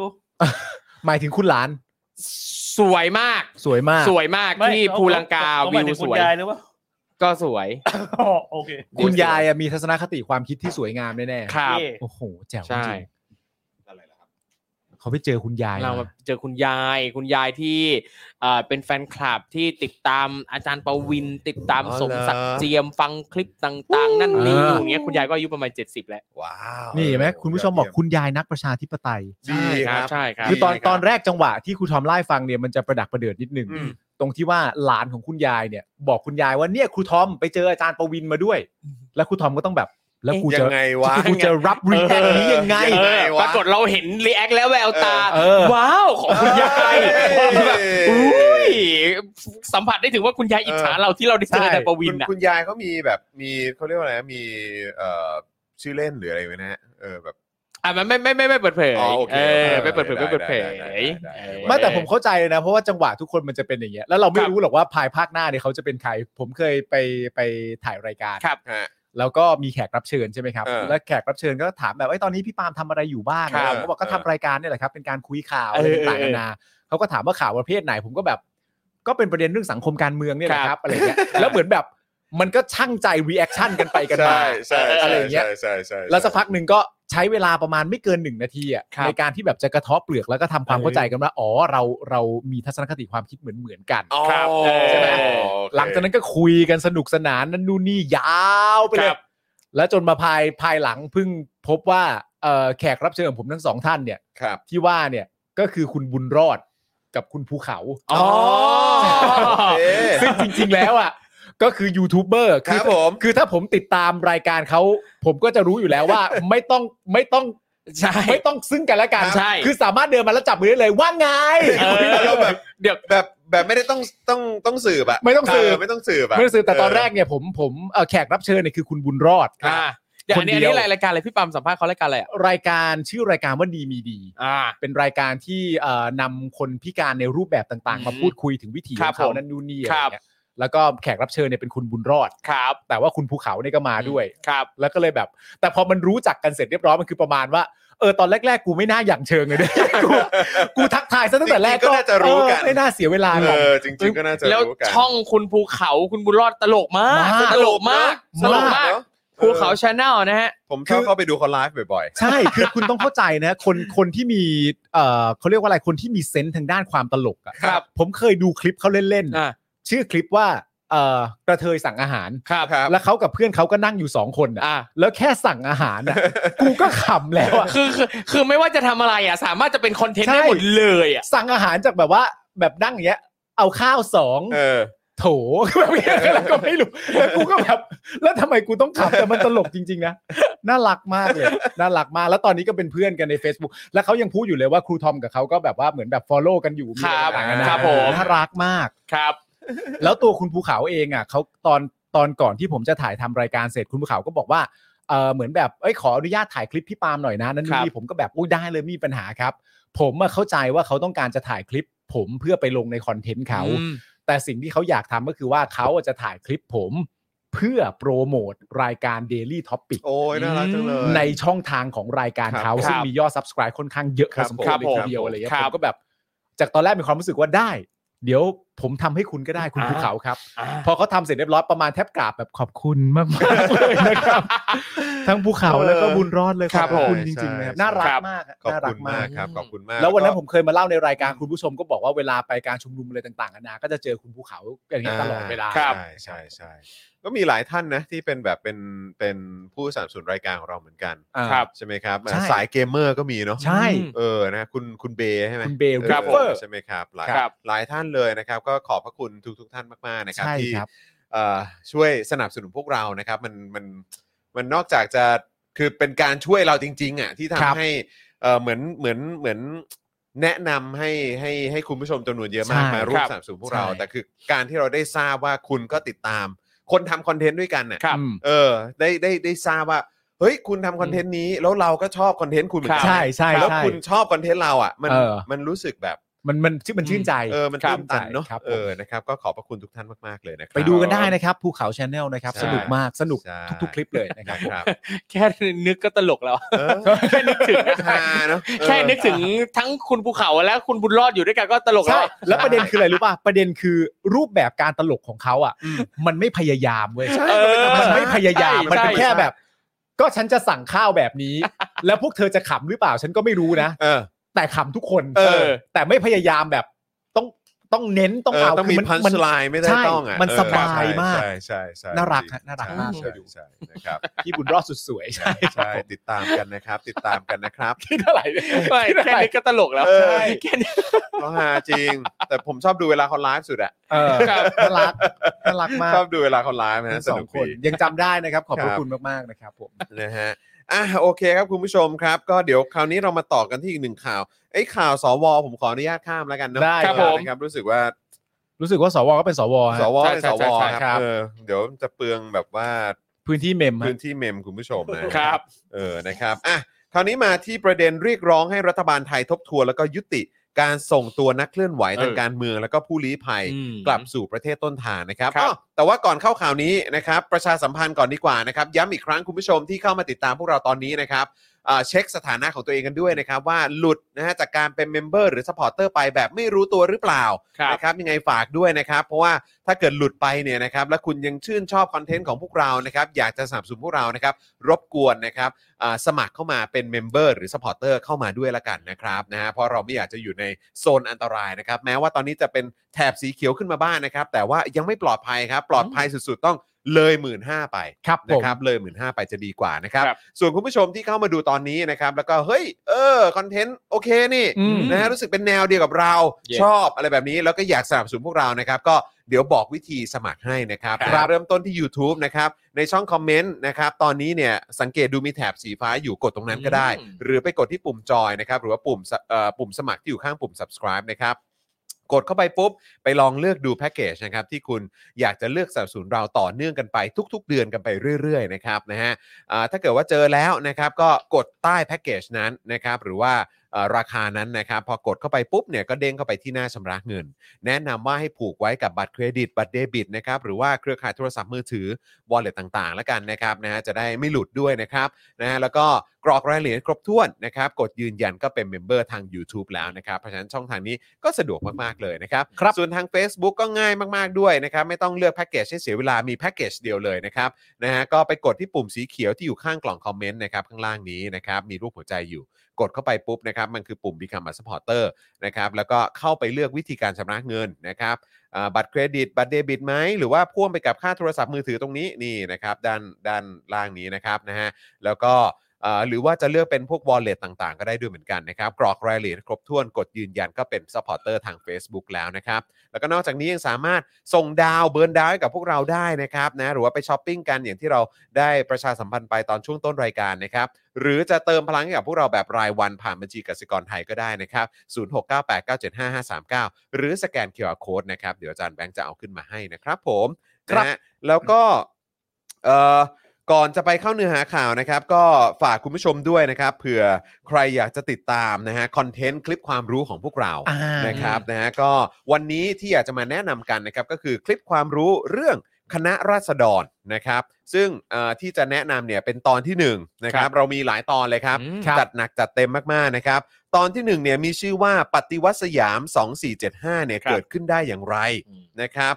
Speaker 3: หมายถึงคุณหลาน
Speaker 1: สวยมาก
Speaker 3: สวยมาก
Speaker 1: สวยมาก
Speaker 5: ไม่
Speaker 1: ที่ภูลังกา
Speaker 5: เขหม
Speaker 1: วิ
Speaker 5: ยว ถึง
Speaker 1: ส
Speaker 5: คุณ
Speaker 1: วย
Speaker 5: ยายหรือว่า
Speaker 1: ก็สวย
Speaker 5: อ๋อโอเค
Speaker 3: คุณยายอะมีทัศนคติความคิดที่สวยงามแน่ๆ
Speaker 1: ครับ
Speaker 5: เย่
Speaker 3: โอ้โหแจ๋วจ
Speaker 1: ใช่
Speaker 3: ริงเขาไปเจอคุณยาย
Speaker 1: เรา
Speaker 3: ม
Speaker 1: มาเจอคุณยายคุณยายที่เอ่อเป็นแฟนคลับที่ติดตามอาจารย์ประวิน ติดตาม
Speaker 2: อ๋อ
Speaker 1: สมศัก
Speaker 2: เห
Speaker 1: ดิ์
Speaker 2: รอ
Speaker 1: เจียมฟังคลิปต่าง ๆ นั่นนี่อยู่อย่างเงี้ยคุณยายก็อายุประมาณ 70 แล้ว
Speaker 2: ว้าว
Speaker 3: นี่เห็นไหมคุณผู้ชมบอกคุณยายนักประชาธิปไตย
Speaker 2: ดีครับ
Speaker 1: ใช่ครับ
Speaker 3: คือตอน
Speaker 2: ดีครับ
Speaker 3: ตอนแรกจังหวะที่ครูทอมไล่าให้ฟังเนี่ยมันจะประดักประเดิดนิดหนึง
Speaker 1: อืม
Speaker 3: ตรงที่ว่าหลานของคุณยายเนี่ย บอกคุณยายว่าเนี่ยครูทอมไปเจออาจารย์ประวินมาด้วย แล้วครูทอมก็ต้องแบบ แล้วกู
Speaker 2: ยั
Speaker 3: จะ
Speaker 2: งไงวะ
Speaker 3: กูจะรับรีแอคนี้ยังไง
Speaker 1: เออ
Speaker 2: วะ
Speaker 1: ปรากฏเราเห็นรีแอคแล้วแววตา
Speaker 3: เออ
Speaker 1: ว้าวของคุณยาย
Speaker 2: เออ
Speaker 1: แบบอุ้ยสัมผัสได้ถึงว่าคุณยายอิจฉาเราที่เราได้เจออาจารย์ประวิ
Speaker 2: คุ
Speaker 1: น
Speaker 2: ณ
Speaker 1: อ่ะ
Speaker 2: คุณยายเขามีแบบมีเขาเรียกว่าอะไรนะมีเอ่อชื่อเล่นหรืออะไรไหมนะฮะเออแบบ
Speaker 1: อ่ะมันไม่ไม่ไม่ไม่เปิดเผย
Speaker 2: อ๋อโอเค
Speaker 1: เอ
Speaker 2: โอ
Speaker 1: อ
Speaker 2: เค
Speaker 1: ไม่เปิดเผยไม่เปิดเผย
Speaker 2: ได้ได้ได้ได้ได้
Speaker 3: ไม่แต่ผมเข้าใจเลยนะ เพราะว่าจังหวะทุกคนมันจะเป็นอย่างเงี้ยแล้วเราไม่รู้หรอกว่าภายภาคหน้าเนี่ยเขาจะเป็นใคร ผมเคยไปไปถ่ายรายการ
Speaker 1: ครับ
Speaker 2: ฮะ
Speaker 3: แล้วก็มีแขกรับเชิญใช่ไหมครับ
Speaker 2: เออ
Speaker 3: แล้วแขกรับเชิญก็ถามแบบไอ้ยตอนนี้พี่ปาล์มทำอะไรอยู่บ้าง
Speaker 2: ครับ
Speaker 3: ผมก็บอกก็ทำ
Speaker 2: เออ
Speaker 3: รายการเนี่ยแหละครับเป็นการคุยข่าวอะไร
Speaker 1: เออ
Speaker 3: ต่างๆนานาเขาก็ถามว่าข่าวประเภทไหน ผมก็แบบ ก็เป็นประเด็นเรื่องสังคมการเมืองเนี่ยแหละ
Speaker 1: ค
Speaker 3: ค
Speaker 1: รั
Speaker 3: รั
Speaker 1: บบ
Speaker 3: อะไรเงี้ยแล้วเหมือนแบบมันก็ช่างใจรีแอคชั่นกันไปกันมา
Speaker 2: ใช่ใช่
Speaker 3: อะไร
Speaker 2: ใช่
Speaker 3: อย่างเงี้ย
Speaker 2: ใช่ใช่ใช่ใช่
Speaker 3: แล้วสักพักหนึ่งก็ใช้เวลาประมาณไม่เกินหนึ่งนาทีอ่ะ
Speaker 1: ครับ
Speaker 3: ในการที่แบบจะกระเทาะเปลือกแล้วก็ทำความเข้าใจกันว่าอ๋อเราเรามีทัศนคติความคิดเหมือนเหมือนๆกัน
Speaker 2: อ๋อ
Speaker 1: ครับ
Speaker 2: ใช่ไหม
Speaker 1: เออ
Speaker 2: โอเค
Speaker 3: หลังจากนั้นก็คุยกันสนุกสนานนั่นนู่นนี่ยาวไป
Speaker 1: ค
Speaker 3: เล
Speaker 1: รั
Speaker 3: ย
Speaker 1: บ
Speaker 3: แล้วจนมาภายภายหลังเพิ่งพบว่าเอ่อแขกรับเชิญของผมทั้งสองท่านเนี่ย
Speaker 2: ครับ
Speaker 3: ที่ว่าเนี่ยก็คือคุณบุญรอดกับคุณภูเขา
Speaker 1: อ๋อ
Speaker 2: โอเค
Speaker 3: ซึ่งจริง ๆ แล้วอ่ะก็คือยูทูบเบอร์
Speaker 2: ครับผม
Speaker 3: คือถ้าผมติดตามรายการเขา ผมก็จะรู้อยู่แล้วว่า ไม่ต้องไม่ต้อง
Speaker 1: ใช่
Speaker 3: ไม่ต้องซึ่งกันและกัน
Speaker 1: ใช่
Speaker 3: คือสามารถเดินมาแล้วจับมือได้เลยว่าไง
Speaker 1: เออ
Speaker 2: แล้วแบบ
Speaker 1: เดี๋ยว
Speaker 2: แบบแบบไม่ได้ต้องต้องต้องสืบอะ
Speaker 3: ไม่ต้องสืบ
Speaker 2: เไม่ต้องสืบอะ
Speaker 3: ไม่รู้สึกแต่ตอนแรกเนี่ยผมผมเอ่อแขกรับเชิญเนี่ยคือคุณบุญรอด
Speaker 1: อ่าเดี๋ยวอันนี้
Speaker 3: คน
Speaker 1: อัน
Speaker 3: เดียว
Speaker 1: นี้รายการอะไรพี่ปั๊มสัมภาษณ์เขารายการอะไรอ่ะ
Speaker 3: รายการชื่อรายการว่าดีมีดี
Speaker 1: อ่า
Speaker 3: เป็นรายการที่เอ่อนำคนพิการในรูปแบบต่าง
Speaker 1: อืม
Speaker 3: ๆ มาพูดคุยถึงวิถี
Speaker 1: ค
Speaker 3: ข
Speaker 1: รั
Speaker 3: อบงเขา
Speaker 1: ผม
Speaker 3: นั่นนู่นนี่อะ
Speaker 1: ค
Speaker 3: ไร
Speaker 1: รับ
Speaker 3: เงี้ย แล้วก็แขกรับเชิญเนี่ยเป็นคุณบุญรอด
Speaker 1: ครับ
Speaker 3: แต่ว่าคุณภูเขาเนี่ยก็มาด้วย
Speaker 1: ครับ
Speaker 3: แล้วก็เลยแบบ แต่พอมันรู้จักกันเสร็จเรียบร้อยมันคือประมาณว่าเออตอนแรก ๆ กูไม่น่าอย่างเชิงเลยเนี่ย กูกูทักทายซะตั้งแต่แรก
Speaker 2: จริงๆก็น่าจะรู้กัน
Speaker 3: เออไม่น่าเสียเวลาหร
Speaker 2: เอ
Speaker 3: อก
Speaker 2: อจริงๆก็น่าจะ
Speaker 1: แล้ว
Speaker 2: รู้กัน
Speaker 1: ช่องคุณภูเขาคุณบุญรอดตลกมาก
Speaker 3: มาก
Speaker 1: ตลกมากต
Speaker 3: ต
Speaker 1: ล
Speaker 3: ล
Speaker 1: กมาม
Speaker 3: กาก
Speaker 1: ก
Speaker 2: นอะ
Speaker 1: ภูเขาชาแนลนะฮะ
Speaker 2: ผมชอบเข้าไปดูเขาไลฟ์บ่อย
Speaker 3: ใช่ คือคุณต้องเข้าใจนะคนคนที่มีเอ่อเขาเรียกว่าอะไรคนที่มีเซนส์ทางด้านความตลกอะ
Speaker 1: ครับ
Speaker 3: ผมเคยดูคลิปเขาเล่น
Speaker 1: อ่ะ
Speaker 3: ๆชื่อคลิปว่าเอ่อกระเทยสั่งอาหาร
Speaker 1: ครับ
Speaker 2: ครับ
Speaker 3: แล้วเขากับเพื่อนเขาก็นั่งอยู่สองคนอะ
Speaker 1: อ่ะ
Speaker 3: แล้วแค่สั่งอา หารอะกูก็ขำแล้วอะ
Speaker 1: คือคือคือไม่ว่าจะทำอะไรอ่ะ สามารถจะเป็นคอนเทนต์ได้
Speaker 3: ใช่
Speaker 1: หมดเลยอ่ะ
Speaker 3: สั่งอาหารจากแบบว่าแบบนั่งอย่างเงี้ย เอาข้าวสอง
Speaker 2: ๆ เออ
Speaker 3: โถแบบนี้แล้วก็ไม่รู้ แล้วกูก็แบบแล้วทำไมกูต้องขำแต่มันตลกจริงๆนะน่ารักมากเลยน่ารักมากแล้วตอนนี้ก็เป็นเพื่อนกันใน Facebook แล้วเขายังพูดอยู่เลยว่าครูทอมกับเขาก็แบบว่าเหมือนแบบ follow กันอยู่มี
Speaker 1: ครับ
Speaker 3: อะไรต่างๆกันา
Speaker 2: ครั
Speaker 3: นา
Speaker 2: บผม
Speaker 3: น่ารักมาก
Speaker 1: ครับ
Speaker 3: แล้วตัวคุณภูเขาเองอ่ะเขาตอนตอนก่อนที่ผมจะถ่ายทำรายการเสร็จคุณภูเขาก็บอกว่าเออเหมือนแบบเอ้ยขออนุญาตถ่ายคลิปพี่ปาล์มหน่อยนะนั่น
Speaker 1: ครับ
Speaker 3: นี่ผมก็แบบอุ้ยได้เลยไมมีปัญหาครับ ผมอะเข้าใจว่าเขาต้องการจะถ่ายคลิป ผมเพื่อไปลงในคอนเทนต์เขา
Speaker 1: อืม
Speaker 3: แต่สิ่งที่เขาอยากทำก็คือว่าเขาอะจะถ่ายคลิปผมเพื่อโปรโมทรายการ Daily Topic
Speaker 2: โอ้ยน่ารักจังเลย
Speaker 3: ในช่องทางของรายการ
Speaker 2: ครับ
Speaker 3: เขาซึ่ง
Speaker 1: ครับ
Speaker 3: มียอด subscribe ค่อนข้างเยอะพอสมคว
Speaker 1: ครั
Speaker 3: ร
Speaker 1: บ
Speaker 3: เลยทีเดียว
Speaker 2: ผม
Speaker 3: อะไรเงี้ย
Speaker 1: ครั
Speaker 3: ผ
Speaker 1: บ
Speaker 3: มก็แบบ จากตอนแรกมีความรู้สึกว่าได้ เดี๋ยวผมทำให้คุณก็ได้คุณ
Speaker 1: อ่า
Speaker 3: ภูเขาครับ
Speaker 1: อ่ะ
Speaker 3: พอเขาทำเสร็จเรียบร้อยประมาณแทบกราบแบบขอบคุณมากมากๆเลยนะครับ ทั้งภูเขาแล้วก็บุญรอดเลย
Speaker 1: ค
Speaker 3: ข
Speaker 1: รั
Speaker 3: อ
Speaker 1: บบ ผม
Speaker 3: คุณจริงๆนะครับน่ารักมากอะ
Speaker 2: ขอบ
Speaker 3: น่ารั
Speaker 2: คุ
Speaker 3: ก
Speaker 2: ณ
Speaker 3: มาม
Speaker 2: าก กครับขอบคุณมาก
Speaker 3: แล้ววันนั้นผมเคยมาเล่าในรายการคุณผู้ชมก็บอกว่าเวลาไปการชุมนุมอะไรต่างๆนานาก็จะเจอคุณภูเขาอย่างเงี้ยตลอดเวลา
Speaker 1: ครับ
Speaker 2: ใช่ใช่ใช่ก็มีหลายท่านนะที่เป็นแบบเป็นเป็นผู้สนับสนุนรายการของเราเหมือนกัน
Speaker 3: อ่า
Speaker 1: ครับ
Speaker 2: ใช่ไหมครับ
Speaker 3: ใช่
Speaker 2: สายเกมเมอร์ก็มีเนาะ
Speaker 3: ใช่
Speaker 2: เออนะคุณคุณเบใช่ไหม
Speaker 3: คุณเบ
Speaker 2: ออ
Speaker 1: ครับผม
Speaker 3: เวอร์
Speaker 2: ใช่ไหมครับหลาย
Speaker 1: ครับ
Speaker 2: หลายท่านเลยนะครับ ก็ขอบพระคุณทุกทุกๆท่านมาก ๆ นะครับ
Speaker 3: ใช่
Speaker 2: ที่
Speaker 3: ครับ
Speaker 2: เอ่อช่วยสนับสนุนพวกเรานะครับ มันมันมันนอกจากจะคือเป็นการช่วยเราจริง ๆอ่ะที่
Speaker 3: ครับ
Speaker 2: ทำให้เอ่อเหมือนเหมือนเหมือนแนะนำให้ให้ให้คุณผู้ชมจำนวนเยอะมาก
Speaker 3: ใช่
Speaker 2: มาร่วม
Speaker 1: ครับ
Speaker 2: สนับสนุนพวกเรา
Speaker 3: ใช่
Speaker 2: แต่คือการที่เราได้ทราบว่าคุณก็ติดตาม คนทำคอนเทนต์ด้วยกันเนี่ย
Speaker 1: ครับ
Speaker 3: อืม
Speaker 2: เออได้ได้ได้ทราบว่า เฮ้ยคุณทำคอนเทนต์นี้ แล้วเราก็ชอบคอนเทนต์คุณเหมือนกั
Speaker 1: ครับ
Speaker 3: ใช่ใช่
Speaker 2: แล้ว
Speaker 3: ใช่
Speaker 2: คุณชอบคอนเทนต์เราอ่ะ มัน
Speaker 3: เออ
Speaker 2: มันรู้สึกแบบ
Speaker 3: มันมันชื่อมันชื่นใจ
Speaker 2: เออมัน
Speaker 3: ครับ
Speaker 2: ตื้นตันเนาะ
Speaker 3: ครับผม
Speaker 2: เออนะครับก็ขอบพระคุณทุกท่านมากๆเลยนะครับ
Speaker 3: ไปดูกันได้นะครับภูเขาชาแนลนะครับ
Speaker 2: ใช่
Speaker 3: สนุกมากสนุก
Speaker 2: ใช่
Speaker 3: ทุกๆคลิปเลยนะครั
Speaker 2: นะ
Speaker 3: บ
Speaker 2: ครับ
Speaker 1: แค่นึกก็ตลกแล้ว
Speaker 2: เออ
Speaker 1: แค่นึกถึงนะ
Speaker 2: ฮาเนอะ
Speaker 1: แค่นึกถึงทั้งคุณภูเขาและคุณบุญรอดอยู่ด้วยกันก็ตลกแล้
Speaker 3: ใช่
Speaker 1: ว
Speaker 3: แล้วประเด็นคืออะไรรู้ป่ะประเด็นคือรูปแบบการตลกของเขาอ่ะ
Speaker 2: อืม
Speaker 3: มันไม่พยายามเว้ย
Speaker 1: เออ
Speaker 3: มันไม่พยายาม
Speaker 1: ใช่
Speaker 3: มันเป็
Speaker 1: ใช่
Speaker 3: นแค่แบบ ก็ฉันจะสั่งข้าวแบบ นี้ แล้วพวกเธอจะขำหรือเปล่าฉันก็ไม่รู้นะ
Speaker 2: เออ
Speaker 3: แต่ขำทุกคน
Speaker 2: เออ
Speaker 3: แต่ไม่พยายามแบบต้องต้องเน้นต้อง
Speaker 2: เออ
Speaker 3: เอา
Speaker 2: ต้องมี
Speaker 3: คื
Speaker 2: พัน
Speaker 3: มั
Speaker 2: ช์ไลน์ไม่ได้
Speaker 3: ใช่
Speaker 2: ต้องอ่ะ
Speaker 3: มัน
Speaker 2: เออ
Speaker 3: สบายมาก
Speaker 2: ใช่ใช่ใช่
Speaker 3: น่ารัก
Speaker 2: จง
Speaker 3: ฮะน่ารักมาก
Speaker 2: ใช่
Speaker 3: ไปดู
Speaker 2: ใช่ใช่นะครับ
Speaker 3: พี่บุญรอดสุดสวยใช่
Speaker 2: ใช่ติดตามกันนะครับ ติดตามกันนะครับ
Speaker 3: ที่เท่าไหร่เนี่ย
Speaker 1: ไม่แค่นึกก็ตลกแล้ว
Speaker 2: เออ
Speaker 1: แค่นี้
Speaker 2: เขาฮาจริง แต่ผมชอบดูเวลาเขาไลฟ์สุดอะ
Speaker 3: เออน่ารักน่ารักมาก
Speaker 2: ชอบดูเวลาเขาไลฟ์นะ
Speaker 3: ทั้
Speaker 2: ฮะ
Speaker 3: ง
Speaker 2: ส
Speaker 3: สอ
Speaker 2: นุ
Speaker 3: ง
Speaker 2: ก
Speaker 3: คน
Speaker 2: ดี
Speaker 3: ยังจำได้นะครับ ขอบพ
Speaker 2: ครั
Speaker 3: ระ
Speaker 2: บ
Speaker 3: คุณมากๆนะครับผม
Speaker 2: นะฮะอ่ะโอเคครับคุณผู้ชมครับ ก็เดี๋ยวคราวนี้เรามาต่อกันที่อีกหนึ่งข่าวไอ้ข่าวสวผมขออนุญาตข้ามแล้วกันเนอะ
Speaker 3: ได้ครับ
Speaker 2: นะครับรู้สึกว่า
Speaker 3: รู้สึกว่าสวก็เป็นสวฮะ
Speaker 2: สว
Speaker 1: ใช่
Speaker 2: เป็น
Speaker 1: ใช่
Speaker 2: สว
Speaker 1: ใช่ใช่
Speaker 2: ค
Speaker 1: ค
Speaker 2: รั
Speaker 1: รั
Speaker 2: บบ เออเดี๋ยวจะเปลืองแบบว่า
Speaker 3: พื้นที่เมมฮะ
Speaker 2: พื้นที่เมมคุณผู้ชมนะครับ เออนะครับอ่ะคราวนี้มาที่ประเด็นเรียกร้องให้รัฐบาลไทยทบทวนแล้วก็ยุติการส่งตัวนักเคลื่อนไหวทาง
Speaker 1: เออ
Speaker 2: การเมืองแล้วก็ผู้ลี้ภัย
Speaker 1: อืม
Speaker 2: กลับสู่ประเทศต้นทางนะครับ
Speaker 1: ครับ
Speaker 2: อ้อแต่ว่าก่อนเข้าข่าวนี้นะครับ ประชาสัมพันธ์ก่อนดีกว่านะครับ ย้ำอีกครั้งคุณผู้ชมที่เข้ามาติดตามพวกเราตอนนี้นะครับอ่าเช็คสถานะของตัวเองกันด้วยนะครับ ว่าหลุดนะฮะจากการเป็นเมมเบอร์หรือสปอร์เตอร์ไปแบบไม่รู้ตัวหรือเปล่า
Speaker 1: ครับ
Speaker 2: นะครับยังไงฝากด้วยนะครับ เพราะว่าถ้าเกิดหลุดไปเนี่ยนะครับ และคุณยังชื่นชอบคอนเทนต์ของพวกเรานะครับ อยากจะสนับสนุนพวกเรานะครับ รบกวนนะครับอ่าสมัครเข้ามาเป็นเมมเบอร์หรือสปอร์เตอร์เข้ามาด้วยละกันนะครับนะฮะเพราะเราไม่อยากจะอยู่ในโซนอันตรายนะครับ แม้ว่าตอนนี้จะเป็นแถบสีเขียวขึ้นมาบ้างนะครับ แต่ว่ายังไม่ปลอดภัยครับ ปลอดภัยสุดๆ ต้องเลยหมื่นห้าไป
Speaker 3: ครับผม
Speaker 2: นะครับเลยหมื่นห้าไปจะดีกว่านะครับ
Speaker 1: ครับ
Speaker 2: ส่วนคุณผู้ชมที่เข้ามาดูตอนนี้นะครับ แล้วก็เฮ้ยเออคอนเทนต์โอเคนี่
Speaker 3: อืม
Speaker 2: นะฮะรู้สึกเป็นแนวเดียวกับเรา
Speaker 1: เย้
Speaker 2: ชอบอะไรแบบนี้ แล้วก็อยากสนับสนุนพวกเรานะครับ ก็เดี๋ยวบอกวิธีสมัครให้นะครับ
Speaker 1: ครับ
Speaker 2: นะเริ่มต้นที่ YouTube นะครับ ในช่องคอมเมนต์นะครับ ตอนนี้เนี่ยสังเกตดูมีแถบสีฟ้าอยู่กดตรงนั้นก็ได้
Speaker 1: อืม
Speaker 2: หรือไปกดที่ปุ่มจอยนะครับ หรือว่าปุ่มสะเอ่อปุ่มสมัครที่อยู่ข้างปุ่ม subscribe นะครับ กดเข้าไปปุ๊บ ไปลองเลือกดูแพ็กเกจนะครับ ที่คุณอยากจะเลือกสนับสนุนเราต่อเนื่องกันไปทุก ๆ เดือนกันไปเรื่อยๆนะครับนะฮะ อ่าถ้าเกิดว่าเจอแล้วนะครับก็กดใต้แพ็กเกจนั้นนะครับหรือว่า เอ่อราคานั้นนะครับพอกดเข้าไปปุ๊บเนี่ยก็เด้งเข้าไปที่หน้าชำระเงิน แนะนำว่าให้ผูกไว้กับบัตรเครดิต บัตรเดบิตนะครับหรือว่าเครือข่ายโทรศัพท์มือถือ วอลเล็ตต่างๆ แล้วกันนะครับนะฮะจะได้ไม่หลุดด้วยนะครับนะฮะแล้วก็กรอกรายละเอียดให้ครบถ้วนนะครับ กดยืนยันก็เป็นเมมเบอร์ทาง YouTube แล้วนะครับ เพราะฉะนั้นช่องทางนี้ก็สะดวกมาก ๆ เลยนะครับ
Speaker 3: ครับ
Speaker 2: ส่วนทาง Facebook ก็ง่ายมาก ๆ ด้วยนะครับ ไม่ต้องเลือกแพ็กเกจให้เสียเวลามีแพ็กเกจเดียวเลยนะครับนะฮะก็ไปกดที่ปุ่มสีเขียวที่อยู่ข้างกล่องคอมเมนต์นะครับข้างล่างนี้นะครับมีรูปหัวใจอยู่ กดเข้าไปปุ๊บนะครับมันคือปุ่ม Become a supporter นะครับแล้วก็เข้าไปเลือกวิธีการชำระเงินนะครับ อ่าบัตรเครดิต บัตรเดบิตไหมหรือว่าพ่วงไปกับค่าโทรศัพท์มือถือตรงนี้นี่นะครับด้านด้านล่างนี้นะครับนะฮะแล้วก็อ่าหรือว่าจะเลือกเป็นพวก wallet ต่างๆ ก็ได้ด้วยเหมือนกันนะครับกรอกรายละเอียดครบถ้วนกดยืนยันก็เป็น supporter ทาง Facebook แล้วนะครับ แล้วก็นอกจากนี้ยังสามารถส่งดาวเบิร์นดาวให้กับพวกเราได้นะครับนะหรือว่าไปช้อปปิ้งกันอย่างที่เราได้ประชาสัมพันธ์ไปตอนช่วงต้นรายการนะครับ หรือจะเติมพลังให้กับพวกเราแบบรายวันผ่านบัญชีกสิกรไทยก็ได้นะครับ 0698975539 หรือสแกน QR Code นะครับ เดี๋ยวอาจารย์แบงค์จะเอาขึ้นมาให้นะครับผม
Speaker 3: ครับ
Speaker 2: นะฮะแล้วก็เอ่อก่อนจะไปเข้าเนื้อหาข่าวนะครับ ก็ฝากคุณผู้ชมด้วยนะครับเผื่อใครอยากจะติดตามนะฮะคอนเทนต์คลิปความรู้ของพวกเรา
Speaker 3: อ่า
Speaker 2: นะครับนะฮะก็วันนี้ที่อยากจะมาแนะนำกันนะครับก็คือคลิปความรู้เรื่องคณะราษฎรนะครับ ซึ่งเอ่อที่จะแนะนำเนี่ยเป็นตอนที่หนึ่งนะครับเรามีหลายตอนเลยครับ
Speaker 4: อืม
Speaker 2: จัดหนักจัดเต็มมากๆนะครับ ตอนที่หนึ่งเนี่ยมีชื่อว่าปฏิวัติสยาม 2475เนี่ย
Speaker 5: ครับ
Speaker 2: เกิดขึ้นได้อย่างไรนะครับ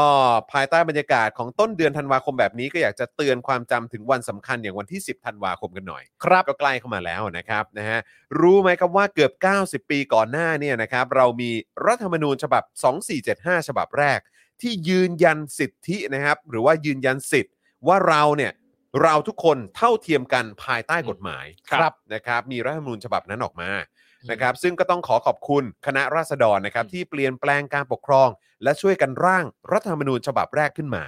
Speaker 2: ก็ภายใต้บรรยากาศของต้นเดือนธันวาคมแบบนี้ก็อยากจะเตือนความจำถึงวันสำคัญอย่างวันที่ 10ธันวาคมกันหน่อย
Speaker 3: ครับ
Speaker 2: ก็ใกล้เข้ามาแล้วนะครับนะฮะรู้ไหมครับว่าเกือบ 90 ปีก่อนหน้าเนี่ยนะครับเรามีรัฐธรรมนูญฉบับ 2475 ฉบับแรก ที่ยืนยันสิทธินะครับ หรือว่ายืนยันสิทธิ์ว่าเราเนี่ยเราทุกคนเท่าเทียมกันภายใต้กฎหมาย
Speaker 3: ครับ
Speaker 2: นะครับมีรัฐธรรมนูญฉบับนั้นออกมานะครับซึ่งก็ต้องขอขอบคุณคณะราษฎรนะครับที่เปลี่ยนแปลงการปกครอง และช่วยกันร่างรัฐธรรมนูญฉบับแรกขึ้นมา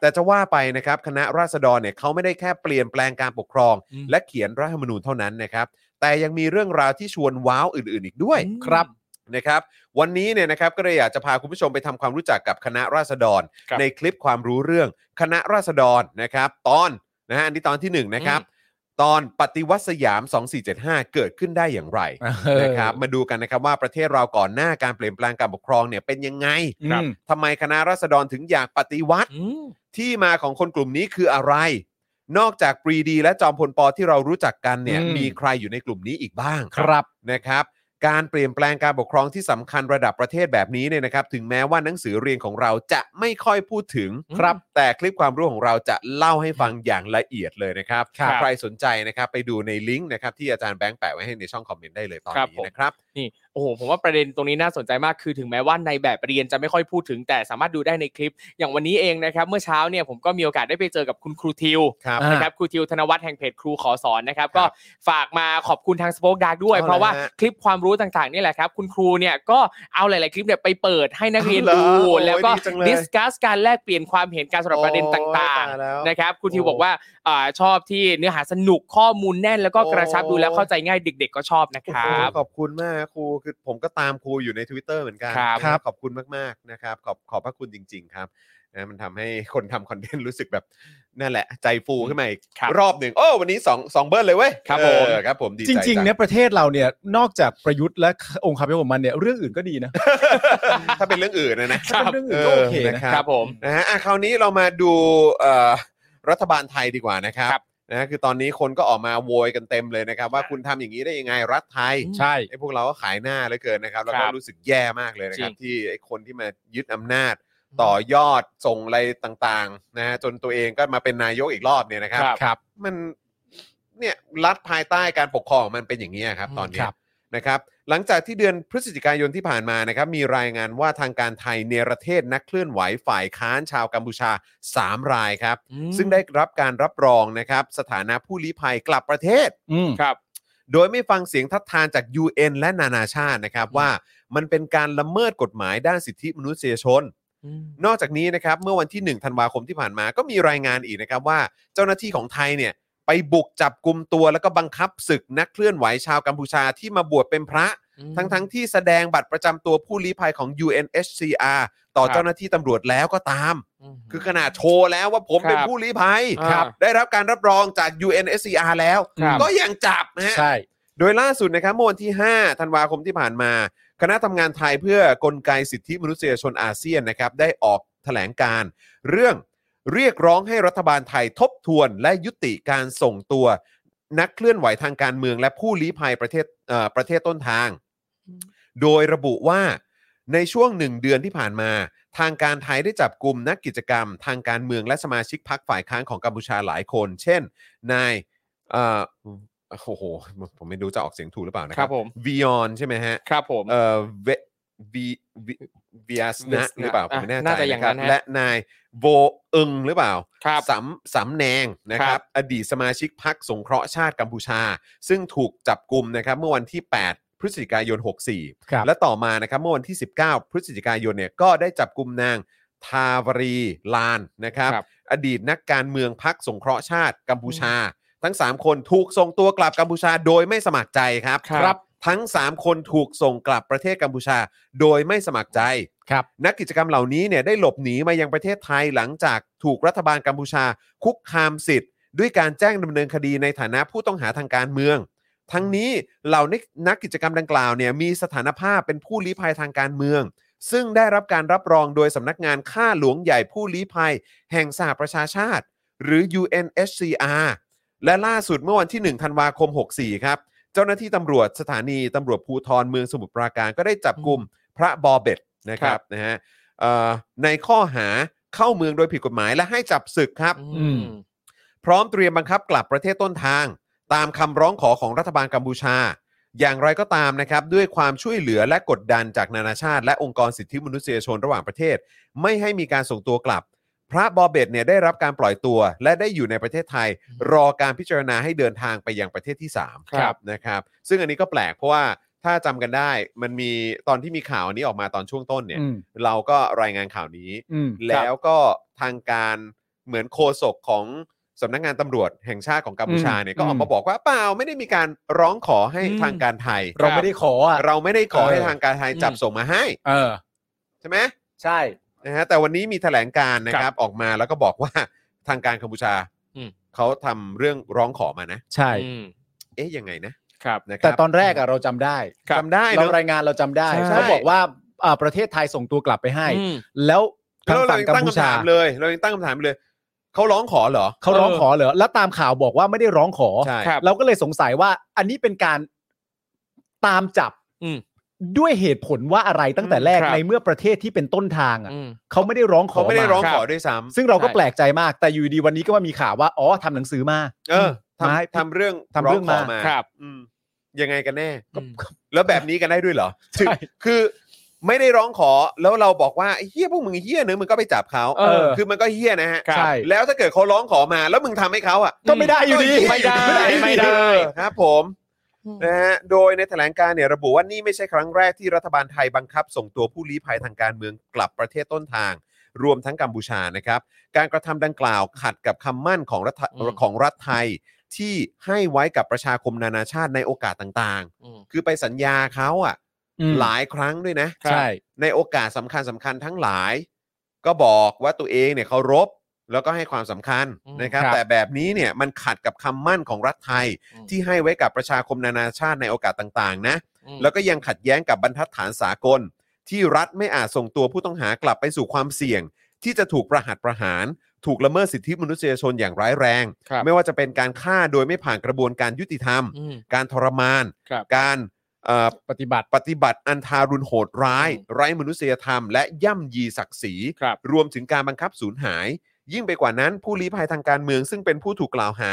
Speaker 2: แต่จะว่าไปนะครับคณะราษฎรเนี่ยเขาไม่ได้แค่เปลี่ยนแปลงการปกครอง
Speaker 1: อืม
Speaker 2: และเขียนรัฐธรรมนูญเท่านั้นนะครับ แต่ยังมีเรื่องราวที่ชวนว้าวอื่นๆ อีกด้วย
Speaker 3: ครับ
Speaker 2: นะครับ วันนี้เนี่ยนะครับก็เลยอยากจะพาคุณผู้ชมไปทำความรู้จักกับคณะราษฎร
Speaker 5: ครับ
Speaker 2: ในคลิปความรู้เรื่องคณะราษฎรนะครับ ตอนนะฮะอันนี้ตอนที่หนึ่งนะครับ ตอนปฏิวัติสยาม 2475 เกิดขึ้นได้อย่างไร นะครับมาดูกันนะครับว่าประเทศเราก่อนหน้าการเปลี่ยนแปลงการปกครองเนี่ยเป็นยังไง
Speaker 3: ครับ
Speaker 2: ทำไมคณะราษฎรถึงอยากปฏิวัติ ที่มาของคนกลุ่มนี้คืออะไร นอกจากปรีดี และจอมพลปอที่เรารู้จักกันเนี่ย
Speaker 3: อืม
Speaker 2: มีใครอยู่ในกลุ่มนี้อีกบ้าง
Speaker 3: ครับ
Speaker 2: นะครับการเปลี่ยนแปลงการปกครองที่สำคัญระดับประเทศแบบนี้เนี่ยนะครับ ถึงแม้ว่าหนังสือเรียนของเราจะไม่ค่อยพูดถึง
Speaker 3: ครับ
Speaker 2: แต่คลิปความรู้ของเราจะเล่าให้ฟังอย่างละเอียดเลยนะครับ
Speaker 3: ครับ
Speaker 2: ใครสนใจนะครับไปดูในลิงก์นะครับที่อาจารย์แบงค์แปะไว้ให้ในช่องคอมเมนต์ได้เลยตอน
Speaker 1: ครับ
Speaker 2: นี้
Speaker 1: ผม
Speaker 2: นะครับ
Speaker 1: นี่โอ้โหผมว่าประเด็นตรงนี้น่าสนใจมากคือถึงแม้ว่าในแบบเรียนจะไม่ค่อยพูดถึงแต่สามารถดูได้ในคลิป อย่างวันนี้เองนะครับ เมื่อเช้าเนี่ยผมก็มีโอกาสได้ไปเจอกับคุณครูทิว
Speaker 2: ครับ
Speaker 1: นะครับครูทิวธนวัฒน์แห่งเพจครูขอสอนนะครับ ก็ฝากมาขอบคุณทางสป o อ e ดาร์กด้วย
Speaker 2: เอา
Speaker 1: เพราะว่า
Speaker 2: เหรอฮะ
Speaker 1: คลิปความรู้ต่างๆนี่แหละครับ คุณครูเนี่ยก็เอาหลาย ๆ คลิปเนี่ยไปเปิดให้นักเรียน
Speaker 2: เอา
Speaker 1: ดู
Speaker 2: เหรอ โอ้ย
Speaker 1: แล้วก็
Speaker 2: ดีจังเลย
Speaker 1: ดิสคัสการแลกเปลี่ยนความเห็นการสำหรับประเด็นต่างๆ
Speaker 2: โอ้ยยแล้ว
Speaker 1: นะครับครูทิว
Speaker 2: โอ้
Speaker 1: บอกว่าอาชอบที่เนื้อหาสนุกข้อมูลแน่นแล้วก็กระชับ
Speaker 2: โอ้
Speaker 1: ดูแล้วเข้าใจง่ายเด็ก ๆ ก็ชอบนะค
Speaker 2: โอ้
Speaker 1: รับ
Speaker 2: โหขอบคุณมากครูคือผมก็ตามครูอยู่ใน Twitter เหมือนกัน
Speaker 1: ครับ
Speaker 2: นะครับขอบคุณมากๆนะครับ ขอบขอบพระคุณจริง ๆ ครับนะมันทำให้คนทำคอนเทนต์รู้สึกแบบนั่นแหละ ใจฟูขึ้นมาอีก
Speaker 1: ครับ
Speaker 2: รอบหนึ่งโอ้วันนี้สองสองเบิร์ดเลยเว้ย
Speaker 1: ครับ
Speaker 2: เออ
Speaker 1: ผม
Speaker 2: ครับผมดีใจ
Speaker 3: จริงๆ
Speaker 2: จั
Speaker 3: เนี่ยประเทศเราเนี่ยนอกจากประยุทธ์และองค์คาพยพของมันเนี่ยเรื่องอื่นก็ดีนะ
Speaker 2: ถ้าเป็นเรื่องอื่นนะนะ
Speaker 3: ถ้าเป็นเรื่องอื่นก็โอเคนะ
Speaker 2: นะครับ
Speaker 1: ครับผม
Speaker 2: นะฮะอ่ะคราวนี้เรามาดูเอ่อรัฐบาลไทยดีกว่านะครับ
Speaker 1: ครับ
Speaker 2: นะฮะคือตอนนี้คนก็ออกมาโวยกันเต็มเลยนะครับ ว่าคุณทำอย่างนี้ได้ยังไงรัฐไทย
Speaker 3: ใช่
Speaker 2: ไอ้พวกเราก็ขายหน้าเหลือเกินนะครับ แล้วก็
Speaker 1: ครับ
Speaker 2: รู้สึกแย่มากเลยนะครับ
Speaker 1: จริง
Speaker 2: ที่ไอ้คนที่มายึดอำนาจ ต่อยอดส่งอะไรต่างๆนะฮะจนตัวเองก็มาเป็นนายกอีกรอบเนี่ยนะครับ
Speaker 1: ครับ
Speaker 3: ครับ
Speaker 2: มันเนี่ยรัฐภายใต้การปกครองของมันเป็นอย่างนี้ยครับ
Speaker 1: อืม
Speaker 2: ตอนเนี้
Speaker 3: ค
Speaker 2: ย
Speaker 3: รับ
Speaker 2: นะครับหลังจากที่เดือนพฤศจิกายนที่ผ่านมานะครับ มีรายงานว่าทางการไทยเนรเทศนักเคลื่อนไหวฝ่ายค้านชาวกัมพูชา 3 รายครับ ซึ่งได้รับการรับรองนะครับ สถานะผู้ลี้ภัยกลับประเทศ
Speaker 3: อืม
Speaker 1: ครับ
Speaker 2: โดยไม่ฟังเสียงทัดทานจาก UN และนานาชาตินะครับ ว่ามันเป็นการละเมิดกฎหมายด้านสิทธิมนุษยชน นอกจากนี้นะครับเมื่อวันที่ 1 ธันวาคมที่ผ่านมาก็มีรายงานอีกนะครับว่าเจ้าหน้าที่ของไทยเนี่ยไปบุกจับกลุ่มตัวแล้วก็บังคับศึกนักเคลื่อนไหวชาวกัมพูชาที่มาบวชเป็นพระ ทั้งๆทที่แสดงบัตรประจำตัวผู้ลี้ภัยของ UNHCR ต่อ
Speaker 1: ครับ
Speaker 2: เจ้าหน้าที่ตำรวจแล้วก็ตาม คือขนาดโชว์แล้วว่าผม
Speaker 1: ครับ
Speaker 2: เป็นผู้ลี้ภัย
Speaker 1: ครับ
Speaker 2: ได้รับการรับรองจาก UNHCR แล้ว
Speaker 1: ครับ
Speaker 2: ก็ยังจับนะฮะ
Speaker 3: ใช่
Speaker 2: โดยล่าสุดนะครับเมื่อวันที่ 5 ธันวาคมที่ผ่านมา คณะทำงานไทยเพื่อกลไกสิทธิมนุษยชนอาเซียนนะครับได้ออกแถลงการณ์เรื่องเรียกร้องให้รัฐบาลไทยทบทวนและยุติการส่งตัว นักเคลื่อนไหวทางการเมืองและผู้ลี้ภัยประเทศเอ่อประเทศต้นทาง โดยระบุว่าในช่วงหนึ่งเดือนที่ผ่านมา ทางการไทยได้จับกลุ่มนักกิจกรรม ทางการเมืองและสมาชิกพรรคฝ่ายค้านของกัมพูชาหลายคน เช่น นายเอ่อโอ้โหผมไม่รู้จะออกเสียงถูกหรือเปล่านะค
Speaker 1: ครั
Speaker 2: รับบ
Speaker 1: ผม
Speaker 2: วิออนใช่ไหมฮะ
Speaker 1: ครับผม
Speaker 2: เอ่อเววีวีวียสนะ
Speaker 1: เวียสนะ
Speaker 2: หรือเปล่าผมไม่แน่ใจ
Speaker 1: อ่ะน่าจะอย่างนั้น
Speaker 2: ครับ
Speaker 1: ฮะ
Speaker 2: และนายโวเอิงหรือเปล่า
Speaker 1: ครับ
Speaker 2: สำสำแนงนะค
Speaker 1: ครั
Speaker 2: รับ
Speaker 1: บ
Speaker 2: อดีตสมาชิกพักสงเคราะห์ชาติกัมพูชา ซึ่งถูกจับกลุ่มนะครับเมื่อวันที่ 8 พฤศจิกายน
Speaker 3: ครั
Speaker 2: 64
Speaker 3: บ
Speaker 2: และต่อมานะครับเมื่อวันที่ 19 พฤศจิกายนเนี่ยก็ได้จับกลุ่มนางทาวรีลานนะครับ
Speaker 1: ครับ
Speaker 2: อดีตนักการเมืองพักสงเคราะห์ชาติกัมพูชา ทั้ง 3 คนถูกส่งตัวกลับกัมพูชาโดยไม่สมัครใจครับ
Speaker 1: ครับ
Speaker 2: ทั้ง 3 คนถูกส่งกลับประเทศกัมพูชา โดยไม่สมัครใจ
Speaker 3: ครับ
Speaker 2: นักกิจกรรมเหล่านี้เนี่ยได้หลบหนีมายังประเทศไทยหลังจากถูกรัฐบาลกัมพูชา คุกคามสิทธิ์ ด้วยการแจ้งดำเนินคดีในฐานะผู้ต้องหาทางการเมือง ทั้งนี้เหล่านักนักกิจกรรมดังกล่าวเนี่ยมีสถานภาพเป็นผู้ลี้ภัยทางการเมือง ซึ่งได้รับการรับรองโดยสำนักงานข้าหลวงใหญ่ผู้ลี้ภัย แห่งสหประชาชาติ หรือ UNHCR และล่าสุดเมื่อวันที่ 1 ธันวาคม 64 ครับ เจ้าหน้าที่ตำรวจสถานีตำรวจภูธรเมืองสมุทรปราการก็ได้จับกลุ่มพระบอเบ็ดนะครับนะฮะเอ่อในข้อหาเข้าเมืองโดยผิดกฎหมายและให้จับศึกครับ
Speaker 3: อืม
Speaker 2: พร้อมเตรียมบังคับกลับประเทศต้นทาง ตามคำร้องขอของรัฐบาลกัมพูชา อย่างไรก็ตามนะครับ ด้วยความช่วยเหลือและกดดันจากนานาชาติ และองค์กรสิทธิมนุษยชนระหว่างประเทศ ไม่ให้มีการส่งตัวกลับ พระบอเบตเนี่ยได้รับการปล่อยตัว และได้อยู่ในประเทศไทย รอการพิจารณาให้เดินทางไปยังประเทศที่3
Speaker 1: ครับ
Speaker 2: นะครับซึ่งอันนี้ก็แปลกเพราะว่าถ้าจำกันได้มันมีตอนที่มีข่าวอันนี้ออกมาตอนช่วงต้นเนี่ย
Speaker 3: อืม
Speaker 2: เราก็รายงานข่าวนี้
Speaker 3: อืม
Speaker 2: แล้วก็ทางการเหมือนโคศกของสำนักงานตำรวจแห่งชาติของกัมพูชาเนี่ย
Speaker 3: อืม
Speaker 2: ก็ออกมาบอกว่าเปล่าไม่ได้มีการร้องขอให้
Speaker 3: อืม
Speaker 2: ทางการไทย
Speaker 3: เราไม่ได้ขออ่ะ
Speaker 2: เราไม่ได้ขอให้
Speaker 3: เออ
Speaker 2: ทางการไทย
Speaker 1: อืม
Speaker 2: จับส่งมาให้
Speaker 3: เออ
Speaker 2: ใช่ไหม
Speaker 3: ใช่
Speaker 2: นะฮะแต่วันนี้มีแถลงการณ์นะครับออกมาแล้วก็บอกว่าทางการกัมพูชา
Speaker 1: อืม
Speaker 2: เขาทำเรื่องร้องขอมานะ
Speaker 3: ใช่
Speaker 1: อืม
Speaker 2: เอ๊ะยังไงนะครับ นะค
Speaker 3: แต่
Speaker 2: รับ
Speaker 3: ตอนแรกอ่ะเราจำได้
Speaker 2: จำได้
Speaker 3: เรา
Speaker 2: เนอะ
Speaker 3: รายงานเราจำได้
Speaker 2: ใช่
Speaker 3: เขาบอกว่าอ่าประเทศไทยส่งตัวกลับไปให้
Speaker 1: อืม
Speaker 3: แล้วทา
Speaker 2: แล้
Speaker 3: ง
Speaker 2: วเรายัง
Speaker 3: ฝั่งกัม
Speaker 2: ตั้ง
Speaker 3: พู
Speaker 2: คำ
Speaker 3: ชา
Speaker 2: ถามเลยเรายังตั้งคำถามเลยเขาร้องขอเหรอ
Speaker 3: เขาร้องขอเหรอแล้วตามข่าวบอกว่าไม่ได้ร้องขอ
Speaker 2: ใช่
Speaker 1: ครับ
Speaker 3: เราก็เลยสงสัยว่าอันนี้เป็นการตามจับ
Speaker 1: อืม
Speaker 3: ด้วยเหตุผลว่าอะไรตั้งแต่แรก
Speaker 1: ครับ
Speaker 3: ในเมื่อประเทศที่เป็นต้นทางอ่ะ
Speaker 1: อืม
Speaker 3: เขาไม่ได้ร้องขอ
Speaker 2: เขาไม่ได้ร้อง
Speaker 3: า
Speaker 2: ขอด้วยซ้ำ
Speaker 3: ซึ่งเราก็
Speaker 1: ใช่
Speaker 3: แปลกใจมากแต่อยู่ดีวันนี้ก็มามีข่าวว่าอ๋อทำหนังสือมา
Speaker 2: เออ
Speaker 3: ไม้
Speaker 2: ทำทำเรื่อง
Speaker 3: ทำเรื่อง
Speaker 2: ข
Speaker 3: มา
Speaker 1: ครับ
Speaker 2: อืมยังไงกันแน่
Speaker 1: อืม
Speaker 2: แล้วแบบนี้กันได้ด้วยเหรอ
Speaker 3: ใช่
Speaker 2: คือคือไม่ได้ร้องขอแล้วเราบอกว่าไอ้เฮี้ยพวกมึงเฮี้ยเนอะมึงก็ไปจับเขา
Speaker 1: เออ
Speaker 2: คือมันก็เฮี้ยนะฮะ
Speaker 1: ครับ
Speaker 3: ใช่
Speaker 2: แล้วถ้าเกิดเขาร้องขอมาแล้วมึงทำให้เขาอ่ะ
Speaker 3: ก็ไม่ได้อยู่ดี
Speaker 1: ไม่ได้ ไม่ได้
Speaker 2: เออครับ ผมนะฮะโดยในแถลงการณ์เนี่ยระบุว่านี่ไม่ใช่ครั้งแรกที่รัฐบาลไทยบังคับ ส่งตัวผู้ลี้ภัยทางการเมืองกลับประเทศต้นทาง รวมทั้งกัมพูชานะครับ การกระทำดังกล่าวขัดกับคำมั่นของรัฐ
Speaker 1: อืม
Speaker 2: ของรัฐไทยที่ให้ไว้กับประชาคมนานาชาติในโอกาสต่าง
Speaker 1: อืม
Speaker 2: ๆ คือไปสัญญาเขาอ่ะ
Speaker 3: อืม
Speaker 2: หลายครั้งด้วยนะ
Speaker 1: ครับ
Speaker 3: ใช่
Speaker 2: ในโอกาสสำคัญสำคัญทั้งหลาย ก็บอกว่าตัวเองเนี่ยเคารพแล้วก็ให้ความสำคัญ
Speaker 1: อืม
Speaker 2: นะครับ
Speaker 3: ครับ
Speaker 2: แต่แบบนี้เนี่ยมันขัดกับคำมั่นของรัฐไทย
Speaker 1: อืม
Speaker 2: ที่ให้ไว้กับประชาคมนานาชาติในโอกาสต่างๆนะ
Speaker 1: อืม
Speaker 2: แล้วก็ยังขัดแย้งกับบรรทัดฐานสากล ที่รัฐไม่อาจส่งตัวผู้ต้องหากลับไปสู่ความเสี่ยง ที่จะถูกประหัตประหาร ถูกละเมิดสิทธิมนุษยชนอย่างร้ายแรง
Speaker 1: ครับ
Speaker 2: ไม่ว่าจะเป็นการฆ่าโดยไม่ผ่านกระบวนการยุติธรรม
Speaker 1: อืม
Speaker 2: การทรมาน
Speaker 1: ครับ
Speaker 2: การเอ่อ
Speaker 3: ปฏิบัติ
Speaker 2: ปฏิบัติอันทารุณโหดร้าย
Speaker 1: อืม
Speaker 2: ไร้มนุษยธรรม และย่ำยีศักดิ์ศรี
Speaker 1: ครับ
Speaker 2: รวมถึงการบังคับสูญหาย ยิ่งไปกว่านั้นผู้ลี้ภัยทางการเมือง ซึ่งเป็นผู้ถูกกล่าวหา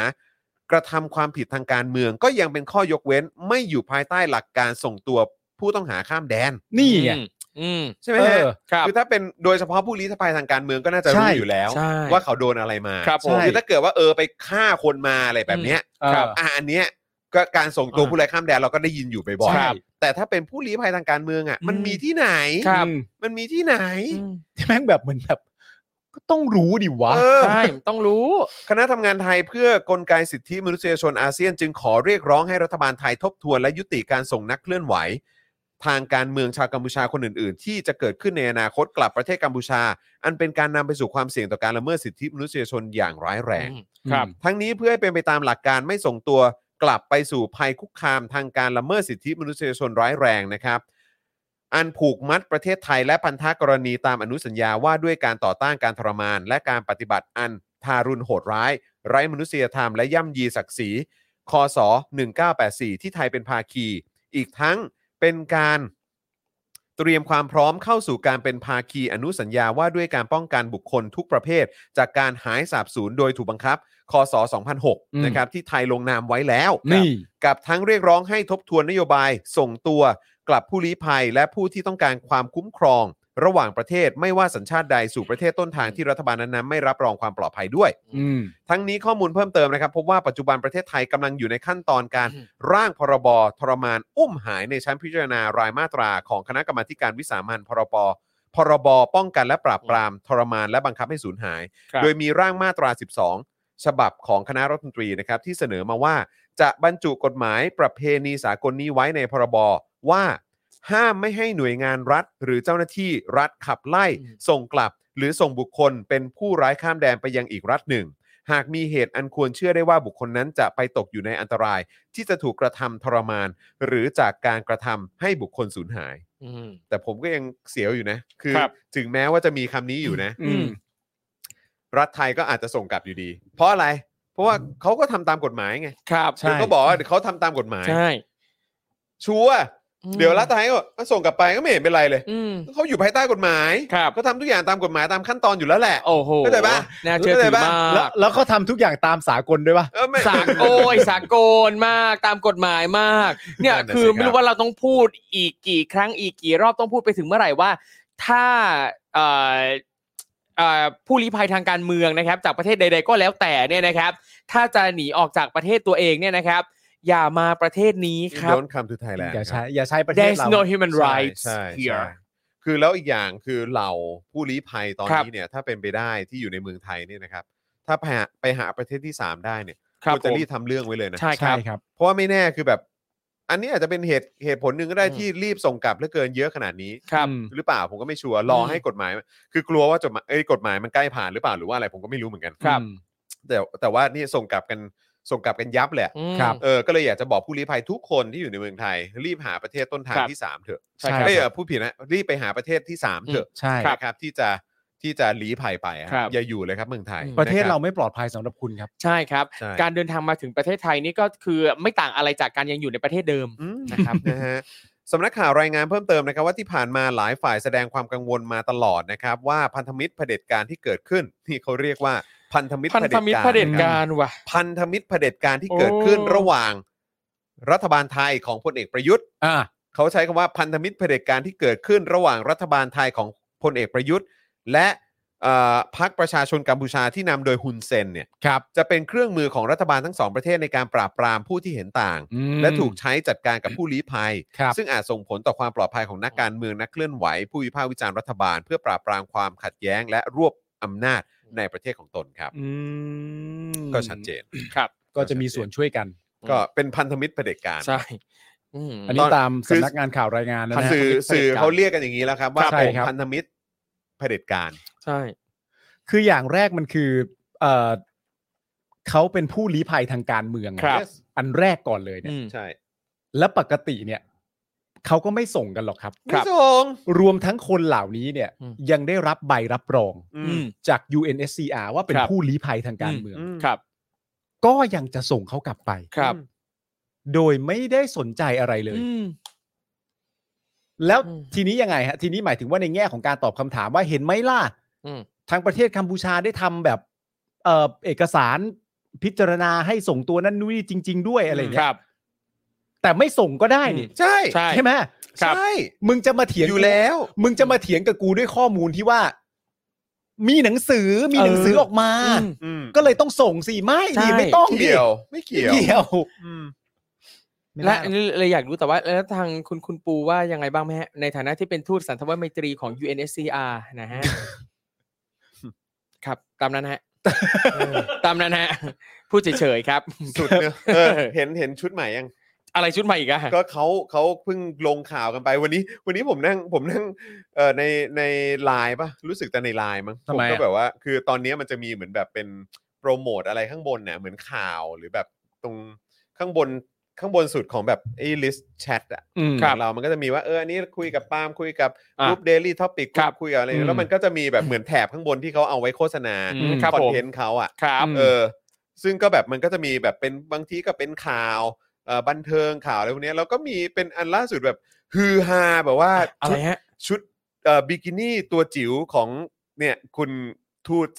Speaker 2: กระทำความผิดทางการเมือง ก็ยังเป็นข้อยกเว้น ไม่อยู่ภายใต้หลักการส่งตัวผู้ต้องหาข้ามแดน
Speaker 3: นี่ไง
Speaker 1: อืมอืม
Speaker 2: ใช่ไหม
Speaker 3: เออ
Speaker 2: ฮะ
Speaker 1: ครับ
Speaker 2: คือถ้าเป็นโดยเฉพาะผู้ลี้ภัยทางการเมืองก็น่าจะ
Speaker 3: ใช่
Speaker 2: รู้อยู่แล้ว
Speaker 1: ใช่
Speaker 2: ว่าเขาโดนอะไรมา
Speaker 1: ครับผม
Speaker 2: อถ้าเกิดว่าเออไปฆ่าคนมาอะไรแบบเนี้ย
Speaker 1: ครับ
Speaker 3: เออ
Speaker 2: อ่ะอันเนี้ยก็การส่งตัว
Speaker 1: อ่า
Speaker 2: ผู้ไร้ข้ามแดนเราก็ได้ยินอยู่บ่อย
Speaker 1: ครับ
Speaker 2: ๆแต่ถ้าเป็นผู้ลี้ภัยทางการเมืองอ่ะ
Speaker 1: อืม
Speaker 2: มันมีที่ไหน
Speaker 1: ครับ
Speaker 3: อืม
Speaker 2: มันมีที่ไหน
Speaker 3: ที่แม่งแบบเหมือนแบบ ก็ต้องรู้ดิวะ
Speaker 2: เออ
Speaker 1: ใช่ต้องรู้
Speaker 2: คณะทำงานไทยเพื่อกลไกสิทธิมนุษยชนอาเซียน จึงขอเรียกร้องให้รัฐบาลไทยทบทวนและยุติการส่งนักเคลื่อนไหว ทางการเมืองชาวกัมพูชาคนอื่น ๆ ที่จะเกิดขึ้นในอนาคตกลับประเทศกัมพูชา อันเป็นการนำไปสู่ความเสี่ยงต่อการละเมิดสิทธิมนุษยชนอย่างร้ายแรง
Speaker 1: ครับ
Speaker 2: ทั้งนี้เพื่อให้เป็นไปตามหลักการไม่ส่งตัวก กลับไปสู่ภัยคุกคามทางการละเมิดสิทธิมนุษยชนร้ายแรงนะครับ อันผูกมัดประเทศไทยและพันธะกรณีตามอนุสัญญาว่าด้วยการต่อต้านการทรมาน และการปฏิบัติอันทารุณโหดร้าย ไร้มนุษยธรรมและย่ำยีศักดิ์ศรี คศ 1984 ที่ไทยเป็นภาคี อีกทั้งเป็นการเตรียมความพร้อมเข้าสู่การเป็นภาคีอนุสัญญาว่าด้วยการป้องกันบุคคลทุกประเภท จากการหายสาบสูญโดยถูกบังคับ คศ
Speaker 3: อืม
Speaker 2: 2006 นะครับที่ไทยลงนามไว้แล้ว
Speaker 3: นี่
Speaker 2: กับทั้งเรียกร้องให้ทบทวนนโยบายส่งตัวกลับผู้ลี้ภัย และผู้ที่ต้องการความคุ้มครอง ระหว่างประเทศไม่ว่าสัญชาติใดสู่ประเทศต้นทางที่รัฐบาลนั้นๆไม่รับรองความปลอดภัยด้วย
Speaker 3: อืม
Speaker 2: ทั้งนี้ข้อมูลเพิ่มเติมนะครับพบว่าปัจจุบันประเทศไทยกำลังอยู่ในขั้นตอนการร่างพรบทรมานอุ้มหายในชั้นพิจารณารายมาตราของคณะกรรมาธิการวิสามันพรบพรบป้องกันและปราบปรามทรมานและบังคับให้สูญหาย
Speaker 1: ครับ
Speaker 2: โดยมีร่างมาตรา 12 ฉบับของคณะรัฐมนตรีนะครับที่เสนอมาว่าจะบรรจุกฎหมายประเพณีสากลนี้ไว้ในพรบว่า ห้ามไม่ให้หน่วยงานรัฐ หรือเจ้าหน้าที่รัฐขับไล่
Speaker 1: อืม
Speaker 2: ส่งกลับ หรือส่งบุคคลเป็นผู้ร้ายข้ามแดนไปยังอีกรัฐหนึ่ง หากมีเหตุอันควรเชื่อได้ว่าบุคคลนั้นจะไปตกอยู่ในอันตราย ที่จะถูกกระทำทรมาน หรือจากการกระทำให้บุคคลสูญหาย
Speaker 1: อืม
Speaker 2: แต่ผมก็ยังเสียวอยู่นะ คือ
Speaker 1: ครับ
Speaker 2: ถึงแม้ว่าจะมีคำนี้อยู่นะ
Speaker 3: อืม
Speaker 2: รัฐไทยก็อาจจะส่งกลับอยู่ดี เพราะอะไร เพราะว่าเขาก็ทำตามกฎหมายไง
Speaker 1: ครับ
Speaker 3: ใช่
Speaker 2: เดี๋ยวเขาบอกว่าเดี๋ยวเขาทำตามกฎหมาย
Speaker 1: ใช่
Speaker 2: ชัวร์เดี๋ยวรัฐไทยก็บอกว่าส่งกลับไปก็ไม่เห็นเป็นไรเลย
Speaker 1: อืม
Speaker 2: เขาอยู่ภายใต้กฎหมาย
Speaker 1: ครับ
Speaker 2: เขาทำทุกอย่างตามกฎหมายตามขั้นตอนอยู่แล้วแหละ
Speaker 1: โอ้โห
Speaker 2: เข้าใจปะ
Speaker 1: น่าเชื่อถือ
Speaker 2: เข้าใจปะ
Speaker 1: มาก
Speaker 3: แล้วแล้วเขาทำทุกอย่างตามสากลด้วยป่ะ
Speaker 2: เออไม่
Speaker 1: สากโยสากลมากตามกฎหมายมาก เนี่ย
Speaker 2: นั่นน่ะสิ
Speaker 1: คือ
Speaker 2: ค
Speaker 1: ไม่
Speaker 2: รั
Speaker 1: รู้
Speaker 2: บ
Speaker 1: ว่าเราต้องพูดอีกกี่ครั้งอีกกี่รอบต้องพูดไปถึงเมื่อไหร่ว่า ถ้าเอ่อเอ่อผู้ลี้ภัยทางการเมืองนะครับ จากประเทศใด ๆ ก็แล้วแต่เนี่ยนะครับ ถ้าจะหนีออกจากประเทศตัวเองเนี่ยนะครับ อย่ามาประเทศนี้ครับ
Speaker 2: ย้อนคำทูไทยแลนด์
Speaker 3: อย่าใช้อย่าใช้ประเทศ
Speaker 1: There's
Speaker 3: เรา
Speaker 1: no human rights
Speaker 2: ใช่
Speaker 1: here
Speaker 2: ใช่คือแล้วอีกอย่างคือเหล่าผู้ลี้ภัยตอน
Speaker 1: ครับ
Speaker 2: นี้เนี่ยถ้าเป็นไปได้ที่อยู่ในเมืองไทยเนี่ยนะครับ ถ้าไปหาไปหาประเทศที่ 3 ได้เนี่ย
Speaker 1: ครับ
Speaker 2: วรจะ
Speaker 1: ผม
Speaker 2: รีบทำเรื่องไว้เลยนะ
Speaker 1: ใช่ค
Speaker 3: ใช่
Speaker 1: รับ
Speaker 3: ครับ
Speaker 2: เพราะว่าไม่แน่คือแบบ อันนี้อาจจะเป็นเหตุเหตุผลหนึ่งก็ได้
Speaker 1: อืม
Speaker 2: ที่รีบส่งกลับเหลือเกินเยอะขนาดนี้
Speaker 1: ครับ
Speaker 2: หรือเปล่าผมก็ไม่ชัวร์รอให้กฎหมาย คือกลัวว่าจดหมายเอ้ยกฎหมายมันใกล้ผ่านหรือเปล่าหรือว่าอะไรผมก็ไม่รู้เหมือนกัน
Speaker 1: ครับ
Speaker 2: แต่แต่ว่านี่ส่งกลับกันส่งกลับกันยับแหละ
Speaker 1: อืม
Speaker 3: ครับ
Speaker 2: เออก็เลยอยากจะบอกผู้ลี้ภัยทุกคนที่อยู่ในเมืองไทย รีบหาประเทศต้นทาง
Speaker 1: ครับ
Speaker 2: ที่ 3 เถอะ
Speaker 3: ใช่ครับ
Speaker 2: เอ้ยเออผู้ผิดนะรีบไปหาประเทศที่ 3 เถอะ
Speaker 3: ใช่
Speaker 1: ครับ
Speaker 2: นะครับที่จะที่จะลี้ภัยไปอะ
Speaker 1: ครับ
Speaker 2: อย่าอยู่เลยครับเมืองไทย
Speaker 1: อืม
Speaker 3: ประเทศ
Speaker 2: นค
Speaker 3: เรา
Speaker 2: บ
Speaker 3: ไม่ปลอดภัยสำหรับคุณครับ
Speaker 1: ใช่ครับ
Speaker 2: ใช่
Speaker 1: การเดินทางมาถึงประเทศไทยนี่ก็คือไม่ต่างอะไรจากการยังอยู่ในประเทศเดิม
Speaker 2: อืม
Speaker 1: นะครับ
Speaker 2: นะฮะสำนักข่าวรายงานเพิ่มเติมนะครับว่าที่ผ่านมาหลายฝ่ายแสดงความกังวลมาตลอดนะครับว่าพันธมิตรเผด็จการที่เกิดขึ้น นี่เขาเรียกว่าพันธมิตร
Speaker 1: พันธมิตรเผด็จ
Speaker 2: นะคบ
Speaker 1: การว่ะ
Speaker 2: พันธมิตรเผด็จการที่
Speaker 1: โอ้
Speaker 2: เกิดขึ้นระหว่างรัฐบาลไทยของพลเอกประยุทธ์
Speaker 3: อ่า
Speaker 2: เขาใช้คำว่าพันธมิตรเผด็จการที่เกิดขึ้นระหว่างรัฐบาลไทยของพลเอกประยุทธ์ และเอ่อพรรคประชาชนกัมพูชาที่นำโดยฮุนเซนเนี่ย
Speaker 3: ครับ
Speaker 2: จะเป็นเครื่องมือของรัฐบาลทั้งสองประเทศในการปราบปรามผู้ที่เห็นต่าง
Speaker 3: อืม
Speaker 2: และถูกใช้จัดการกับผู้ลี้ภัย
Speaker 3: ครับ
Speaker 2: ซึ่งอาจส่งผลต่อความปลอดภัยของนักการเมืองนักเคลื่อนไหว ผู้วิพากษ์วิจารณ์รัฐบาล เพื่อปราบปรามความขัดแย้ง และรวบอำนาจในประเทศของตนครับ
Speaker 1: อืม
Speaker 2: ก็ชัดเจน
Speaker 1: ครับ
Speaker 3: ก็จะมีส่วนช่วยกัน
Speaker 2: ก็เป็นพันธมิตรเผด็จการ
Speaker 1: ใช่อืม
Speaker 3: อันนี้ตาม
Speaker 2: คือ
Speaker 3: สำนักงานข่าวรายงานนะ
Speaker 1: พั
Speaker 3: ฮะ
Speaker 1: ธมิตร
Speaker 2: สื่อ
Speaker 1: เผ
Speaker 2: สื่อ
Speaker 1: ด็จการ
Speaker 2: เขาเรียกกันอย่างนี้แล้วครับ ว่า
Speaker 3: ใช่
Speaker 2: ผม
Speaker 3: ครับ
Speaker 2: พันธมิตรเผด็จการ
Speaker 1: ใช่
Speaker 3: คืออย่างแรกมันคือเอ่อเขาเป็นผู้ลี้ภัยทางการเมืองอะ
Speaker 1: ครับ
Speaker 3: อันแรกก่อนเลยเนี่ย
Speaker 1: อืม
Speaker 2: ใช่
Speaker 3: และปกติเนี่ยเขาก็ไม่ส่งกันหรอกครับ
Speaker 2: ไม่ส่ง
Speaker 3: รวมทั้งคนเหล่านี้เนี่ย
Speaker 1: อืม
Speaker 3: ยังได้รับใบรับรอง
Speaker 2: อื
Speaker 1: อื
Speaker 2: ม
Speaker 1: ม
Speaker 3: จาก UNSCR ว่าเป็น
Speaker 1: ครับ
Speaker 3: ผู้ลี้ภัยทางการ
Speaker 1: อืม
Speaker 3: เมือง
Speaker 2: อืม
Speaker 1: ครับ
Speaker 3: ก็ยังจะส่งเขากลับไป
Speaker 1: ครับ
Speaker 3: โดยไม่ได้สนใจอะไรเลย
Speaker 1: อืม
Speaker 3: แล้ว
Speaker 1: อืม
Speaker 3: ทีนี้ยังไงฮะทีนี้หมายถึงว่าในแง่ของการตอบคำถามว่าเห็นไหมล่ะ
Speaker 1: อืม
Speaker 3: ทางประเทศกัมพูชาได้ทำแบบเออเอกสารพิจารณาให้ส่งตัวนั่นนู่นนี่จริง ๆ ด้วยอะไร
Speaker 1: ค
Speaker 3: เงี้ย
Speaker 1: รับ
Speaker 3: แต่ไม่ส่งก็ได้นี่
Speaker 2: ใช่
Speaker 1: ใช่
Speaker 3: ใช่ไหม
Speaker 1: ครับ
Speaker 2: ใช่
Speaker 3: มึงจะมาเถียง
Speaker 2: อยู่แล้ว
Speaker 3: มึงจะมาเถียงกับกูด้วยข้อมูลที่ว่า มีหนังสือมีหนังสือออกมา
Speaker 1: อืม
Speaker 2: อืม
Speaker 3: ก็เลยต้องส่งสิไม่
Speaker 1: ใช่
Speaker 3: ดิไม่ต้อง
Speaker 2: เกี่ยว ไม่
Speaker 3: ดิ
Speaker 2: เกี่ยว
Speaker 3: เกี่ยว
Speaker 2: อืม
Speaker 3: ไม่
Speaker 1: และ
Speaker 3: ได้หรอก
Speaker 1: เลยอยากรู้แต่ว่าแล้วทางคุณคุณปูว่ายังไงบ้างไหมฮะ ในฐานะที่เป็นทูตสันทวไมตรีของ UNSCR นะ ฮะ ครับตามนั้นฮะเออตามนั้นฮะ พูดเฉยๆครับ
Speaker 2: สุดเนอะเออเห็นเห็นชุดใหม่ยัง
Speaker 1: อะไรชุดใหม่อีกอะ
Speaker 2: ก็เขาเขาเพิ่งลงข่าวกันไปวันนี้ วันนี้ผมนั่งผมนั่งเอ่อในในไลน์ปะรู้สึกแต่ในไลน์มั้งผมก็แบบว่า คือตอนนี้มันจะมีเหมือนแบบเป็นโปรโมทอะไรข้างบนเนี่ยเหมือนข่าวหรือแบบตรง ข้างบนข้างบนสุดของแบบไอ้ลิสต์แชทอะ
Speaker 1: อืม
Speaker 2: ของเรามันก็จะมีว่าเอออันนี้คุยกับปาล์มคุยกับ
Speaker 1: อ่ะ
Speaker 2: รูปเดลี่ท็อปิก
Speaker 1: ครับ
Speaker 2: คุยกับอะไร
Speaker 1: อืม
Speaker 2: แล้วมันก็จะมีแบบเหมือนแถบข้างบนที่เขาเอาไว้โฆษณา
Speaker 1: อืมครับ
Speaker 2: ค
Speaker 1: ผม
Speaker 2: อนเทนต์เขาอ่ะ
Speaker 1: ครับ
Speaker 2: เออซึ่งก็แบบมันก็จะมีแบบเป็นบางทีก็เป็นข่าวเอ่อบันเทิงข่าวอะไรพวกเนี้ยแล้วก็มีเป็นอันล่าสุดแบบฮือฮาแบบว่า
Speaker 1: อะ
Speaker 2: ชุ
Speaker 1: ไร
Speaker 2: ด
Speaker 1: ฮะ
Speaker 2: ชุดเอ่อบิกินี่ตัวจิ๋วของเนี่ยคุณทูต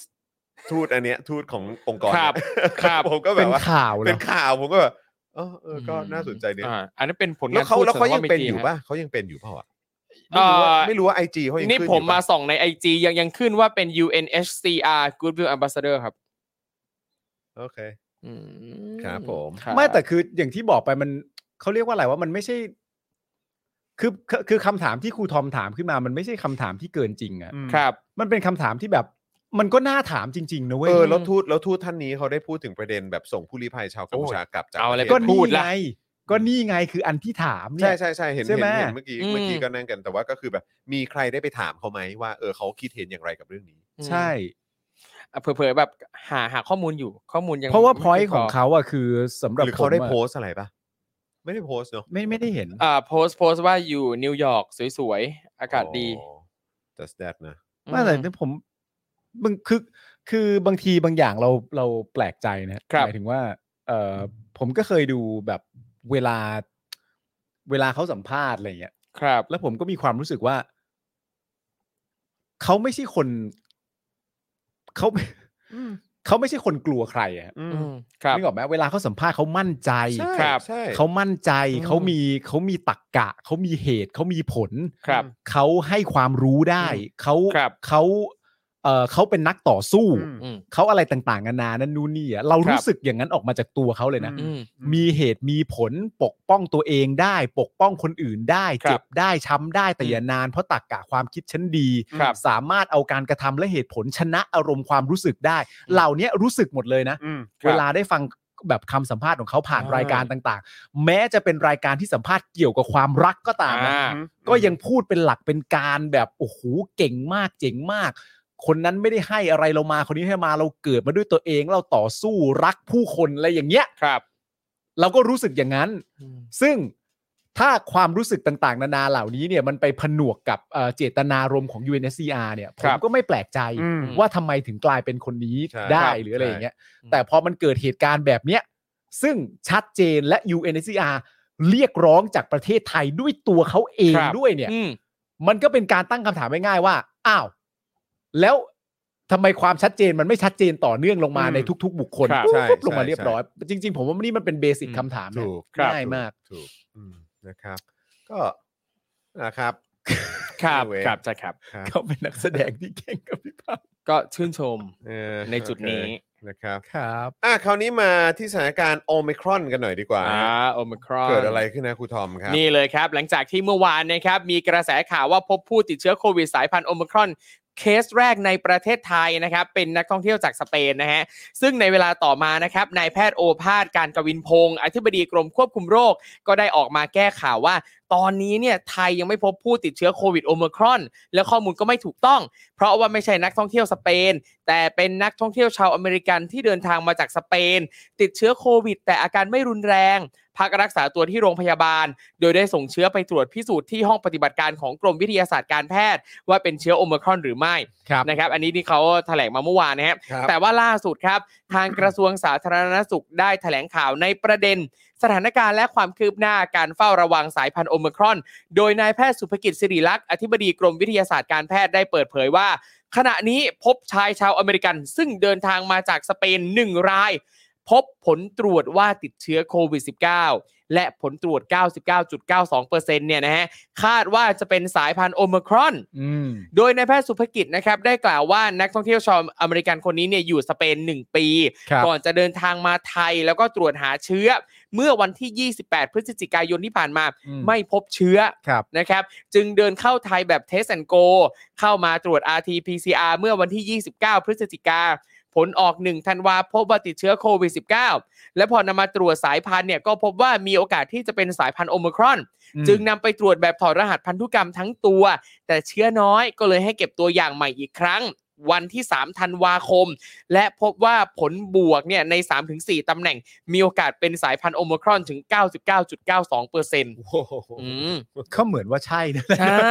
Speaker 2: ทูตอันเนี้ยทูตขององค์กร
Speaker 1: ครับ
Speaker 2: เนี่ย
Speaker 1: ครับ
Speaker 2: ผมก็แบ
Speaker 3: เป็น
Speaker 2: บว่า
Speaker 3: ข่าวเล
Speaker 2: เป็
Speaker 3: ย
Speaker 2: นข่าวผมก็แบบเออเออก็น่าสนใจเนี่ย
Speaker 1: อ่าอันนั้นเป็นผลงาน
Speaker 2: แล้วเขา
Speaker 1: พูด
Speaker 2: แล้วเขายัง
Speaker 1: ส่
Speaker 2: เป็น
Speaker 1: ว
Speaker 2: อยู่
Speaker 1: ฮ
Speaker 2: ป่ะเขายังเป็นอยู่เปล่าอ่ะ
Speaker 1: เอ่อ
Speaker 2: ไม่รู้ว่าไอจีเขายัง
Speaker 1: นี่
Speaker 2: ขึ้นอยู่
Speaker 1: ผมมา
Speaker 2: ปะ
Speaker 1: ส่องใน IG ยังยังขึ้นว่าเป็น UNHCR Goodwill Ambassador ครับ
Speaker 2: โอเค ครับผม
Speaker 1: ครับ
Speaker 3: ไม่แต่คืออย่างที่บอกไปมันเขาเรียกว่าอะไรว่ามันไม่ใช่ คือคือคือคำถามที่ครูทอมถามขึ้นมา มันไม่ใช่คำถามที่เกินจริงอะ
Speaker 1: ครับ
Speaker 3: มันเป็นคำถามที่แบบ มันก็น่าถามจริงๆนะเว้ย
Speaker 2: เออแล้วทูตแล้วทูตท่านนี้เขาได้พูดถึงประเด็นแบบส่งผู้ลี้ภัยชาวกัมพูชากลับจาก
Speaker 1: เอาอะไร
Speaker 2: ปทศ
Speaker 3: ก็
Speaker 1: พู
Speaker 3: นี่
Speaker 1: ดละ
Speaker 3: ไงก็นี่ไงคืออันที่ถามเนี่
Speaker 2: ใช่
Speaker 3: ย
Speaker 2: ใช่ใช่เห็น
Speaker 3: ใช่
Speaker 2: เห็น
Speaker 3: ไหม
Speaker 2: เห็นเมื่อกี้
Speaker 1: อืม
Speaker 2: เมื่อกี้ก็นั่นกันแต่ว่าก็คือแบบมีใครได้ไปถามเขาไหมว่าเออเขาคิดเห็นอย่างไรกับเรื่องนี้
Speaker 3: ใช่
Speaker 1: อ่ะเผลอๆแบบหาหาข้อมูลอยู่ข้อมูลยัง
Speaker 3: เพราะว่า
Speaker 1: ไม่
Speaker 3: พอย
Speaker 1: พี
Speaker 3: ต์ของเขาอะคือสำหรับ
Speaker 2: หรือเขาได้
Speaker 3: ผมอะ
Speaker 2: โพสต์อะไรปะไม่ได้โพสต์เนาะ
Speaker 3: ไม่ไม่ได้เห็น
Speaker 1: อ่าโพสโพสว่าอยู่นิวยอร์กสวยๆ อากาศดี
Speaker 2: อ๋อ just that นะ
Speaker 3: ไม่แต่ที่ผมมันคือคือบางทีบางอย่างเราเราแปลกใจนะครับ หมายถึงว่า เออผมก็เคยดูแบบเวลา เวลาเขาสัมภาษณ์อะไรอย่างเงี้ย
Speaker 1: ครับ
Speaker 3: แล้วผมก็มีความรู้สึกว่า เขาไม่ใช่คนเขาเขาไม่ใช่คนกลัวใครอะ
Speaker 2: อืม
Speaker 1: อืมครับ
Speaker 3: นึกออกไหมเวลาเขาสัมภาษณ์เขามั่นใจ
Speaker 2: ใช่
Speaker 1: ครับ
Speaker 2: ใช่
Speaker 3: เขามั่นใจ
Speaker 1: อืม
Speaker 3: เขามีเขามีตรกกะเขามีเหตุเขามีผล
Speaker 1: ครับ
Speaker 3: เขาให้ความรู้ได้ เขา
Speaker 1: ครับ
Speaker 3: เขาเออเขาเป็นนักต่อสู้
Speaker 2: อืม
Speaker 1: อืม
Speaker 3: เขาอะไรต่างๆนานานั่นนู่นนี่อะเรา
Speaker 1: ครับ
Speaker 3: รู้สึกอย่างนั้นออกมาจากตัวเขาเลยนะ
Speaker 2: อื
Speaker 1: อืม
Speaker 3: มีเหตุมีผลปกป้องตัวเองได้ ปกป้องคนอื่นได้
Speaker 1: ครับ
Speaker 3: เจ็บได้ช้ำได้แต่อย่านาน เพราะตักกะความคิดชั้นดี
Speaker 1: ครับ
Speaker 3: สามารถเอาการกระทำและเหตุผลชนะอารมณ์ความรู้สึกได้ เหล่านี้รู้สึกหมดเลยนะ
Speaker 2: อืม
Speaker 1: ครับ
Speaker 3: เวลาได้ฟังแบบคำสัมภาษณ์ของเขาผ่าน
Speaker 1: อ่าร
Speaker 3: รายการต่างๆ แม้จะเป็นรายการที่สัมภาษณ์เกี่ยวกับความรักก็ตามนะ
Speaker 1: อ่า
Speaker 3: ก็ยังพูดเป็นหลักเป็นการแบบโอ้โหเก่งมากเจ๋งมาก คนนั้นไม่ได้ให้อะไรเรามาคนนี้ให้มาเราเกิดมาด้วยตัวเองเราต่อสู้รักผู้คนอะไรอย่างเงี้ย
Speaker 1: ครับ
Speaker 3: เราก็รู้สึกอย่างนั้น ซึ่งถ้าความรู้สึกต่างๆ นานาเหล่านี้เนี่ยมันไปผนวกกับเอ่อเจตนารมณ์ของ UNSCR เนี่ยผ
Speaker 1: ครั
Speaker 3: ม
Speaker 1: บ
Speaker 3: ก็ไม่แปลกใจ
Speaker 2: อืม
Speaker 3: ว่าทำไมถึงกลายเป็นคนนี้
Speaker 2: ใช่
Speaker 3: ได้
Speaker 2: ครับ
Speaker 3: หรืออะไรอย่างเงี้ย
Speaker 1: ใช่
Speaker 3: แต่พอมันเกิดเหตุการณ์แบบเนี้ยซึ่งชัดเจนและ UNSCR เรียกร้องจากประเทศไทยด้วยตัวเขาเอง
Speaker 1: ครับ
Speaker 3: ด้วยเนี่ย
Speaker 1: อืม
Speaker 3: มันก็เป็นการตั้งคำถามง่ายๆว่า อ้าว แล้วทำไมความชัดเจนมันไม่ชัดเจนต่อเนื่องลงมา
Speaker 2: อืม
Speaker 3: ในทุก ๆ บุคคล
Speaker 1: ครับ
Speaker 2: ใช่
Speaker 3: ปุ๊บลงมา
Speaker 2: ใช่
Speaker 3: เรียบร้อย จริง ๆ ผมว่านี่มันเป็นเบสิก
Speaker 1: อืม
Speaker 3: คำถามนะ
Speaker 2: ถูก
Speaker 3: ง่ายมาก
Speaker 2: ถูกอืมนะครับ ก็นะครับ
Speaker 1: ครับ
Speaker 2: Anyway
Speaker 1: ครับใช่ครับ
Speaker 2: ครับ
Speaker 3: เขาเป็นนักแสดงที่เก่งกับพี่ป้า
Speaker 1: ก็ชื่นชม
Speaker 2: เออ
Speaker 1: ในจุดนี้
Speaker 2: โอเคนะครับ
Speaker 3: ครับ
Speaker 2: อ่ะคราวนี้มาที่สถานการณ์โอมิครอนกันหน่อยดีกว่า
Speaker 1: อ่าโอมครอน
Speaker 2: เกิดอะไรขึ้นนะครูทอมครับ
Speaker 1: นี่เลยครับ หลังจากที่เมื่อวานนะครับมีกระแสข่าวว่าพบผู้ติดเชื้อโควิดสายพันธุ์โอมครอน เคสแรกในประเทศไทยนะครับ เป็นนักท่องเที่ยวจากสเปนนะฮะ ซึ่งในเวลาต่อมานะครับนายแพทย์โอภาสการกวินพงศ์อธิบดีกรมควบคุมโรค ก็ได้ออกมาแก้ข่าวว่า ตอนนี้เนี่ยไทยยังไม่พบผู้ติดเชื้อโควิดโอมครอน และข้อมูลก็ไม่ถูกต้อง เพราะว่าไม่ใช่นักท่องเที่ยวสเปน แต่เป็นนักท่องเที่ยวชาวอเมริกันที่เดินทางมาจากสเปน ติดเชื้อโควิด แต่อาการไม่รุนแรง พักรักษาตัวที่โรงพยาบาล โดยได้ส่งเชื้อไปตรวจพิสูจน์ที่ห้องปฏิบัติการของกรมวิทยาศาสตร์การแพทย์ ว่าเป็นเชื้อโอมครอนหรือไม่
Speaker 3: ครับ
Speaker 1: นะครับอันนี้ที่เขาแถลงมาเมื่อวานนะครับ
Speaker 2: ครับ
Speaker 1: แต่ว่าล่าสุดครับ ทางกระทรวงสาธารณสุขได้แถลงข่าวในประเด็น สถานการณ์และความคืบหน้าการเฝ้าระวังสายพันธุ์โอมครอน โดยนายแพทย์สุภกิจสิริลักษณ์อธิบดีกรมวิทยาศาสตร์การแพทย์ได้เปิดเผยว่า ขณะนี้พบชายชาวอเมริกัน ซึ่งเดินทางมาจากสเปน 1 ราย พบผลตรวจว่าติดเชื้อโควิด -19 และผลตรวจ 99.92%เนี่ยนะฮะคาดว่าจะเป็นสายพันธุ์โอมครอน
Speaker 3: อืม
Speaker 1: โดยนายแพทย์สุภกิจนะครับได้กล่าวว่านักท่องเที่ยวชาวอเมริกันคนนี้เนี่ยอยู่สเปน 1 ปี
Speaker 3: ครับ
Speaker 1: ก่อนจะเดินทางมาไทยแล้วก็ตรวจหาเชื้อ เมื่อวันที่ 28 พฤศจิกายนที่ผ่านมา
Speaker 3: อืม
Speaker 1: ไม่พบเชื้อ
Speaker 3: ครับ
Speaker 1: นะครับ จึงเดินเข้าไทยแบบ Test and Go เข้ามาตรวจ RT-PCR เมื่อวันที่ 29 พฤศจิกา ผลออก 1 ธันวาพบว่าติดเชื้อโควิด -19 และพอนำมาตรวจสายพันธุ์เนี่ยก็พบว่ามีโอกาสที่จะเป็นสายพันธุ์โอมครอน จึงนำไปตรวจแบบถอดรหัสพันธุกรรมทั้งตัว แต่เชื้อน้อยก็เลยให้เก็บตัวอย่างใหม่อีกครั้ง วันที่ 3 ธันวาคม และพบว่าผลบวกเนี่ยใน 3-4 ตำแหน่ง มีโอกาสเป็นสายพันธุ์โอมครอนถึง 99.92เปอร์เซ็นต์
Speaker 2: โอ้โห
Speaker 1: อืม
Speaker 3: ก็เหมือนว่าใช่นะ
Speaker 1: ใช่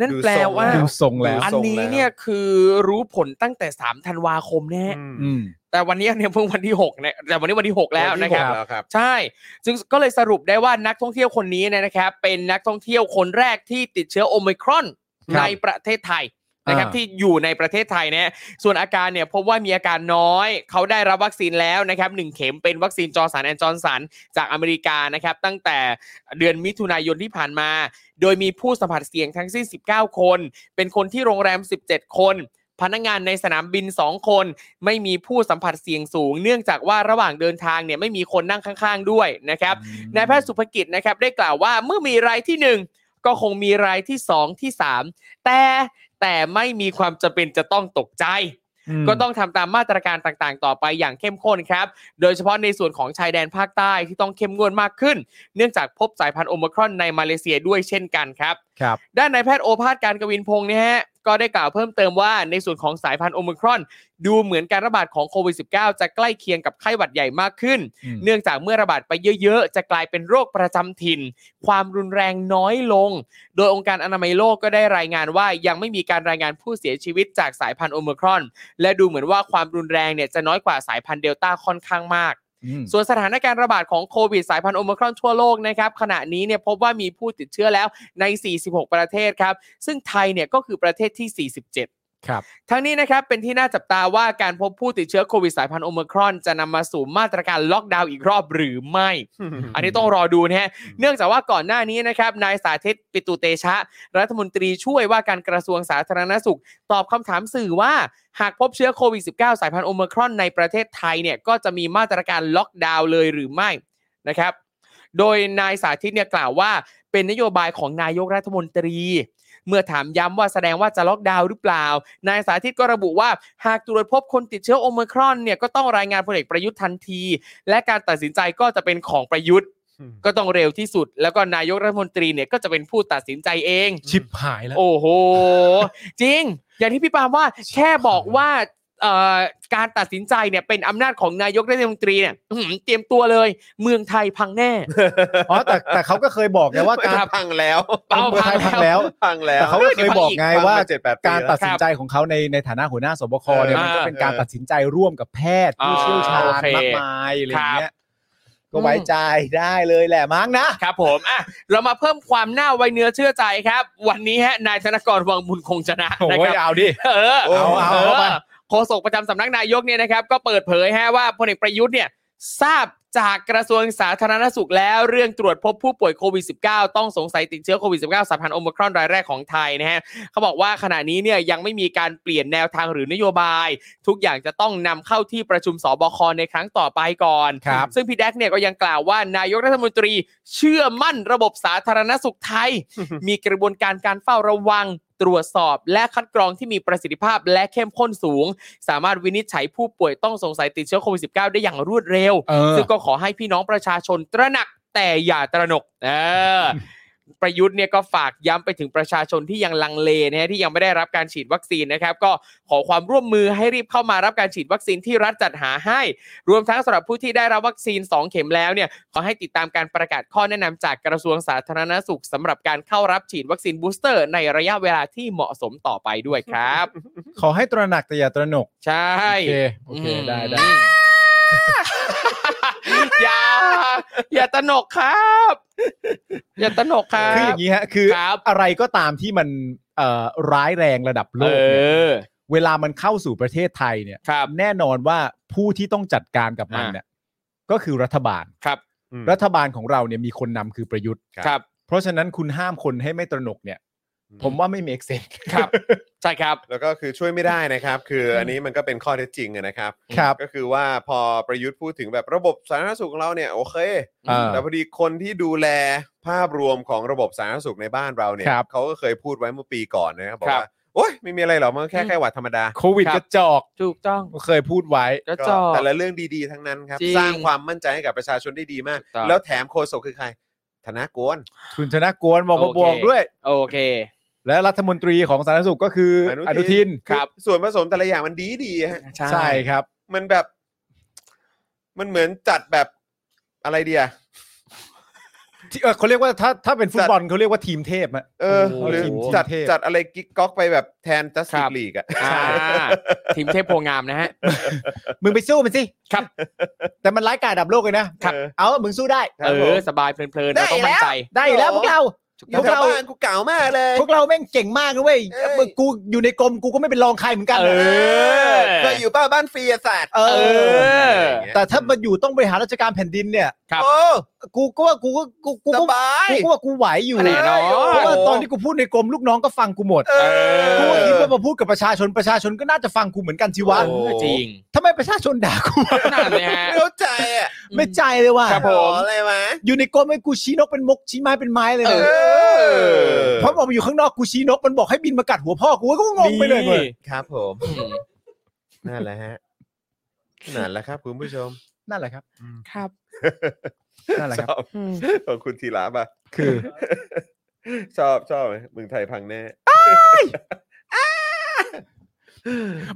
Speaker 1: นั่น
Speaker 2: ดู
Speaker 1: แปล
Speaker 2: ทรง
Speaker 1: ว่า
Speaker 2: แล้
Speaker 3: ดู
Speaker 2: ว
Speaker 3: ทรงแล้ว
Speaker 1: อันนี้เนี่ยคือรู้ผลตั้งแต่ 3 ธันวาคมแน่
Speaker 3: อืม
Speaker 1: แต่วันนี้เนี่ยเพิ่งวันที่6นะแต่วันนี้วันที่ 6 แล้วนะครับ
Speaker 2: วัที่หกแล้วครับ
Speaker 1: ใช่ซึ่งก็เลยสรุปได้ว่านักท่องเที่ยวคนนี้เนยนะครับ เป็นนักท่องเที่ยวคนแรกที่ติดเชื้อโอไมครอน
Speaker 3: ครับ
Speaker 1: ในประเทศไทยนะครับ
Speaker 3: อ่า
Speaker 1: ที่อยู่ในประเทศไทยนะส่วนอาการเนี่ยพบว่ามีอาการน้อย เขาได้รับวัคซีนแล้วนะครับหนึ่งเข็มเป็นวัคซีนจอร์สันแอนจอร์สันจากอเมริกานะครับ ตั้งแต่เดือนมิถุนายนที่ผ่านมา โดยมีผู้สัมผัสเสี่ยงทั้งสิ้น 19 คน เป็นคนที่โรงแรม 17 คน พนักงานในสนามบิน 2 คน ไม่มีผู้สัมผัสเสี่ยงสูง เนื่องจากว่าระหว่างเดินทางเนี่ยไม่มีคนนั่งข้างๆด้วยนะครับ นายแพทย์สุภกิจนะครับได้กล่าวว่าเมื่อมีรายที่ 1 ก็คงมีรายที่ 2 ที่ 3 แต่แต่ไม่มีความจำเป็นจะต้องตกใจ ก็ต้องทำตามมาตรการต่างๆ ต่อไปอย่างเข้มข้นครับ โดยเฉพาะในส่วนของชายแดนภาคใต้ที่ต้องเข้มงวดมากขึ้น เนื่องจากพบสายพันธุ์โอมครอนในมาเลเซียด้วยเช่นกันครับ
Speaker 3: ครับ
Speaker 1: ด้านนายแพทย์โอภาสการกวินพงศ์เนี่ยฮะก็ได้กล่าวเพิ่มเติมว่าในส่วนของสายพันธุ์โอมครอน ดูเหมือนการระบาดของโควิด -19 จะใกล้เคียงกับไข้หวัดใหญ่มากขึ้น
Speaker 3: อืม
Speaker 1: เนื่องจากเมื่อระบาดไปเยอะๆ จะกลายเป็นโรคประจำถิ่น ความรุนแรงน้อยลง โดยองค์การอนามัยโลกก็ได้รายงานว่ายังไม่มีการรายงานผู้เสียชีวิตจากสายพันธุ์โอมครอน และดูเหมือนว่าความรุนแรงเนี่ยจะน้อยกว่าสายพันธุ์เดลต้าค่อนข้างมาก
Speaker 3: อืม
Speaker 1: ส่วนสถานการณ์ระบาดของโควิดสายพันธุ์โอมครอนทั่วโลกนะครับขณะนี้เนี่ยพบว่ามีผู้ติดเชื้อแล้วใน 46 ประเทศครับ ซึ่งไทยเนี่ยก็คือประเทศที่ 47
Speaker 3: ครับ
Speaker 1: ทั้งนี้นะครับเป็นที่น่าจับตาว่าการพบผู้ติดเชื้อโควิดสายพันธุ์โอมครอน จะนำมาสู่มาตรการล็อกดาวน์อีกรอบหรือไม่ อันนี้ต้องรอดูนะฮะ เนื่องจากว่าก่อนหน้านี้นะครับ นายสาธิตปิตุเตชะ รัฐมนตรีช่วยว่าการกระทรวงสาธารณสุข ตอบคำถามสื่อว่า หากพบเชื้อโควิด -19 สายพันธุ์โอมครอนในประเทศไทยเนี่ย ก็จะมีมาตรการล็อกดาวน์เลยหรือไม่นะครับ โดยนายสาธิตเนี่ยกล่าวว่า เป็นนโยบายของนายกรัฐมนตรี เมื่อถามย้ำว่าแสดงว่าจะล็อกดาวน์หรือเปล่า นายสาธิตก็ระบุว่า หากตรวจพบคนติดเชื้อโอมครอนเนี่ยก็ต้องรายงานพลเอกประยุทธ์ทันที และการตัดสินใจก็จะเป็นของประยุทธ์ ก็ต้องเร็วที่สุด แล้วก็นายกรัฐมนตรีเนี่ยก็จะเป็นผู้ตัดสินใจเอง
Speaker 3: ชิบหายแล้ว
Speaker 1: โอ้โห จริง อย่างที่พี่ปาล์มว่าแค่บอกว่าเอ่อการตัดสินใจเนี่ยเป็นอำนาจของนายกรัฐมนตรีเนี่ยอื้อหือเตรียมตัวเลย เมืองไทยพังแน่
Speaker 3: อ๋อแต่แต่เขาก็เคยบอกไงว่าการ
Speaker 2: ไม่พังแล้ว
Speaker 1: เอาพังแล้ว
Speaker 3: พังแล้ว
Speaker 2: พังแล้ว
Speaker 3: แต่เขาก็เคยบอกไงว่า
Speaker 2: เจ็ดแปด
Speaker 3: การตัดสินใจของเขาในในฐานะหัวหน้าสบคเนี่ย
Speaker 1: เออ
Speaker 3: มันก็เป็นการตัดสินใจร่วมกับแพทย์ผู้เชี่ยวชา
Speaker 1: อ่าโอ
Speaker 3: ญ
Speaker 1: เค
Speaker 3: มากมายอะไรอย่างเงี้ยก็
Speaker 1: อืม
Speaker 3: ไว้ใจได้เลยแหละมั้งนะ
Speaker 1: ครับผมอ่ะเรามาเพิ่มความน่าไว้เนื้อเชื่อใจครับ วันนี้ฮะนายธนกรวังบุญคงชนะนะ
Speaker 3: โอ้
Speaker 1: ค
Speaker 3: ย
Speaker 1: รับ
Speaker 3: เอาดิ
Speaker 1: เออ
Speaker 2: โอ้เอา
Speaker 3: เอาไป
Speaker 1: อโฆษกประจำสำนักนายกเนี่ยนะครับ ก็เปิดเผยฮะว่าพลเอกประยุทธ์เนี่ยทราบจากกระทรวงสาธารณสุขแล้วเรื่องตรวจพบผู้ป่วยโควิด -19 ต้องสงสัยติดเชื้อโควิด -19 สายพันธุ์โอมครอนรายแรกของไทยนะฮะเขาบอกว่าขณะนี้เนี่ยยังไม่มีการเปลี่ยนแนวทางหรือนโยบาย ทุกอย่างจะต้องนำเข้าที่ประชุมสบคในครั้งต่อไปก่อน
Speaker 3: ครับ
Speaker 1: ซึ่งพี่แดกเนี่ยก็ยังกล่าวว่านายกรัฐมนตรีเชื่อมั่นระบบสาธารณสุขไท ย มีกระบวนการการเฝ้าระวัง ตรวจสอบ และคัดกรองที่มีประสิทธิภาพและเข้มข้นสูง สามารถวินิจฉัยผู้ป่วยต้องสงสัยติดเชื้อโควิด -19 ได้อย่างรวดเร็ว
Speaker 3: เออ
Speaker 1: ซึ่งก็ขอให้พี่น้องประชาชนตระหนักแต่อย่าตระหนกเออ ประยุทธ์เนี่ยก็ฝากย้ำไปถึงประชาชนที่ยังลังเลนะฮะที่ยังไม่ได้รับการฉีดวัคซีนนะครับ ก็ขอความร่วมมือให้รีบเข้ามารับการฉีดวัคซีนที่รัฐจัดหาให้ รวมทั้งสำหรับผู้ที่ได้รับวัคซีน 2 เข็มแล้วเนี่ยขอให้ติดตามการประกาศข้อแนะนำจากกระทรวงสาธารณสุขสำหรับการเข้ารับฉีดวัคซีนบูสเตอร์ ในระยะเวลาที่เหมาะสมต่อไปด้วยครับ
Speaker 3: ขอให้ตระหนักแต่อย่าตระหนก
Speaker 1: ใช่
Speaker 3: โอเคโอเคได้ได้
Speaker 1: อืมอย่า อย่าตระหนกครับ อย่าตระหนกครับ
Speaker 3: คืออย่างนี้ฮะคือ
Speaker 1: ครับ
Speaker 3: อะไรก็ตามที่มันเอ่อร้ายแรงระดับโล
Speaker 1: เอก
Speaker 3: เนี่ย
Speaker 1: อ
Speaker 3: เวลามันเข้าสู่ประเทศไทยเนี่ย
Speaker 1: ครับ
Speaker 3: แน่นอนว่าผู้ที่ต้องจัดการกับมัน
Speaker 1: อ่า
Speaker 3: เนี่ยก็คือรัฐบาล
Speaker 1: ครับ
Speaker 3: รัฐบาลของเราเนี่ยมีคนนำคือประยุทธ์
Speaker 1: ครับ
Speaker 3: เพราะฉะนั้นคุณห้ามคนให้ไม่ตระหนกเนี่ย ผมว่าไม่มีเอกเซน
Speaker 1: ครับ ใช่ครับ
Speaker 2: แล้วก็คือช่วยไม่ได้นะครับ คืออันนี้มันก็เป็นข้อเท็จจริงอะนะครับ
Speaker 3: ครับ
Speaker 2: ก็คือว่าพอประยุทธ์พูดถึงแบบระบบสาธารณสุขของเราเนี่ยโอเค
Speaker 3: เอ่อ
Speaker 2: แต่พอดีคนที่ดูแลภาพรวมของระบบสาธารณสุขในบ้านเราเนี่ย
Speaker 3: ครับ
Speaker 2: เขาก็เคยพูดไว้เมื่อปีก่อนนะครับบอก
Speaker 1: ครับ
Speaker 2: ว่าโอ๊ยไม่มีอะไรหรอกมันก็แค่ไข้หวัดธรรมดา
Speaker 3: โควิด
Speaker 1: ครับ
Speaker 3: กระจอก
Speaker 1: ถูกต้อง
Speaker 3: ก็เคยพูดไว้
Speaker 1: กระ
Speaker 2: ก็
Speaker 1: จอก
Speaker 2: แต่ละเรื่องดีๆ ทั้งนั้นครับ
Speaker 1: จริง
Speaker 2: สร้างความมั่นใจให้กับประชาชนได้ดีมาก
Speaker 1: ถูกต้อง
Speaker 2: แล้วแถมโคศกคือใคร ธนากร
Speaker 3: คุณธนากรบอกมา
Speaker 1: โอเค
Speaker 3: บวกด้วย
Speaker 1: โอเค
Speaker 3: และรัฐมนตรีของสาธารณสุขก็คืออนุทิน
Speaker 1: ครับ
Speaker 2: ส่วนผสมแต่ละอย่างมันดีดีๆฮะ
Speaker 3: ใช่ครับ
Speaker 2: มันแบบ มันเหมือนจัดแบบอะไรเดีย
Speaker 3: ที่เอ่อเขาเรียกว่าถ้าถ้าเป็นฟุตบอลเขาเรียกว่าทีมเทพอะ
Speaker 2: เออ
Speaker 1: โอ้โห
Speaker 2: หรือ
Speaker 3: ทีม
Speaker 2: จัด
Speaker 3: เทพ
Speaker 2: จัดอะไรกิ๊กก๊อกไปแบบแทนจัสติ
Speaker 1: ครั
Speaker 2: ก
Speaker 1: บ
Speaker 2: ลีกอะ
Speaker 1: อ่าทีมเทพโพงามนะฮะ
Speaker 3: มึงไปสู้มันสิ
Speaker 1: ครับ
Speaker 3: แต่มันร้ายกาจระดับโลกเลยนะ
Speaker 2: ครับ
Speaker 3: เอามึงสู้ได้
Speaker 2: ครับ
Speaker 1: เอ
Speaker 2: ผม
Speaker 1: อ สบายเพลินๆเราต้องมั่นใจ
Speaker 3: ได้อยู่แล้วพวกเรา
Speaker 2: อยู่แถวบ้านกูเก่ามากเลย
Speaker 3: พวกเราแม่งเก่งมากนะเว้ย
Speaker 2: เอ้ย
Speaker 3: มึงกูอยู่ในกรมกูก็ไม่เป็นรองใครเหมือนกัน
Speaker 1: เออ
Speaker 2: เคยอยู่ป้าบ้านฟรีอะสัตว์
Speaker 3: เอ
Speaker 1: เอ
Speaker 3: อ
Speaker 1: อ
Speaker 3: แต่ถ้ามาอยู่ต้องบริหารราชการแผ่นดินเนี่ย
Speaker 1: ครับ
Speaker 2: โอ้
Speaker 3: กูก็ว่ากูก็กูกู
Speaker 2: ส
Speaker 3: ก็
Speaker 2: บาย
Speaker 3: กูก็ว่ากูไหวอยู่
Speaker 1: แน่นอน
Speaker 3: เพราะว่าตอนที่กูพูดในกรมลูกน้องก็ฟังกูหมด
Speaker 2: เออ
Speaker 3: กูก็คิดว่ามาพูดกับประชาชนประชาชนก็น่าจะฟังกูเหมือนกันชิวะ
Speaker 2: โอ้
Speaker 1: จริง
Speaker 3: ทำไมประชาชนด่ากู
Speaker 1: นั่นเลยฮะ
Speaker 2: ไม่เข้าใจอ่ะ
Speaker 3: ไม่ใจเลยว่ะ
Speaker 1: ครับผม
Speaker 2: ขออะไรวะ
Speaker 3: อยู่ในกรมไอ้กูชี้นกเป็นมกชี้ไม้เป็นไม้เลย
Speaker 2: เอ
Speaker 3: นะ
Speaker 2: อ
Speaker 3: เพราะบอกอยู่ข้างนอกกูชี้นกมันบอกให้บินมากัดหัวพ่อกูก็งงไปเลยเว้ย
Speaker 2: ครับผม นั่นแหละฮะนั่นแหละครับคุณผู้ชม
Speaker 3: นั่นแหละครับ
Speaker 1: ครับ
Speaker 3: นั่นแหละครับ
Speaker 2: ชอบของ คุณธีระป่ะ
Speaker 3: คือ
Speaker 2: ชอบชอบไหมมึงไทยพังแน่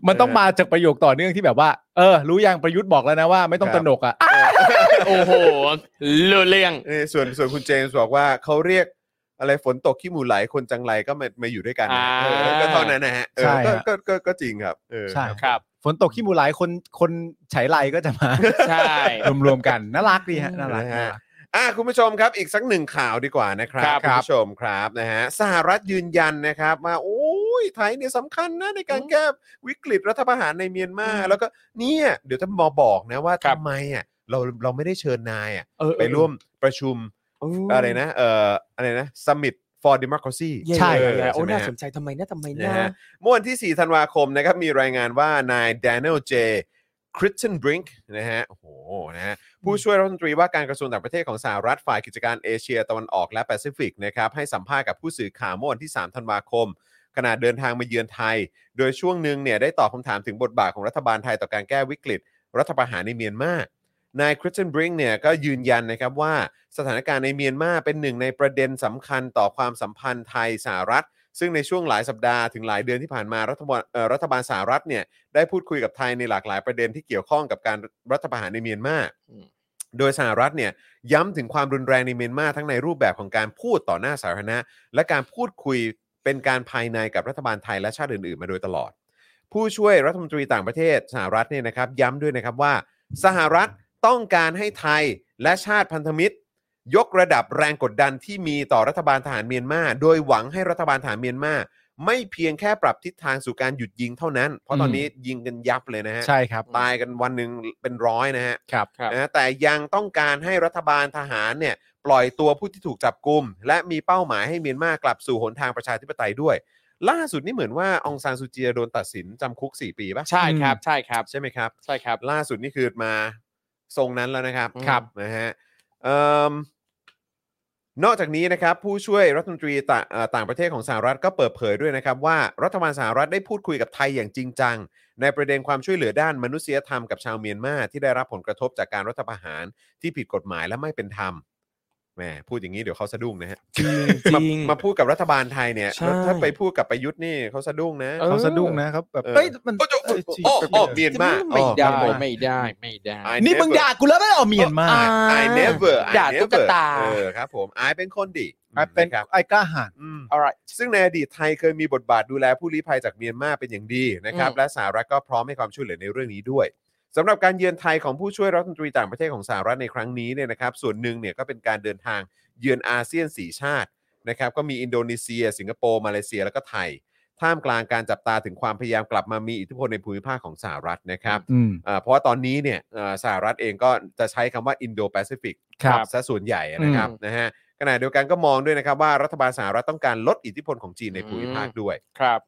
Speaker 3: มันต้องมาจากประโยคต่อเนื่องที่แบบว่า เออ รู้ยังประยุทธ์บอกแล้วนะว่าไม่ต้อง
Speaker 2: ครับ
Speaker 3: ตระหนกอ่ะ
Speaker 1: โอ้โหเลือเลี่ยง
Speaker 2: นี่ส่วนส่วนคุณเจมส์บอกว่าเขาเรียกอะไรฝนตกขี้หมูไหลคนจังไรก็มามาอยู่ด้วยกันนะ
Speaker 1: อ่า
Speaker 2: เออก็เท่านั้นนะฮะเออ
Speaker 3: ใช่
Speaker 2: ก็
Speaker 3: ฮะ
Speaker 2: ก็ก็ก็จริงครับเออ
Speaker 3: ใช่
Speaker 1: ครับ
Speaker 3: ฝนตกขี้หมูหลายคนคนไฉไลก็จะมา
Speaker 1: ใช่
Speaker 3: รวมๆกันน่ารักดีฮะน่ารัก
Speaker 2: นะ
Speaker 3: น่า
Speaker 2: ฮะ
Speaker 3: รัก
Speaker 2: อ่ะคุณผู้ชมครับอีกสักหนึ่งข่าวดีกว่านะครับ
Speaker 1: ครับ
Speaker 2: คุณผู้ชมครับนะฮะสหรัฐยืนยันนะครับว่าโอ้ยไทยเนี่ยสำคัญนะในการแก้วิกฤตรัฐประหารในเมียนมา แล้วก็เนี่ยเดี๋ยวจะมาบอกนะว่าทำไมอ่ะเราเราไม่ได้เชิญนายอ่ะ
Speaker 1: เออ
Speaker 2: ไปร่วมประชุมอะไรนะเอ่ออะไรนะ summit for democracy
Speaker 3: ใช่
Speaker 2: เออ
Speaker 1: เออโอ้
Speaker 2: ใช่ไหม
Speaker 1: น่า
Speaker 2: ฮะ
Speaker 1: สนใจทำไมนะทำไมนะ
Speaker 2: นะฮะเมื่อวันที่ 4 ธันวาคมนะครับมีรายงานว่านาย Daniel J. c r i t t e n b r i n k นะฮะโอ้โหนะฮะผู้ช่วยรัฐมนตรีว่าการกระทรวงต่างประเทศของสหรัฐฝ่ายกิจการเอเชียตะวันออกและแปซิฟิกนะครับให้สัมภาษณ์กับผู้สื่อข่าวเมื่อวันที่ 3 ธันวาคม ขณะเดินทางมาเยือนไทย โดยช่วงหนึ่งเนี่ยได้ตอบคำถามถึงบทบาทของรัฐบาลไทยต่อการแก้วิกฤต รัฐประหารในเมียนมา นายคริสเตนบริงเนี่ยก็ยืนยันนะครับว่าสถานการณ์ในเมียนมาเป็นหนึ่งในประเด็นสำคัญต่อความสัมพันธ์ไทยสหรัฐ ซึ่งในช่วงหลายสัปดาห์ถึงหลายเดือนที่ผ่านมารัฐบาลเอ่อรัฐบาลสหรัฐเนี่ยได้พูดคุยกับไทยในหลากหลายประเด็นที่เกี่ยวข้องกับการรัฐประหารในเมียนมา
Speaker 1: อืม
Speaker 2: โดยสหรัฐเนี่ยย้ำถึงความรุนแรงในเมียนมาทั้งในรูปแบบของการพูดต่อหน้าสาธารณะ และการพูดคุยเป็นการภายในกับรัฐบาลไทยและชาติอื่นๆ มาโดยตลอด ผู้ช่วยรัฐมนตรีต่างประเทศสหรัฐเนี่ยนะครับย้ำด้วยนะครับว่า สหรัฐต้องการให้ไทยและชาติพันธมิตร ยกระดับแรงกดดันที่มีต่อรัฐบาลทหารเมียนมาโดยหวังให้รัฐบาลทหารเมียนมาไม่เพียงแค่ปรับทิศทางสู่การหยุดยิงเท่านั้น เพราะตอนนี้ยิงกันยับเลยนะฮะ
Speaker 3: ใช่ครับ
Speaker 2: ตายกันวันหนึ่งเป็นร้อยนะฮะ
Speaker 3: ครับ
Speaker 2: นะแต่ยังต้องการให้รัฐบาลทหารเนี่ยปล่อยตัวผู้ที่ถูกจับกลุ่ม และมีเป้าหมายให้เมียนมากลับสู่หนทางประชาธิปไตยด้วย ล่าสุดนี่เหมือนว่าองซานซูจีโดนตัดสินจำคุก 4 ปีป่ะ
Speaker 1: ใช่ครับ ใช่ครับ
Speaker 2: ใช่ไหมครับ
Speaker 1: ใช่ครับ
Speaker 2: ล่าสุดนี่คือมาทรงนั้นแล้วนะครับ
Speaker 1: ครับ
Speaker 2: นะฮะเอิ่มนอกจากนี้นะครับ ผู้ช่วยรัฐมนตรีต่างเอ่อต่างประเทศของสหรัฐก็เปิดเผยด้วยนะครับ ว่ารัฐบาลสหรัฐได้พูดคุยกับไทยอย่างจริงจัง ในประเด็นความช่วยเหลือด้านมนุษยธรรมกับชาวเมียนมาที่ได้รับผลกระทบจากการรัฐประหารที่ผิดกฎหมายและไม่เป็นธรรมแหมพูดอย่างนี้เดี๋ยวเขาสะดุ้งนะฮะ
Speaker 1: จ
Speaker 2: มา
Speaker 1: ริง
Speaker 2: มาพูดกับรัฐบาลไทยเนี่ย
Speaker 1: ใช่
Speaker 2: แล้วถ้าไปพูดกับประยุทธ์นี่เขาสะดุ้งนะ
Speaker 1: เออ
Speaker 3: เขาสะดุ้งนะครับแบบ
Speaker 2: เออ
Speaker 3: เอ้ยมัน
Speaker 2: โอ้โห
Speaker 3: เอ้ยจริง
Speaker 2: โอ้โหโอ้โหเมียนมา
Speaker 1: ไม่ได้
Speaker 2: อ๋อ
Speaker 1: ไม่ได้ไม่ได้
Speaker 2: I
Speaker 3: นี่มึง
Speaker 2: never
Speaker 3: ด่ากูแล้วไม่เอาเมียนมา
Speaker 1: อ่า
Speaker 2: I never I
Speaker 1: ด่า
Speaker 2: never
Speaker 1: ตุ๊กตา
Speaker 2: เออครับผมไอเป็นคนดี
Speaker 3: อ่ะเป็น
Speaker 2: นะครับ
Speaker 3: ไอ้กล้าหาญ
Speaker 2: อืม
Speaker 1: alright
Speaker 2: ซึ่งในอดีตไทยเคยมีบทบาทดูแลผู้ลี้ภัยจากเมียนมาเป็นอย่างดีนะครับ
Speaker 1: อืม
Speaker 2: และสหรัฐก็พร้อมให้ความช่วยเหลือในเรื่องนี้ด้วยสำหรับการเยือนไทยของผู้ช่วยรัฐมนตรีต่างประเทศของสหรัฐในครั้งนี้เนี่ยนะครับ ส่วนหนึ่งเนี่ยก็เป็นการเดินทางเยือนอาเซียนสีชาตินะครับก็มีอินโดนีเซีย สิงคโปร์มาเลเซียแล้วก็ไทย ท่ามกลางการจับตาถึงความพยายามกลับมามีอิทธิพลในภูมิภาคของสหรัฐนะครับ
Speaker 3: อืม
Speaker 2: อ่าเพราะว่าตอนนี้เนี่ยอ่าสหรัฐเองก็จะใช้คำว่า Indo-Pacific
Speaker 3: ครับ
Speaker 2: ซะส่วนใหญ่นะครับ
Speaker 1: อืม
Speaker 2: นะฮะขณะเดียวกันก็มองด้วยนะครับว่ารัฐบาลสหรัฐต้องการลดอิทธิพลของจีนในภูมิภาค
Speaker 1: อืม
Speaker 2: ด้วย
Speaker 1: ครับ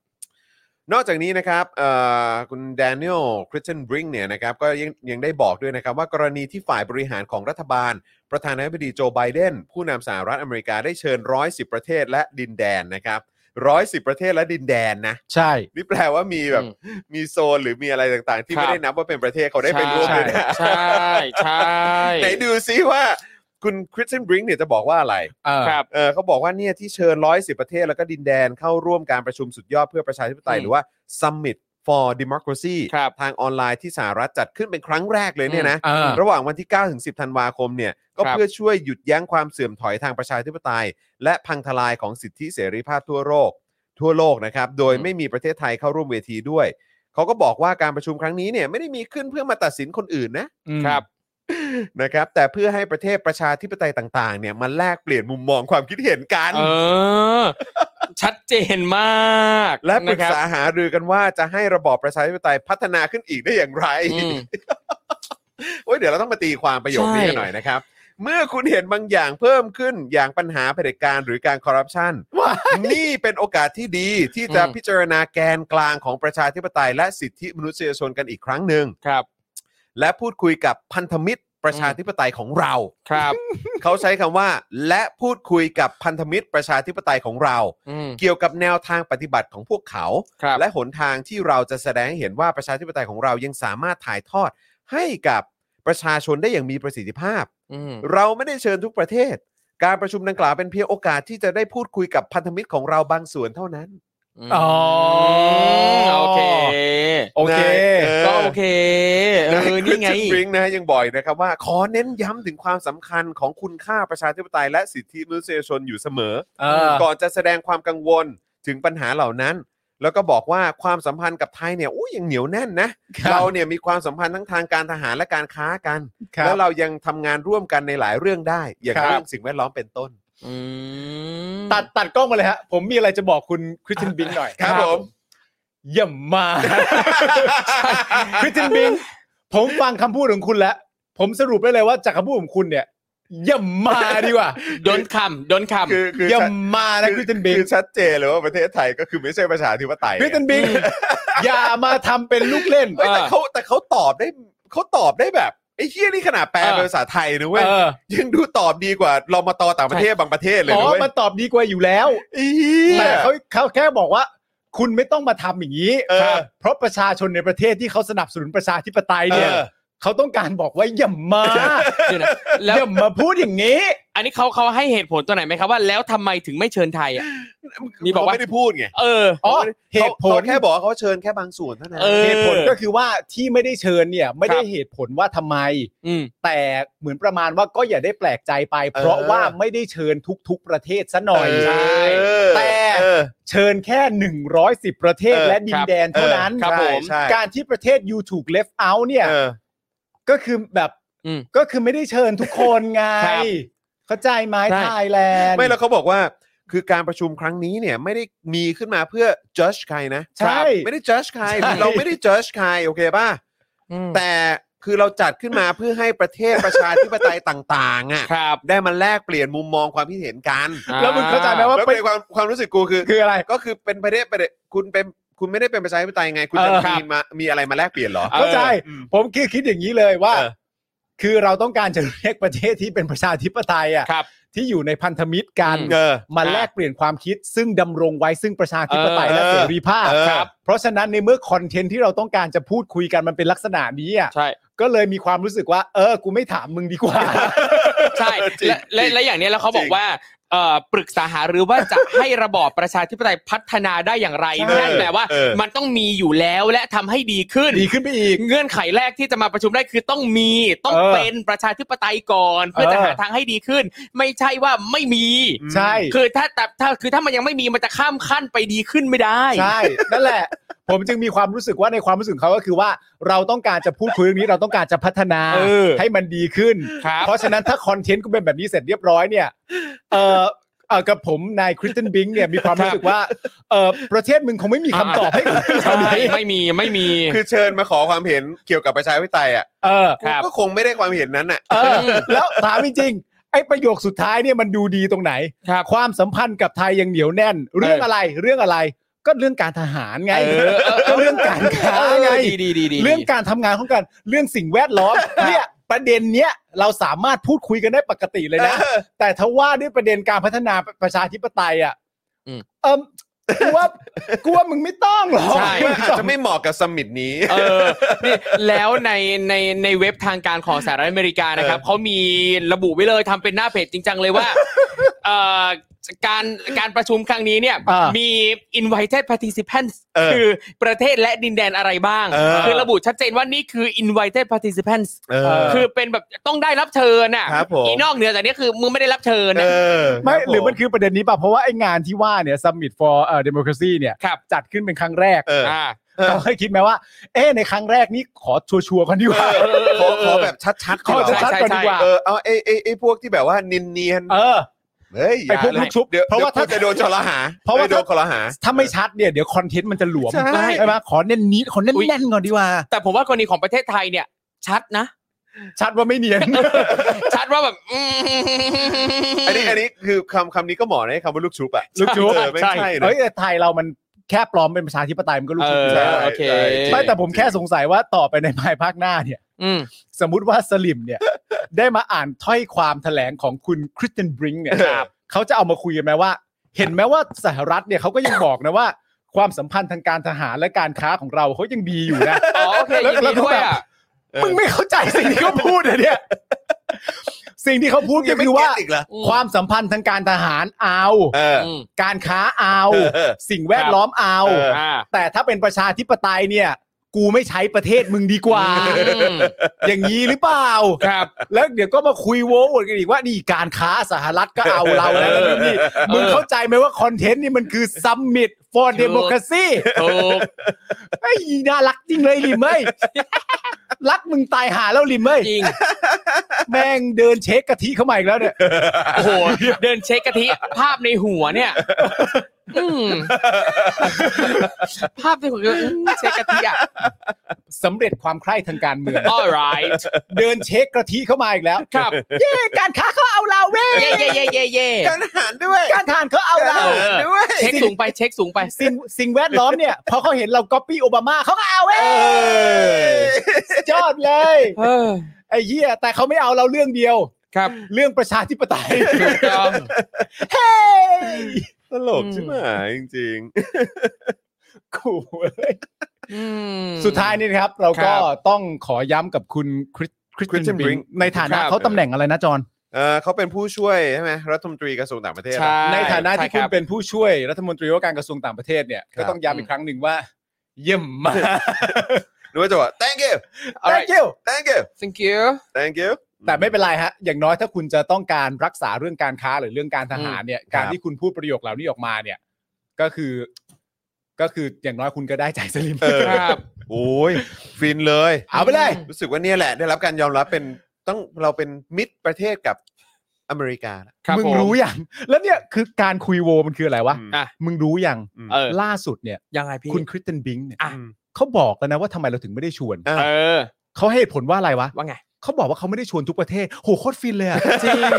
Speaker 2: นอกจากนี้นะครับเอ่อคุณแดเนียลคริสเตนบริงเนี่ยนะครับก็ยังยังได้บอกด้วยนะครับ ว่ากรณีที่ฝ่ายบริหารของรัฐบาล ประธานาธิบดีโจไบเดน ผู้นำสหรัฐอเมริกาได้เชิญ 110 ประเทศและดินแดนนะครับ110 ประเทศและดินแดนนะ
Speaker 3: ใช่
Speaker 2: นี่แปลว่ามีแบบ
Speaker 1: อืม
Speaker 2: มีโซนหรือมีอะไรต่างๆ ที่
Speaker 1: ครับ
Speaker 2: ไม่ได้นับว่าเป็นประเทศเขาได้ไปร่วมด้วยนะ
Speaker 1: ใช่ใช่
Speaker 2: ไหนดูซิว่า คุณคริสตินบริงเนี่ยจะบอกว่าอะไร
Speaker 1: ครับ
Speaker 2: เออเขาบอกว่าเนี่ยที่เชิญ 110 ประเทศแล้วก็ดินแดนเข้าร่วมการประชุมสุดยอดเพื่อประชาธิปไตย
Speaker 1: อืม
Speaker 2: หรือว่า Summit for Democracy
Speaker 1: ครับ
Speaker 2: ทางออนไลน์ที่สหรัฐจัดขึ้นเป็นครั้งแรกเลยเนี่ยนะ
Speaker 3: อ่า
Speaker 2: ระหว่างวันที่ 9 ถึง 10 ธันวาคมเนี่ยก็
Speaker 1: ครับ
Speaker 2: เพื่อช่วยหยุดยั้งความเสื่อมถอยทางประชาธิปไตย และพังทลายของสิทธิเสรีภาพทั่วโลกทั่วโลกนะครับ โดย
Speaker 1: อืม
Speaker 2: ไม่มีประเทศไทยเข้าร่วมเวทีด้วย เขาก็บอกว่าการประชุมครั้งนี้เนี่ยไม่ได้มีขึ้นเพื่อมาตัดสินคนอื่นนะ
Speaker 1: ครับ
Speaker 2: นะครับแต่เพื่อให้ประเทศประชาธิปไตยต่างๆเนี่ยมาแลกเปลี่ยนมุมมองความคิดเห็นกัน
Speaker 1: เออ ชัดเจนมาก
Speaker 2: และปรึก
Speaker 1: นะคบ
Speaker 2: ษาหารือกันว่าจะให้ระบอบประชาธิปไตยพัฒนาขึ้นอีกได้อย่าง ไร
Speaker 1: อืม
Speaker 2: โอ้ยเดี๋ยวเราต้องมาตีความประโยคนี้
Speaker 1: ใช่
Speaker 2: กันหน่อยนะครับ เมื่อคุณเห็นบางอย่างเพิ่มขึ้นอย่างปัญหาเผด็จการหรือการคอร์รัปชั นนี่เป็นโอกาสที่ดีที่จะ
Speaker 1: อืม
Speaker 2: พิจารณาแกนกลางของประชาธิปไตย และสิทธิมนุษยชนกันอีกครั้งหนึ่ง
Speaker 1: ครับ
Speaker 2: และพูดคุยกับพันธมิตรประชาธิปไตยของเรา
Speaker 1: ครับ
Speaker 2: เขาใช้คำว่า และพูดคุยกับพันธมิตรประชาธิปไตยของเรา
Speaker 1: อืม
Speaker 2: เกี่ยวกับแนวทางปฏิบัติของพวกเขา
Speaker 1: ครับ
Speaker 2: และหนทางที่เราจะแสดงให้เห็นว่าประชาธิปไตยของเรายังสามารถถ่ายทอดให้กับประชาชนได้อย่างมีประสิทธิภาพ
Speaker 1: อืม
Speaker 2: เราไม่ได้เชิญทุกประเทศ การประชุมดังกล่าวเป็นเพียงโอกาสที่จะได้พูดคุยกับพันธมิตรของเราบางส่วนเท่านั้น
Speaker 3: อ๋อ
Speaker 1: มโอเค
Speaker 3: โอเค
Speaker 2: นะ
Speaker 1: ก็โอเค เอ
Speaker 2: นะ
Speaker 1: อ นี่ไง
Speaker 2: คริสตินบริงค์นะฮะยังบ่อยนะครับว่า ขอเน้นย้ำถึงความสำคัญของคุณค่าประชาธิปไตยและสิทธิมนุษยชนอยู่เสมอ
Speaker 3: เออ
Speaker 2: ก่อนจะแสดงความกังวลถึงปัญหาเหล่านั้น แล้วก็บอกว่าความสัมพันธ์กับไทยเนี่ยอู้ยังเหนียวแน่นนะ
Speaker 3: ครับ
Speaker 2: เราเนี่ยมีความสัมพันธ์ทั้งทางการทหารและการค้ากัน
Speaker 3: ครั
Speaker 2: แล้ว
Speaker 3: บ
Speaker 2: เรายังทำงานร่วมกันในหลายเรื่องได้ อย่าง
Speaker 3: ครับ
Speaker 2: เรื่องสิ่งแวดล้อมเป็นต้น
Speaker 1: อืม
Speaker 3: ตัดตัดกล้องมาเลยฮะ ผมมีอะไรจะบอกคุณคริสตินบิงหน่อย
Speaker 2: ครับผม
Speaker 3: อย่ามา คริสตินบิงผมฟังคำพูดของคุณแล้ว ผมสรุปได้เลยว่าจากคำพูดของคุณเนี่ยอย่ามา ดีกว่า
Speaker 1: โดนคำ โดนค
Speaker 2: คือคือ
Speaker 3: อย่า
Speaker 2: ชัด
Speaker 3: มานะคริสตินบิง
Speaker 2: คือชัดเจนเลยว่าประเทศไทยก็คือไม่ใช่ประชาธิปไตย
Speaker 3: คริสติน บิงอย่ามาทำเป็นลูกเล่น
Speaker 2: เฮ้ยแต่เขาแต่เขาตอบได้เขาตอบได้แบบไอ้เฮี้ยนี่ขนาดแปลเป็นภาษาไทยนะเว้ย
Speaker 3: เออ
Speaker 2: ยังดูตอบดีกว่าเรามาต่อต่างประเทศบางประเทศเลย
Speaker 3: อ๋
Speaker 2: นะ
Speaker 3: อ
Speaker 2: เว้ย
Speaker 3: มันตอบดีกว่าอยู่แล้ว
Speaker 2: ไอ้เหี้ย
Speaker 3: แต่เขาเขาแค่บอกว่า คุณไม่ต้องมาทำอย่างนี้
Speaker 2: เออ
Speaker 3: ครับเพราะประชาชนในประเทศที่เขาสนับสนุนประชาธิปไตยเนี่ย
Speaker 2: เออ
Speaker 3: เขาต้องการบอกว่าอย่ามา
Speaker 1: ำเดี๋ยวนะแล้ว
Speaker 3: อย่ามาพูดอย่างนี้
Speaker 1: อันนี้เขาเขาให้เหตุผลตัวไหนไหมครับว่าแล้วทำไมถึงไม่เชิญไทยอ่ะ มีบอกว่า
Speaker 2: เขาไม่ได้พูดไง
Speaker 1: เออ
Speaker 3: อ๋อเหตุผล
Speaker 2: ขาแค่บอกว่าเขาเชิญแค่บางส่วนเท่านั้น
Speaker 1: เออ
Speaker 3: เหตุผลก็คือว่าที่ไม่ได้เชิญเนี่ย ไม่ได้เหตุผลว่าทำไม
Speaker 1: อืม
Speaker 3: แต่เหมือนประมาณว่าก็อย่าได้แปลกใจไป เพราะว่าไม่ได้เชิญทุก ๆ ประเทศซะหน่อย
Speaker 2: ใช่
Speaker 3: แต่
Speaker 2: เออ
Speaker 3: เชิญแค่ 110 ประเทศ
Speaker 2: เออ
Speaker 3: และดินแดนเท่านั้น
Speaker 1: ครับผม
Speaker 2: ใช่
Speaker 3: การที่ประเทศ you ถูก left out เนี่ย
Speaker 2: เออ
Speaker 3: ก็คือแบบ
Speaker 1: อืม
Speaker 3: ก็คือไม่ได้เชิญทุกคนไง
Speaker 1: ครับ
Speaker 3: เข้าใจไหม
Speaker 1: ใช่
Speaker 3: ไทยแลนด์
Speaker 2: ไม่แล้วเขาบอกว่า คือการประชุมครั้งนี้เนี่ยไม่ได้มีขึ้นมาเพื่อ judge ใครนะ
Speaker 3: ใช่
Speaker 2: ไม่ได้ judge ใคร
Speaker 3: ใช่
Speaker 2: เราไม่ได้ judge ใครโอเคป่ะแต่คือเราจัดขึ้นมาเพื่อให้ประเทศประชาธิปไตยต่างๆอ่ะ
Speaker 1: ครับ
Speaker 2: ได้มาแลกเปลี่ยนมุมมองความคิดเห็นกัน
Speaker 3: แล้วมึงเข้าใจไหมว่า
Speaker 2: แล้ว
Speaker 3: เป็
Speaker 2: เป็น นความความรู้สึกกูคือ
Speaker 3: คืออะไร
Speaker 2: ก็คือเป็นประเทศประเทศคุณเป็นคุณไม่ได้เป็นประชาธิปไตยไง คุณจะ
Speaker 3: เออ
Speaker 2: มีมามีอะไรมาแลกเปลี่ยนเหรอ
Speaker 3: เข้าใจ
Speaker 2: เออ
Speaker 3: ผมคือคิดอย่างนี้เลยว่า
Speaker 2: เออ
Speaker 3: คือเราต้องการจะเรียกประเทศที่เป็นประชาธิปไตยอ่ะ
Speaker 1: ครับ
Speaker 3: ที่อยู่ในพันธมิตรกัน
Speaker 1: อื
Speaker 2: เออ
Speaker 3: มาแลกเปลี่ยนความคิด ซึ่งดำรงไว้ซึ่งประชาธิปไตยและ
Speaker 2: เออ
Speaker 3: เสรีภาพ
Speaker 2: เออ
Speaker 3: ครับเพราะฉะนั้นในเมื่อคอนเทนต์ที่เราต้องการจะพูดคุยกันมันเป็นลักษณะนี้อ่ะ
Speaker 1: ใช่
Speaker 3: ก็เลยมีความรู้สึกว่า เออ กูไม่ถามมึงดีกว่า
Speaker 1: ใช่ และและและอย่างเนี้ยแล้วเขาบอกว่าเอ่อปรึกษาหารือว่าจะให้ระบอบประชาธิปไตยพัฒนาได้อย่างไร
Speaker 3: ใช่
Speaker 1: นั่นแปลว่า
Speaker 2: เออ
Speaker 1: มันต้องมีอยู่แล้วและทำให้ดีขึ้น
Speaker 3: ดีขึ้นไปอีก
Speaker 1: เงื่อนไขแรกที่จะมาประชุมได้คือต้องมีต้อง
Speaker 3: เออ
Speaker 1: เป็นประชาธิปไตยก่อน เพื่อ
Speaker 3: เออ
Speaker 1: จะหาทางให้ดีขึ้น ไม่ใช่ว่าไม่มี
Speaker 3: ใช่
Speaker 1: คือถ้าแต่ถ้าคือถ้ามันยังไม่มีมันจะข้ามขั้นไปดีขึ้นไม่ได้
Speaker 3: ใช่ นั่นแหละ ผมจึงมีความรู้สึกว่าในความรู้สึกของเขาก็คือว่าเราต้องการจะพูดคุยเรื่องนี้เราต้องการจะพัฒนา
Speaker 1: เออ
Speaker 3: ให้มันดีขึ้น
Speaker 1: ครับ
Speaker 3: เพราะฉะนั้นถ้าคอนเทนต์กูเป็นแบบนี้เสร็จเรียบร้อยเนี่ยเออเออกับผมนายคริสตินบิงเนี่ยมีความรู้สึกว่าเออประเทศมึงคงไม่มีคำตอบให้กู
Speaker 1: ใช่ไม่มีไม่มี
Speaker 2: คือเชิญมาขอความเห็นเกี่ยวกับประชาธิปไตยอ่ะ
Speaker 3: เออ
Speaker 1: ครับ
Speaker 2: ก็คงไม่ได้ความเห็นนั้นอ่ะ
Speaker 3: เออ แล้วถามจริงๆไอ้ประโยคสุดท้ายเนี่ยมันดูดีตรงไหน
Speaker 1: ครับ
Speaker 3: ความสัมพันธ์กับไทยยังเหนียวแน่น เรื่องอะไรเรื่องอะไรก็เรื่องการทหารไง
Speaker 1: เออเออ
Speaker 3: ก็เรื่องการค้าไง
Speaker 1: ดีดีดีดี
Speaker 3: เรื่องการทำงานของกันเรื่องสิ่งแวดล้อมเนี่ยประเด็นเนี้ยเราสามารถพูดคุยกันได้ปกติเลยนะ แต่ถ้าว่าด้วยประเด็นการพัฒนาประชาธิปไตยอ่ะ
Speaker 1: อืม
Speaker 3: เอิม กูว่ากูว่ามึงไม่ต้องหรอก
Speaker 1: ใช่
Speaker 2: มันอาจจะไม่เหมาะกับสมิตนี้
Speaker 1: เออนี่แล้วในในในเว็บทางการของสหรัฐอเมริกานะครับเขามีระบุไว้เลยทำเป็นหน้าเพจจริงจังเลย ว่าเอ่อการการประชุมครั้งนี้เนี่ย
Speaker 3: อ่า
Speaker 1: มี invited participants
Speaker 2: เออ
Speaker 1: คือประเทศและดินแดนอะไรบ้าง
Speaker 2: เออ
Speaker 1: คือระบุชัดเจนว่านี่คือ invited participants
Speaker 2: เออ
Speaker 1: คือเป็นแบบต้องได้รับเชิญน่ะ
Speaker 2: ครับผม
Speaker 1: อีนอกเหนือจากนี้คือมึงไม่ได้รับเชิญ
Speaker 2: เอ
Speaker 1: น่ะ
Speaker 2: อ
Speaker 3: ไม่หรือมัน
Speaker 2: คบผ
Speaker 3: คือประเด็นนี้ป่ะเพราะว่าไอ้งานที่ว่าเนี่ย Summit for เอ่อ Democracy เนี่ย
Speaker 1: ครับ
Speaker 3: จัดขึ้นเป็นครั้งแรก
Speaker 2: เออ
Speaker 1: อ่า
Speaker 2: เออ
Speaker 3: เราเคยคิดไหมว่า เอ๊ะในครั้งแรกนี่ขอชัวร์ๆกันดีกว่า
Speaker 2: ขอขอแบบชัดๆ
Speaker 3: ขอ
Speaker 2: ดีกว่า
Speaker 3: ชัด
Speaker 1: ใช่
Speaker 3: ๆกันดีกว่า
Speaker 2: เออเอาไอ้ไอ้ไอ้พวกที่แบบว่านินเนียน
Speaker 3: เออ
Speaker 2: เฮ้ยอย่า
Speaker 3: ไอ้พวก
Speaker 2: เลย
Speaker 3: ลูกชุบ
Speaker 2: เดี๋ยว
Speaker 3: เพราะว่า
Speaker 2: ดี๋ย
Speaker 3: ถ้า
Speaker 2: กูจะโดนจอหา
Speaker 3: เพราะว่า
Speaker 2: อ้ยโดนคอรหา
Speaker 3: ถ้าไม่ชัดเนี่ยเดี๋ยวคอนเทนต์มันจะหลวม
Speaker 2: ใช่
Speaker 3: ไหมขอเน้นนิดขอเน้น
Speaker 1: อุ๊ย
Speaker 3: แน่นก่อนดีกว่า
Speaker 1: แต่ผมว่ากรณีของประเทศไทยเนี่ยชัดนะ
Speaker 3: ชัดว่าไม่เนียน
Speaker 1: ชัดว่าแบบอืม
Speaker 2: อันนี้อันนี้คือคำคำนี้ก็เหมาะนะคำว่าลูกชุบอะ
Speaker 3: ลูกชุบ
Speaker 2: เออไม่ใช่นะ
Speaker 3: เฮ้ยแต่ไทยเรามันแค่ปลอมเป็นประชาธิปไตยมันก็รู้
Speaker 1: เอ
Speaker 3: สึก
Speaker 1: อ
Speaker 3: อยู่
Speaker 2: ใช่
Speaker 3: แล้ว
Speaker 1: โอเค
Speaker 2: ใช่
Speaker 3: ไม่แต่ผมแค่สงสัยว่าต่อไปในภายภาคหน้าเนี่ย
Speaker 1: อืม
Speaker 3: สมมุติว่าสลิมเนี่ย ได้มาอ่านถ้อยความแถลงของคุณคริสเตนบริงเนี่ย
Speaker 2: ครับ
Speaker 3: เขาจะเอามาคุยกันไหมว่า เห็นไหมว่าสหรัฐเนี่ยเขาก็ยังบอกนะว่า ความสัมพันธ์ทางการทหารและการค้าของเราเขายังดีอยู่นะ
Speaker 1: อ๋อโอเค
Speaker 3: แล้ว
Speaker 1: ยินดีด้วยอ่ะ
Speaker 2: เออ
Speaker 3: มึงไม่เข้าใจสิ่งที่เขาพูดอะเนี่ยสิ่งที่เขาพูดก็
Speaker 2: ยังไม่
Speaker 3: คือว่า
Speaker 2: เก็ตอีกเหรอ
Speaker 1: อืม
Speaker 3: ความสัมพันธ์ทางการทหารเอา
Speaker 2: เออ
Speaker 1: อืม
Speaker 3: การค้าเอา
Speaker 2: เออ
Speaker 3: สิ่งแวดล้อมเอา
Speaker 2: เอ
Speaker 1: อ่า
Speaker 3: แต่ถ้าเป็นประชาธิปไตยเนี่ย กูไม่ใช้ประเทศมึงดีกว่า
Speaker 1: อืม
Speaker 3: อย่างนี้หรือเปล่า
Speaker 1: ครับ
Speaker 3: แล้วเดี๋ยวก็มาคุยโว้อวดกันอีกว่านี่การค้าสหรัฐก็เอาเราแล้วนะนี่มึงเข้าใจไหมว่าคอนเทนต์นี่มันคือ Summit for
Speaker 1: ถูก
Speaker 3: Democracy
Speaker 1: ถูก
Speaker 3: ไอ้ยน่ารักจริงเลยลิมเอ้ยรักมึงตายหาแล้วลิมเอ้ย
Speaker 1: จริง
Speaker 3: แม่งเดินเช็คกะทิเข้ามาอีกแล้วเนี่ย
Speaker 1: โอ้โห เดินเช็คกะทิ ภาพในหัวเนี่ย อืมภาพในหัวคืออืมเช็คกะทิอ่ะ
Speaker 3: สำเร็จความใคร่ทางการเมือง
Speaker 1: alright
Speaker 3: เดินเช็คกะทิเข้ามาอีกแล้ว
Speaker 1: ครับ
Speaker 3: เย้การค้าเขาเอาเราเว้ย
Speaker 1: เย่เย่เย่เย่เย่
Speaker 2: การอาหารด้วย
Speaker 3: การทานเขาเอาเรา
Speaker 2: หรด้วย
Speaker 1: เช็คสูงไปเช็คสูงไป
Speaker 3: สิ่งสิ่งแวดล้อมเนี่ยพอเขาเห็นเราก๊อปปี้โอบามาเขาก็เอาเว้ย
Speaker 2: เออ
Speaker 3: สุ ดยอดเลย
Speaker 1: เออ
Speaker 3: ไอ้เหี้ยแต่เขาไม่เอาเราเรื่องเดียว
Speaker 1: ครับ
Speaker 3: เรื่องประชาธิปไตย
Speaker 1: ถูกต้อง
Speaker 3: เฮ้ย
Speaker 2: ตลกใช่ไหมจริง
Speaker 3: กูเว้ย
Speaker 1: อืม
Speaker 3: สุดท้ายนี่นะครับ เรา
Speaker 1: ค
Speaker 3: ก็
Speaker 1: รับ
Speaker 3: ต้องขอย้ำกับคุณคริสคริส
Speaker 2: Christian
Speaker 3: ตินบิง
Speaker 2: Brink
Speaker 3: ในฐานะครับ เขาตำแหน่งอะไรนะจอน
Speaker 2: ๆเออเขาเป็นผู้ช่วยใช่ไหมรัฐมนตรีกระทรวงต่างประเทศ
Speaker 1: ใช่
Speaker 3: ในฐานะที่
Speaker 1: ใช่ครั
Speaker 3: คุ
Speaker 1: บ
Speaker 3: ณเป็นผู้ช่วยรัฐมนตรีว่าการกระทรวงต่างประเทศเนี่ยก็ต้องย้ำอีกครั้งหนึ่งว่า เยี่ยมมาก
Speaker 2: หรือว่าจะบอก thank you
Speaker 3: thank you
Speaker 2: thank you
Speaker 1: thank you
Speaker 2: thank you
Speaker 3: แต่ไม่เป็นไรฮะ อย่างน้อยถ้าคุณจะต้องการรักษาเรื่องการค้าหรือเรื่องการทหารเนี่ย การที่คุณพูดประโยคเหล่านี้ออกมาเนี่ย ก็คือ ก็คืออย่างน้อยคุณก็ได้ใจสลิม
Speaker 2: เออ
Speaker 1: ครับ
Speaker 2: โอ้ยฟินเลย
Speaker 3: เอาไปเลย
Speaker 2: รู้สึกว่าเนี่ยแหละ ได้รับการยอมรับเป็นต้องเราเป็นมิตรประเทศกับอเมริกา
Speaker 1: ครับ
Speaker 3: มึง
Speaker 1: ผ
Speaker 3: รู้อย่าง แล้วเนี่ยคือการคุยโวมันคืออะไรวะ
Speaker 2: อืม
Speaker 1: อ่ะ
Speaker 3: มึงรู้อย่าง
Speaker 1: เออ
Speaker 3: ล่าสุดเนี่ย
Speaker 1: ยังไงพี่
Speaker 3: คุณคริสเตนบิงค์เนี่ย
Speaker 1: อ่ะ
Speaker 3: เขาบอกแล้วนะว่าทำไมเราถึงไม่ได้ชวน
Speaker 2: อ่ะ
Speaker 1: เออ
Speaker 3: เขาให้เหตุผลว่าอะไรวะ
Speaker 1: ว่าไง
Speaker 3: เขาบอกว่าเขาไม่ได้ชวนทุกประเทศ โหโคตรฟินเลยอะ
Speaker 1: จริง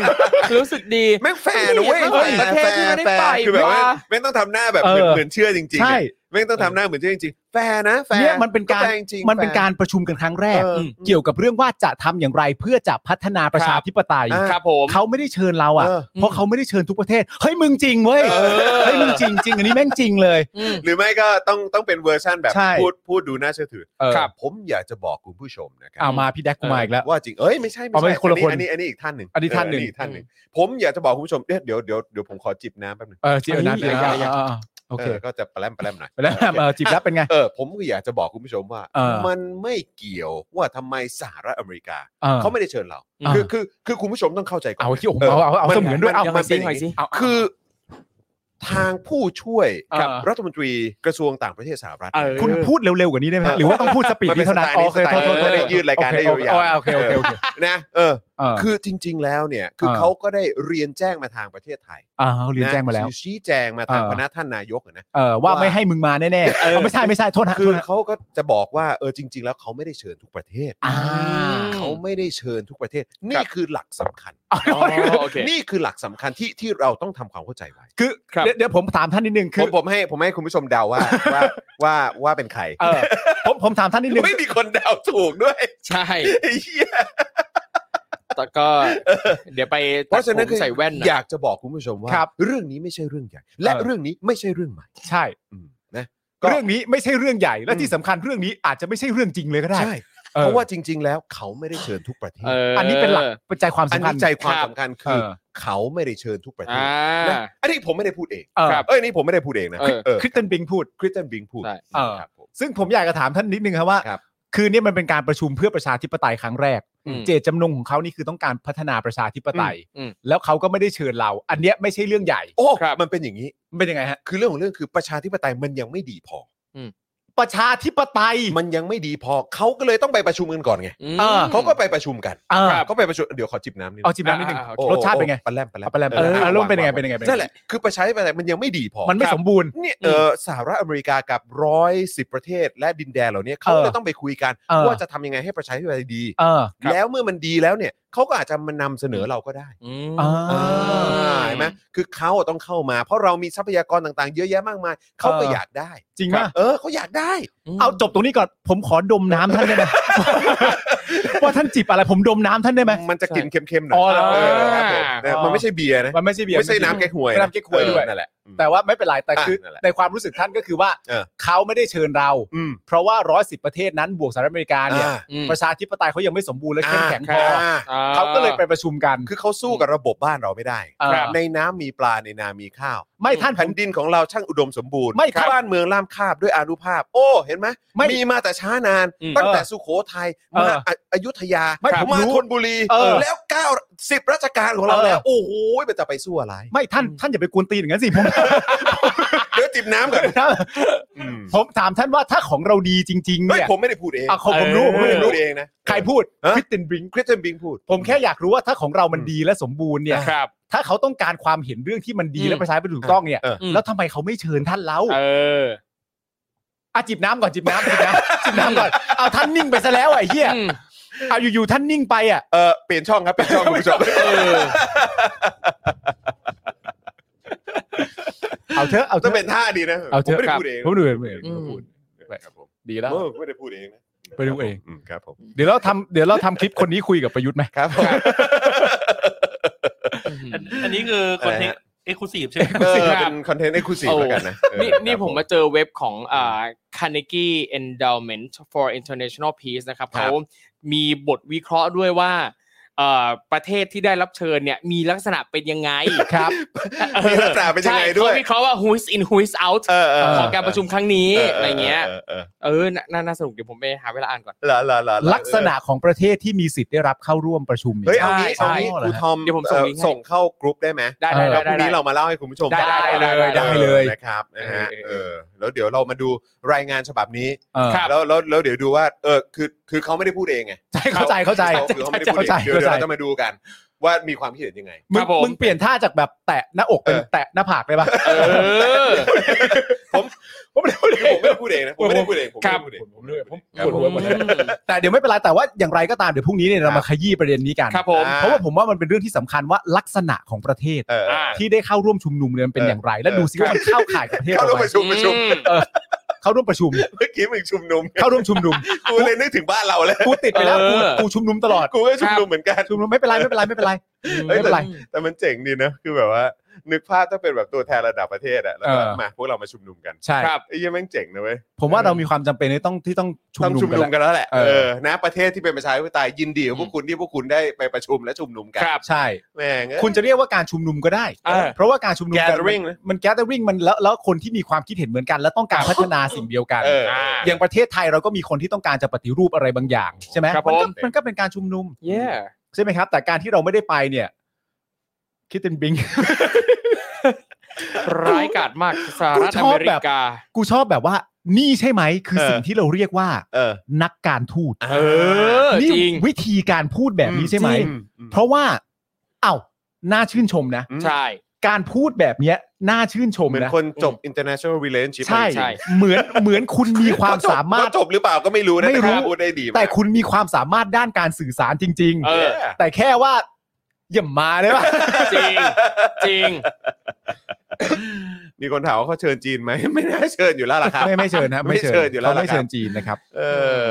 Speaker 1: รู้สึกดี
Speaker 2: แม่งแฟร์นะเว้ย
Speaker 1: เฮ้ยประเทศที่ไม่ได้ไป
Speaker 2: คือแบบว่า
Speaker 1: ว่ะ
Speaker 2: แม่งต้องทำหน้าแบบ
Speaker 3: เออ
Speaker 2: เหมือนเชื่อจริงๆ
Speaker 3: ใช่
Speaker 2: อะแม่งต้องทำหน้าเหมือนเชื่อจริงๆแฟร์นะแฟร์
Speaker 3: เนี่ยมันเป็นการ
Speaker 2: แฟจริงๆ
Speaker 3: มันเป็น
Speaker 2: แฟ
Speaker 3: การประชุมกันครั้งแรก
Speaker 2: เออ
Speaker 3: เกี่ยวกับเรื่องว่าจะทำอย่างไรเพื่อจะพัฒนาประชาธิปไตย
Speaker 2: อ่ะ
Speaker 1: ครับผม
Speaker 3: เขาไม่ได้เชิญเราอ่ะ
Speaker 2: เออ
Speaker 3: เพราะเขาไม่ได้เชิญทุกประเทศ เฮ้ยมึงจริงเว้ย
Speaker 2: เออ
Speaker 3: เฮ้ยมึงจริงจริงอันนี้แม่งจริงเลย
Speaker 1: อืม
Speaker 2: หรือไม่ก็ต้องต้องเป็นเวอร์ชั่นแบบ
Speaker 3: ใช่
Speaker 2: พูดพูดดูน่าเชื่อถือ
Speaker 3: เออ
Speaker 1: ครับ
Speaker 2: ผมอยากจะบอกคุณผู้ชมนะครั
Speaker 3: เอามาพี่แดกกูมาอีกแล้ว
Speaker 2: ว่าจริงเอ้ยไม่ใช่ไม่
Speaker 3: เอาไป
Speaker 2: ใช่
Speaker 3: คนละคน
Speaker 2: อันนี้อันนี้อีกท่านหนึ่ง
Speaker 3: อันนี้ท่านหนึ่ง
Speaker 2: เอีกท่านหนึ่งผมอยากจะบอกคุณผู้ชมเดี๋ยวเดี๋ยวเดี๋ยวเดี๋ยวผมขอจิบน้ำแป๊บหนึง
Speaker 3: เออจีบนะ
Speaker 1: อันนี้
Speaker 3: จีบนะ
Speaker 1: อย่าอย่า
Speaker 3: อ่าอ่าโอเค
Speaker 2: เออก็จะแปลมแปลมหน่อย
Speaker 3: ไปแล้วเออจีบแล้วเป็นไง
Speaker 2: เออผมก็อยากจะบอกคุณผู้ชมว่า
Speaker 3: เออ
Speaker 2: มันไม่เกี่ยวว่าทำไมสหรัฐอเมริกา
Speaker 3: ออ
Speaker 2: เขาไม่ได้เชิญเรา
Speaker 3: อ่า
Speaker 2: คือคือคือคุณผู้ชมต้องเข้าใจก่อน
Speaker 3: เอาที่โอ้โหเอาเอาเอา
Speaker 2: มัน
Speaker 3: เสมือนด้วย
Speaker 2: มั
Speaker 3: เอา
Speaker 2: น
Speaker 1: ยังไงสิยังไงสิ
Speaker 3: เอา
Speaker 2: คือทางผู้ช่วย
Speaker 3: อ่า
Speaker 2: กับรัฐมนตรีกระทรวงต่างประเทศสหรัฐ
Speaker 1: เออ
Speaker 3: คุณพูดเร็วๆกว่านี้ได้ไหม
Speaker 2: เอ
Speaker 3: ฮะ
Speaker 2: อ
Speaker 3: หรือว่าต้องพูดสปีดนี้เท่านั้น
Speaker 2: มันเป็นสไตล์นี้
Speaker 3: โอเคโทษโทษโทษ
Speaker 2: สไตล์นี้ยืดรายการได้ยาวๆ
Speaker 3: โอเคโอเคโอเคโอเค
Speaker 2: นะเออ
Speaker 3: เออ
Speaker 2: คือจริง ๆ แล้วเนี่ยคือ
Speaker 3: เออ
Speaker 2: เขาก็ได้เรียนแจ้งมาทางประเทศไทย
Speaker 3: อ่าเขาเรียนแจ้งมาแล้ว
Speaker 2: คือชี้แจงมาทาง
Speaker 3: เออ
Speaker 2: คณะท่านนายกอะนะ
Speaker 3: เออว่า
Speaker 2: ว่า
Speaker 3: ไม่ให้มึงมาแน่ๆเออไม่ใช่ไม่ใช่โทษนะ
Speaker 2: คื
Speaker 3: โท
Speaker 2: อ
Speaker 3: ษนะ
Speaker 2: เขาก็จะบอกว่าเออจริง ๆ แล้วเขาไม่ได้เชิญทุกประเทศ
Speaker 3: อ่า
Speaker 2: เขาไม่ได้เชิญทุกประเทศ นี่คือหลักสำคัญ
Speaker 1: อ๋อโอเค
Speaker 2: นี่คือหลักสำคัญที่ที่เราต้องทำความเข้าใจไว้
Speaker 3: คือ
Speaker 1: ครับ
Speaker 3: เดี๋ยวเดี๋ยวผมถามท่านนิดนึง
Speaker 2: ผ
Speaker 3: คื
Speaker 2: ม
Speaker 3: อ
Speaker 2: ผมให้ผมให้คุณผู้ชมเดาว่าว่าว่าว่าเป็นใคร
Speaker 3: เออผมผมถามท่านนิดนึง
Speaker 2: ไม่มีคนเดาถูกด้วย
Speaker 1: ใช่
Speaker 2: ไอ้เหี้ย
Speaker 1: ตอนก็เดี๋ยวไป
Speaker 2: เพราะฉะนั้น
Speaker 1: ตัดผมใส่แว่นหน่อย
Speaker 2: อยากจะบอกคุณผู้ชมว่า
Speaker 3: ครับ
Speaker 2: เรื่องนี้ไม่ใช่เรื่องใหญ่ และ
Speaker 3: เออ
Speaker 2: เรื่องนี้ไม่ใช่เรื่องใหม่
Speaker 3: ใช่
Speaker 2: อืมนะ
Speaker 3: เรื่องนี้ไม่ใช่เรื่องใหญ่และที่สำคัญเรื่องนี้อาจจะไม่ใช่เรื่องจริงเลยก็ได้
Speaker 2: ใช่
Speaker 3: ออ
Speaker 2: เพราะว่าจริง ๆ แล้วเขาไม่ได้เชิญทุกประเทศ
Speaker 3: อันนี้เป็นหลักเป็นใจความ
Speaker 2: อัน
Speaker 3: สำคัญ
Speaker 2: นี้ใจความสำคัญคือ
Speaker 3: เออ
Speaker 2: เขาไม่ได้เชิญทุกประเทศ
Speaker 1: อ่า
Speaker 2: นะอันนี้ผมไม่ได้พูดเอง
Speaker 3: เออ
Speaker 1: ครับ
Speaker 2: เอ้ยนี่ผมไม่ได้พูดเองนะ
Speaker 1: เออ
Speaker 2: เออ
Speaker 3: คริสเตนบิงพูด
Speaker 2: คริสเตนบิงพูด
Speaker 1: ใช่
Speaker 3: เออ
Speaker 2: ครับผม
Speaker 3: ซึ่งผมอยากจะถามท่านนิดนึงครับว่า
Speaker 2: ครับ
Speaker 3: คืนนี้มันเป็นการประชุมเพื่อประชาธิปไตยครั้งแรก
Speaker 1: อืม
Speaker 3: เจตจำนงของเขานี่คือต้องการพัฒนาประชาธิปไตย
Speaker 1: อืมอืม
Speaker 3: แล้วเขาก็ไม่ได้เชิญเรา อันเนี้ยไม่ใช่เรื่องใหญ่
Speaker 2: โอ้
Speaker 1: ครับ
Speaker 2: มันเป็นอย่างนี้
Speaker 3: มันเป็นยังไงฮะ
Speaker 2: คือเรื่องของเรื่องคือประชาธิปไตยมันยังไม่ดีพอ
Speaker 3: ประชาธิปไตย
Speaker 2: มันยังไม่ดีพอ เขาก็เลยต้องไปประชุมกันก่อนไง
Speaker 1: ม
Speaker 3: เออ
Speaker 2: เขาก็ไปประชุมกัน
Speaker 3: เออ
Speaker 2: เขาไปประชุมเดี๋ยวขอจิบน้ำนิดนึ
Speaker 3: เอา
Speaker 2: ง
Speaker 3: จิบน้ำนิดนึง
Speaker 1: อ่า
Speaker 2: โอ้
Speaker 3: รสชาติเป็นไง
Speaker 2: โอ้ปลาแรมปลาแรม
Speaker 3: ปลาแรมเอออารมณ์เป็นยังไง
Speaker 2: วา
Speaker 3: เป็นยังไงเป็นยังไง
Speaker 2: นั่นแหละคือประชาธิปไตยมันยังไม่ดีพอ
Speaker 3: มันไม่สมบูรณ์
Speaker 2: เนี่ยเออสหรัฐอเมริกากับร้อยสิบประเทศ และดินแดนเหล่านี้เขา
Speaker 3: เออ
Speaker 2: จะต้องไปคุยกัน
Speaker 3: เออ
Speaker 2: ว่าจะทำยังไงให้ประชาธิปไตยดี
Speaker 3: เออ
Speaker 1: ครับ
Speaker 2: แล้วเมื่อมันดีแล้วเนี่ยเขาก็อาจจะมานำเสนอเราก็ได้
Speaker 1: อืม
Speaker 3: อ่า
Speaker 2: อ่าเห็นไหมคือเขาอะต้องเข้ามา เพราะเรามีทรัพยากรต่างๆ เยอะแยะมากมายเขาก็
Speaker 3: เอออ
Speaker 2: อยากได้
Speaker 3: จริงป่ะ
Speaker 2: เออเขาอยากได้
Speaker 3: เอาจบตรงนี้ก่อน ผมขอดมน้ำท่านได้ไห ม ว่าท่านจิบอะไรผมดมน้ำท่านได้ไหม
Speaker 2: มันจะกลินเค็มๆหน่อย
Speaker 3: อ๋อเหรอ
Speaker 2: เออครับผมนะ
Speaker 3: อ๋อ
Speaker 2: มันไม่ใช่เบียร์นะ
Speaker 3: มันไม่ใช่เบียร์
Speaker 2: ไม่ใช่น้ำแก้ควย
Speaker 3: ไม่ใช่น้ำแก้ควย
Speaker 2: เออ
Speaker 3: ด้วย
Speaker 2: นั่นแหละอืม
Speaker 3: แต่ว่าไม่เป็นไรแต่คือ
Speaker 2: นั่นแหละ
Speaker 3: ในความรู้สึกท่านก็คือว่า
Speaker 2: เออ
Speaker 3: เขาไม่ได้เชิญเรา
Speaker 2: อืม
Speaker 3: เพราะว่าร้อยสิบประเทศนั้นบวกสหรัฐอเมริกาเนี่ย
Speaker 2: อ่า
Speaker 1: อืม
Speaker 3: ประชาธิปไตยเขายังไม่สมบูรณ์และเข้มแข็งพออา
Speaker 1: อ่
Speaker 3: เขาก็เลยไปประชุมกัน
Speaker 2: คือเขาสู้กับระบบบ้านเราไม่ได้
Speaker 3: เอ่อ
Speaker 2: ในน้ำมีปลาในนามีข้าว
Speaker 3: ไม่ท่านผ
Speaker 2: แผ่
Speaker 3: ม
Speaker 2: นดินของเราช่างอุดมสมบูรณ์
Speaker 3: ไม่ครับ
Speaker 2: บ้านเมืองล่ามคาบด้วยอานุภาพ โอ้เห็นไหม
Speaker 3: ไม่
Speaker 2: มีมาแต่ช้านาน
Speaker 1: อืม
Speaker 2: ตั้งแต่
Speaker 3: เออ
Speaker 2: สุโขทัย
Speaker 3: เอ
Speaker 2: มา
Speaker 3: อ
Speaker 2: ออยุธยา
Speaker 3: ไม่ผม
Speaker 2: มา
Speaker 3: รู้
Speaker 2: ธนบุรี
Speaker 3: เออ
Speaker 2: แล้วเก้าสิบราชการของเรา
Speaker 3: เออ
Speaker 2: แล้ว โอ้โหมันจะไปสู้อะไร
Speaker 3: ไม่ท่านท่านอย่าไปกวนตีนอย่างนั้นสิผม
Speaker 2: เดี๋ยวจิบน้ำก่อนอืม
Speaker 3: ผมถามท่านว่าถ้าของเราดีจริง ๆ
Speaker 2: เฮ้ย
Speaker 3: เนี่ย
Speaker 2: ผมไม่ได้พูดเอง
Speaker 3: อ่ะผมผมรู้ผม
Speaker 2: ไม่
Speaker 3: ไม่
Speaker 2: ได้
Speaker 3: ได้
Speaker 2: พู
Speaker 3: รู้
Speaker 2: ดเองนะ
Speaker 3: ใครพูด
Speaker 2: ฮะ
Speaker 3: คริสตินบริง
Speaker 2: คริสเตนบิงพูด
Speaker 3: ผมแค่อยากรู้ว่าถ้าของเรามัน
Speaker 2: อืม
Speaker 3: ดีและสมบูรณ์เนี่ย
Speaker 2: อ่ะ
Speaker 1: ครับ
Speaker 3: ถ้าเขาต้องการความเห็นเรื่องที่มันดี
Speaker 1: อืม
Speaker 3: และประชาธิปไตยถูกต้องเนี่ย
Speaker 2: เออ
Speaker 3: แล้วทำไมเขาไม่เชิญท่านเล่า
Speaker 1: เออ
Speaker 3: อ่ะจิบน้ำก่อนจิบน้ำจิบน้ำจิบน้ำก่อนเอาท่านนิ่งไปซะแล้วไอ้เหี้ย
Speaker 1: อืม
Speaker 3: เอาอยู่ๆท่านนิ่งไปอ่ะ
Speaker 2: เออเปลี่ยนช่องครับเปลี่ยนช่องคุณผู้ชม
Speaker 3: เอาเถอะเอาเถ
Speaker 2: ต้องเป็
Speaker 3: อะ
Speaker 2: นท่าดีนะ
Speaker 3: เอาเถ
Speaker 2: ผม
Speaker 3: อะ
Speaker 2: ไม่ได้พูดเอง
Speaker 3: ผมดูเอง
Speaker 1: อืม
Speaker 3: พูด
Speaker 2: ครับผม
Speaker 3: ดีแล้ว
Speaker 2: ผมไม่ได้พูดเองนะ
Speaker 3: ไปดูเอง
Speaker 2: มครับผม
Speaker 3: เดี๋ยวเราทำเดี๋ยวเราทำค ลิปคนนี้คุยกับประยุทธ์ไหม
Speaker 2: ครับผม
Speaker 5: อันอันนี้คือคอนเทนต์เอ็กซ์คลูซีฟใช่ไหม
Speaker 2: เออเป็นคอนเทนต์เอ็กซ์คลูซีฟแล้วกันนะเออ
Speaker 1: นี่นี่
Speaker 2: ครับ
Speaker 1: ผมมาเจอเว็บของอ่า Carnegie Endowment for International Peace นะครับเขามีบทวิเคราะห์ด้วยว่าเอ่อประเทศที่ได้รับเชิญเนี่ยมีลักษณะเป็นยังไง
Speaker 3: ครับ
Speaker 2: มีลักษณะเป็นยังไง
Speaker 1: ใช่
Speaker 2: ด้วย
Speaker 1: เขาวิเคราะห์ว่า who is in who is out
Speaker 2: เออเออ
Speaker 1: ของการประชุมครั้งนี้อะไรเงี้ย
Speaker 2: เออเออ
Speaker 1: เออน่าน่าน่าสนุกเดี๋ยวผมไปหาเวลาอ่านก่อน
Speaker 2: เออเหรอเหรอเหรอเหรอ
Speaker 3: ลักษณะของประเทศที่มีสิทธิ์ได้รับเข้าร่วมประชุมนี่
Speaker 2: เฮ้ยเอางี้
Speaker 1: ใช่
Speaker 2: เอางี้
Speaker 3: อ๋อ
Speaker 2: ค
Speaker 3: เหร
Speaker 2: รู
Speaker 3: อฮะ
Speaker 2: ทอม
Speaker 1: เดี๋ยวผมส่งลิงก์ให้
Speaker 2: ส่งเข้ากรุ๊ปได้ไหม
Speaker 1: ได้ได้
Speaker 2: แล้วพ
Speaker 1: ได้
Speaker 2: รุ่ง
Speaker 1: ได้
Speaker 2: นี้เรามาเล่าให้คุณผู้ชม
Speaker 1: ได้
Speaker 2: ฟัง
Speaker 1: ได้ได้ได้ได้
Speaker 3: เลย
Speaker 2: นะครับนะฮะ
Speaker 1: เออเออ
Speaker 2: เออแล้วเดี๋ยวเรามาดูรายงานฉบับนี้
Speaker 3: เออ
Speaker 2: แล้วแล้วแล้วเดี๋ยวดูว่าเออคือคือเขาไม่ได้พูดเองไง
Speaker 3: ใช่เข้าใจเข้าใจ
Speaker 2: คือเขาไม่ได้พูดเอง
Speaker 3: เข้าใจ
Speaker 2: เดี๋ยวเดี๋ยว
Speaker 3: เข้าใจ
Speaker 2: เราจะมาดูกัน ว่ามีความคิดเห็นยังไง
Speaker 3: มึ
Speaker 1: ค
Speaker 3: ง
Speaker 1: รับผม
Speaker 3: มึงเปลี่ยนท่าจากแบบแตะหน้าอกเป็น
Speaker 2: เออ
Speaker 3: แตะหน้าผากเลยปะ
Speaker 1: เออ
Speaker 2: ผมไม่ได้พูดเองผมไม่ได้พูดเองนะผมไม่ได้พูดเองผมไม่
Speaker 1: ครั
Speaker 2: ได้
Speaker 1: บ
Speaker 2: พูดเอง
Speaker 3: ปวดหัวหมดเลยแต่เดี๋ยวไม่เป็นไรแต่ว่าอย่างไรก็ตามเดี๋ยวพรุ่งนี้เนี่ยเรามาขยี้ประเด็นนี้กัน
Speaker 1: ครับผม
Speaker 2: อ่า
Speaker 3: เพราะว่าผมว่ามันเป็นเรื่องที่สำคัญว่าลักษณะของประเทศ
Speaker 2: เออเออ
Speaker 1: อ่า
Speaker 3: ที่ได้เข้าร่วมชุมนุมเนี่ยมันเป็น
Speaker 2: เออ
Speaker 3: อ
Speaker 2: อ
Speaker 3: ย่างไร แล้วดูซิว่ามันเข้าข่ายกับประเทศ
Speaker 2: เข้า
Speaker 3: เรา
Speaker 2: ร่วม
Speaker 3: ไห
Speaker 2: ประ
Speaker 3: ม
Speaker 2: ชุมประชุม
Speaker 1: อื
Speaker 3: เข้าร่วมประชุม
Speaker 2: เมื่อกี้มึงชุมนุม
Speaker 3: เข้าร่วมชุมนุม
Speaker 2: กูเลยนึกถึงบ้านเราเลย
Speaker 3: กูติดไปแล้วกู
Speaker 1: เออ
Speaker 3: กูชุมนุมตลอด
Speaker 2: กูก็ชุมนุมเหมื อนกัน
Speaker 3: ชุมนุมไม่เป็นไรไม่เป็นไรไม่เป็นไร
Speaker 2: เฮ้ย
Speaker 3: ไม่เป็นไร
Speaker 2: แต่มันเจ๋งดีนะคือแบบว่า นึกภาพถ้าเป็นแบบตัวแทนระดับประเทศอะแล้วก็
Speaker 3: เออ
Speaker 2: มาพวกเรามาชุมนุมกัน
Speaker 3: ใช่
Speaker 1: ครับ
Speaker 2: ไอ้เหี้ยังแม่งเจ๋งนะเว้ย
Speaker 3: ผมว่าเรามีความจำเป็นที่ต้องที่ต้องชุม
Speaker 2: ต้อง
Speaker 3: นุม
Speaker 2: ชุม
Speaker 3: กัน
Speaker 2: นุม
Speaker 3: แล้ว
Speaker 2: กันแล้วแหละ
Speaker 3: เออ
Speaker 2: เออนะประเทศที่เป็นประชาธิปไตยยินดีกับพวกคุณที่พวกคุณได้ไปประชุมและชุมนุมกัน
Speaker 1: ครับ
Speaker 3: ใช่
Speaker 2: แม่งเอ้ย
Speaker 3: คุณจะเรียกว่าการชุมนุมก็ได้
Speaker 1: เออ
Speaker 3: เพราะว่าการชุมนุมกั
Speaker 2: Gathering นะ
Speaker 3: มัน gathering มันแล้วแล้วคนที่มีความคิดเห็นเหมือนกัน และต้องการพัฒนาสิ่งเดียวกัน
Speaker 2: เออ
Speaker 1: อ่า
Speaker 3: อย่างประเทศไทยเราก็มีคนที่ต้องการจะปฏิรูปอะไรบางอย่างใช่ไหม
Speaker 1: ครับ
Speaker 3: มัน
Speaker 1: ผ
Speaker 3: ก็
Speaker 1: ม
Speaker 3: มันก็เป็นการชุมนุม
Speaker 1: เย่
Speaker 3: ใช่ไหมครับ แต่การที่เราไม่ได้ไปเนี่ย คิดเป็นบิง
Speaker 1: ร้ายกาจมากสหรัฐ
Speaker 3: กูช
Speaker 1: อ
Speaker 3: อบ
Speaker 1: เมริ
Speaker 3: แบบ
Speaker 1: กา
Speaker 3: กูชอบแบบว่า นี่ใช่ไหมคือ
Speaker 2: เออ
Speaker 3: สิ่งที่เราเรียกว่า
Speaker 2: เออ
Speaker 3: นักการทูต
Speaker 2: เอ
Speaker 1: เออ
Speaker 3: นี่
Speaker 1: จริง
Speaker 3: วิธีการพูดแบบนี้ใช่ไหม เพราะว่า เอ้าน่าชื่นชมนะ
Speaker 1: ใช่
Speaker 3: การพูดแบบเนี้ยน่าชื่นชม
Speaker 2: เหมือน
Speaker 3: นะ
Speaker 2: คนจบ international relationship
Speaker 3: ใช่
Speaker 1: ใช่
Speaker 3: เหมือนเหมือนคุณมีความสามารถ
Speaker 2: ว่จบหรือเปล่าก็ไม่รู้นะ
Speaker 3: ไม่รู้
Speaker 2: แต่พูดได้ดีมาก
Speaker 3: แต่คุณมีความสามารถด้านการสื่อสารจริง
Speaker 1: เออ
Speaker 3: ๆ แต่แค่ว่าอย่ามาได้ปะ
Speaker 1: จริง จ ริง
Speaker 2: มีคนถามว่าเขาเชิญจีนไหม ไม่น่าเชิญอยู่แล้วล่ะครับ
Speaker 3: ไม่ไม่เชิญนะ
Speaker 2: ไม่เชิญอยู่แล้ว
Speaker 3: เขาไม่
Speaker 2: ล่ะครับ
Speaker 3: เชิญจีนนะครับ
Speaker 2: เอ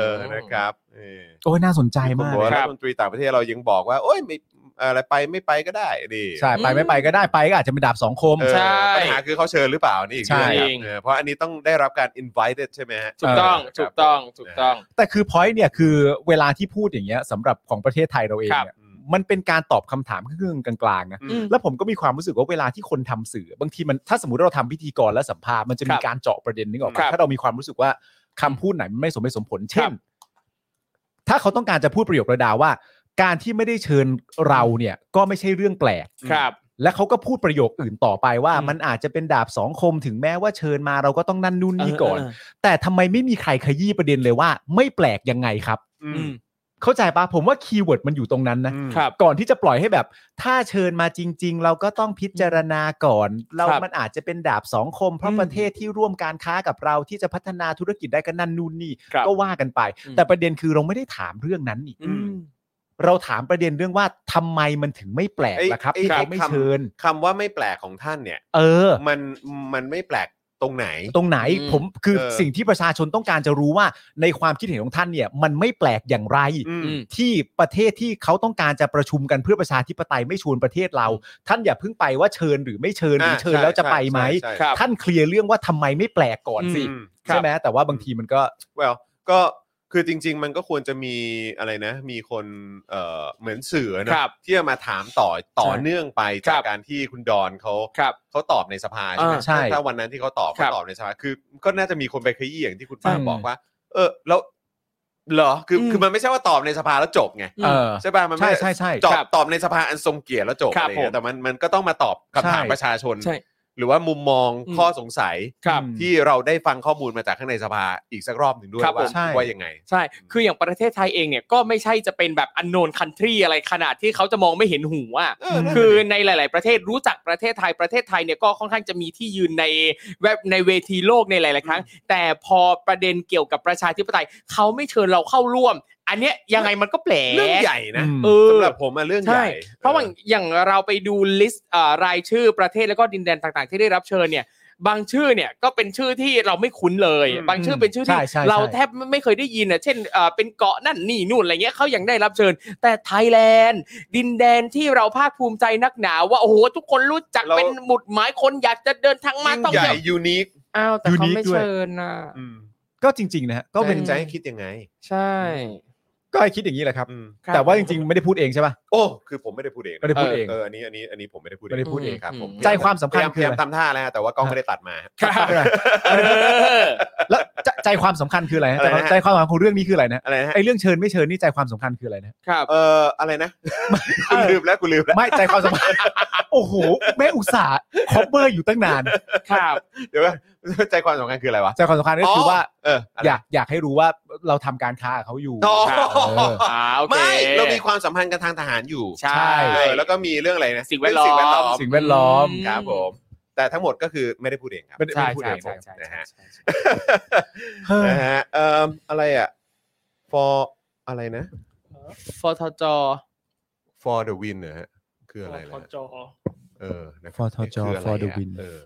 Speaker 2: อนะครับ เออ
Speaker 3: โอ้ยน่าสนใจมาก
Speaker 2: คุณบอกว่า
Speaker 1: ค
Speaker 2: รั
Speaker 1: รั
Speaker 2: ฐ
Speaker 1: บ
Speaker 2: มนตรีต่างประเทศเรายังบอกว่า โอ้ยไม่อะไรไปไม่ไปก็ได้นี่
Speaker 3: ใช่ไปไม่ไปก็ได้ไปก็อาจจะเป็นดาบสองคม
Speaker 2: เออ
Speaker 1: ใช่
Speaker 2: ปัญหาคือเขาเชิญหรือเปล่านี่อีก
Speaker 3: ใช่
Speaker 2: เรื่องหนึ่
Speaker 1: จริ
Speaker 2: ง
Speaker 1: ง
Speaker 2: เออเพราะอันนี้ต้องได้รับการ invited ใช่ไหมฮะ
Speaker 1: ถูกต้อง
Speaker 2: เ
Speaker 1: ถูกต้องถูกต้อง
Speaker 3: แต่คือพอยต์เนี่ยคือเวลาที่พูดอย่างเงี้ยสำหรับของประเทศไทยเราเอง
Speaker 1: ครับ
Speaker 3: เนี่ยมันเป็นการตอบคำถามครึ่งๆกลางๆนะ
Speaker 2: อืม
Speaker 3: แล้วผมก็มีความรู้สึกว่าเวลาที่คนทำสื่อ บางทีมันถ้าสมมติเราทำพิธีกรและสัมภาษณ์มันจะมี
Speaker 1: ครับ
Speaker 3: การเจาะประเด็นนึกออก
Speaker 1: ครั
Speaker 3: มา
Speaker 1: บ
Speaker 3: ถ้าเรามีความรู้สึกว่าคำพูดไหนมันไม่สมเหตุสมผล เช่
Speaker 1: ครั
Speaker 3: น
Speaker 1: บ
Speaker 3: ถ้าเขาต้องการจะพูดประโยคระดาว่า การที่ไม่ได้เชิญเราเนี่ยก็ไม่ใช่เรื่องแปลก
Speaker 1: ครับ
Speaker 3: และเขาก็พูดประโยคอื่นต่อไปว่า
Speaker 1: อืม
Speaker 3: มันอาจจะเป็นดาบสองคมถึงแม้ว่าเชิญมาเราก็ต้องนั่นนู่นนี่ก่อน
Speaker 1: เเ
Speaker 3: แต่ทำไมไม่มีใครขยี้ประเด็นเลยว่า ไม่แปลกยังไงครับ
Speaker 2: อื
Speaker 1: อื
Speaker 2: ม
Speaker 1: ม
Speaker 3: เข้าใจปะผมว่าคีย์เวิร์ดมันอยู่ตรงนั้นนะ
Speaker 2: อืม
Speaker 1: ครับ
Speaker 3: ก่อนที่จะปล่อยให้แบบ ถ้าเชิญมาจริง ๆ เราก็ต้องพิจารณาก่อน เรา
Speaker 1: ครับ
Speaker 3: มันอาจจะเป็นดาบสองคม เพราะ
Speaker 1: อืม
Speaker 3: ประเทศที่ร่วมการค้ากับเราที่จะพัฒนาธุรกิจได้ก็นั่นนู่นนี่
Speaker 1: ครับ
Speaker 3: ก็ว่ากันไป
Speaker 1: อืม
Speaker 3: แต่ประเด็นคือเราไม่ได้ถามเรื่องนั้นนี่
Speaker 1: อืม
Speaker 3: เราถามประเด็นเรื่องว่าทำไมมันถึงไม่แปลก
Speaker 2: ไอ้
Speaker 3: ล่ะครับ
Speaker 2: ไอ้
Speaker 3: ที่
Speaker 2: ครับ
Speaker 3: เขาไม่เชิญ
Speaker 2: คำว่าไม่แปลกของท่านเนี่ย
Speaker 3: เออ
Speaker 2: มันมันไม่แปลกตรงไหน
Speaker 3: ตรงไหน
Speaker 1: อืม
Speaker 3: ผมคือ
Speaker 2: เออ
Speaker 3: สิ่งที่ประชาชนต้องการจะรู้ว่าในความคิดเห็นของท่านเนี่ย มันไม่แปลกอย่างไร
Speaker 2: อืม
Speaker 1: อืม
Speaker 3: ที่ประเทศที่เขาต้องการจะประชุมกันเพื่อประชาธิปไตยไม่ชวนประเทศเรา ท่านอย่าเพิ่งไปว่าเชิญหรือไม่เชิญหรือ
Speaker 2: อ่า
Speaker 3: เชิญแล้วจะ
Speaker 2: ใช่
Speaker 3: ไปไหม
Speaker 2: ใช่ใช่
Speaker 1: ครับ
Speaker 3: ท่านเคลียร์เรื่องว่าทำไมไม่แปลกก่อนสิ
Speaker 2: อืม
Speaker 3: ใช่ไหมแต่ว่าบางทีมันก็
Speaker 2: well ก็คือจริง ๆ มันก็ควรจะมีอะไรนะ มีคนเอ่อเหมือนสื่อเน
Speaker 1: ครั
Speaker 2: อะ
Speaker 1: บ
Speaker 2: ที่จะมาถามต่อต่อเนื่องไป
Speaker 1: ครั
Speaker 2: จาก
Speaker 1: บ
Speaker 2: การที่คุณดอนเขา
Speaker 1: ครับ
Speaker 2: เขาตอบในสภาใช่ไหม
Speaker 1: อ่า
Speaker 3: ใช่
Speaker 2: ถ้าวันนั้นที่เขาตอบ
Speaker 1: ครั
Speaker 2: เขา
Speaker 1: บ
Speaker 2: ตอบในสภาคือ ก็น่าจะมีคนไปขยี้อย่างที่คุณป้า
Speaker 1: อืม
Speaker 2: บอกว่า เออแล้วเหรอคืออ
Speaker 1: ม
Speaker 2: คือมันไม่ใช่ว่าตอบในสภาแล้วจบไง
Speaker 3: เออ
Speaker 2: ใช่ป่ะมันไม่
Speaker 3: ใช่ใช่ใช่
Speaker 2: ตอบ
Speaker 1: ครับ
Speaker 2: ตอบในสภาอันทรงเกียรติแล้วจบ
Speaker 1: ครับ
Speaker 2: อะไรเงี้ย
Speaker 1: ผม
Speaker 2: แต่มันมันก็ต้องมาตอบคำถาม
Speaker 3: ใช่
Speaker 2: ประชาชน
Speaker 1: ใช่
Speaker 2: หรือว่ามุมมอง
Speaker 1: อืม
Speaker 2: ข้อสงสัย
Speaker 1: ครับ
Speaker 3: อืม
Speaker 2: ที่เราได้ฟังข้อมูลมาจากข้างในสภาอีกสักรอบหนึ่งด้วย
Speaker 1: ครับ
Speaker 2: ว่า
Speaker 1: ผม
Speaker 3: ใช่
Speaker 2: ว่ายังไง
Speaker 1: ใช่ คืออย่างประเทศไทยเองเนี่ยก็ไม่ใช่จะเป็นแบบอันโนนคันทรีอะไรขนาดที่เขาจะมองไม่เห็นหูอ่ะ
Speaker 2: เออนั่นน่ะ
Speaker 1: คือ
Speaker 2: ดิ
Speaker 1: ในหลาย ๆ ประเทศรู้จักประเทศไทยประเทศไทยเนี่ยก็ค่อนข้างจะมีที่ยืนในเว็บในเวทีโลกในหลาย ๆ ครั้ง แต่พอประเด็นเกี่ยวกับประชาธิปไตยเขาไม่เชิญเราเข้าร่วม อันเนี้ยยังไงมันก็แปลก
Speaker 2: เรื่องใหญ่นะ
Speaker 3: อืม
Speaker 1: เออ
Speaker 2: สำหรับผมอะเรื่องให
Speaker 1: ใช่
Speaker 2: ญ่
Speaker 1: เพราะว่าอย่างเราไปดูลิสต์เอ่อรายชื่อประเทศแล้วก็ดินแดนต่าง ๆ ที่ได้รับเชิญเนี่ย บางชื่อเนี่ยก็เป็นชื่อที่เราไม่คุ้นเลย บางชื่อเป็นชื่อที่
Speaker 3: ใช่ใช่
Speaker 1: เรา
Speaker 3: ใช่
Speaker 1: แทบไม่เคยได้ยินอ่ะ เช่นเอ่อเป็นเกาะนั่นนี่นู่นอะไรเงี้ยเขายังได้รับเชิญ แต่ไทยแลนด์ ดินแดนที่เราภาคภูมิใจนักหนาว่าโอ้โหทุกคนรู้จักเป็นหมุดหมายคนอยากจะเดินทางมา
Speaker 2: ยิ่
Speaker 1: ต้อง
Speaker 2: งใหญ่
Speaker 1: เที่ยว
Speaker 2: ยูนิค
Speaker 1: อ้าวแต่เขา
Speaker 3: unique
Speaker 1: ไม่
Speaker 3: ด้วย
Speaker 1: เชิญนะ
Speaker 3: ก็จริง ๆ นะฮะก็
Speaker 2: ก็
Speaker 3: เป็
Speaker 2: เป็น นใจให้คิดยังไง
Speaker 1: ใช่
Speaker 3: ก็ให้คิดอย่างนี้แหละครับ
Speaker 2: อืม
Speaker 1: ครับ
Speaker 3: แต่ว่าจริง ๆ ไม่ได้พูดเองใช่ป่ะ
Speaker 2: โอ้ คือผมไม่ได้พูดเองนะ
Speaker 3: ไม่ได้พูดเอง
Speaker 2: เอออันนี้อันนี้อันนี้ผมไม่ได้พูด
Speaker 3: ไม่ได้พูดเอง
Speaker 2: ครับผม
Speaker 3: ใจความสำ
Speaker 2: พ
Speaker 3: คัญ
Speaker 2: ยายามพ
Speaker 3: คือย
Speaker 2: ยาาม
Speaker 3: อะไร
Speaker 2: ทำท่าแล้วแต่ว่ากล้องไม่ได้ตัดมา
Speaker 3: แล้วใจใจความสำคัญคืออะไรฮะ
Speaker 2: อะไรนะ
Speaker 3: ใจความสำคัญของเรื่องนี้คืออะไรนะ
Speaker 2: อะไรนะฮะ
Speaker 3: ไอ้เรื่องเชิญไม่เชิญนี่ใจความสำคัญคืออะไรนะ
Speaker 1: ครับ
Speaker 2: เอออะไรนะกูลืมแล้วกูลืมแล้ว
Speaker 3: ไม่ใจความสำ คัญ โอ้โหแม่อุตส่าห์คอปเปอร์อยู่ตั้งนาน
Speaker 1: ครับ
Speaker 2: เดี๋ยวก่อน ใจความสำคัญคืออะไรวะ
Speaker 3: ใจความสำคัญก็คือว่า
Speaker 2: เอออะไร
Speaker 3: อยากอยากให้รู้ว่าเราทำการค้ากับเขาอยู่
Speaker 2: อ๋อ
Speaker 3: เออ
Speaker 1: อ่าโอเค
Speaker 2: ไม่เรามีความสัมพันธ์กันทางทหารอยู่
Speaker 1: ใช่
Speaker 2: เออแล้วก็มีเรื่องอะไรนะ
Speaker 1: สิ่งแวดล้อม
Speaker 2: เรื่
Speaker 3: สิ่งแวดล้อม
Speaker 1: อืม
Speaker 2: ครับผมแต่ทั้งหมดก็คือไม่ได้พูดเองครับ
Speaker 3: ไม่ได้
Speaker 1: ใช่
Speaker 3: พูด
Speaker 1: ใช่
Speaker 3: เอง
Speaker 1: ใช่
Speaker 3: ครับ
Speaker 1: ใช่
Speaker 2: นะฮะ
Speaker 1: ใช่
Speaker 3: เฮ้ย
Speaker 2: นะฮะเอ่ออะไรอ่ะ for อะไรนะ
Speaker 1: ฟทจ
Speaker 2: for the win นะฮะคืออะไร
Speaker 5: พอ
Speaker 2: นะ
Speaker 5: จอ
Speaker 2: เออนะค
Speaker 3: ฟ
Speaker 2: รับ
Speaker 3: อทจ
Speaker 2: คืออะไระ
Speaker 3: for the win
Speaker 2: เออ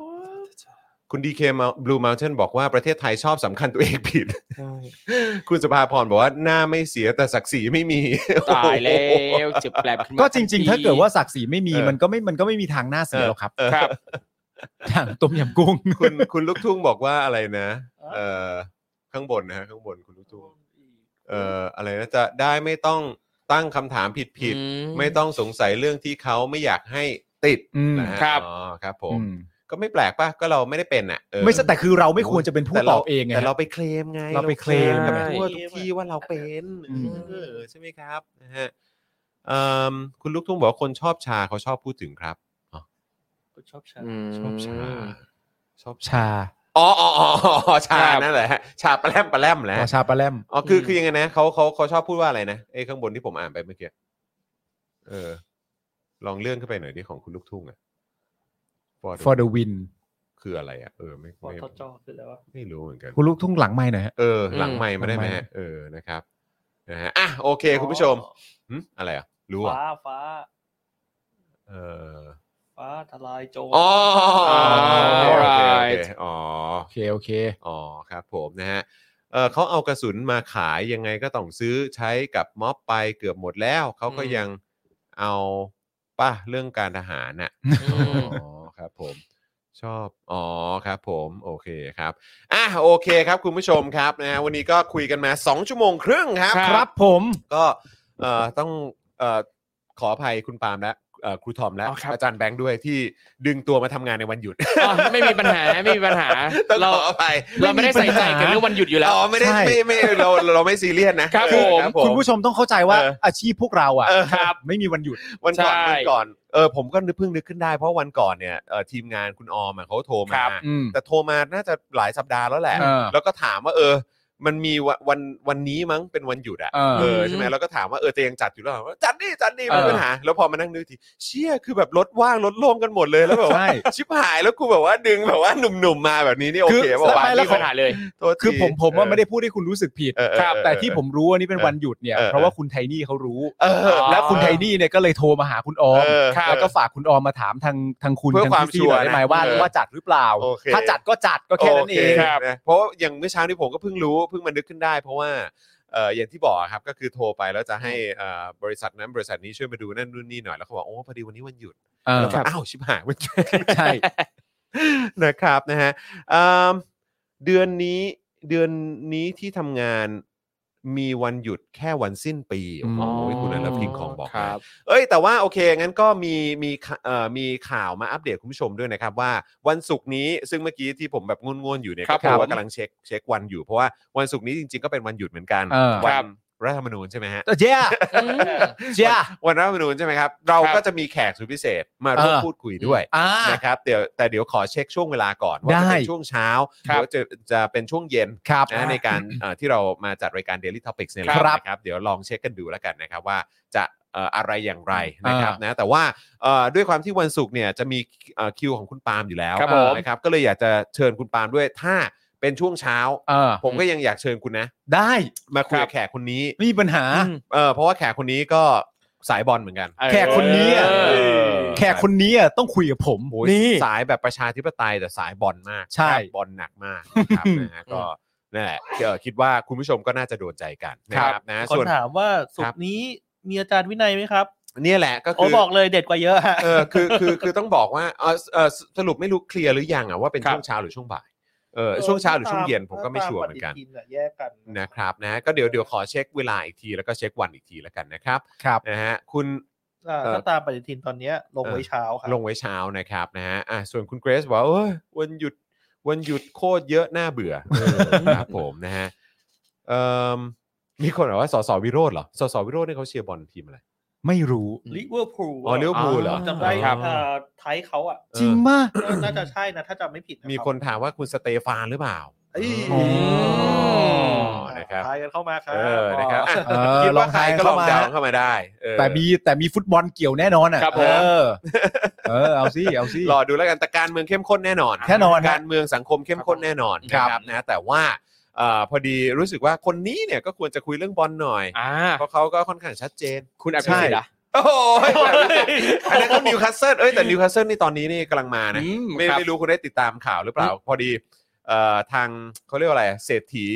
Speaker 2: คุณดีเคบลูมาลเทนบอกว่าประเทศไทยชอบสำคัญตัวเองผิด คุณสภาพรบอกว่าหน้าไม่เสียแต่ศักดิ์ศรีไม่มี
Speaker 1: ตายแล้
Speaker 2: โอ้โห
Speaker 1: วเจ็บแปลบขึ้นม
Speaker 3: ก็จริง
Speaker 1: นที
Speaker 3: ๆ ถ้าเกิดว่าศักดิ์ศรีไม่มี
Speaker 2: เออ
Speaker 3: มันก็ไม่มันก็ไม่มีทางหน้าเสียหรอกครับ
Speaker 2: เออ
Speaker 1: ครับ
Speaker 3: อย่างต้ม ยำกุ้ง
Speaker 2: คุณคุณลูกทุ่งบอกว่าอะไรนะเออข้างบนนะฮะข้างบนคุณลูกทุ่งเอ่ออะไรนะจะได้ไม่ต้องตั้งคำถามผิดผิดๆ
Speaker 1: อื
Speaker 2: ไม่ต้องสงสัยเรื่องที่เขาไม่อยากให้ติด
Speaker 3: อืม
Speaker 2: นะฮะ
Speaker 1: ครับ
Speaker 2: อ๋อครับผม
Speaker 3: อืม
Speaker 2: ก็ไม่แปลกป่ะ ก็เราไม่ได้เป็นอ่ะเออ
Speaker 3: ไม่ใช่แต่คือเราไม่ควรจะเป็นผู้
Speaker 2: แต่
Speaker 3: ต
Speaker 2: รา
Speaker 3: อบเองไง
Speaker 2: แต่เราไปเคลมไง
Speaker 3: เราไปเคลม
Speaker 2: กับ
Speaker 3: ใช่
Speaker 2: ทั่วทุกที่ว่าเราเป็น
Speaker 3: อืม
Speaker 2: เออใช่ไหมครับนะฮะเอิ่มคุณลูกทุ่งบอกว่าคนชอบชาเขาชอบพูดถึงครับ
Speaker 5: คุณชอบฉัน
Speaker 1: อืม
Speaker 2: ชอบชา ชอบชา
Speaker 3: ชา
Speaker 2: อ๋ออ๋ออ๋ออ๋อชา
Speaker 1: ครับ
Speaker 2: นั่นแหละฮะชาปลาแลมปลาแลมแหละ
Speaker 3: ชาปลาแรม
Speaker 2: อ๋อคือคือยังไงนะเขาเขาเขาชอบพูดว่าอะไรนะไอ้ข้างบนที่ผมอ่านไปเมื่อกี้เออ ลองเลื่อนขึ้นไปหน่อยดิของคุณลูกทุ่งอ่ะ For the
Speaker 3: ฟอร์ดวิน
Speaker 2: คืออะไรอ่ะเออไม่
Speaker 5: พอ
Speaker 2: ไม่
Speaker 5: ทจอคืออะไรวะ
Speaker 2: ไม่รู้เหมือนกัน
Speaker 3: คุณลูกทุ่งหลังไม่หน่อยฮะ
Speaker 2: เออ หลัง
Speaker 1: อืม
Speaker 2: ไม่มาได้ไหม
Speaker 3: หลังไมค์
Speaker 2: ฮะเออนะครับนะฮะอ่ะโอเค คุณผู้ชมหึอะไรอ่ะ รู้อ่ะ
Speaker 5: ฟ้าฟ้า
Speaker 2: เออ
Speaker 5: ฟ้าทลายโจร
Speaker 2: อ๋อโอเคโอเคโอเค
Speaker 1: Alright
Speaker 2: อ๋อ
Speaker 3: โอเคโอเค
Speaker 2: อ๋อครับผมนะฮะ เอ่อเขาเอากระสุนมาขายยังไงก็ต้องซื้อใช้กับม็อบไปเกือบหมดแล้ว เขาก็
Speaker 1: อืม
Speaker 2: ยังเอาป่ะเรื่องการทหารน่ะ
Speaker 1: อืม
Speaker 2: อ๋อครับผมชอบ อ๋อครับผมโอเคครับอ่ะโอเคครับคุณผู้ชมครับนะฮะวันนี้ก็คุยกันมา 2 ชั่วโมงครึ่งครับ
Speaker 1: ครับ
Speaker 3: ครับผม
Speaker 2: ก็เอ่อต้องเอ่อขออภัยคุณปาล์มและเอ่อครูทอมและ
Speaker 1: อ๋อครับ
Speaker 2: อาจารย์แบงค์ด้วยที่ดึงตัวมาทำงานในวันหยุด
Speaker 1: อ๋อไม่มีปัญหาไม่มีปัญหา
Speaker 2: ต้อง
Speaker 1: เรา
Speaker 2: ขออภัย
Speaker 1: เราไม่ได้ใส่ใจกับเรื่องวันหยุดอยู่แล้ว
Speaker 2: อ๋อไม่ได้
Speaker 3: ใช่
Speaker 2: ไม่ไม่เราเราไม่ซีเรียสนะครับ เออ
Speaker 1: ผม
Speaker 3: คุณผู้ชมต้องเข้าใจว่า
Speaker 2: เออ
Speaker 3: อาชีพพวกเราอ่ะ
Speaker 2: เออครับ
Speaker 3: ไม่มีวันหยุด
Speaker 2: วันก่อน
Speaker 1: ใช่
Speaker 2: วันก่อนเออผมก็นึกเพิ่งนึกขึ้นได้เพราะวันก่อนเนี่ยเอ่อทีมงานคุณออมอะเขาโทรมา
Speaker 3: อืม
Speaker 2: แต่โทรมาน่าจะหลายสัปดาห์แล้วแหละ
Speaker 3: เออ
Speaker 2: แล้วก็ถามว่าเออ มันมีวันวันวันนี้มั้งเป็นวันหยุดอะ
Speaker 3: เออ
Speaker 2: เออใช่ไหมแล้วก็ถามว่าเออจะยังจัดอยู่หรือเปล่าว่าจัดดิจัดดิไม่
Speaker 3: เอ
Speaker 2: มี
Speaker 3: อ
Speaker 2: ปัญหา แล้วพอมานั่งนึกทีเชี่ยคือแบบรถว่างรถโล่งกันหมดเลยแล้วแบบว่า
Speaker 3: ใช่
Speaker 2: ชิบหายแล้วกูแบบว่าดึงแบบว่าหนุ่มๆมาแบบนี้นี่โอเค
Speaker 3: คือ
Speaker 2: ป่า
Speaker 1: ไม่
Speaker 2: วะ
Speaker 3: ไปแล้
Speaker 1: มี
Speaker 3: ว
Speaker 1: ปัญหาเลย
Speaker 2: โทษที
Speaker 3: คือผมผมว่าไม่ได้
Speaker 2: เ
Speaker 3: พูดให้คุณรู้สึกผิด
Speaker 2: เออเออ
Speaker 3: ครับ
Speaker 2: เออ
Speaker 3: แต่ที่ผมรู้ว่านี่เป็น
Speaker 2: เออ
Speaker 3: วันหยุดเนี่ย
Speaker 2: เออ
Speaker 3: เพราะว่าคุณไทนี่เขารู้
Speaker 2: ออเออ
Speaker 3: แล้วคุณไทนี่เนี่ยก็เลยโทรมาหาคุณออม
Speaker 2: เออ
Speaker 1: ครับ
Speaker 3: แล้วก็ฝากคุณออมมาถามทางทางคุณ
Speaker 2: เพื่อ
Speaker 3: ทาง
Speaker 2: ความ
Speaker 3: พี่ซีหน่อยได้ไหม
Speaker 2: ชัวร์นะ
Speaker 3: ว่า
Speaker 2: เออ
Speaker 3: ว่าจัดหรือเปล่า
Speaker 2: โอเค
Speaker 3: ถ้าจัดก็จัดก็แค่นั้นเอง
Speaker 2: โคนะเพราะว่าอย่างเมื่อเช้านี้ผมก็เพิ่งรู้เพิ่งมานึกขึ้นได้ เพราะว่าเอ่ออย่างที่บอกครับก็คือโทรไปแล้วจะให้เอ่อบริษัทนั้นบริษัทนี้ช่วยมาดูนั่นนู่นนี่หน่อยแล้วเขาบอกโอ้พอดีวันนี้วันหยุด
Speaker 3: เออ
Speaker 2: แล้วก็อ้าวชิบหายวันหยุด
Speaker 3: ใช่
Speaker 2: นะครับนะฮะเอิ่มเดือนนี้เดือนนี้ที่ทำงานมีวันหยุดแค่วันสิ้นปีโอ้โห
Speaker 3: อ๋อ
Speaker 2: คุณอนุพิงของบอก
Speaker 1: ค
Speaker 2: มา
Speaker 1: รับ
Speaker 2: เอ้ยแต่ว่าโอเคงั้นก็มีมีข่าเอ่อมีข่าวมาอัปเดตคุณผู้ชมด้วยนะครับว่าวันศุกร์นี้ซึ่งเมื่อกี้ที่ผมแบบง่วนๆอยู่เนี่ย
Speaker 1: ครั
Speaker 2: ก็
Speaker 1: บ
Speaker 2: คือว่า
Speaker 1: ผม
Speaker 2: กำลังเช็คเช็ควันอยู่เพราะว่าวันศุกร์นี้จริงๆก็เป็นวันหยุดเหมือนกัน
Speaker 3: เออ
Speaker 2: วั
Speaker 1: ครับ
Speaker 2: รัฐธรรมนูญใช่ไหมฮะ
Speaker 3: เจ้าเจ้า
Speaker 2: วันรัฐธรรมนูญใช่ไหมครับเรา
Speaker 1: ครับ
Speaker 2: ก็จะมีแขกสุดพิเศษมาร่วม
Speaker 3: เออ
Speaker 2: พูดคุยด้วย
Speaker 3: อ่า
Speaker 2: นะครับเดี๋ยวแต่เดี๋ยวขอเช็คช่วงเวลาก่อนว่าจะ
Speaker 3: ได้
Speaker 2: เป็นช่วงเช้าห
Speaker 1: ค
Speaker 2: รื
Speaker 1: รั
Speaker 2: อ
Speaker 1: บ
Speaker 2: ว่าจะจะเป็นช่วงเย็น
Speaker 3: ครับ
Speaker 2: นะในการเอ่อที่เรามาจัดรายการ Daily Topics เนี่ยแหละ
Speaker 3: ครับ
Speaker 2: นะครับเดี๋ยวลองเช็คกันดูแล้วกันนะครับว่าจะเอ่ออะไรอย่างไรนะครับนะแต่ว่าเอ่อด้วยความที่วันศุกร์เนี่ยจะมีเอ่อคิวของคุณปาล์มอยู่แล้ว
Speaker 3: ครับผม
Speaker 2: นะครับก็เลยอยากจะเชิญคุณปาล์มด้วยถ้าเป็นช่วงเช้า
Speaker 3: เออ
Speaker 2: ผมก็ยังอยากเชิญคุณนะ
Speaker 3: ได้
Speaker 2: มาคุยกับ
Speaker 1: ครับ
Speaker 2: แขกคนนี้
Speaker 3: ไม่มีปัญหา
Speaker 1: อืม
Speaker 2: เอ่อเพราะว่าแขกคนนี้ก็สายบอลเหมือนกัน
Speaker 3: แขกคนนี้อะ
Speaker 1: เออ
Speaker 3: แขกคนนี้อ่ะต้องคุยกับผม
Speaker 2: โอ้ย
Speaker 1: นี่
Speaker 2: สายแบบประชาธิปไตยแต่สายบอลมาก
Speaker 3: ใช่
Speaker 2: ครับบอลหนักมากนะครับนะฮะก็นั่นแหละเอ่อคิดว่าคุณผู้ชมก็น่าจะโดนใจกันนะครับนะ
Speaker 5: คน
Speaker 2: ส่วน
Speaker 5: ถามว่าสุ
Speaker 2: ครั
Speaker 5: ก
Speaker 2: บ
Speaker 5: ร์นี้มีอาจารย์วินัยไหมครับ
Speaker 2: เนี่ยแหละก็
Speaker 5: โอ้
Speaker 2: คือ
Speaker 5: บอกเลยเด็ดกว่าเยอะฮะ
Speaker 2: เออคือคือคือต้องบอกว่าเออเออสสรุปไม่รู้เคลียร์หรือยังอ่ะว่าเป็น
Speaker 1: ครับ
Speaker 2: ช่วงเช้าหรือช่วงบ่ายเออช่วงเช้าหรือช่วงเย็นผมก็ไม่ชัวร์เหมือนกัน
Speaker 5: ถ้าตาปฏิะแยกกันนะ
Speaker 2: นะครับนะก็เดี๋ยวเดี๋ยวขอเช็คเวลาอีกทีแล้วก็เช็ควันอีกทีแล้วกันนะครับ
Speaker 3: ครับ
Speaker 2: นะฮะคุณ
Speaker 5: อ่า
Speaker 2: เออ
Speaker 5: ถ้าตามปฏิทินตอนเนี้ยลงไว้เช้าครั
Speaker 2: ลงไว้เช้านะครับนะฮะอ่ะส่วนคุณเกรซบอกว่าเอ้ยวันหยุดวันหยุดโคตรเยอะน่าเบื่อ เออครับผมนะฮะเอ่มมีคนบอกว่าสสวิโรธเหรอสสวิโรธเนี่ยเขาเชียร์บอลทีมอะไร
Speaker 3: ไม่รู้
Speaker 5: ลิเวอร์พูล
Speaker 2: อ๋อลิเวอร์พูลเหรอ
Speaker 5: จำได้
Speaker 2: ครับ
Speaker 5: เอ่อไทยเขาอ่ะ
Speaker 2: เออ
Speaker 3: จริงมาก
Speaker 5: น่าจะใช่นะ ถ้าจำไม่ผิดะรับ
Speaker 2: มีคนถามว่าคุณสเตฟานหรือเปล่า
Speaker 5: เอ้ย
Speaker 3: อ๋อ
Speaker 2: นะครับ
Speaker 5: ทายกันเข้ามาครับ
Speaker 2: เออ นะครับอ่ะ
Speaker 3: เออ
Speaker 2: คิด
Speaker 3: ล
Speaker 2: ว่า
Speaker 3: อง
Speaker 2: ใคร
Speaker 3: ทาย
Speaker 2: ก็ล
Speaker 3: เข้า
Speaker 2: อง
Speaker 3: มา
Speaker 2: เดาเข้ามาได้เออ
Speaker 3: แต่มีแต่มีฟุตบอลเกี่ยวแน่นอนอ่ะ
Speaker 1: ครับผม
Speaker 3: เออเออเอาสิเอาสิ
Speaker 2: รอดูแล้วกันแต่การเมืองเข้มข้นแน่นอน
Speaker 3: แน่นอนครับ
Speaker 2: การเมืองสังคมเข้มข้นแน่นอน
Speaker 3: ครับ
Speaker 2: นะครับนะแต่ว่าเอ่อพอดีรู้สึกว่าคนนี้เนี่ยก็ควรจะคุยเรื่องบอลหน่อย
Speaker 1: อ่า
Speaker 2: เพราะเขาก็ค่อนข้างชัดเจน
Speaker 1: คุณอภิสิทธิ์อะ
Speaker 2: โอ้ยอันนั้นก็นิวคาสเซิลเอ้ยแต่นิวคาสเซิลนี่ตอนนี้นี่กำลังมานะ
Speaker 1: อืม
Speaker 2: ไม่
Speaker 1: ครับ
Speaker 2: ไม่รู้คุณได้ติดตามข่าวหรือเปล่า พอดีเอ่อทางเขาเรียกว่าอะไรเศรษฐี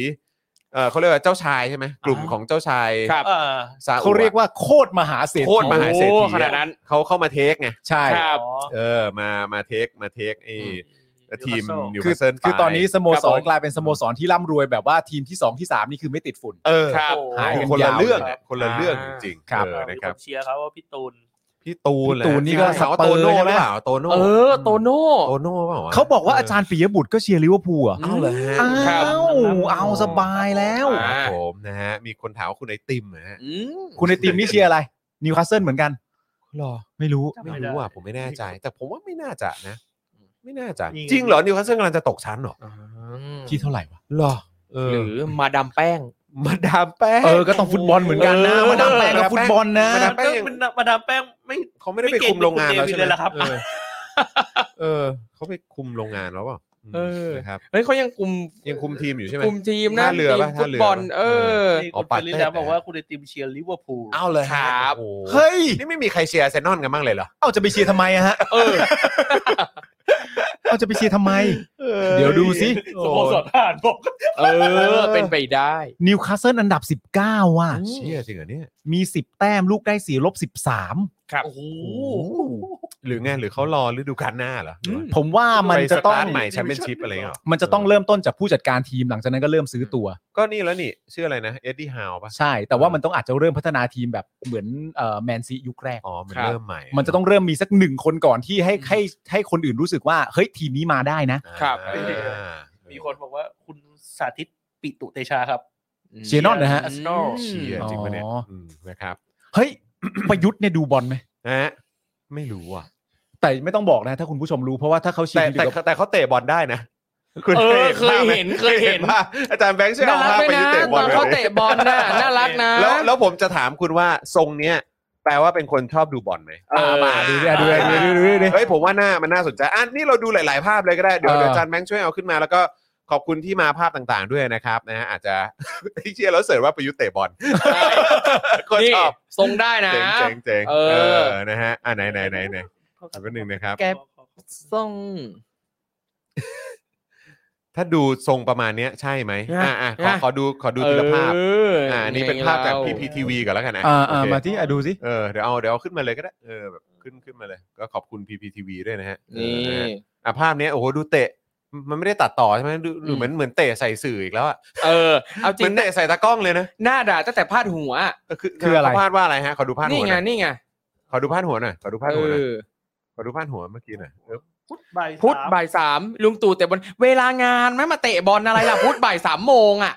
Speaker 2: เอ่อเขาเรียกว่าเจ้าชายใช่ไหมกลุ่มของเจ้าชาย
Speaker 1: ครับ
Speaker 5: เอ่อ
Speaker 2: ซาอุอะ
Speaker 3: เขาเรียกว่าโคตรมหาเศรษฐี
Speaker 2: โคตรมหาเศรษฐี
Speaker 1: โอ้
Speaker 2: อะ
Speaker 1: ขนาดนั้น
Speaker 2: เขาเข้ามาเทคไง
Speaker 3: ใช่
Speaker 1: ครับ
Speaker 2: เออมามาเทคมาเทคไอ้ทีม
Speaker 5: Newcastle
Speaker 2: นิว
Speaker 3: คือ
Speaker 2: คาสเซิล
Speaker 3: คือตอนนี้สโม
Speaker 1: ครับ
Speaker 3: ส
Speaker 1: ผ
Speaker 3: ร
Speaker 1: ม
Speaker 3: กลายเป็นสโมสรที่ร่ำรวยแบบว่าทีมที่ 2 ที่ 3 นี่คือไม่ติดฝุ่น
Speaker 2: เออ
Speaker 1: ครับ
Speaker 5: โอ้
Speaker 2: หาย
Speaker 3: กัน
Speaker 2: คนละ
Speaker 3: ยาว
Speaker 2: เรื่อง
Speaker 3: เลย
Speaker 2: อะคนละเรื่องจริงๆ
Speaker 3: ครับ
Speaker 2: เออ
Speaker 5: มี
Speaker 2: นะ
Speaker 5: ค
Speaker 2: ครับ
Speaker 5: นเชียร์เขาว่าพี่ตูน
Speaker 2: พี่ตูน
Speaker 3: พี่ตูนนี่ก็
Speaker 2: สาว
Speaker 3: สเป
Speaker 2: โต
Speaker 3: อร์
Speaker 2: โน่
Speaker 3: ใช่ไห
Speaker 2: ห
Speaker 3: ม
Speaker 2: รือเปล่าโตโน่
Speaker 1: เออโตโน่
Speaker 2: โตโน่เปล่าวะ
Speaker 3: เขาบอกว่าอาจารย์ปิยบุตรก็เชียร์ลิเวอร์พูลอ่ะ
Speaker 2: เอ้าเหรอฮะ
Speaker 1: ครั
Speaker 3: อ้า
Speaker 1: บ
Speaker 3: วเอาสบายแล้ว
Speaker 2: ค
Speaker 1: อ่า
Speaker 2: รับผมนะฮะมีคนถามว่าคุณไอติมนะฮะ
Speaker 1: อืม
Speaker 3: คุณในทีมนี่เชียร์อะไรนิวคาสเซิลเหมือนกัน
Speaker 2: หรอ
Speaker 3: ไม่รู้
Speaker 5: จำ
Speaker 2: ไม่รู้อ่ะผมไม่แน่ใจ แต่ผมว่าไม่น่าจะนะ ไม่น่าจะ
Speaker 5: จริง
Speaker 2: จริงเหรอนิวคาสเซิลกำลังจะตกชั้นเหรอ
Speaker 3: ที่เท่าไหร่วะ
Speaker 2: หรอเออ
Speaker 1: หรือมาดามแป้ง
Speaker 2: มาดามแป้ง
Speaker 3: เออ ก็ต้องฟุตบอลเหมือนกันนะ
Speaker 2: เออ
Speaker 3: มาดามแป้งกับฟุตบอลนะ
Speaker 2: มาดาม
Speaker 5: แป้งมันมาดามแป้งไม่
Speaker 2: เขาไม่ได้ไปคุมโรงงานแล้วใช่ไหม
Speaker 5: ไม่เก่งเป็นคุณเดวิดเลยเหรอครับ
Speaker 2: เออเออ เขาไปคุมโรงงานแล้วเปล่าอืม
Speaker 1: เออ
Speaker 2: นะครับ
Speaker 1: เฮ้ยเขายังคุม
Speaker 2: ยังคุมทีมอยู่ใช่ไหม
Speaker 1: คุมทีมนะ
Speaker 2: ท่าเรือปะ
Speaker 1: ทีม
Speaker 2: ท่า
Speaker 1: ฟุต
Speaker 2: เรือบ
Speaker 1: อล
Speaker 2: ปะ
Speaker 1: เออ
Speaker 5: นี่
Speaker 2: อ๋
Speaker 5: คุ
Speaker 2: อ
Speaker 5: ณ
Speaker 2: ปา
Speaker 5: ป
Speaker 2: เต้
Speaker 5: รินดาบอกว่าคุณไอติมเชียร์ลิเวอร์พูล
Speaker 2: เอาเลยฮะ
Speaker 1: ครับ
Speaker 2: โอ้โห
Speaker 3: เฮ้ย
Speaker 2: นี่ไม่มีใครเชียร์อาร์เซนนอนกันบ้างเลยเหรอ
Speaker 3: เอ้าจะไปเชียร์ทำไมอะฮะ
Speaker 1: เออ
Speaker 3: เอาจะไปเชียร์ทำไม เดี๋ยวดูสิ
Speaker 5: สโมสรผ่านบอก
Speaker 1: เออ เป็นไปได้
Speaker 3: นิวคาสเซิลอันดับ 19 ว่ะ
Speaker 2: เชี่ยจริงเหรอเนี่ย
Speaker 3: มี 10 แต้มลูกได้4ลบ
Speaker 5: โอ้โห
Speaker 2: หรือไงหรือเขารอฤดูกาลหน้าเหรรอว่า
Speaker 3: 13 ผมว่ามันจะต้อง
Speaker 2: ไปสตาร์ทใหม่แชมเปี้ยนชิพอะไรเงี้ยหร
Speaker 3: มันจะต้องเริ่มต้นจากผู้จัดการทีมหลังจากนั้นก็เริ่มซื้อตัว
Speaker 2: ก็นี่แล้วนี่ชื่ออะไรนะเอ็ดดี้ฮาวปะ
Speaker 3: ใช่ แต่ว่ามันต้องอาจจะเริ่มพัฒนาทีมแบบเหมือนแมนซียุคแรก
Speaker 2: อ๋อมัน
Speaker 1: ครับ
Speaker 2: เริ่มใหม่
Speaker 3: มันจะต้องเริ่มมีสักหนึ่งคนก่อนที่ให้ให้ให้คนอื่นรู้สึกว่า เฮ้ย ทีมนี้มาได้นะ
Speaker 1: ครับ
Speaker 2: อ่า
Speaker 5: มีคนบอกว่าคุณสาธิตปิตุเตชาครับ
Speaker 3: เชียร์นอตนะฮะ
Speaker 5: อาร์เซนอล
Speaker 2: เชียร์จริงปะเนี่ย
Speaker 3: อ๋ออื
Speaker 2: มนะครับ
Speaker 3: เฮ้ย ประยุทธ์เนี่ยดูบอลไหม
Speaker 2: นะฮะไม่รู้อ่ะ
Speaker 3: แต่ไม่ต้องบอกนะ ถ้าคุณผู้ชมรู้เพราะว่าถ้าเขาเชีย
Speaker 2: แต่
Speaker 3: ร์ทีม
Speaker 2: แต่
Speaker 3: เดียวกับ
Speaker 2: แต่เขาเตะบอลได้นะ
Speaker 4: เออ
Speaker 2: ภาพ
Speaker 4: เคย
Speaker 2: ไม
Speaker 4: เห็นเคยเห็น
Speaker 2: ภาพอาจารย์แบงค์ช่วย
Speaker 1: น่า
Speaker 2: เอา
Speaker 1: รั
Speaker 2: ภา
Speaker 1: ก
Speaker 2: พ
Speaker 1: ด้วย
Speaker 2: ไป
Speaker 1: นะ
Speaker 2: เตะบ
Speaker 1: ต
Speaker 2: อ
Speaker 1: อ
Speaker 2: ล
Speaker 1: น
Speaker 2: ไว้
Speaker 1: เขาเตะบอลน่ะน่ารักนะ
Speaker 2: แล้วแล้วผมจะถามคุณว่าทรงเนี้ยแปลว่าเป็นคนชอบดูบอลไหม
Speaker 1: เออ
Speaker 3: มาดูดิอ่ะดูดิดูดิดูดิ
Speaker 2: เฮ้ยผมว่าหน้ามันน่าสนใจอ่ะนี่เราดูหลาย ๆ ภาพเลยก็ได้เดี๋ยว
Speaker 3: เออ
Speaker 2: เดี๋ยวอาจารย์แบงค์ช่วยเอาขึ้นมาแล้วก็ขอบคุณที่มาภาพต่างๆด้วยนะครับนะฮะอาจจะ ที่เชียร์แล้วเสริร์ฟว่าประยุทธ์เตะบอลโคน
Speaker 1: นี่
Speaker 2: ชอบ
Speaker 1: ทรงได้นะ
Speaker 2: เจ๋งเจ๋งเจ๋ง
Speaker 1: เอ
Speaker 2: เอ
Speaker 1: อ
Speaker 2: อนะฮะอ่ะไหนไหนไหนไหนขอบคุณหนึ่งนะครับ
Speaker 1: แก ทรง
Speaker 2: ถ้าดูทรงประมาณเนี้ยใช่ไหมอ่ะอ่ะขอ
Speaker 1: นะ
Speaker 2: ขอดูขอดูทีละภาพ
Speaker 1: เอออ่า
Speaker 2: อ่านี่เป็นภาพจาก PPTV ก่อนแล้วกันนะ
Speaker 3: อ่า
Speaker 2: โอ
Speaker 3: อ่า
Speaker 2: เค
Speaker 3: มาที่อ่ะดูสิ
Speaker 2: เออเดี๋ยวเอาเดี๋ยวเอาขึ้นมาเลยก็ได้เออแบบขึ้นขึ้นมาเลย ก็ขอบคุณ PPTV ด้วยนะฮะเอ
Speaker 1: นี่
Speaker 2: อนะฮะ อ่ะภาพเนี้ยโอ้โหดูเตะมันไม่ได้ตัดต่อใช่ไหมดูดู
Speaker 1: อืม
Speaker 2: เหมือนเหมือนเตะใส่สื่ออีกแล้วอ่ะ
Speaker 1: เออ เอาจ
Speaker 2: เห
Speaker 1: ริ
Speaker 2: มื
Speaker 1: ง
Speaker 2: อนเตะใส่ตากล้องเลยนะ
Speaker 1: หน้าด่าตั้งแต่พาดหัว
Speaker 2: เออคือ
Speaker 3: คืออะไร
Speaker 2: เขาพาดว่าอะไรฮะขอดูพาดหั
Speaker 1: นี่
Speaker 2: วห
Speaker 1: ไง
Speaker 2: น่อย
Speaker 1: นี่ไง
Speaker 2: ขอดูพาดหัวหน่อยขอดูพาด
Speaker 1: เอ
Speaker 2: หัวหน่อย
Speaker 1: อ
Speaker 2: ขอดูพาดหัวเมื่อกี้หน่อยเออ
Speaker 5: พุทธใบายสาม
Speaker 1: พุธบ่ายสามลุงตู่แต่บอลเวลางานไม่มาเตะบอลอะไร ล่ะพุธบ่ายสามโมงอ่ะ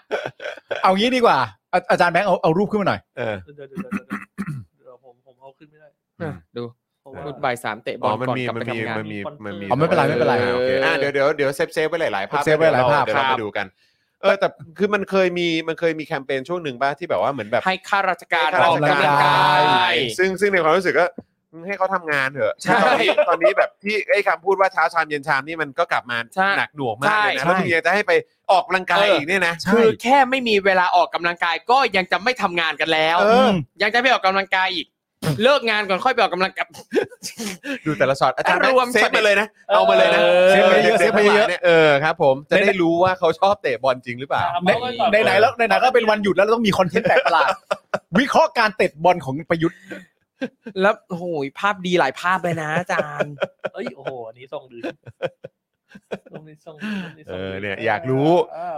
Speaker 3: เอางี้ดีกว่าอาอาจารย์แบงค์เอาเอารูปขึ้นมาหน่อย
Speaker 2: เออ
Speaker 5: เดี๋ยวเดี๋ยวเดี๋ยวเดี๋ยวเดี๋ยวผมผมเอาขึ้นไม่ได้
Speaker 1: อ่ะดู
Speaker 5: เพราะว่า
Speaker 1: พุธบ่ายสามเตะบ
Speaker 2: อ๋
Speaker 1: อ
Speaker 2: อ
Speaker 1: ล
Speaker 2: มัน
Speaker 1: ก่อน
Speaker 2: มี
Speaker 1: กลั
Speaker 2: มั
Speaker 1: บ
Speaker 2: นมี
Speaker 1: ไปทำงาน
Speaker 2: มันมีมันมี
Speaker 3: อ๋อไม่เป็นไรไม่เป็นไร
Speaker 2: ออโอคอ่ะ
Speaker 1: โอเค
Speaker 2: เดี๋ยวเดี๋ยวเดี๋ยวเซฟเซฟไว้หลายๆภาพ
Speaker 3: เซฟไว้หลายภาพ
Speaker 2: เดี๋ยวเรา
Speaker 3: ครับ
Speaker 2: มาดูกัน เออแต่คือมันเคยมีมันเคยมีแคมเปญช่วงหนึ่งป่ะที่แบบว่าเหมือนแบบ
Speaker 1: ให้ข้าราชการ
Speaker 2: ให้ข้ารา
Speaker 1: ออก
Speaker 2: ช
Speaker 1: กำลังกาย
Speaker 2: ซึ่งซึ่งในความรู้สึกก็ให้เขาทำงานเถอะ
Speaker 1: ใช่
Speaker 2: ตอนนี้ตอนนี้แบบที่ไอ้คำพูดว่าเช้าชามเย็นชามนี่มันก็กลับมา
Speaker 1: ใช่
Speaker 2: หนักหน่วงมากเลยนะ
Speaker 1: ใช่
Speaker 2: แล้วมึงยังจะให้ไปออกกำลังกายอีกเนี่ยนะ
Speaker 1: คือแค่ไม่มีเวลาออกกำลังกายก็ยังจะไม่ทำงานกันแล้ว
Speaker 2: เออ
Speaker 1: ยังจะไม่ออกกำลังกายอีก เลิกงานก่อนค่อยไปออกกำลังกาย
Speaker 2: ดูแต่ละช็อตอาจารย์แบง
Speaker 1: รวม
Speaker 2: ค์เซฟ
Speaker 1: ช็อตเด็
Speaker 2: มา
Speaker 1: ด
Speaker 2: เลยนะ
Speaker 5: เออ
Speaker 2: เอามาเลยนะ
Speaker 1: เออ
Speaker 2: ด็กๆ
Speaker 3: เซฟมาเยอะ
Speaker 2: ทั้งหลนี่เออครับผมจะได้รู้ว่าเขาชอบเตะบอลจริงหรือเปล่า
Speaker 5: เอา
Speaker 3: ใน
Speaker 5: มาว้ก่อ
Speaker 3: ในไหนแล้วในไหนก็เป็นวันหยุดแล้วเราต้องมีคอนเทนต์แปลกประหลาด วิเคราะห์การเตะบอลของประยุทธ์
Speaker 1: แล้วโอ้โหภาพดีหลายภาพเลยนะอาจารย์
Speaker 5: เอ้ยโอ้โหอันนี้ส่ง ดื้อส่งดื้อส่งดื้ส่งดื้
Speaker 2: เออเนี่ยอยากรู้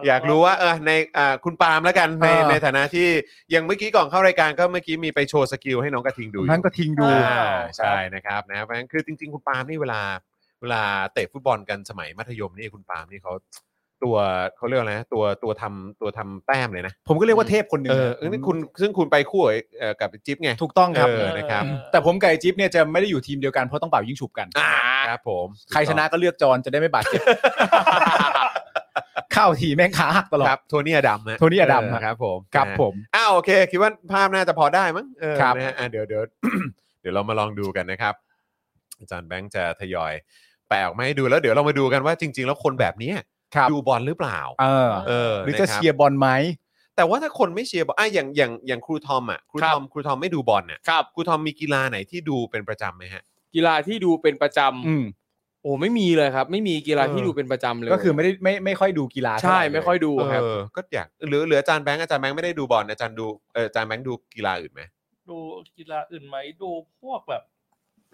Speaker 2: อยากรู้ว่าเออในอ่าคุณปาล์มแล้วกันในในฐานะที่ยังเมื่อกี้ก่อนเข้ารายการก็เมื่อกี้มีไปโชว์สกิลให้น้องกระทิงดูอยู่
Speaker 3: นั้นก็ทิ้งดู
Speaker 2: อ่าใช่นะครับนะเพราะฉะนั้นคือจริง ๆ คุณปาล์มนี่เวลาเวลาเตะฟุตบอลกันสมัยมัธยมนี่คุณปาล์มนี่เขาตัวเขาเรียกว่าอะไรนะตัวตัวทำตัวทำแต้มเลยนะ
Speaker 3: ผมก็เรียกว่าเทพคนหนึ่ง
Speaker 2: เออเออนี่คุณซึ่งคุณไปคู่กับเอ่อกับจิ๊บไง
Speaker 3: ถูกต้องครับ
Speaker 2: เออนะครับ
Speaker 3: แต่ผมกับไอ้จิ๊บเนี่ยจะไม่ได้อยู่ทีมเดียวกันเพราะต้องเป่ายิงฉุบกัน
Speaker 2: อ่าครับผม
Speaker 3: ใครชนะก็เลือกจอนจะได้ไม่บาดเจ็บ เข้าทีแม่งขาหักตลอ
Speaker 2: ครั
Speaker 3: ด
Speaker 2: บโทนี่อดัมฮะ
Speaker 3: โทนี่อดัมฮะ
Speaker 2: เครับผม
Speaker 3: ครับ
Speaker 2: นะฮะ
Speaker 3: ผม
Speaker 2: อ้าวโอเค คิดว่าภาพน่าจะพอได้มั้งเออ
Speaker 3: ครับ
Speaker 2: นะฮะอ่ะเดี๋ยวเดี๋ยว เดี๋ยวเรามาลองดูกันนะครับ อาจารย์แบงค์จะทยอยแปะออกมาให้ดูแล้วเดี๋ยวเรามาดูกันว่าจริง ๆ แล้วคนแบบเนี้ย
Speaker 3: ครับ
Speaker 2: ดูบอลหรือเปล่า
Speaker 3: เออ
Speaker 2: เออ
Speaker 3: หรือ
Speaker 2: นะค
Speaker 3: จะ
Speaker 2: บ
Speaker 3: เชียร์บอลไหม
Speaker 2: แต่ว่าถ้าคนไม่เชียร์บอลอ่ะอย่างอย่างอย่างครูทอมอ่ะครูทอมครูทอมไม่ดูบอลน่ะ
Speaker 1: ครับ
Speaker 2: ครูทอมมีกีฬาไหนที่ดูเป็นประจำไหมฮะ
Speaker 1: กีฬาที่ดูเป็นประจำ
Speaker 3: อืม
Speaker 1: โอ้ไม่มีเลยครับ ไม่มีกีฬาที่
Speaker 2: เออ
Speaker 1: ดูเป็นประจำเลย
Speaker 3: ก็คือไม่ได้ไม่ไม่ค่อยดูกีฬาเท่า
Speaker 1: ใช่
Speaker 3: ไหร่
Speaker 1: ไม่ค่อยดูครับ
Speaker 2: เออก็อยากหรือหรืออาจารย์แบงค์อาจารย์แบงค์ไม่ได้ดูบอลอาจารย์ดูเอออาจารย์แบงค์ดูกีฬาอื่นไหม
Speaker 5: ดูกีฬาอื่นไหมดูพวกแบบ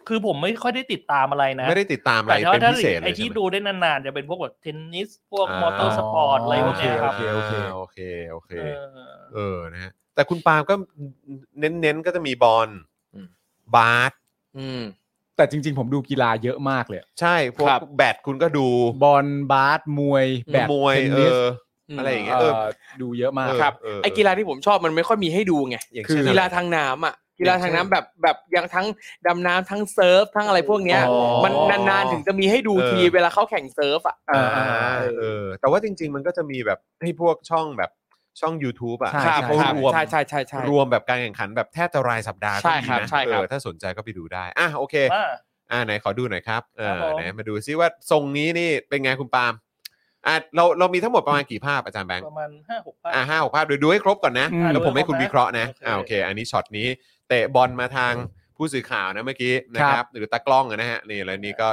Speaker 5: คือผมไม่ค่อยได้ติดตามอะไรนะ
Speaker 2: ไม่ได้ติดตามอะไร
Speaker 5: แต่
Speaker 2: เป็น
Speaker 5: ถ้า
Speaker 2: พิเศษเลย
Speaker 5: ไอ
Speaker 2: ใช่
Speaker 5: ที่
Speaker 2: ไหม
Speaker 5: ดูได้นานๆ จะเป็นพวกแบบเทนนิส พวก
Speaker 2: อ่าม
Speaker 5: มอเตอร์สปอร์ตอะไรพวกเนี้ยครับ
Speaker 3: โอเคโอเค
Speaker 2: อ่าโอเคโอเค
Speaker 5: เออ
Speaker 2: เออนะฮะแต่คุณปาล์มก็เน้นๆก็จะมีบอล
Speaker 1: อืม
Speaker 2: บาส
Speaker 1: อืม
Speaker 3: แต่จริง ๆ ผมดูกีฬาเยอะมากเลย
Speaker 2: ใช่พวก
Speaker 1: ครับ
Speaker 2: แบดคุณก็ดู
Speaker 3: บอลบาสมวยแบด
Speaker 2: มวย
Speaker 3: เทน
Speaker 2: เอ
Speaker 3: นิส
Speaker 2: อ
Speaker 1: ม
Speaker 2: อะไรอย่างเงี้ย
Speaker 3: เอ่อดูเยอะมาก
Speaker 2: เออ
Speaker 1: ครับ
Speaker 2: เออ
Speaker 1: ไอกีฬาที่ผมชอบมันไม่ค่อยมีให้ดูไง
Speaker 2: อย่างเช่
Speaker 1: คื
Speaker 2: นอะ
Speaker 1: อ
Speaker 2: ไร
Speaker 1: กีฬาทางน้ำอ่ะกีฬาทางน้ำแบบแบบอย่างทั้งดำน้ำทั้งเซิร์ฟทั้งอะไรพวกเนี้ย
Speaker 3: อ๋อ
Speaker 1: มันนานๆถึงจะมีให้ดู
Speaker 2: เออ
Speaker 1: ทีเวลาเขาแข่งเซิร์ฟอ่ะ
Speaker 2: อ่า
Speaker 3: อ่าอ่า
Speaker 2: เออ แต่ว่าจริง ๆ มันก็จะมีแบบให้พวกช่องแบบช่อง YouTube อ่ะ
Speaker 3: ใช่
Speaker 2: ที่เขา
Speaker 3: ครับ
Speaker 2: รวม
Speaker 1: ใช่ใช่ใช่ใช่
Speaker 2: รวมแบบการแข่งขันแบบแทบจะรายสัปดาห์ก็
Speaker 1: ใช่
Speaker 2: มี
Speaker 1: ครับ
Speaker 2: นะ
Speaker 1: ใช่
Speaker 2: เอ
Speaker 1: ครับ
Speaker 2: อถ้าสนใจก็ไปดูได้อ่ะโอเค
Speaker 5: ว่า
Speaker 2: อ่าไหนขอดูหน่อยครับเอ
Speaker 5: ครั
Speaker 2: อบ
Speaker 5: ผม
Speaker 2: ไหนมาดูซิว่าทรงนี้นี่เป็นไงคุณปาล์มอ่ะเราเรามีทั้งหมดประมาณกี่ภาพอาจารย์แบงค์
Speaker 5: ประมาณห้าหกภาค
Speaker 2: อ่าห้าหกภาพเดี๋ยวดูให้ครบก่อนนะ
Speaker 3: อืม
Speaker 2: แล้วผมให้คุณวิเคราะห์นะ
Speaker 5: โอเค
Speaker 2: อ่าโอเค อันนี้ช็อตนี้เตะบอลมาทางผู้สื่อข่าวนะเมื่อกี้นะครับ หรือตากล้องอะนะฮะนี่แล้วนี่ก็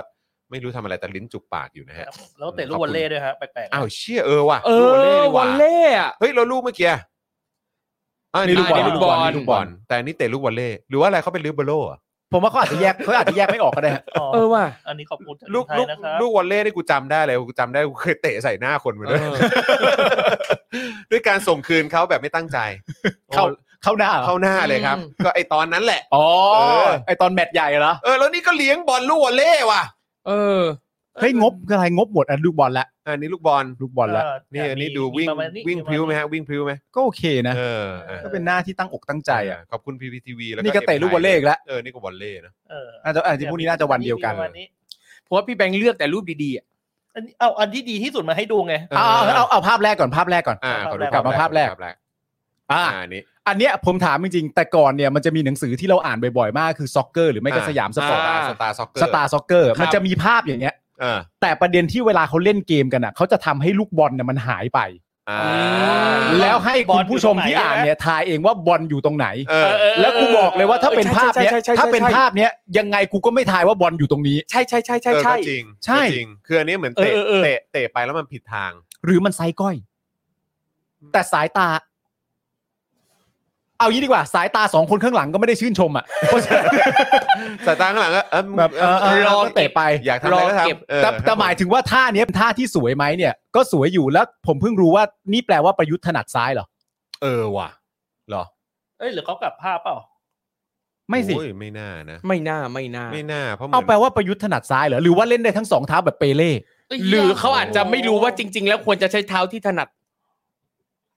Speaker 2: ไม่รู้ทำอะไรแต่ลิ้นจุกปากอยู่นะฮะ
Speaker 5: ครับแล้วก็เตะลูกวอลเล่ด้วยฮะแปลกๆ
Speaker 2: อ้าวเชี่ยเออว่ะ
Speaker 1: เอ
Speaker 2: ลู
Speaker 1: อก ว
Speaker 2: วอ
Speaker 1: อ
Speaker 2: ล
Speaker 1: ล
Speaker 2: เล่ดีว่ะ
Speaker 1: เล่อะ
Speaker 2: เฮ้ยเราลูกเมื่อกี้อะอ่านี่ลูกบอล
Speaker 1: อ่านี่ลูกบอล
Speaker 2: นี่ลูกบอลแต่อันนี่เตะลูกวอลเล่หรือว่าอะไรเขาเป็นลิเบอโร่อะ
Speaker 3: ผมว่าเขาอาจจะแยกเขาอาจจะแยกไม่ออกก็ได้ฮะ
Speaker 1: เออว่ะ
Speaker 5: อันนี้ขอบคุณจาก
Speaker 2: ลูก
Speaker 5: คน
Speaker 2: ลูก
Speaker 5: ไทยนะครับ
Speaker 2: ลูกวอลเล่นี่กูจำได้เลยกูจำได้กูเคยเตะใส่หน้าคนมาด้วย
Speaker 1: เออ
Speaker 2: ด้วยการส่งคืนเขาแบบไม่ตั้งใจ
Speaker 3: เข้าเข้าหน้าเหรอ
Speaker 2: เข้าหน้าเลยครับ ก็ไอตอนนั้นแหละ
Speaker 3: อ๋อ
Speaker 2: เออ
Speaker 3: ไอตอนแมตช์ใหญ่เหรอ
Speaker 2: เออแล้วนี่ก็เลี้ยงบอลลูกวอลเล่ว่ะ
Speaker 1: เออ
Speaker 3: เฮ้ยงบอะไรงบหมดอันลูกบอลละ
Speaker 2: อันนี้ลูกบอล
Speaker 3: ลูกบอลละ
Speaker 2: นี่อันนี้ดูวิ่งวิ่งพริ้วไหมฮะวิ่งพริ้วไหม
Speaker 3: ก็โอเคนะ
Speaker 2: เออเออ
Speaker 3: ก็เป็นหน้าที่ตั้งอกตั้งใจอ่ะ
Speaker 2: ขอบคุณพีพีทีวีแล้ว
Speaker 3: นี่ก็เตะลูกบอลเล่อีกแล้ว
Speaker 2: เออนี่ก็วอลเล่นะ
Speaker 3: อาจจะอาจจะพวกนี้น่าจะวันเดียวกัน
Speaker 5: ประมาณนี้
Speaker 1: เพราะว่าพี่แบงค์เลือกแต่รูปดีๆอะ
Speaker 5: อันนี้เอาอันที่ดีที่สุดมาให้ดูไง
Speaker 2: เออ
Speaker 3: เอาเอาเอาเอาภาพแรกก่อนภาพแรกก่อน
Speaker 2: อ่าขอดู
Speaker 3: กลับมาภาพแรก
Speaker 2: ภาพแรก
Speaker 3: อ่า
Speaker 2: อ่าอันนี้
Speaker 3: อันเนี้ยผมถามจริงๆ แต่ก่อนเนี่ยมันจะมีหนังสือที่เราอ่านบ่อยๆ มากคือซ็อกเกอร์หรือไม่ก็
Speaker 2: อ่า
Speaker 3: สยามสปอร์ต
Speaker 2: ตาสตาร์ซ็อกเกอร์
Speaker 3: สตาร์ซ็อกเกอร์มันจะมีภาพอย่างเงี้ย
Speaker 2: เออ
Speaker 3: แต่ประเด็นที่เวลาเขาเล่นเกมกันอ่ะเขาจะทำให้ลูกบอลเนี่ยมันหายไป
Speaker 2: อ่า
Speaker 5: อืม
Speaker 3: แล้วให้
Speaker 5: บอ
Speaker 3: คุณ
Speaker 5: ลอยู่
Speaker 3: ผู้ชมที่
Speaker 5: ตรงไหน
Speaker 3: อ่านเนี่ยทายเองว่าบอลอยู่ตรงไหน
Speaker 2: เออ
Speaker 5: เออ
Speaker 3: แล้วกูบอกเลยว่าถ้าเป็นภาพเนี้ย
Speaker 1: ใช่ใช่ใช่ใช่
Speaker 3: ถ้าเป็น
Speaker 1: ใช่
Speaker 3: ภาพเนี้ยยังไงกูก็ไม่ทายว่าบอลอยู่ตรงนี้
Speaker 1: ใช่ใช่ใช่ใช่
Speaker 2: เออ
Speaker 1: ใช่
Speaker 2: ก็จริง
Speaker 3: ใช่
Speaker 2: ก็จริง คืออันนี้เหมือนเตะ
Speaker 5: เออเออเออ
Speaker 2: เตะเตะไปแล้วมันผิดทาง
Speaker 3: หรือมันไซส์ก้อย แต่สายตา เอางี้ดีกว่า สายตาสองคนข้างหลังก็ไม่ได้ชื่นช มอ่ะเพราะฉะนั้น
Speaker 2: สายตาข้างหลังก็เออมึง
Speaker 3: แบบเออเออ
Speaker 2: เ
Speaker 3: เราก็เตะไป
Speaker 2: อยากทำอะไรก็
Speaker 1: รอเก็บ
Speaker 2: ทำเออ
Speaker 3: แต่แต่หมายถึงว่าท่าเนี้ยเป็นท่าที่สวยไหมเนี่ย ก็สวยอยู่แล้วผมเพิ่งรู้ว่านี่แปลว่าประยุทธ์ถนัดซ้ายเหรอ
Speaker 2: เออว่ะเหรอ
Speaker 5: เอ้ยหรือเขากลับภาพเปล่า
Speaker 3: ไม่สิ
Speaker 2: โอ้ยไม่น่านะ
Speaker 1: ไม่น่าไม่น่า
Speaker 2: ไม่น่าเพราะ
Speaker 3: เอา
Speaker 2: หมืน
Speaker 3: แปลว่าประยุทธ์ถนัดซ้ายเหรอหรือว่าเล่นได้ทั้งสองเท้าแบบเปเล่
Speaker 1: หรือเขาอาจจะไม่รู้ว่าจริง ๆ แล้วควรจะใช้เท้าที่ถนัด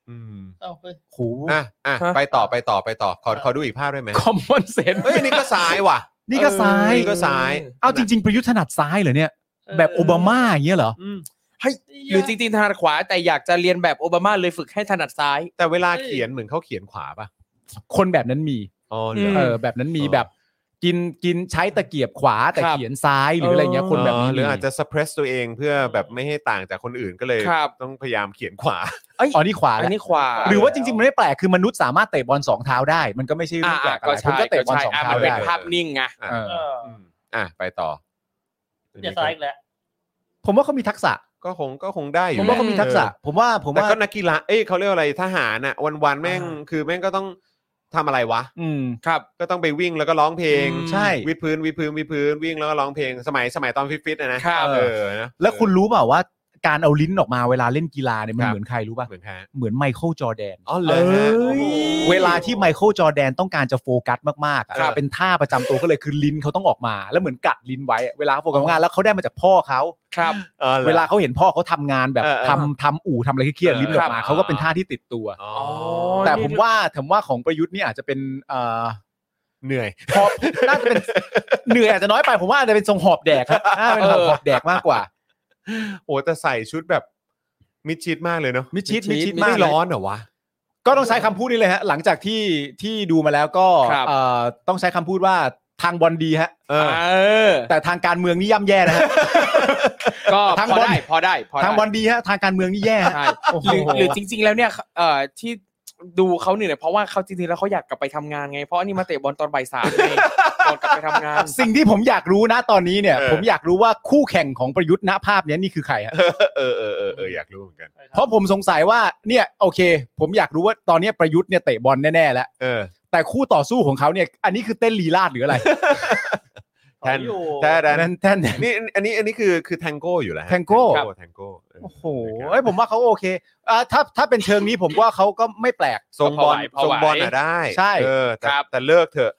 Speaker 2: อืม
Speaker 5: เอาเฮ้ย
Speaker 3: โอ้โห
Speaker 2: อ่ะอ่ะ
Speaker 1: ฮะ
Speaker 2: ไปต่อไปต่อไปต่อขอขอดูอีกภาพได้ไหม
Speaker 3: คอมมอนเซน
Speaker 2: เฮ้ยอันนี่ก็ซ้ายว่ะ
Speaker 3: นี่ก็ซ้าย
Speaker 2: เออนี่ก็ซ้าย
Speaker 3: เอาจริง ๆ ประยุทธ์ถนัดซ้ายเหรอเนี่ย แบบโอบามาอย่างเงี้ยเหรอ
Speaker 2: อืม
Speaker 1: หรือจริงๆถนัดขวาแต่อยากจะเรียนแบบโอบามาเลยฝึกให้ถนัดซ้าย
Speaker 2: แต่เวลาเขียนเหมือนเขาเขียนขวาป่ะ
Speaker 3: คนแบบนั้นมี
Speaker 2: อ๋อเหรอ
Speaker 1: ม
Speaker 3: เอ
Speaker 2: อ
Speaker 3: อแบบนั้นมี
Speaker 2: เออ
Speaker 3: แบบกินกินใช้ตะเกียบขวาแต่
Speaker 1: ครับ
Speaker 3: เขียนซ้ายหรืออะไรเงี้ย
Speaker 1: เออ
Speaker 3: คนแบบนี้
Speaker 2: หรืออาจ
Speaker 3: มี
Speaker 2: จะ suppress ตัวเองเพื่อแบบไม่ให้ต่างจากคนอื่นก็เลย
Speaker 1: ครับ
Speaker 2: ต้องพยายามเขียนขวา
Speaker 1: เอ้ย
Speaker 3: อ๋อนี่ขวา
Speaker 1: อัน
Speaker 3: แหละ
Speaker 1: นี้ขวา
Speaker 3: หรือว่าจริงๆมันไม่แปลกคือมนุษย์สามารถเตะบอลสองเท้าได้ มันก็ไม่ใช่เรื่องแปลกอะไร
Speaker 1: ก็ใช่
Speaker 3: คุณก็เตะบอลสอง
Speaker 1: ก็ใช่
Speaker 3: เท้า
Speaker 1: มันเป็น
Speaker 3: ได้
Speaker 1: ภาพนิ่งไง
Speaker 2: อ่ะ
Speaker 3: เออ
Speaker 5: เออ
Speaker 2: มอ่ะไปต่ออัน
Speaker 5: เดี๋ย
Speaker 2: นี้
Speaker 5: วซ้ายอีกแล้ว
Speaker 3: ผมว่าเขามีทักษะ
Speaker 2: ก็คงก็คงได้อยู่
Speaker 3: ผมว่าเขามีทักษะ
Speaker 2: เอ
Speaker 3: ผมว่าผ
Speaker 2: อ
Speaker 3: ม
Speaker 2: แต่
Speaker 3: ว่า
Speaker 2: ก็นักกีฬาเอ้ยเขาเรียกว่าอะไรทหารอ่ะวันวันๆแม่งคือแม่งก็ต้องทำอะไรวะ
Speaker 3: อืม
Speaker 1: ครับ
Speaker 2: ก็ต้องไปวิ่งแล้วก็ร้องเพลง
Speaker 1: อืม
Speaker 3: ใช่
Speaker 2: วิดพื้นวิดพื้นวิดพื้นวิ่งแล้วก็ร้องเพลงสมัยสมัยตอนฟิตฟิตนะนะครับ เออนะ
Speaker 3: แล้วคุณรู้เปล่าว่าการเอาลิ้นออกมาเวลาเล่นกีฬาเนี่ยมัน
Speaker 2: ครับ
Speaker 3: เหมือนใครรู้ป่ะ
Speaker 2: เหมือนใครฮะ
Speaker 3: เหมือนไมเคิลจอร์แดน
Speaker 2: อ๋อเหรอฮะ
Speaker 3: เอ้ย เวลาที่ไมเคิลจอร์แดนต้องการจะโฟกัสมากๆอะ
Speaker 2: ครับ
Speaker 3: เป็นท่าประจำตัวก็เลยคือลิ้นเขาต้องออกมา แล้วเหมือนกัดลิ้นไว้อะเวลาเขาโฟกัสงานแล้วเขาได้มาจากพ่อเขา
Speaker 1: ครับ
Speaker 2: อ๋อหรอ
Speaker 3: เวลาเขาเห็นพ่อเขาทำงานแบบ
Speaker 2: เออเออ
Speaker 3: ทำทำอู่ทำอะไรเครียด
Speaker 2: เออ
Speaker 3: ๆลิ้นออก
Speaker 2: ค
Speaker 3: มา
Speaker 2: รับ
Speaker 3: เขาก็เป็นท่าที่ติดตัว
Speaker 2: อ๋อ
Speaker 1: อ๋อ
Speaker 3: แต่
Speaker 1: นี่
Speaker 3: ผมว่าผมว่าของประยุทธ์นี่อาจจะเป็นเอ่อ
Speaker 2: เหนื่อย
Speaker 3: พอ น่าจะเป็นเหนื่อยอาจจะน้อยไปผมว่าอาจจะเป็นทรงหอบแด กครับน่าเป็นทรงหอบแดกมากกว่า
Speaker 2: โอ้แต่ใส่ชุดแบบมิดชิดมากเลยเนาะ
Speaker 3: มิดชิด
Speaker 1: มิ
Speaker 3: มิด
Speaker 1: ดชิ
Speaker 3: ชิด
Speaker 1: ด
Speaker 3: มาก
Speaker 2: ไม่
Speaker 3: เลย
Speaker 2: ร้อนเหรอวะ
Speaker 3: ก็ต้องใช้คำพูดนี้เลยฮะ หลังจากที่ที่ดูมาแล้วก็
Speaker 1: ครับ
Speaker 3: เอ่อต้องใช้คำพูดว่าทางบอลดีฮะ
Speaker 2: เออ
Speaker 1: เออ
Speaker 3: แต่ทางการเมืองนี่ย่ำแย่นะฮะ
Speaker 1: ก็
Speaker 3: ทาง
Speaker 1: พอบ
Speaker 3: อล
Speaker 1: ได้พอได้พอได้
Speaker 3: ทางบอลดีฮะทางการเมืองนี่แย่ฮะ
Speaker 1: ใช่
Speaker 3: โอ้โห
Speaker 1: หรือหรือจริง ๆ แล้วเนี่ยเอ่อที่ดูเขาเนี่ยเนี่ยเพราะว่าเขาจริงๆแล้วเขาอยากกลับไปทำงานไงเพราะอันนี่มาเตะบอลตอนบ่ายสามไงก่อนกลับไปทำงาน
Speaker 3: สิ่งที่ผมอยากรู้นะตอนนี้เนี่ย
Speaker 2: เออ
Speaker 3: ผมอยากรู้ว่าคู่แข่งของประยุทธ์ณภาพเนี้ยนี่คือใครฮะ
Speaker 2: เออเออเออเอออยากรู้เหมือนกัน
Speaker 3: เพราะผมสงสัยว่าเนี่ยโอเค ผมอยากรู้ว่าตอนเนี้ยประยุทธ์เนี่ยเตะบอลแน่ๆแล้ว
Speaker 2: เออ
Speaker 3: แต่คู่ต่อสู้ของเขาเนี่ย อันนี้คือเต้นลีลาดหรืออะไร
Speaker 2: แทน
Speaker 5: อยู่
Speaker 2: แทนแท
Speaker 3: อั
Speaker 2: น
Speaker 3: นนั้นเต้น
Speaker 2: นี่อันนี้อันนี้คือคือแทงโก้อยู่แล้วฮะ
Speaker 3: แทงโก้
Speaker 2: ครับแทงโก้เ
Speaker 3: โอ้โหเอ้ยผมว่าเขาโอเคอ่าถ้าถ้าเป็นเชิงนี้ผมว่าเขาก็ไม่แปลก
Speaker 2: ทรงบอล
Speaker 1: พอ
Speaker 2: ทร
Speaker 1: ไหวพอไหว
Speaker 2: งบอลอ่ะได้
Speaker 3: ใช่
Speaker 2: เออแต่
Speaker 1: ครับ
Speaker 2: แต่เลิกเถอะ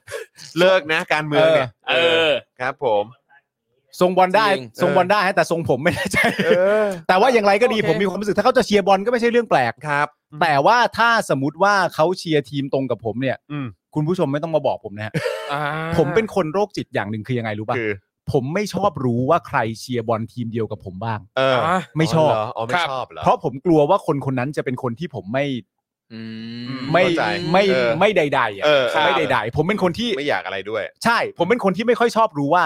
Speaker 2: เลิกนะการเมืองเนี่ย
Speaker 1: เออ
Speaker 2: ครับ ผม
Speaker 3: ทรงบอลได้
Speaker 1: จริง
Speaker 3: ทรงบอลได้ฮะแต่ทรงผมไม่แน่ใจ
Speaker 2: เออ
Speaker 3: แต่ว่าอย่างไรก็ดี
Speaker 1: โอเค
Speaker 3: ผมมีความรู้สึกถ้าเขาจะเชียร์บอลก็ไม่ใช่เรื่องแปลก
Speaker 2: ครับ
Speaker 3: แต่ว่าถ้าสมมติว่าเขาเชียร์ทีมตรงกับผมเนี่ย
Speaker 2: อืม
Speaker 3: คุณผู้ชมไม่ต้องมาบอกผมนะฮะ
Speaker 1: อ่า
Speaker 3: ผมเป็นคนโรคจิตอย่างหนึ่งคือยังไงรู้ป่ะ
Speaker 2: คือ
Speaker 3: ผมไม่ชอบรู้ว่าใครเชียร์บอลทีมเดียวกับผมบ้าง
Speaker 2: เออ
Speaker 1: อ่า
Speaker 3: ไม่ชอบ
Speaker 2: เหรอ๋อไม่
Speaker 1: ครับ
Speaker 2: ชอบเหรอ
Speaker 3: เพราะผมกลัวว่าคนคนนั้นจะเป็นคนที่ผมไม่
Speaker 1: อืม
Speaker 3: ไม่
Speaker 2: เข้าใจ
Speaker 3: ไม่
Speaker 2: เออ
Speaker 3: ไม่ใดๆอะ
Speaker 2: เออครับ
Speaker 3: ไม่ใดๆ ผมเป็นคนที่
Speaker 2: ไม่อยากอะไรด้วย
Speaker 3: ใช่ ผมเป็นคนที่ไม่ค่อยชอบรู้ว่า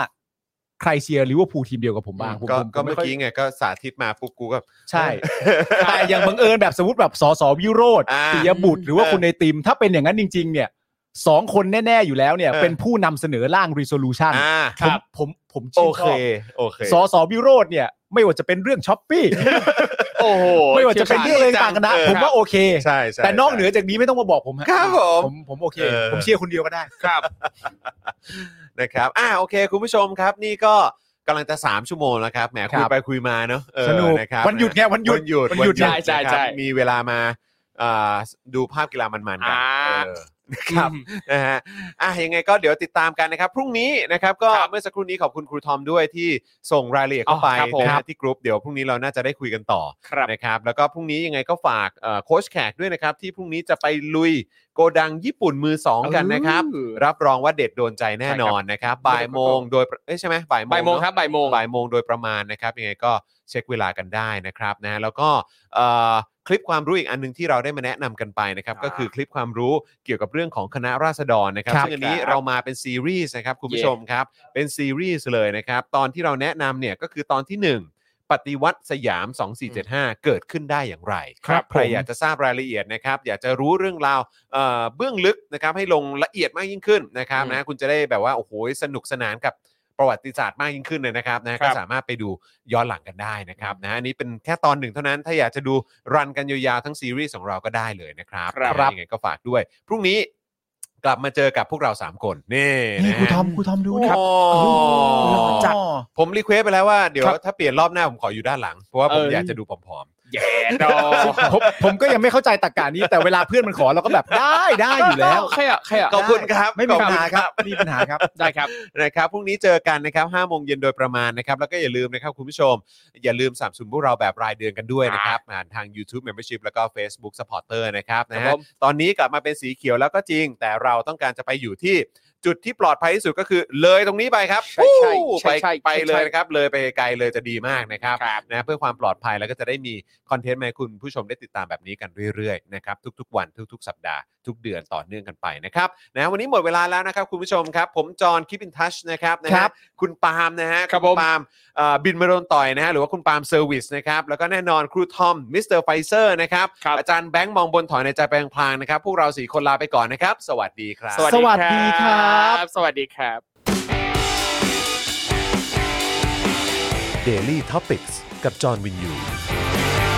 Speaker 3: ใครเชียร์ลิเวอร์พูลทีมเดียวกับผมบ้าง
Speaker 1: อืม
Speaker 3: ผม
Speaker 2: ก็
Speaker 3: ผ
Speaker 2: ก็เมื่อ
Speaker 3: ค่ย
Speaker 2: กี้ไงก็สาธิตมาปุ๊บกูก็
Speaker 3: ใช่ แต่อย่างบังเอิญแบบสมมติแบบสสวิโรธ
Speaker 2: อ่า
Speaker 3: ปิยบุตรหรือว่า
Speaker 2: เออ
Speaker 3: คุณในติม ถ้าเป็นอย่างนั้นจริง ๆ เนี่ย สองคนแน่ ๆ อยู่แล้วเนี่ย
Speaker 2: เออ
Speaker 3: เป็นผู้นำเสนอร่าง resolution
Speaker 2: อ่า
Speaker 3: ผมผมผม
Speaker 2: โอ
Speaker 3: ชื่นช
Speaker 2: เค
Speaker 3: อบ
Speaker 2: โอเค
Speaker 3: สสวิโรธเนี่ย ไม่ว่าจะเป็นเรื่องช้อปปี้
Speaker 1: โอ้โห
Speaker 3: ไม่ว่าจะเป็นเรื่องอะไรต่างๆนะ
Speaker 2: เออ
Speaker 3: ผมว่าโอเค
Speaker 2: ใช่ใช่
Speaker 3: แต่นอก
Speaker 2: ใช่
Speaker 3: เหนือจากนี้ไม่ต้องมาบอกผมฮะ
Speaker 2: ครับผม
Speaker 3: ผมผมโอเค
Speaker 2: เออ
Speaker 3: ผมเชียร์คนเดียวก็ได้
Speaker 2: ครับ นะครับอ่าโอเค คุณผู้ชมครับ นี่ก็กำลังจะ 3 ชั่วโมงแล้วครับแหม
Speaker 3: ครั
Speaker 2: คุย
Speaker 3: บ
Speaker 2: ไปคุยมาเนอะเออ
Speaker 3: สนุก
Speaker 2: นะครับ
Speaker 3: วันหยุดไงวันหยุด
Speaker 2: วันหยุด
Speaker 3: วันห
Speaker 2: วันห
Speaker 3: ยุด
Speaker 2: ยุด
Speaker 1: ใช่ใช่
Speaker 2: นะครับ
Speaker 1: ใช่
Speaker 2: มีเวลามาอ่าดูภาพกีฬามันๆกัน
Speaker 1: อ่า
Speaker 2: เออ ครับ นะฮะอ่ะยังไงก็เดี๋ยวติดตามกันนะครับ พรุ่งนี้นะครับ ก็
Speaker 1: ครับ
Speaker 2: เมื่อสักครู่นี้ขอบคุณครูทอมด้วยที่ส่งรายละเอียดเข้าไป
Speaker 1: อ๋อครับผม
Speaker 2: นะฮะที่กรุ๊ปเดี๋ยวพรุ่งนี้เราน่าจะได้คุยกันต่อ
Speaker 1: ครับ
Speaker 2: นะครับแล้วก็พรุ่งนี้ยังไงก็ฝากเอ่อโค้ชแขกด้วยนะครับ ที่พรุ่งนี้จะไปลุยโกดังญี่ปุ่นมือ 2 กันนะครับ
Speaker 1: เออ
Speaker 2: รับรองว่าเด็ดโดนใจแน่นอนนะครับบ่ายโมงโดยเอ้ยใช่ไหมบ่ายโมง
Speaker 1: บ่ายโมง
Speaker 2: เนอะ
Speaker 1: ครับบ่ายโมง
Speaker 2: บ่ายโมงโดยประมาณนะครับยังไงก็เช็คเวลากันได้นะครับนะแล้วก็เอ่อคลิปความรู้อีกอันหนึงที่เราได้มาแนะนำกันไปนะครับ
Speaker 1: อ่า
Speaker 2: ก็คือคลิปความรู้เกี่ยวกับเรื่องของคณะราษฎรนะครับ
Speaker 1: ครับ
Speaker 2: ซึ่งอันนี้
Speaker 1: ครับ
Speaker 2: เรามาเป็นซีรีส์นะครับคุณผู้
Speaker 1: เย่
Speaker 2: ชมครับเป็นซีรีส์เลยนะครับตอนที่เราแนะนำเนี่ยก็คือตอนที่หนึ่ง ปฏิวัติสยาม 2475 เกิดขึ้นได้อย่างไร
Speaker 3: ครับ
Speaker 2: ใคร
Speaker 3: ผม
Speaker 2: อยากจะทราบรายละเอียดนะครับ อยากจะรู้เรื่องราวเอ่อเบื้องลึกนะครับให้ลงละเอียดมากยิ่งขึ้นนะครับ
Speaker 1: อืม
Speaker 2: นะคุณจะได้แบบว่าโอ้โหสนุกสนานกับประวัติศาสตร์มากยิ่งขึ้นเลยนะครับนะ
Speaker 1: ครั
Speaker 2: ก็
Speaker 1: บ
Speaker 2: สามารถไปดูย้อนหลังกันได้นะครับนะอันนี้เป็นแค่ตอนหนึ่งเท่านั้นถ้าอยากจะดูรันกันยาวๆทั้งซีรีส์ของเราก็ได้เลยนะครับ
Speaker 1: ครับ
Speaker 2: นะยังไงก็ฝากด้วย พรุ่งนี้กลับมาเจอกับพวกเราสามคนนี่
Speaker 3: ี่
Speaker 2: นะ
Speaker 3: ครูทอ
Speaker 2: ฮะ
Speaker 3: มครูทอมดูนะ
Speaker 2: โอ้
Speaker 3: จัด
Speaker 2: ผมรีเควสไปแล้วว่าเดี๋ยว
Speaker 1: ครับ
Speaker 2: ถ้าเปลี่ยนรอบหน้าผมขออยู่ด้านหลัง เพราะว่าผม
Speaker 1: เออ
Speaker 2: อ
Speaker 1: อ
Speaker 2: ยากจะดูผอม
Speaker 1: แย่ดอ
Speaker 3: ผมผมก็ยังไม่เข้าใจตรกกานี้ แต่เวลาเพื่อนมันขอเราก็แบบได้ได้อยู่แล้ว
Speaker 1: ใครอ่ะใครอ่ะ
Speaker 2: ๆขอบคุณครับ
Speaker 3: ไม่มีปัญหา
Speaker 2: ขอณ
Speaker 3: ครับไม่มีปัญหาครับ
Speaker 1: ได้ครับ
Speaker 2: นะครับพรุ่งนี้เจอกันนะครับ5โมงเย็นโดยประมาณนะครับ แล้วก็อย่าลืมนะครับคุณผู้ชม อย่าลืมสนับสนุนพวกเราแบบรายเดือนกันด้วยนะครับผ่านทาง YouTube Membership แล้วก็ Facebook Supporter นะครับนะ
Speaker 1: ครั
Speaker 2: ฮะ
Speaker 1: บผม
Speaker 2: ตอนนี้กลับมาเป็นสีเขียวแล้วก็จริง แต่เราต้องการจะไปอยู่ที่จุดที่ปลอดภัยที่สุดก็คือเลยตรงนี้ไปครับ
Speaker 1: ใช่ใช่
Speaker 2: อู้
Speaker 1: ใช่
Speaker 2: ไป
Speaker 1: ใช่
Speaker 2: ไปเลย
Speaker 1: ใช่
Speaker 2: นะครับเลยไปไกลเลยจะดีมากนะครับ
Speaker 1: ครับ
Speaker 2: นะเพื่อความปลอดภัยแล้วก็จะได้มีคอนเทนต์มาให้คุณผู้ชมได้ติดตามแบบนี้กันเรื่อยๆนะครับทุกๆวันทุกๆ สัปดาห์ทุกเดือนต่อเนื่องกันไปนะครับนะวันนี้หมดเวลาแล้วนะครับคุณผู้ชมครับ ผมจอห์นคิปินทัชนะครับนะ
Speaker 3: ค
Speaker 2: ฮะ
Speaker 3: รับ
Speaker 2: คุณปาล์มนะฮะ
Speaker 1: ครับ
Speaker 2: ณ
Speaker 1: ผม
Speaker 2: ปาล์มเอ่อบินมาโดนต่อยนะฮะหรือว่าคุณปาล์มเซอร์วิสนะครับแล้วก็แน่นอนครูทอมมิสเตอร์ไฟเซอร์นะครับ
Speaker 1: ครับ
Speaker 2: อาจารย์แบงค์มองบนถอยในใจแปลงพลางนะครับพวกเราสี่คนลาไปก่อนนะครับ สวัสดีครับ
Speaker 1: สวัสดี
Speaker 3: ครับ
Speaker 1: สวัสดีครับ
Speaker 2: Daily Topics กับจอห์นวินยู